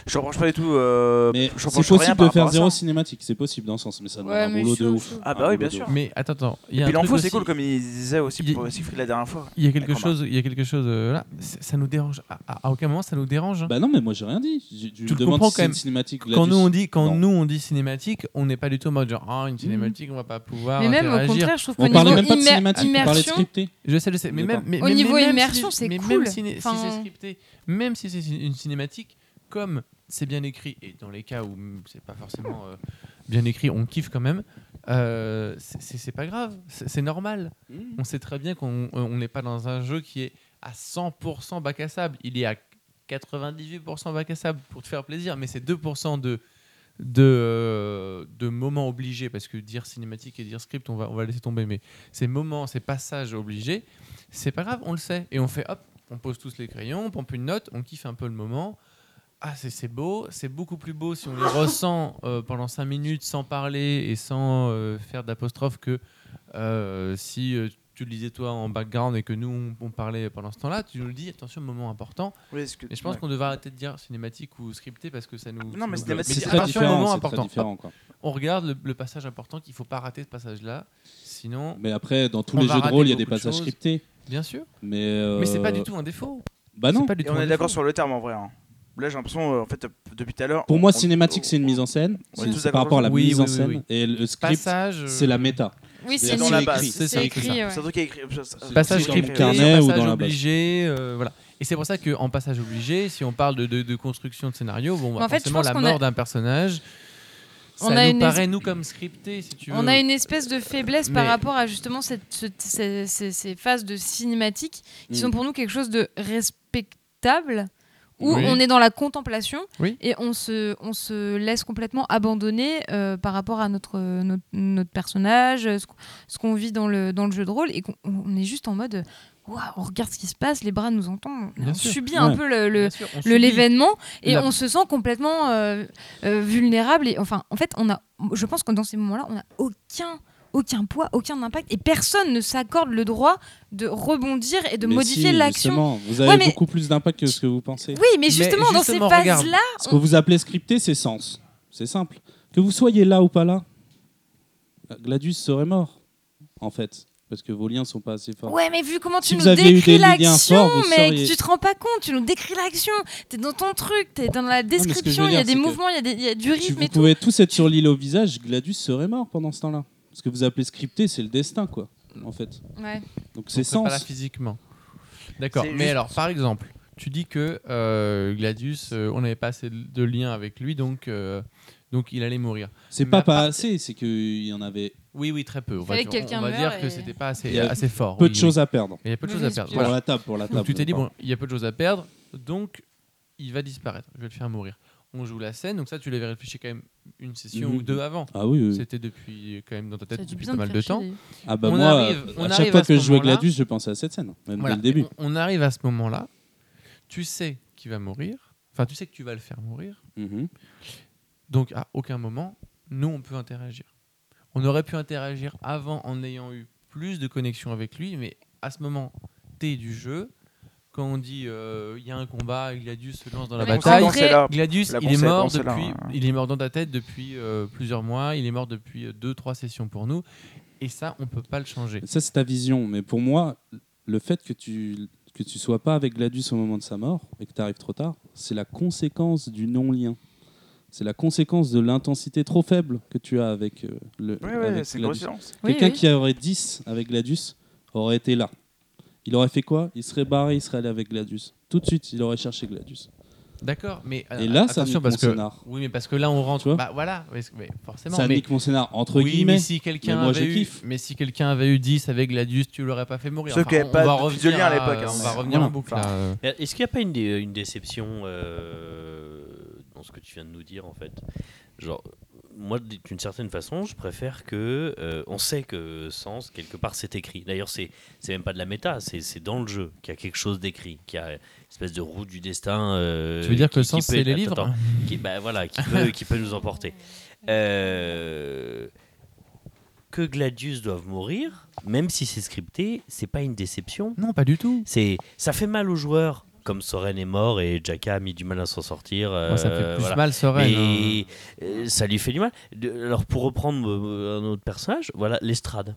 Speaker 5: Je reproche pas du tout. euh,
Speaker 1: mais
Speaker 5: je
Speaker 1: c'est
Speaker 5: reproche rien
Speaker 1: possible
Speaker 5: par
Speaker 1: de faire
Speaker 5: rapport à
Speaker 1: zéro
Speaker 5: ça.
Speaker 1: cinématique, c'est possible dans le sens, mais ça demande
Speaker 4: Ouais,
Speaker 1: un
Speaker 4: mais
Speaker 1: boulot
Speaker 4: je
Speaker 1: de
Speaker 4: suis
Speaker 1: ouf.
Speaker 4: chaud.
Speaker 5: Ah bah
Speaker 1: Un boulot
Speaker 5: oui, bien
Speaker 1: de
Speaker 5: sûr.
Speaker 1: ouf.
Speaker 3: Mais attends, attends. Il y a
Speaker 5: Puis
Speaker 3: un
Speaker 5: l'info,
Speaker 3: truc
Speaker 5: c'est
Speaker 3: aussi-
Speaker 5: cool, comme il disait aussi
Speaker 3: Il-
Speaker 5: pour Siegfried la dernière fois.
Speaker 3: Il y a quelque
Speaker 5: D'accord,
Speaker 3: chose, il y a quelque chose euh, là, c'est- ça nous dérange. À, à- à aucun moment, ça nous dérange. hein.
Speaker 1: Bah non, mais moi j'ai rien dit. J'ai- Tu,
Speaker 3: Tu
Speaker 1: me
Speaker 3: le
Speaker 1: demandes
Speaker 3: comprends
Speaker 1: si c'est
Speaker 3: quand
Speaker 1: une
Speaker 3: même.
Speaker 1: cinématique. là,
Speaker 3: quand nous
Speaker 1: juste-
Speaker 3: on dit, quand
Speaker 1: Non.
Speaker 3: nous on dit cinématique, on n'est pas du tout en mode genre ah,
Speaker 5: Mm.
Speaker 3: une cinématique, Ah, on va pas pouvoir
Speaker 4: Mais même au
Speaker 3: interagir.
Speaker 4: contraire, je trouve qu'au
Speaker 1: on
Speaker 4: niveau
Speaker 1: parlait même pas de
Speaker 4: immer-
Speaker 1: cinématique, on parlait de
Speaker 4: immersion,
Speaker 1: scripté.
Speaker 3: Je sais, je sais. Mais même,
Speaker 1: D'accord.
Speaker 3: mais-
Speaker 4: Au
Speaker 3: mais-
Speaker 4: niveau
Speaker 3: mais même
Speaker 4: immersion,
Speaker 3: si-
Speaker 4: c'est
Speaker 3: mais
Speaker 4: cool.
Speaker 3: Même si, si
Speaker 4: Enfin-
Speaker 3: c'est scripté, même si c'est une cinématique, comme c'est bien écrit, et dans les cas où mm, c'est pas forcément euh, bien écrit, on kiffe quand même, euh, c'est- c'est c'est pas grave, c'est c'est normal. On sait très bien qu'on euh, on n'est pas dans un jeu qui est à 100% bac à sable. Il est à 98% bac à sable pour te faire plaisir, mais c'est 2% de, de, euh, de moments obligés. Parce que dire cinématique et dire script, on va, on va laisser tomber. Mais ces moments, ces passages obligés, c'est pas grave, on le sait. Et on fait hop, on pose tous les crayons, on pompe une note, on kiffe un peu le moment. Ah, c'est- c'est beau, c'est beaucoup plus beau si on les ressent euh, pendant 5 minutes sans parler et sans euh, faire d'apostrophe que euh, si euh, tu le lisais toi en background et que nous on, on parlait pendant ce temps-là, tu nous le dis, attention, moment important.
Speaker 5: Oui, ce que-
Speaker 3: Et je pense
Speaker 5: ouais.
Speaker 3: qu'on devrait arrêter de dire cinématique ou scripté parce que ça nous.
Speaker 5: Non, mais
Speaker 3: ça nous
Speaker 5: cinématique,
Speaker 1: C'est
Speaker 3: bloque.
Speaker 1: très
Speaker 5: Mais
Speaker 3: attention, moment
Speaker 1: différent. C'est très
Speaker 3: important.
Speaker 1: différent quoi.
Speaker 3: On regarde le, le passage important qu'il faut pas rater ce passage-là. Sinon,
Speaker 1: Mais après, dans tous
Speaker 3: On
Speaker 1: les
Speaker 3: va
Speaker 1: jeux de
Speaker 3: rater
Speaker 1: rôle, il y a des
Speaker 3: beaucoup de
Speaker 1: passages
Speaker 3: choses.
Speaker 1: scriptés.
Speaker 3: bien sûr.
Speaker 1: Mais
Speaker 3: Mais c'est pas du
Speaker 1: euh,
Speaker 3: tout un défaut.
Speaker 1: Bah non.
Speaker 3: C'est pas du
Speaker 5: Et
Speaker 3: tout
Speaker 5: on
Speaker 3: un
Speaker 5: est d'accord
Speaker 3: défaut.
Speaker 5: sur le terme en vrai. hein. Là, j'ai l'impression, euh, en fait, euh, depuis tout à l'heure.
Speaker 1: Pour
Speaker 5: on-
Speaker 1: moi,
Speaker 5: on-
Speaker 1: cinématique,
Speaker 5: on-
Speaker 1: c'est une mise en scène.
Speaker 5: On est
Speaker 1: C'est-
Speaker 5: tous
Speaker 1: c'est
Speaker 5: d'accord
Speaker 1: Par rapport à la
Speaker 3: sur
Speaker 1: mise en
Speaker 3: ça. Oui, oui, oui,
Speaker 1: scène et le script,
Speaker 3: Passage. euh,
Speaker 1: c'est la méta.
Speaker 4: oui,
Speaker 1: C'est
Speaker 4: c'est
Speaker 5: dans
Speaker 4: écrit.
Speaker 5: la
Speaker 4: écrit,
Speaker 5: base.
Speaker 1: C'est
Speaker 4: C'est
Speaker 1: écrit,
Speaker 4: écrit, ouais.
Speaker 5: C'est un truc qui est écrit. c'est-
Speaker 3: Passage
Speaker 5: c'est- c'est-
Speaker 1: écrit.
Speaker 3: scripté,
Speaker 1: carnet ou
Speaker 3: passage
Speaker 1: dans la base.
Speaker 3: obligé, euh, voilà. Et c'est pour ça qu'en passage obligé, si on parle de, de- de construction de scénario, bon, bah,
Speaker 4: Mais en fait, je
Speaker 3: forcément
Speaker 4: pense
Speaker 3: la
Speaker 4: qu'on a-
Speaker 3: mort d'un personnage, ça
Speaker 4: On a
Speaker 3: nous
Speaker 4: une
Speaker 3: paraît nous comme scripté, si tu veux.
Speaker 4: On a une espèce de faiblesse par
Speaker 3: Mais-
Speaker 4: rapport à justement cette, ce- ces, ces- ces phases de cinématique qui
Speaker 3: Mm.
Speaker 4: sont pour nous quelque chose de respectable où
Speaker 3: Oui.
Speaker 4: on est dans la contemplation
Speaker 3: Oui.
Speaker 4: et on se, on se laisse complètement abandonner euh, par rapport à notre, notre, notre personnage, euh, ce qu'on- ce qu'on vit dans le, dans le jeu de rôle et qu'on on est juste en mode waouh, on regarde ce qui se passe, les bras nous entendent, on,
Speaker 3: Bien
Speaker 4: on
Speaker 3: sûr.
Speaker 4: subit
Speaker 1: Ouais.
Speaker 4: un peu le, le,
Speaker 3: Bien sûr, on
Speaker 4: le-
Speaker 3: subit.
Speaker 4: l'événement et
Speaker 3: La-
Speaker 4: on se sent complètement euh, euh, vulnérable et enfin en fait on a je pense que dans ces moments-là on n'a aucun aucun poids aucun impact et personne ne s'accorde le droit de rebondir et de
Speaker 1: Mais
Speaker 4: modifier
Speaker 1: si,
Speaker 4: l'action
Speaker 1: justement, Vous
Speaker 4: Ouais,
Speaker 1: avez
Speaker 4: mais-
Speaker 1: beaucoup plus d'impact que ce que vous pensez.
Speaker 4: oui mais justement, dans ces
Speaker 3: justement, regarde.
Speaker 4: phases-là
Speaker 1: Ce que vous appelez scripté, c'est sens. C'est simple. Que vous soyez là ou pas là, Gladius serait mort, en fait, parce que vos liens sont pas assez forts.
Speaker 4: ouais mais vu comment tu
Speaker 1: Si vous
Speaker 4: nous
Speaker 1: aviez eu
Speaker 4: décris
Speaker 1: des liens
Speaker 4: l'action
Speaker 1: forts, vous
Speaker 4: mec
Speaker 1: seriez-
Speaker 4: tu te rends pas compte tu nous décris l'action t'es dans ton truc t'es dans la
Speaker 1: ce que je veux
Speaker 4: description il y
Speaker 1: dire,
Speaker 4: a des
Speaker 1: c'est que
Speaker 4: mouvements il y a des- il y, a du
Speaker 1: Tu-
Speaker 4: rythme
Speaker 1: vous
Speaker 4: et tout
Speaker 1: pouvez tous être sur l'île au visage, Gladius serait mort pendant ce temps-là. Ce que vous appelez scripté, c'est le destin, quoi, en fait.
Speaker 4: Ouais.
Speaker 1: Donc
Speaker 3: On
Speaker 1: c'est
Speaker 3: peut pas là
Speaker 1: sens.
Speaker 3: physiquement. D'accord.
Speaker 5: C'est
Speaker 3: Mais
Speaker 5: juste-
Speaker 3: alors, par exemple, tu dis que euh, Gladius, euh, on n'avait pas assez de lien avec lui, donc, euh, donc il allait mourir.
Speaker 1: C'est
Speaker 3: Mais
Speaker 1: pas
Speaker 3: à part-
Speaker 1: pas assez, c'est qu'il y en avait
Speaker 3: Oui, oui, très peu. On va
Speaker 4: Fallait
Speaker 3: dire,
Speaker 4: que quelqu'un
Speaker 3: on va
Speaker 4: meure
Speaker 3: dire que
Speaker 4: et-
Speaker 3: c'était pas
Speaker 1: Il
Speaker 3: assez,
Speaker 1: y a
Speaker 3: assez fort.
Speaker 1: peu
Speaker 3: oui,
Speaker 1: de
Speaker 3: oui.
Speaker 1: choses à perdre.
Speaker 3: Il y a peu de
Speaker 4: Oui,
Speaker 3: choses à
Speaker 4: oui,
Speaker 3: perdre.
Speaker 4: c'est
Speaker 1: Pour
Speaker 3: Voilà.
Speaker 1: la table, pour la table.
Speaker 3: Donc tu t'es dit,
Speaker 1: pardon.
Speaker 3: bon, il y a peu de choses à perdre, donc il va disparaître. Je vais le faire mourir. on joue la scène. Donc ça, tu l'avais réfléchi quand même une session
Speaker 1: Mhm.
Speaker 3: ou deux avant.
Speaker 1: Ah oui, oui.
Speaker 3: C'était depuis quand même dans ta
Speaker 4: Ça a
Speaker 3: tête
Speaker 4: dû
Speaker 3: depuis
Speaker 4: bien
Speaker 3: pas mal
Speaker 4: te faire
Speaker 3: de
Speaker 4: chier,
Speaker 3: temps.
Speaker 4: d'ailleurs.
Speaker 1: Ah bah
Speaker 3: On
Speaker 1: moi,
Speaker 3: arrive-
Speaker 1: euh,
Speaker 3: on
Speaker 1: à
Speaker 3: arrive
Speaker 1: chaque
Speaker 3: à
Speaker 1: fois
Speaker 3: ce
Speaker 1: que je jouais
Speaker 3: moment-là.
Speaker 1: Gladius, je pensais à cette scène, même
Speaker 3: Voilà.
Speaker 1: dès le début.
Speaker 3: Et On, on arrive à ce moment-là. Tu sais qu'il va mourir. Enfin, tu sais que tu vas le faire mourir.
Speaker 1: Mhm.
Speaker 3: Donc à aucun moment, nous, on peut interagir. On aurait pu interagir avant en ayant eu plus de connexion avec lui, mais à ce moment T du jeu, quand on dit euh, il y a un combat, Gladius se lance dans la
Speaker 4: Mais
Speaker 3: bataille,
Speaker 4: on
Speaker 5: c'est là.
Speaker 3: Gladius,
Speaker 5: La
Speaker 3: il est
Speaker 5: conséquence,
Speaker 3: mort
Speaker 5: c'est là,
Speaker 3: depuis,
Speaker 5: hein.
Speaker 3: il est mort dans ta tête depuis euh, plusieurs mois, il est mort depuis 2-3 sessions pour nous, et ça, on peut pas le changer.
Speaker 1: Ça, c'est ta vision. Mais pour moi, le fait que tu que tu sois pas avec Gladius au moment de sa mort et que tu arrives trop tard, c'est la conséquence du non-lien. C'est la conséquence de l'intensité trop faible que tu as avec euh, le.
Speaker 5: Ouais,
Speaker 1: avec
Speaker 5: ouais, c'est une
Speaker 1: Gladius.
Speaker 5: grosse différence.
Speaker 4: Oui,
Speaker 1: Quelqu'un
Speaker 4: oui.
Speaker 1: qui aurait 10 avec Gladius aurait été là. Il aurait fait quoi Il serait barré, il serait allé avec Gladius. Tout de suite, il aurait cherché Gladius.
Speaker 3: D'accord, mais euh,
Speaker 1: Et là, ça
Speaker 3: attention
Speaker 1: nique
Speaker 3: parce
Speaker 1: mon
Speaker 3: que
Speaker 1: scénar.
Speaker 3: oui, mais parce que là, on
Speaker 1: Tu
Speaker 3: rentre.
Speaker 1: vois
Speaker 3: Bah voilà, oui, mais forcément.
Speaker 1: ça
Speaker 3: mais-
Speaker 1: nique mon scénar, entre
Speaker 3: Oui,
Speaker 1: guillemets.
Speaker 3: mais si quelqu'un
Speaker 1: Mais moi, je
Speaker 3: avait eu,
Speaker 1: kiffe.
Speaker 3: mais si quelqu'un avait eu 10 avec Gladius, tu l'aurais pas fait mourir.
Speaker 5: Ceux qui avaient
Speaker 3: on,
Speaker 5: pas
Speaker 3: on va
Speaker 5: de
Speaker 3: revenir
Speaker 5: lien à l'époque, hein.
Speaker 3: On va
Speaker 5: Ouais.
Speaker 3: revenir en
Speaker 1: Voilà.
Speaker 3: boucle.
Speaker 5: Enfin,
Speaker 3: là, euh.
Speaker 2: Euh, Est-ce qu'il n'y a pas une, dé- une déception euh, dans ce que tu viens de nous dire en fait Genre, moi d- d'une certaine façon, je préfère que euh, on sait que Sens quelque part c'est écrit. D'ailleurs, c'est c'est même pas de la méta, c'est c'est dans le jeu qu'il y a quelque chose d'écrit, qu'il y a une espèce de roue du destin. euh,
Speaker 3: Tu veux dire
Speaker 2: qui-
Speaker 3: que le
Speaker 2: qui
Speaker 3: sens
Speaker 2: peut-
Speaker 3: c'est les
Speaker 2: attends,
Speaker 3: livres
Speaker 2: attends qui, bah, voilà, qui, peut, qui peut nous emporter. Euh, que Gladius doive mourir, même si c'est scripté, c'est pas une déception.
Speaker 3: Non, pas du tout.
Speaker 2: C'est, ça fait mal aux joueurs, comme Soren est mort et Jaka a mis du mal à s'en sortir.
Speaker 3: Moi, ça fait
Speaker 2: euh,
Speaker 3: plus
Speaker 2: voilà.
Speaker 3: mal Soren. hein.
Speaker 2: Mais euh, ça lui fait du mal. De- alors pour reprendre euh, un autre personnage, voilà l'estrade.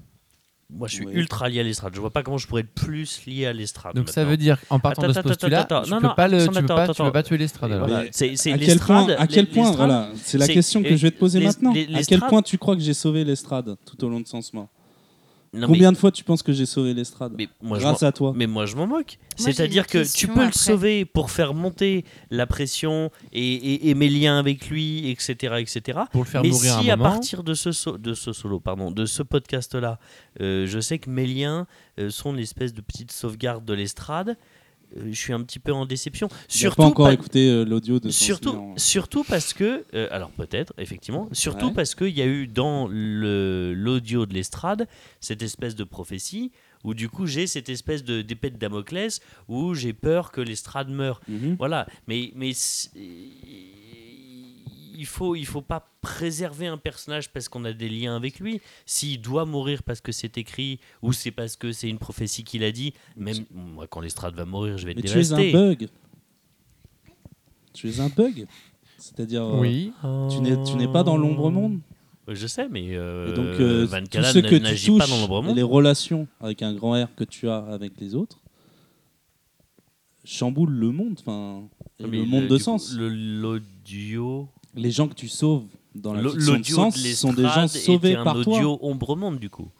Speaker 2: Moi, je suis
Speaker 1: Oui.
Speaker 2: ultra lié à l'estrade. Je vois pas comment je pourrais être plus lié à l'estrade.
Speaker 3: Donc ça
Speaker 2: maintenant.
Speaker 3: veut dire en partant
Speaker 2: Attends,
Speaker 3: de ce
Speaker 2: attends,
Speaker 3: postulat,
Speaker 2: attends,
Speaker 3: tu
Speaker 2: non,
Speaker 3: peux
Speaker 2: non,
Speaker 3: pas le, tu
Speaker 2: Alexandre,
Speaker 3: peux
Speaker 2: attends,
Speaker 3: pas, tu
Speaker 2: attends,
Speaker 3: peux pas
Speaker 2: attends.
Speaker 3: tuer l'estrade. alors.
Speaker 2: Voilà,
Speaker 1: Mais
Speaker 2: c'est, c'est
Speaker 1: à quel
Speaker 2: l'estrade.
Speaker 1: point, à quel point
Speaker 2: l'estrade-
Speaker 1: voilà, c'est la
Speaker 2: c'est-
Speaker 1: question que
Speaker 2: et-
Speaker 1: je vais te poser
Speaker 2: les-
Speaker 1: maintenant.
Speaker 2: les-
Speaker 1: à quel
Speaker 2: l'estrade-
Speaker 1: point tu crois que j'ai sauvé l'estrade tout au long de Sans mort
Speaker 2: Non, mais-
Speaker 1: Combien de fois tu penses que j'ai sauvé l'estrade
Speaker 2: mais moi, je
Speaker 1: Grâce à toi.
Speaker 2: Mais moi, je m'en moque.
Speaker 4: Moi, j'ai
Speaker 2: C'est-à-dire
Speaker 4: une
Speaker 2: que tu
Speaker 4: question
Speaker 2: peux le
Speaker 4: après.
Speaker 2: sauver pour faire monter la pression et, et- et mes liens avec lui, etc., etc.
Speaker 3: Pour le faire
Speaker 2: Mais
Speaker 3: mourir
Speaker 2: si
Speaker 3: à
Speaker 2: à
Speaker 3: un moment.
Speaker 2: partir de ce, so- de ce solo, pardon, de ce podcast-là, euh, je sais que mes liens euh, sont l'espèce de petite sauvegarde de l'estrade, euh, je suis un petit peu en déception.
Speaker 1: J'ai
Speaker 2: Surtout
Speaker 1: pas encore
Speaker 2: pas-
Speaker 1: écouté euh, l'audio de Sans
Speaker 2: surtout,
Speaker 1: Néant.
Speaker 2: surtout parce que, euh, alors peut-être, effectivement, surtout
Speaker 1: Ouais.
Speaker 2: parce qu'il y a eu dans le- l'audio de l'estrade cette espèce de prophétie où du coup j'ai cette espèce de- d'épée de Damoclès où j'ai peur que l'estrade meure.
Speaker 1: Mhm.
Speaker 2: Voilà, mais, mais c'est- il faut, il faut pas préserver un personnage parce qu'on a des liens avec lui. S'il doit mourir parce que c'est écrit ou c'est parce que c'est une prophétie qu'il a dit, même moi quand l'estrade va mourir, je vais être
Speaker 1: Mais tu es
Speaker 2: dévasté.
Speaker 1: un bug. Tu es un bug. C'est-à-dire, euh,
Speaker 3: Oui.
Speaker 1: tu n'es tu n'es pas dans l'ombre monde.
Speaker 2: Je sais, mais
Speaker 1: Et
Speaker 2: euh,
Speaker 1: donc, euh,
Speaker 2: Van
Speaker 1: tout
Speaker 2: Callan
Speaker 1: ce que tu
Speaker 2: n'agit pas
Speaker 1: touches,
Speaker 2: dans l'ombre monde.
Speaker 1: les relations avec un grand R que tu as avec les autres, chamboule le monde, enfin, et
Speaker 2: Mais
Speaker 1: le monde
Speaker 2: le-
Speaker 1: de
Speaker 2: du coup,
Speaker 1: sens.
Speaker 2: le- L'audio.
Speaker 1: les gens que tu sauves dans la
Speaker 2: l'au-
Speaker 1: fiction de
Speaker 2: L'audio
Speaker 1: sens
Speaker 2: de
Speaker 1: sont des gens
Speaker 2: l'estrade
Speaker 1: sauvés
Speaker 2: était un
Speaker 1: par toi.
Speaker 2: audio ombre monde, du coup.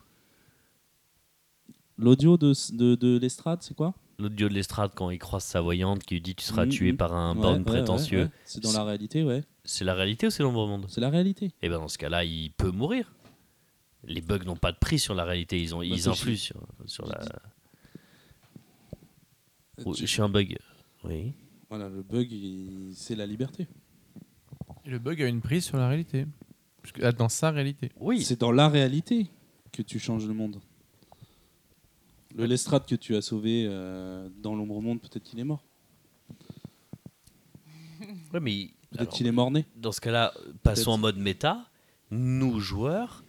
Speaker 1: L'audio de, de, de l'estrade, c'est quoi
Speaker 2: L'audio de l'estrade, quand il croise sa voyante, qui lui dit Tu seras
Speaker 1: Mhm,
Speaker 2: tué
Speaker 1: mhm.
Speaker 2: par un
Speaker 1: Ouais,
Speaker 2: borne
Speaker 1: ouais,
Speaker 2: prétentieux.
Speaker 1: ouais, ouais. C'est dans la réalité, ouais.
Speaker 2: C'est la réalité ou c'est l'ombre monde
Speaker 1: C'est la réalité.
Speaker 2: Et bien, dans ce cas-là, il peut mourir. Les bugs n'ont pas de prix sur la réalité, ils, ont, ils
Speaker 1: Bah, c'est
Speaker 2: influent sur, sur la. Oh, je suis un bug. Oui.
Speaker 1: Voilà, le bug, il- c'est la liberté.
Speaker 3: Le bug a une prise sur la réalité. Parce que- ah, Dans sa réalité.
Speaker 2: Oui.
Speaker 1: C'est dans la réalité que tu changes le monde. Le Lestrade que tu as sauvé euh, dans l'ombre monde, peut-être qu'il est mort.
Speaker 2: Ouais, mais.
Speaker 1: Peut-être
Speaker 2: alors,
Speaker 1: qu'il est mort-né.
Speaker 2: dans ce cas-là, passons
Speaker 1: Peut-être.
Speaker 2: en mode méta. Nous, joueurs,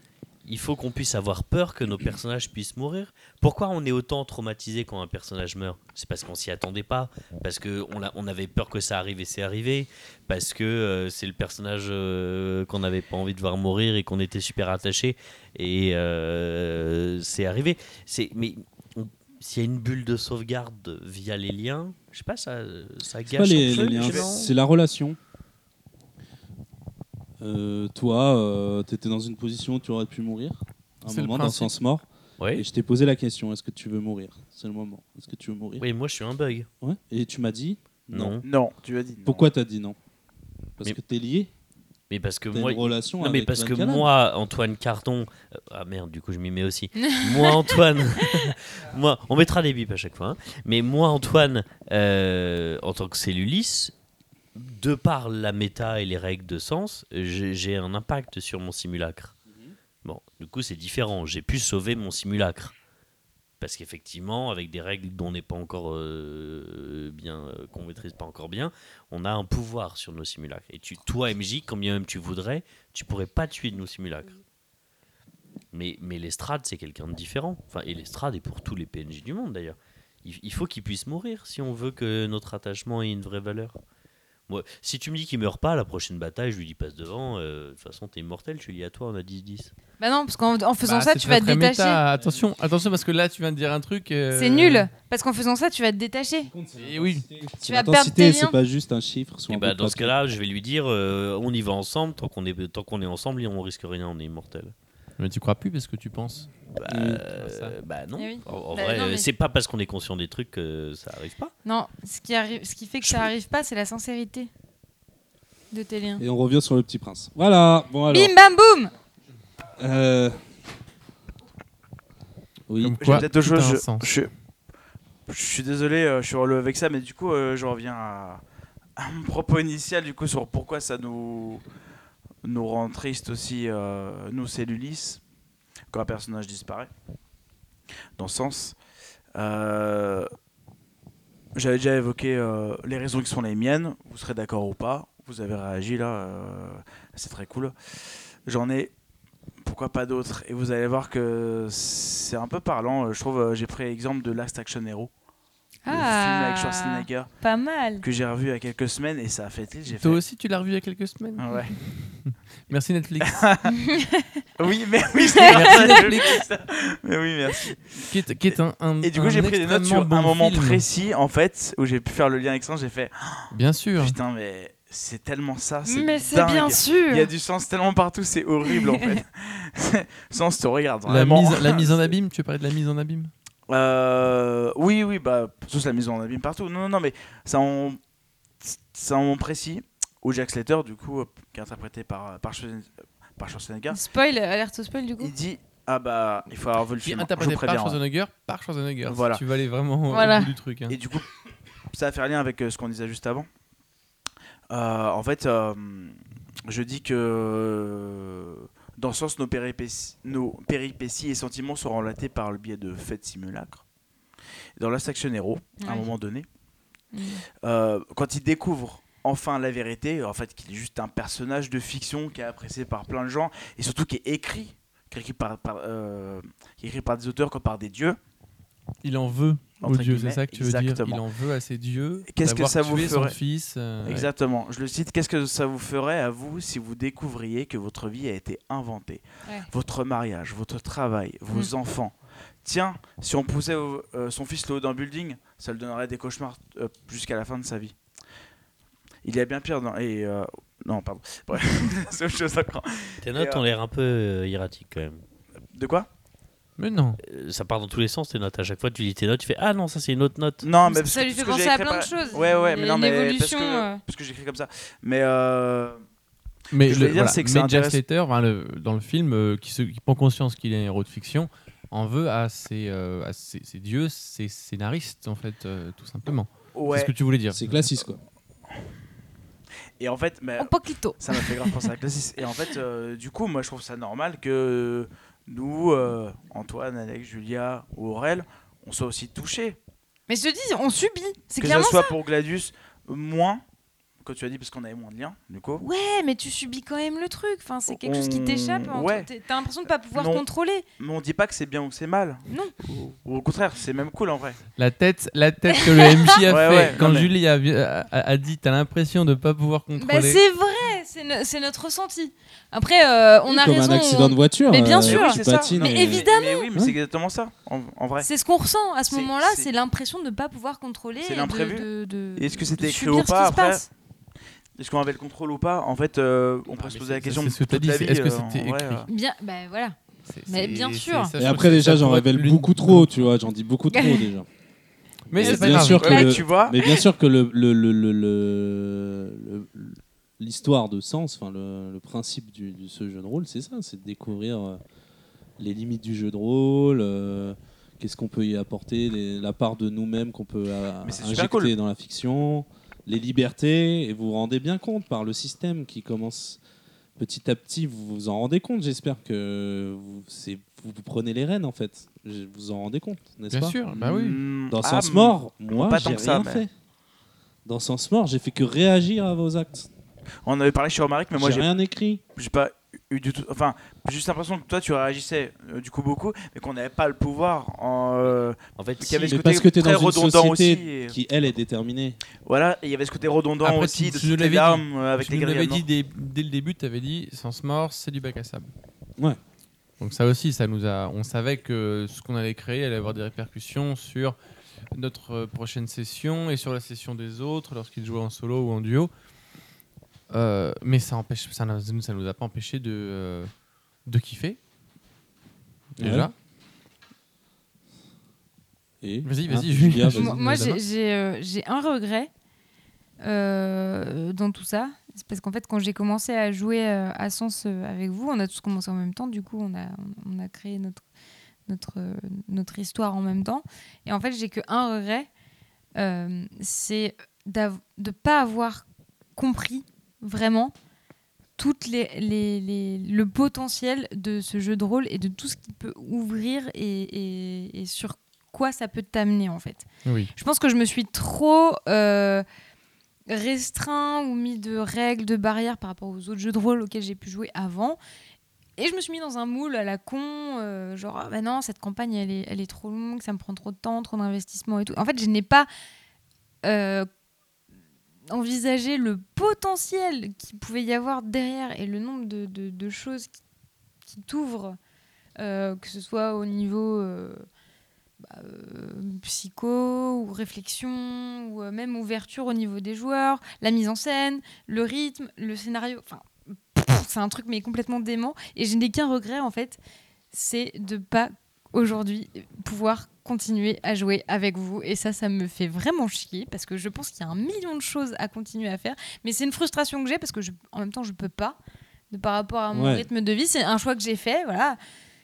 Speaker 2: il faut qu'on puisse avoir peur que nos personnages puissent mourir. Pourquoi on est autant traumatisé quand un personnage meurt C'est parce qu'on s'y attendait pas, parce qu'on on avait peur que ça arrive et c'est arrivé, parce que euh, c'est le personnage euh, qu'on n'avait pas envie de voir mourir et qu'on était super attaché et euh, c'est arrivé. C'est mais on- s'il y a une bulle de sauvegarde via les liens, je sais pas, ça, ça
Speaker 1: C'est pas
Speaker 2: gâche
Speaker 1: les,
Speaker 2: un peu,
Speaker 1: les liens,
Speaker 2: non
Speaker 1: c'est la relation. Euh, toi, euh, tu étais dans une position où tu aurais pu mourir, à un
Speaker 3: C'est le
Speaker 1: moment, dans
Speaker 3: principe.
Speaker 1: sens mort.
Speaker 2: Ouais.
Speaker 1: Et je t'ai posé la question est-ce que tu veux mourir C'est le moment. Est-ce que tu veux mourir
Speaker 2: Oui, moi je suis un bug.
Speaker 1: Ouais. Et tu m'as dit non.
Speaker 2: non.
Speaker 5: Non, tu as dit. non.
Speaker 1: Pourquoi t'as dit non Parce
Speaker 2: Mais-
Speaker 1: que t'es lié,
Speaker 2: Mais parce que
Speaker 1: t'as
Speaker 2: moi,
Speaker 1: une relation
Speaker 2: non mais
Speaker 1: avec
Speaker 2: parce que
Speaker 1: Van Callen.
Speaker 2: moi, Antoine Cardon, euh, ah merde, du coup je m'y mets aussi. moi Antoine, moi, on mettra des bips à chaque fois. hein. Mais moi Antoine, euh, en tant que celluliste, de par la méta et les règles de sens, j'ai j'ai un impact sur mon simulacre. Bon, du coup, c'est différent. J'ai pu sauver mon simulacre. Parce qu'effectivement, avec des règles dont on n'est pas encore euh, bien, euh, qu'on maîtrise pas encore bien, on a un pouvoir sur nos simulacres. Et tu, toi, MJ, combien même tu voudrais, tu pourrais pas tuer de nos simulacres. Mais, mais l'estrade, c'est quelqu'un de différent. Enfin, et l'estrade est pour tous les PNJ du monde d'ailleurs. Il, il faut qu'ils puissent mourir si on veut que notre attachement ait une vraie valeur. Moi, si tu me dis qu'il meurt pas, la prochaine bataille, je lui dis passe devant. euh, De toute façon, t'es immortel, je suis lié à toi, on a 10-10.
Speaker 4: Bah non, parce qu'en en faisant
Speaker 3: Bah,
Speaker 4: ça,
Speaker 3: c'est
Speaker 4: tu
Speaker 3: très,
Speaker 4: vas te
Speaker 3: très méta.
Speaker 4: détacher.
Speaker 3: Attention, attention, parce que là, tu viens de dire un truc. euh,
Speaker 4: C'est nul, parce qu'en faisant ça, tu vas te détacher.
Speaker 3: Et oui.
Speaker 4: Tu vas perdre tes liens.
Speaker 1: C'est pas juste un chiffre. sur
Speaker 2: Et
Speaker 1: un
Speaker 2: bah,
Speaker 1: bout de
Speaker 2: dans ce
Speaker 1: papier.
Speaker 2: cas-là, je vais lui dire euh, on y va ensemble, tant qu'on est, tant qu'on est ensemble, on risque rien, on est immortel.
Speaker 3: Mais tu crois plus parce que tu penses.
Speaker 2: Bah,
Speaker 1: Oui.
Speaker 2: euh,
Speaker 3: Ah, ça.
Speaker 2: bah non.
Speaker 4: Eh oui.
Speaker 2: En, en
Speaker 4: Bah,
Speaker 2: vrai,
Speaker 4: non, mais-
Speaker 2: euh, c'est pas parce qu'on est conscient des trucs que ça arrive pas.
Speaker 4: Non, ce qui, arrive, ce qui fait que ça arrive pas, c'est la sincérité de tes liens.
Speaker 1: Et on revient sur le petit prince. Voilà. Bon alors.
Speaker 4: Bim bam boum
Speaker 1: euh, Oui.
Speaker 3: Comme
Speaker 5: J'ai
Speaker 3: quoi,
Speaker 5: peut-être deux
Speaker 3: tout a
Speaker 5: choses.
Speaker 3: un
Speaker 5: Je,
Speaker 3: sens.
Speaker 5: je, je suis désolé, euh, je suis relou avec ça, mais du coup, euh, je reviens à, à mon propos initial du coup sur pourquoi ça nous nous rend triste aussi euh, nous cellulis quand un personnage disparaît. Dans ce sens, euh, j'avais déjà évoqué euh, les raisons qui sont les miennes. Vous serez d'accord ou pas Vous avez réagi là, euh, c'est très cool. J'en ai pourquoi pas d'autres Et vous allez voir que c'est un peu parlant. euh, Je trouve, euh, j'ai pris l'exemple de Last Action Hero, le film avec
Speaker 4: Ah,
Speaker 5: Schwarzenegger
Speaker 4: pas mal.
Speaker 5: que j'ai revu il y a quelques semaines et ça a fait tilt, j'ai fait.
Speaker 3: Toi aussi, tu l'as revu il y a quelques semaines.
Speaker 5: Ah ouais.
Speaker 3: Merci Netflix.
Speaker 5: Oui, mais oui, c'est vrai, je l'ai dit, ça. Mais oui, merci.
Speaker 3: qui est, qui est un, un-
Speaker 5: Et du coup,
Speaker 3: un
Speaker 5: j'ai pris des notes sur
Speaker 3: extrêmement
Speaker 5: un
Speaker 3: bon
Speaker 5: moment
Speaker 3: film.
Speaker 5: précis, en fait, où j'ai pu faire le lien avec ça. J'ai fait
Speaker 3: Bien sûr.
Speaker 5: putain, mais Ah, c'est tellement ça.
Speaker 4: Mais c'est
Speaker 5: dingue.
Speaker 4: bien sûr
Speaker 5: Il y a du sens tellement partout, c'est horrible en fait. sens, te regarde
Speaker 3: La
Speaker 5: vraiment.
Speaker 3: mise, la mise en abîme, tu veux parler de la mise en abîme
Speaker 5: Euh, oui, oui, bah, tous la mise en abîme partout. Non, non, non, mais ça en, ça en précis. Où Jack Slater, du coup, euh, qui est interprété par, par, Schwarzen- par Schwarzenegger,
Speaker 4: Spoil, alerte au spoil du coup.
Speaker 5: il dit Ah bah, il faut avoir vu le
Speaker 3: Qui est
Speaker 5: film. Je vous
Speaker 3: interprété par
Speaker 5: préviens. hein.
Speaker 3: Schwarzenegger, par Schwarzenegger. si
Speaker 5: Voilà.
Speaker 3: tu vas aller vraiment
Speaker 4: Voilà.
Speaker 3: au bout du truc. hein.
Speaker 5: Et du coup, ça va faire lien avec euh, ce qu'on disait juste avant. Euh, en fait, euh, je dis que dans ce sens, nos péripéties, nos péripéties et sentiments sont relatés par le biais de faits de simulacres. Dans la section héros, à un
Speaker 4: Ouais.
Speaker 5: moment donné,
Speaker 4: Mm.
Speaker 5: euh, quand il découvre enfin la vérité, en fait, qu'il est juste un personnage de fiction qui est apprécié par plein de gens et surtout qui est écrit, qui est écrit par, par, euh, qui est écrit par des auteurs comme par des dieux.
Speaker 3: Il en veut aux
Speaker 5: Entre
Speaker 3: dieux, c'est
Speaker 5: guillemets,
Speaker 3: ça que tu veux dire
Speaker 5: exactement.
Speaker 3: Il en veut à ses dieux.
Speaker 5: Qu'est-ce que
Speaker 3: d'avoir
Speaker 5: ça vous
Speaker 3: tué son
Speaker 5: ferait
Speaker 3: fils. euh, ouais.
Speaker 5: Exactement. Je le cite. Qu'est-ce que ça vous ferait à vous si vous découvriez que votre vie a été inventée
Speaker 4: Ouais. Mm.
Speaker 5: Votre mariage, votre travail, vos enfants. Tiens, si on poussait au- euh, son fils le haut d'un building, ça lui donnerait des cauchemars euh, jusqu'à la fin de sa vie. Il y a bien pire dans. Et, euh, non, pardon. Bref, c'est autre chose encore.
Speaker 2: Tes notes
Speaker 5: euh,
Speaker 2: ont l'air un peu euh, erratiques quand même.
Speaker 5: De quoi
Speaker 3: Mais non.
Speaker 2: Euh, ça part dans tous les sens tes notes. À chaque fois, tu lis tes notes, tu fais Ah non, ça c'est une autre note.
Speaker 5: Non, mais
Speaker 4: Ça
Speaker 5: parce que
Speaker 4: lui
Speaker 5: tout
Speaker 4: fait
Speaker 5: ce que j'ai
Speaker 4: penser à
Speaker 5: écrit
Speaker 4: plein de
Speaker 5: par-
Speaker 4: choses.
Speaker 5: Ouais, ouais, mais
Speaker 4: Et
Speaker 5: non, mais parce
Speaker 4: l'évolution,
Speaker 5: que,
Speaker 4: euh.
Speaker 5: parce que j'écris comme ça. Mais euh,
Speaker 3: Mais
Speaker 5: Ce que je
Speaker 3: le,
Speaker 5: veux dire,
Speaker 3: voilà,
Speaker 5: c'est que
Speaker 3: mais
Speaker 5: ça
Speaker 3: Jack
Speaker 5: intéresse-
Speaker 3: Slater, enfin, le- dans le film, euh, qui, se, qui prend conscience qu'il est un héros de fiction, en veut à ses, euh, à ses, ses dieux, ses scénaristes, en fait, euh, tout simplement. C'est
Speaker 5: ouais.
Speaker 3: ce que tu voulais dire.
Speaker 1: C'est classique quoi.
Speaker 5: Et en fait, mais
Speaker 4: En poquito.
Speaker 5: ça m'a fait grave penser à la classe. Et en fait, euh, du coup, moi, je trouve ça normal que nous, euh, Antoine, Alex, Julia ou Aurel, on soit aussi touchés.
Speaker 4: Mais je te dis, on subit. C'est
Speaker 5: Que ça
Speaker 4: clairement
Speaker 5: soit pour Gladius, euh, moins, que tu as dit, parce qu'on avait moins de liens, du coup.
Speaker 4: Ouais, mais tu subis quand même le truc. Enfin, c'est quelque chose qui
Speaker 5: On-
Speaker 4: t'échappe. hein.
Speaker 5: ouais.
Speaker 4: T'es- T'as l'impression de pas pouvoir
Speaker 5: Non.
Speaker 4: contrôler.
Speaker 5: Mais on dit pas que c'est bien ou que c'est mal.
Speaker 4: Non.
Speaker 5: Ou, ou au contraire, c'est même cool en vrai.
Speaker 3: La tête, la tête que le MJ a
Speaker 5: Ouais,
Speaker 3: fait
Speaker 5: ouais,
Speaker 3: quand
Speaker 5: non, mais-
Speaker 3: Julie a, a, a dit t'as l'impression de pas pouvoir
Speaker 4: Bah,
Speaker 3: contrôler.
Speaker 4: c'est vrai, c'est no- c'est notre ressenti. Après, euh, on a
Speaker 1: Comme
Speaker 4: raison.
Speaker 1: un accident de voiture.
Speaker 4: Mais bien
Speaker 1: euh,
Speaker 4: sûr.
Speaker 5: Mais oui,
Speaker 1: tu
Speaker 5: c'est ça.
Speaker 1: patines
Speaker 4: Mais
Speaker 1: et-
Speaker 4: évidemment.
Speaker 5: Mais oui, mais
Speaker 1: Ouais.
Speaker 5: c'est exactement ça, en, en vrai.
Speaker 4: C'est ce qu'on ressent à ce
Speaker 5: C'est-
Speaker 4: moment-là,
Speaker 5: c'est-
Speaker 4: c'est l'impression de ne pas pouvoir contrôler.
Speaker 5: C'est
Speaker 4: et de-
Speaker 5: l'imprévu.
Speaker 4: de- de-
Speaker 5: Et est-ce que
Speaker 4: de
Speaker 5: c'était écrit
Speaker 4: subir
Speaker 5: ou
Speaker 4: ce qui
Speaker 5: pas,
Speaker 4: se
Speaker 5: après
Speaker 4: passe.
Speaker 5: Est-ce qu'on avait le contrôle ou pas En fait, euh, on pourrait
Speaker 3: Ah,
Speaker 5: se
Speaker 3: mais
Speaker 5: poser la
Speaker 3: c'est-
Speaker 5: question.
Speaker 3: c'est ce que
Speaker 5: toute
Speaker 3: t'as dit,
Speaker 5: la
Speaker 3: c'est-
Speaker 5: vie,
Speaker 3: est-ce que
Speaker 5: euh, en
Speaker 3: c'était
Speaker 5: vrai,
Speaker 3: écrit
Speaker 5: euh.
Speaker 4: Bien, bah voilà.
Speaker 3: C'est-
Speaker 4: Mais
Speaker 3: c'est-
Speaker 4: bien
Speaker 3: c'est-
Speaker 4: sûr.
Speaker 3: ça, je
Speaker 1: Et
Speaker 3: trouve
Speaker 1: après
Speaker 3: que
Speaker 1: déjà
Speaker 3: ça
Speaker 1: j'en
Speaker 3: pourrait être
Speaker 1: révèle
Speaker 3: l'une-
Speaker 1: beaucoup trop, tu vois, j'en dis beaucoup trop déjà.
Speaker 3: Mais
Speaker 1: Et
Speaker 3: c'est pas
Speaker 1: bien
Speaker 3: grave.
Speaker 1: sûr que
Speaker 5: Ouais,
Speaker 1: le-
Speaker 5: tu vois,
Speaker 1: Mais bien sûr que le le- le- le- le- le- le- l'histoire de sens, enfin le, le principe du, de ce jeu de rôle, c'est ça, c'est de découvrir euh, les limites du jeu de rôle. euh, Qu'est-ce qu'on peut y apporter, les- la part de nous-mêmes qu'on peut euh,
Speaker 5: Mais c'est super
Speaker 1: injecter
Speaker 5: cool.
Speaker 1: dans la fiction, les libertés, et vous vous rendez bien compte par le système qui commence petit à petit, vous vous en rendez compte, j'espère que vous, c'est- vous, vous prenez les rênes en fait. Je- Vous vous en rendez compte, n'est-ce
Speaker 3: Bien
Speaker 1: pas
Speaker 3: sûr, bah oui.
Speaker 5: Hmm,
Speaker 1: Dans
Speaker 5: ah,
Speaker 1: Sens
Speaker 5: hmm,
Speaker 1: Mort, moi,
Speaker 5: pas tant
Speaker 1: j'ai
Speaker 5: que ça,
Speaker 1: rien
Speaker 5: mais-
Speaker 1: fait. Dans Sens Mort, j'ai fait que réagir à vos actes.
Speaker 5: On avait parlé chez Romaric, mais moi
Speaker 1: j'ai
Speaker 5: j'ai
Speaker 1: rien écrit.
Speaker 5: j'ai pas eu du tout. Enfin, j'ai juste l'impression que toi tu réagissais euh, du coup beaucoup, mais qu'on n'avait pas le pouvoir. En, euh,
Speaker 2: En fait,
Speaker 5: qu'il y avait
Speaker 1: mais
Speaker 5: ce côté
Speaker 1: parce que t'es
Speaker 5: très
Speaker 1: dans une
Speaker 5: redondant
Speaker 1: société
Speaker 5: aussi. et-
Speaker 1: Qui, elle, est déterminée.
Speaker 5: Voilà, et il y avait ce côté redondant
Speaker 3: Après,
Speaker 5: aussi
Speaker 3: tu-
Speaker 5: de
Speaker 3: tu nous
Speaker 5: toutes les
Speaker 3: l'avais dit.
Speaker 5: larmes euh, avec
Speaker 3: tu
Speaker 5: les
Speaker 3: nous l'avais dit
Speaker 5: grilles.
Speaker 3: dès, dès le début, tu avais dit Sens mort, c'est du bac à sable.
Speaker 1: Ouais.
Speaker 3: Donc ça aussi, ça nous a, on savait que ce qu'on allait créer allait avoir des répercussions sur notre euh, prochaine session et sur la session des autres lorsqu'ils jouaient en solo ou en duo. Euh, mais ça empêche, ça, n'a- ça nous a pas empêché de, euh, de kiffer. Déjà.
Speaker 1: Et-
Speaker 3: Vas-y,
Speaker 1: Ah,
Speaker 3: vas-y,
Speaker 1: Julia,
Speaker 3: Julia,
Speaker 1: vas-y.
Speaker 3: vas-y.
Speaker 4: Moi, moi,
Speaker 3: Madame.
Speaker 4: j'ai- j'ai euh, j'ai un regret euh, dans tout ça. C'est parce qu'en fait, quand j'ai commencé à jouer euh, à Sens euh, avec vous, on a tous commencé en même temps. Du coup, on a, on a créé notre, notre, euh, notre histoire en même temps. Et en fait, j'ai que un regret euh, c'est d'av- de ne pas avoir compris vraiment toutes les, les- les- le potentiel de ce jeu de rôle et de tout ce qu'il peut ouvrir et- et- et sur quoi ça peut t'amener en fait.
Speaker 3: Oui.
Speaker 4: Je pense que je me suis trop euh, restreint ou mis de règles, de barrières par rapport aux autres jeux de rôle auxquels j'ai pu jouer avant. Et je me suis mis dans un moule à la con, euh, genre ah bah non, cette campagne elle est, elle est trop longue, ça me prend trop de temps, trop d'investissement et tout. En fait, je n'ai pas euh, envisagé le potentiel qu'il pouvait y avoir derrière et le nombre de, de- de choses qui, qui t'ouvrent, euh, que ce soit au niveau euh, euh, psycho ou réflexion ou euh, même ouverture au niveau des joueurs, la mise en scène, le rythme, le scénario. Enfin, pff, c'est un truc mais complètement dément. Et je n'ai qu'un regret en fait, c'est de pas aujourd'hui pouvoir continuer à jouer avec vous. Et ça, ça me fait vraiment chier parce que je pense qu'il y a un million de choses à continuer à faire. Mais c'est une frustration que j'ai parce que je, en même temps, je peux pas. De par rapport à mon
Speaker 1: Ouais.
Speaker 4: rythme de vie, c'est un choix que j'ai fait. Voilà.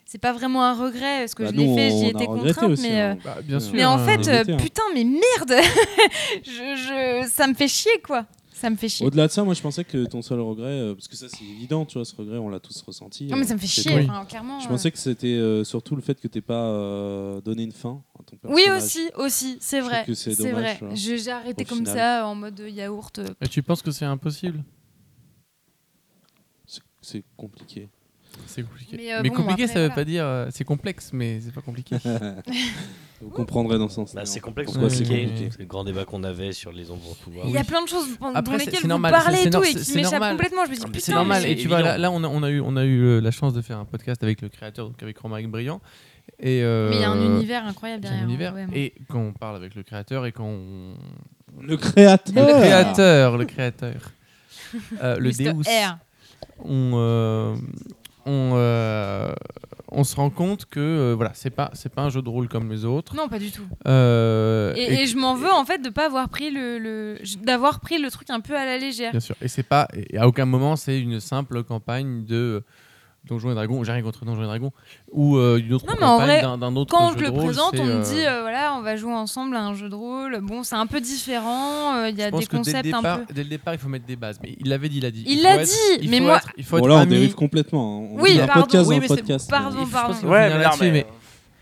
Speaker 4: C'est pas vraiment un regret parce que
Speaker 1: Bah,
Speaker 4: je
Speaker 1: nous,
Speaker 4: l'ai fait,
Speaker 1: on
Speaker 4: j'y
Speaker 1: a
Speaker 4: étais
Speaker 1: regretté
Speaker 4: contrainte,
Speaker 1: aussi,
Speaker 4: mais. euh,
Speaker 1: hein.
Speaker 3: Bah, bien sûr.
Speaker 4: mais en
Speaker 3: euh,
Speaker 4: fait, euh,
Speaker 1: Éviter, hein.
Speaker 4: putain, mais merde je, je- Ça me fait chier, quoi. Ça me fait chier.
Speaker 1: Au-delà de ça, moi je pensais que ton seul regret, euh, parce que ça c'est évident, tu vois, ce regret on l'a tous ressenti.
Speaker 4: Non, mais ça me fait
Speaker 1: c'est
Speaker 4: chier,
Speaker 1: toi.
Speaker 4: enfin, clairement.
Speaker 1: Je
Speaker 4: euh.
Speaker 1: pensais que c'était euh, surtout le fait que t'aies pas euh, donné une fin à ton
Speaker 4: Oui,
Speaker 1: personnage.
Speaker 4: aussi, aussi, c'est
Speaker 1: Je
Speaker 4: vrai.
Speaker 1: trouve que c'est
Speaker 4: C'est
Speaker 1: dommage,
Speaker 4: vrai.
Speaker 1: tu vois,
Speaker 4: Je- J'ai arrêté
Speaker 1: au
Speaker 4: comme
Speaker 1: final.
Speaker 4: ça, en mode yaourt. euh,
Speaker 3: Et tu penses que c'est impossible
Speaker 1: C'est- C'est compliqué.
Speaker 3: C'est compliqué.
Speaker 4: Mais, euh, bon,
Speaker 3: compliqué,
Speaker 4: après,
Speaker 3: ça veut
Speaker 4: voilà.
Speaker 3: pas dire. euh, c'est complexe, mais c'est pas compliqué.
Speaker 1: Vous comprendrez dans ce sens.
Speaker 2: bah, c'est complexe.
Speaker 1: Pourquoi
Speaker 3: ouais,
Speaker 1: c'est
Speaker 3: ouais,
Speaker 1: compliqué
Speaker 3: ouais.
Speaker 2: C'est le grand débat qu'on avait sur les ombres de pouvoir.
Speaker 4: Il y a plein de choses pour-
Speaker 3: Après,
Speaker 4: dont
Speaker 3: c'est-
Speaker 4: lesquelles
Speaker 3: c'est
Speaker 4: vous
Speaker 3: normal,
Speaker 4: parlez
Speaker 3: c'est-
Speaker 4: et
Speaker 3: c'est
Speaker 4: tout
Speaker 3: nor-
Speaker 4: et
Speaker 3: c'est-
Speaker 4: qui
Speaker 3: c'est
Speaker 4: m'échappent
Speaker 3: normal.
Speaker 4: complètement. Je me dis,
Speaker 2: Ah, mais
Speaker 4: putain,
Speaker 2: c'est
Speaker 3: C'est normal.
Speaker 4: mais-
Speaker 3: Et tu vois,
Speaker 2: évident.
Speaker 3: là, là, on, a, on, a eu, on a eu euh, la chance de faire un podcast avec le créateur, donc avec Romaric Briand. Et, euh,
Speaker 4: Mais il y a un univers incroyable
Speaker 3: il y a un
Speaker 4: derrière.
Speaker 3: univers.
Speaker 4: ouais, ouais.
Speaker 3: et quand on parle avec le créateur et quand on.
Speaker 1: Le
Speaker 4: Ah.
Speaker 1: créateur.
Speaker 3: Le créateur, le créateur. Euh, le
Speaker 4: Mr.
Speaker 3: Deus.
Speaker 4: R.
Speaker 3: On, euh, on, euh, on se rend compte que euh, voilà, c'est pas, c'est pas un jeu de rôle comme les autres.
Speaker 4: Non, pas du tout.
Speaker 3: Euh,
Speaker 4: Et, et je m'en veux en fait de pas avoir pris le, le- d'avoir pris le truc un peu à la légère.
Speaker 3: Bien sûr. Et c'est pas, et à aucun moment c'est une simple campagne de euh, Donjons et Dragons. J'ai rien contre Donjons et Dragons ou euh, une autre
Speaker 4: Non, mais en vrai,
Speaker 3: campagne d'un- d'un autre
Speaker 4: Quand
Speaker 3: jeu
Speaker 4: je le
Speaker 3: de rôle,
Speaker 4: présente,
Speaker 3: c'est,
Speaker 4: on me
Speaker 3: euh,
Speaker 4: dit euh, voilà, on va jouer ensemble à un jeu de rôle. Bon, c'est un peu différent, euh, il y
Speaker 3: je
Speaker 4: a
Speaker 3: pense
Speaker 4: des
Speaker 3: que dès le,
Speaker 4: concepts
Speaker 3: départ,
Speaker 4: un peu.
Speaker 3: dès le départ, il faut mettre des bases. Mais il l'avait dit, il a dit.
Speaker 4: Il
Speaker 3: faut
Speaker 4: l'a
Speaker 3: être-
Speaker 4: dit,
Speaker 3: il
Speaker 4: mais
Speaker 3: faut
Speaker 4: moi-
Speaker 3: être- il faut
Speaker 1: Bon,
Speaker 3: être
Speaker 1: là on
Speaker 3: ami.
Speaker 1: dérive complètement. hein. On
Speaker 4: Oui,
Speaker 1: fait un
Speaker 4: pardon.
Speaker 1: podcast
Speaker 3: Oui,
Speaker 1: dans le
Speaker 3: mais c'est-
Speaker 1: podcast.
Speaker 4: Pardon,
Speaker 3: Il- je
Speaker 4: pardon.
Speaker 3: pense qu'il faut
Speaker 5: Ouais,
Speaker 3: finir
Speaker 5: mais non,
Speaker 3: là-dessus,
Speaker 5: mais.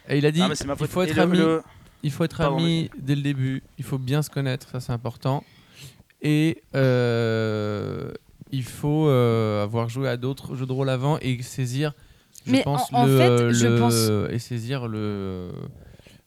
Speaker 3: mais- Et il a dit,
Speaker 5: Non, mais c'est ma faute.
Speaker 3: il faut
Speaker 5: Et
Speaker 3: être
Speaker 5: le-
Speaker 3: ami.
Speaker 5: le-
Speaker 3: Il faut être
Speaker 5: Pardon,
Speaker 3: ami dès le début, il faut bien se connaître, ça c'est important. Et euh, il faut euh, avoir joué à d'autres jeux de rôle avant et saisir, je
Speaker 4: Mais
Speaker 3: pense,
Speaker 4: en- en
Speaker 3: le,
Speaker 4: fait,
Speaker 3: euh,
Speaker 4: je
Speaker 3: le-
Speaker 4: pense-
Speaker 3: et saisir le,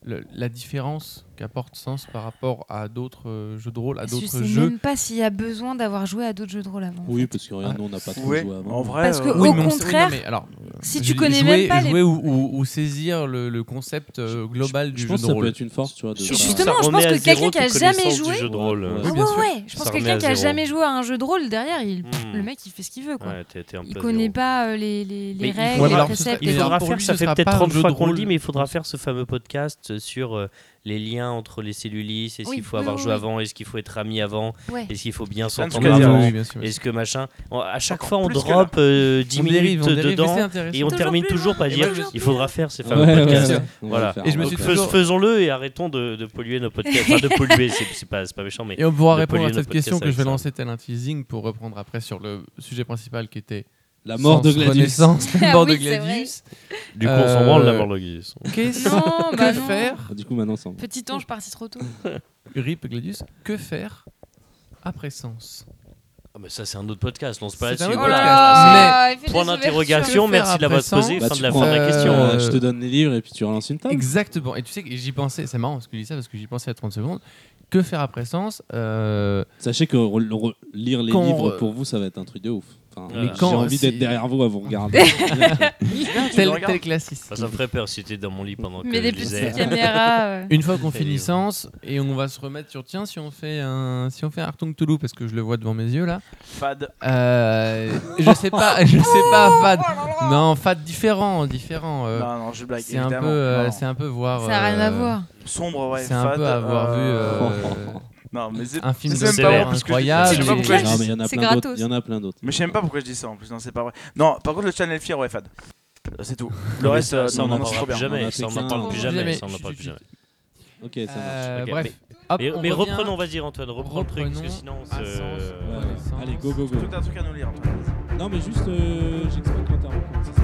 Speaker 3: le- la différence qu'apporte Sens par rapport à d'autres euh, jeux de rôle, à
Speaker 4: Je
Speaker 3: d'autres
Speaker 4: sais
Speaker 3: jeux.
Speaker 4: même pas s'il y a besoin d'avoir joué à d'autres jeux de rôle avant. en
Speaker 1: Oui,
Speaker 4: fait.
Speaker 1: parce que rien, nous on n'a pas trop
Speaker 5: Ah. Ouais,
Speaker 1: joué avant.
Speaker 5: en vrai.
Speaker 4: Parce que
Speaker 5: euh,
Speaker 4: au
Speaker 3: mais on sait-
Speaker 4: contraire,
Speaker 3: non, mais alors,
Speaker 4: si
Speaker 3: je
Speaker 4: tu
Speaker 3: dis
Speaker 4: connais
Speaker 3: jouer-
Speaker 4: même pas les-
Speaker 3: jouer ou, ou- ou saisir le, le concept euh, global du
Speaker 1: Je
Speaker 3: jeu
Speaker 1: pense
Speaker 3: de
Speaker 1: que ça
Speaker 3: rôle.
Speaker 1: peut être une force, tu vois. de-
Speaker 2: Surtout que
Speaker 4: Justement,
Speaker 2: ça
Speaker 4: je
Speaker 2: remet
Speaker 4: pense
Speaker 2: à
Speaker 4: que
Speaker 2: zéro
Speaker 4: quelqu'un qui a
Speaker 2: tes
Speaker 4: jamais
Speaker 2: connaissances
Speaker 4: joué-
Speaker 2: Du jeu de rôle.
Speaker 1: Ouais,
Speaker 4: Ah
Speaker 3: bien
Speaker 4: ouais,
Speaker 3: sûr.
Speaker 4: ouais, je pense
Speaker 2: Ça
Speaker 4: que
Speaker 2: remet
Speaker 4: quelqu'un
Speaker 2: à
Speaker 4: qui a
Speaker 2: zéro.
Speaker 4: jamais joué à un jeu de rôle derrière, il-
Speaker 2: Hmm.
Speaker 4: le mec il fait ce qu'il veut quoi.
Speaker 2: Ouais, t'es- t'es un
Speaker 4: Il
Speaker 2: peu
Speaker 4: connaît
Speaker 2: zéro.
Speaker 4: pas euh, les, les, les
Speaker 2: Mais il
Speaker 4: règles,
Speaker 2: faudra-
Speaker 4: les
Speaker 3: alors,
Speaker 4: concepts.
Speaker 3: ce serait-
Speaker 2: Il
Speaker 4: les-
Speaker 3: Mais
Speaker 2: faudra
Speaker 3: pour
Speaker 2: faire,
Speaker 3: lui,
Speaker 2: ça
Speaker 3: ce
Speaker 2: fait
Speaker 3: sera
Speaker 2: peut-être
Speaker 3: pas un
Speaker 2: 30
Speaker 3: jeu
Speaker 2: fois
Speaker 3: de
Speaker 2: qu'on le
Speaker 3: rôle.
Speaker 2: dit, mais il faudra faire ce fameux podcast sur euh, les liens entre les cellulis, est-ce
Speaker 4: Oui,
Speaker 2: qu'il faut
Speaker 4: oui,
Speaker 2: avoir
Speaker 4: oui,
Speaker 2: joué
Speaker 4: oui.
Speaker 2: avant, est-ce qu'il faut être ami avant,
Speaker 4: Ouais.
Speaker 2: est-ce qu'il faut bien
Speaker 5: Plein de
Speaker 2: s'entendre
Speaker 5: choses à dire,
Speaker 2: avant,
Speaker 3: Ah Oui, bien sûr, bien sûr.
Speaker 2: est-ce que machin. On- à chaque
Speaker 5: Encore
Speaker 2: fois, on
Speaker 5: plus que
Speaker 2: drop euh, 10
Speaker 3: On
Speaker 2: minutes
Speaker 3: dérive, on dérive, mais
Speaker 2: dedans
Speaker 3: c'est intéressant.
Speaker 2: et on
Speaker 4: Toujours
Speaker 2: termine
Speaker 4: plus
Speaker 2: toujours
Speaker 4: loin,
Speaker 2: par dire
Speaker 4: et moi, je-
Speaker 2: il faudra faire ces fameux
Speaker 1: Ouais,
Speaker 2: podcasts.
Speaker 1: ouais, ouais. On va
Speaker 2: Voilà.
Speaker 1: le faire,
Speaker 3: Et je
Speaker 1: on
Speaker 3: me
Speaker 1: va
Speaker 3: suis
Speaker 1: le faire.
Speaker 2: Donc, fais-
Speaker 3: toujours-
Speaker 2: faisons-le et arrêtons de, de polluer nos podcasts. Enfin, de polluer, c'est c'est pas, c'est pas méchant, mais
Speaker 3: Et on pourra
Speaker 2: de
Speaker 3: répondre à
Speaker 2: polluer nos
Speaker 3: cette question
Speaker 2: podcasts
Speaker 3: que je vais
Speaker 2: avec ça.
Speaker 3: lancer tel un teasing pour reprendre après sur le sujet principal qui était
Speaker 1: La mort de
Speaker 3: Sens,
Speaker 1: Gladius.
Speaker 3: Renaissance, la
Speaker 4: Ah
Speaker 3: mort
Speaker 4: oui,
Speaker 3: de
Speaker 4: c'est vrai.
Speaker 3: Gladius.
Speaker 2: du coup, on s'en
Speaker 3: Euh,
Speaker 2: branle d'avoir l'organisation.
Speaker 3: Qu'est-ce
Speaker 4: Non,
Speaker 3: que
Speaker 4: bah non.
Speaker 3: faire
Speaker 1: Du coup, maintenant, sans.
Speaker 4: Petit ange parti trop tôt.
Speaker 3: Rip Gladius, que faire après Sens
Speaker 2: Ah, mais ça, c'est un autre podcast, lance pas
Speaker 3: C'est un
Speaker 2: là-dessus.
Speaker 3: autre
Speaker 2: voilà.
Speaker 3: podcast.
Speaker 4: là, il fait
Speaker 2: Point
Speaker 4: des ouvertures.
Speaker 2: d'interrogation,
Speaker 3: Que faire
Speaker 2: merci de l'avoir
Speaker 3: après ça
Speaker 2: posé,
Speaker 1: Bah,
Speaker 2: fin
Speaker 1: tu
Speaker 2: de la
Speaker 1: prends-
Speaker 2: fin de la question.
Speaker 1: euh,
Speaker 3: euh,
Speaker 1: Je te donne les livres et puis tu relances une table.
Speaker 3: Exactement. Et tu sais que j'y pensais, c'est marrant parce que je dis ça parce que j'y pensais à 30 secondes. Que faire après Sens Euh,
Speaker 1: Sachez que re- re- lire les
Speaker 3: Quand on
Speaker 1: livres
Speaker 3: re-
Speaker 1: pour vous, ça va être un truc de ouf. Enfin,
Speaker 2: Mais
Speaker 1: J'ai
Speaker 3: quand-
Speaker 1: envie
Speaker 3: si-
Speaker 1: d'être derrière vous à vous regarder.
Speaker 3: Tel,
Speaker 5: regardes
Speaker 3: tel classiste.
Speaker 2: Ah, ça me ferait peur si t'étais dans mon lit pendant que
Speaker 4: Mais
Speaker 2: je
Speaker 4: des
Speaker 2: lisais.
Speaker 4: petites caméras. euh, ouais.
Speaker 3: Une fois qu'on
Speaker 2: Très
Speaker 3: finit
Speaker 2: bien.
Speaker 3: Sens et on va se remettre sur tiens si on fait un si on fait un Artung Toulouse parce que je le vois devant mes yeux là.
Speaker 5: Fad.
Speaker 3: Euh, je sais pas, je sais pas Fad. Non, Fad différent, différent. euh,
Speaker 5: non, non, je blague.
Speaker 3: c'est un peu,
Speaker 5: évidemment.
Speaker 3: euh,
Speaker 5: Non,
Speaker 3: c'est un peu voir.
Speaker 4: Ça n'a rien à
Speaker 3: euh,
Speaker 4: voir.
Speaker 5: sombre, ouais.
Speaker 3: c'est un
Speaker 5: fade,
Speaker 3: peu avoir vu, Euh,
Speaker 5: euh, Non, mais c'est.
Speaker 3: un film
Speaker 5: c'est
Speaker 3: de
Speaker 5: même pas
Speaker 2: sévère,
Speaker 5: vrai,
Speaker 2: hein,
Speaker 5: parce que
Speaker 3: incroyable,
Speaker 5: Je sais pas
Speaker 3: mais-
Speaker 5: pourquoi je dis
Speaker 1: Non,
Speaker 5: ça.
Speaker 1: mais il y en a
Speaker 4: C'est
Speaker 1: plein d'autres.
Speaker 4: gratos.
Speaker 1: Il y en a plein d'autres.
Speaker 5: Mais je sais même pas pourquoi je dis ça en plus, non, c'est pas vrai. Non, par contre, le Channel Fear, ouais, fad. C'est tout. Le
Speaker 2: Mais
Speaker 5: reste,
Speaker 2: ça,
Speaker 5: euh,
Speaker 2: ça, on
Speaker 5: non,
Speaker 2: n'en
Speaker 5: non, c'est trop
Speaker 2: parlera plus
Speaker 5: bien.
Speaker 1: On en
Speaker 2: jamais.
Speaker 1: a
Speaker 2: Ça, on
Speaker 1: fait
Speaker 2: n'en parle
Speaker 1: qu'un.
Speaker 2: plus jamais.
Speaker 3: Jamais.
Speaker 2: ça, on n'en parle plus jamais.
Speaker 1: Ok, ça marche.
Speaker 3: Euh,
Speaker 2: Ok,
Speaker 3: Bref. Hop,
Speaker 2: Mais,
Speaker 3: on
Speaker 2: mais
Speaker 3: revient
Speaker 2: reprenons, vas-y, Antoine, reprends le truc, parce que
Speaker 3: reprenons Ah,
Speaker 2: sinon, on
Speaker 3: à
Speaker 2: se-
Speaker 3: Sens.
Speaker 1: Ouais. Allez, go, go, go.
Speaker 5: Tout un truc à nous lire, Antoine.
Speaker 1: Non, mais juste, euh, j'explique quand t'as recommencé.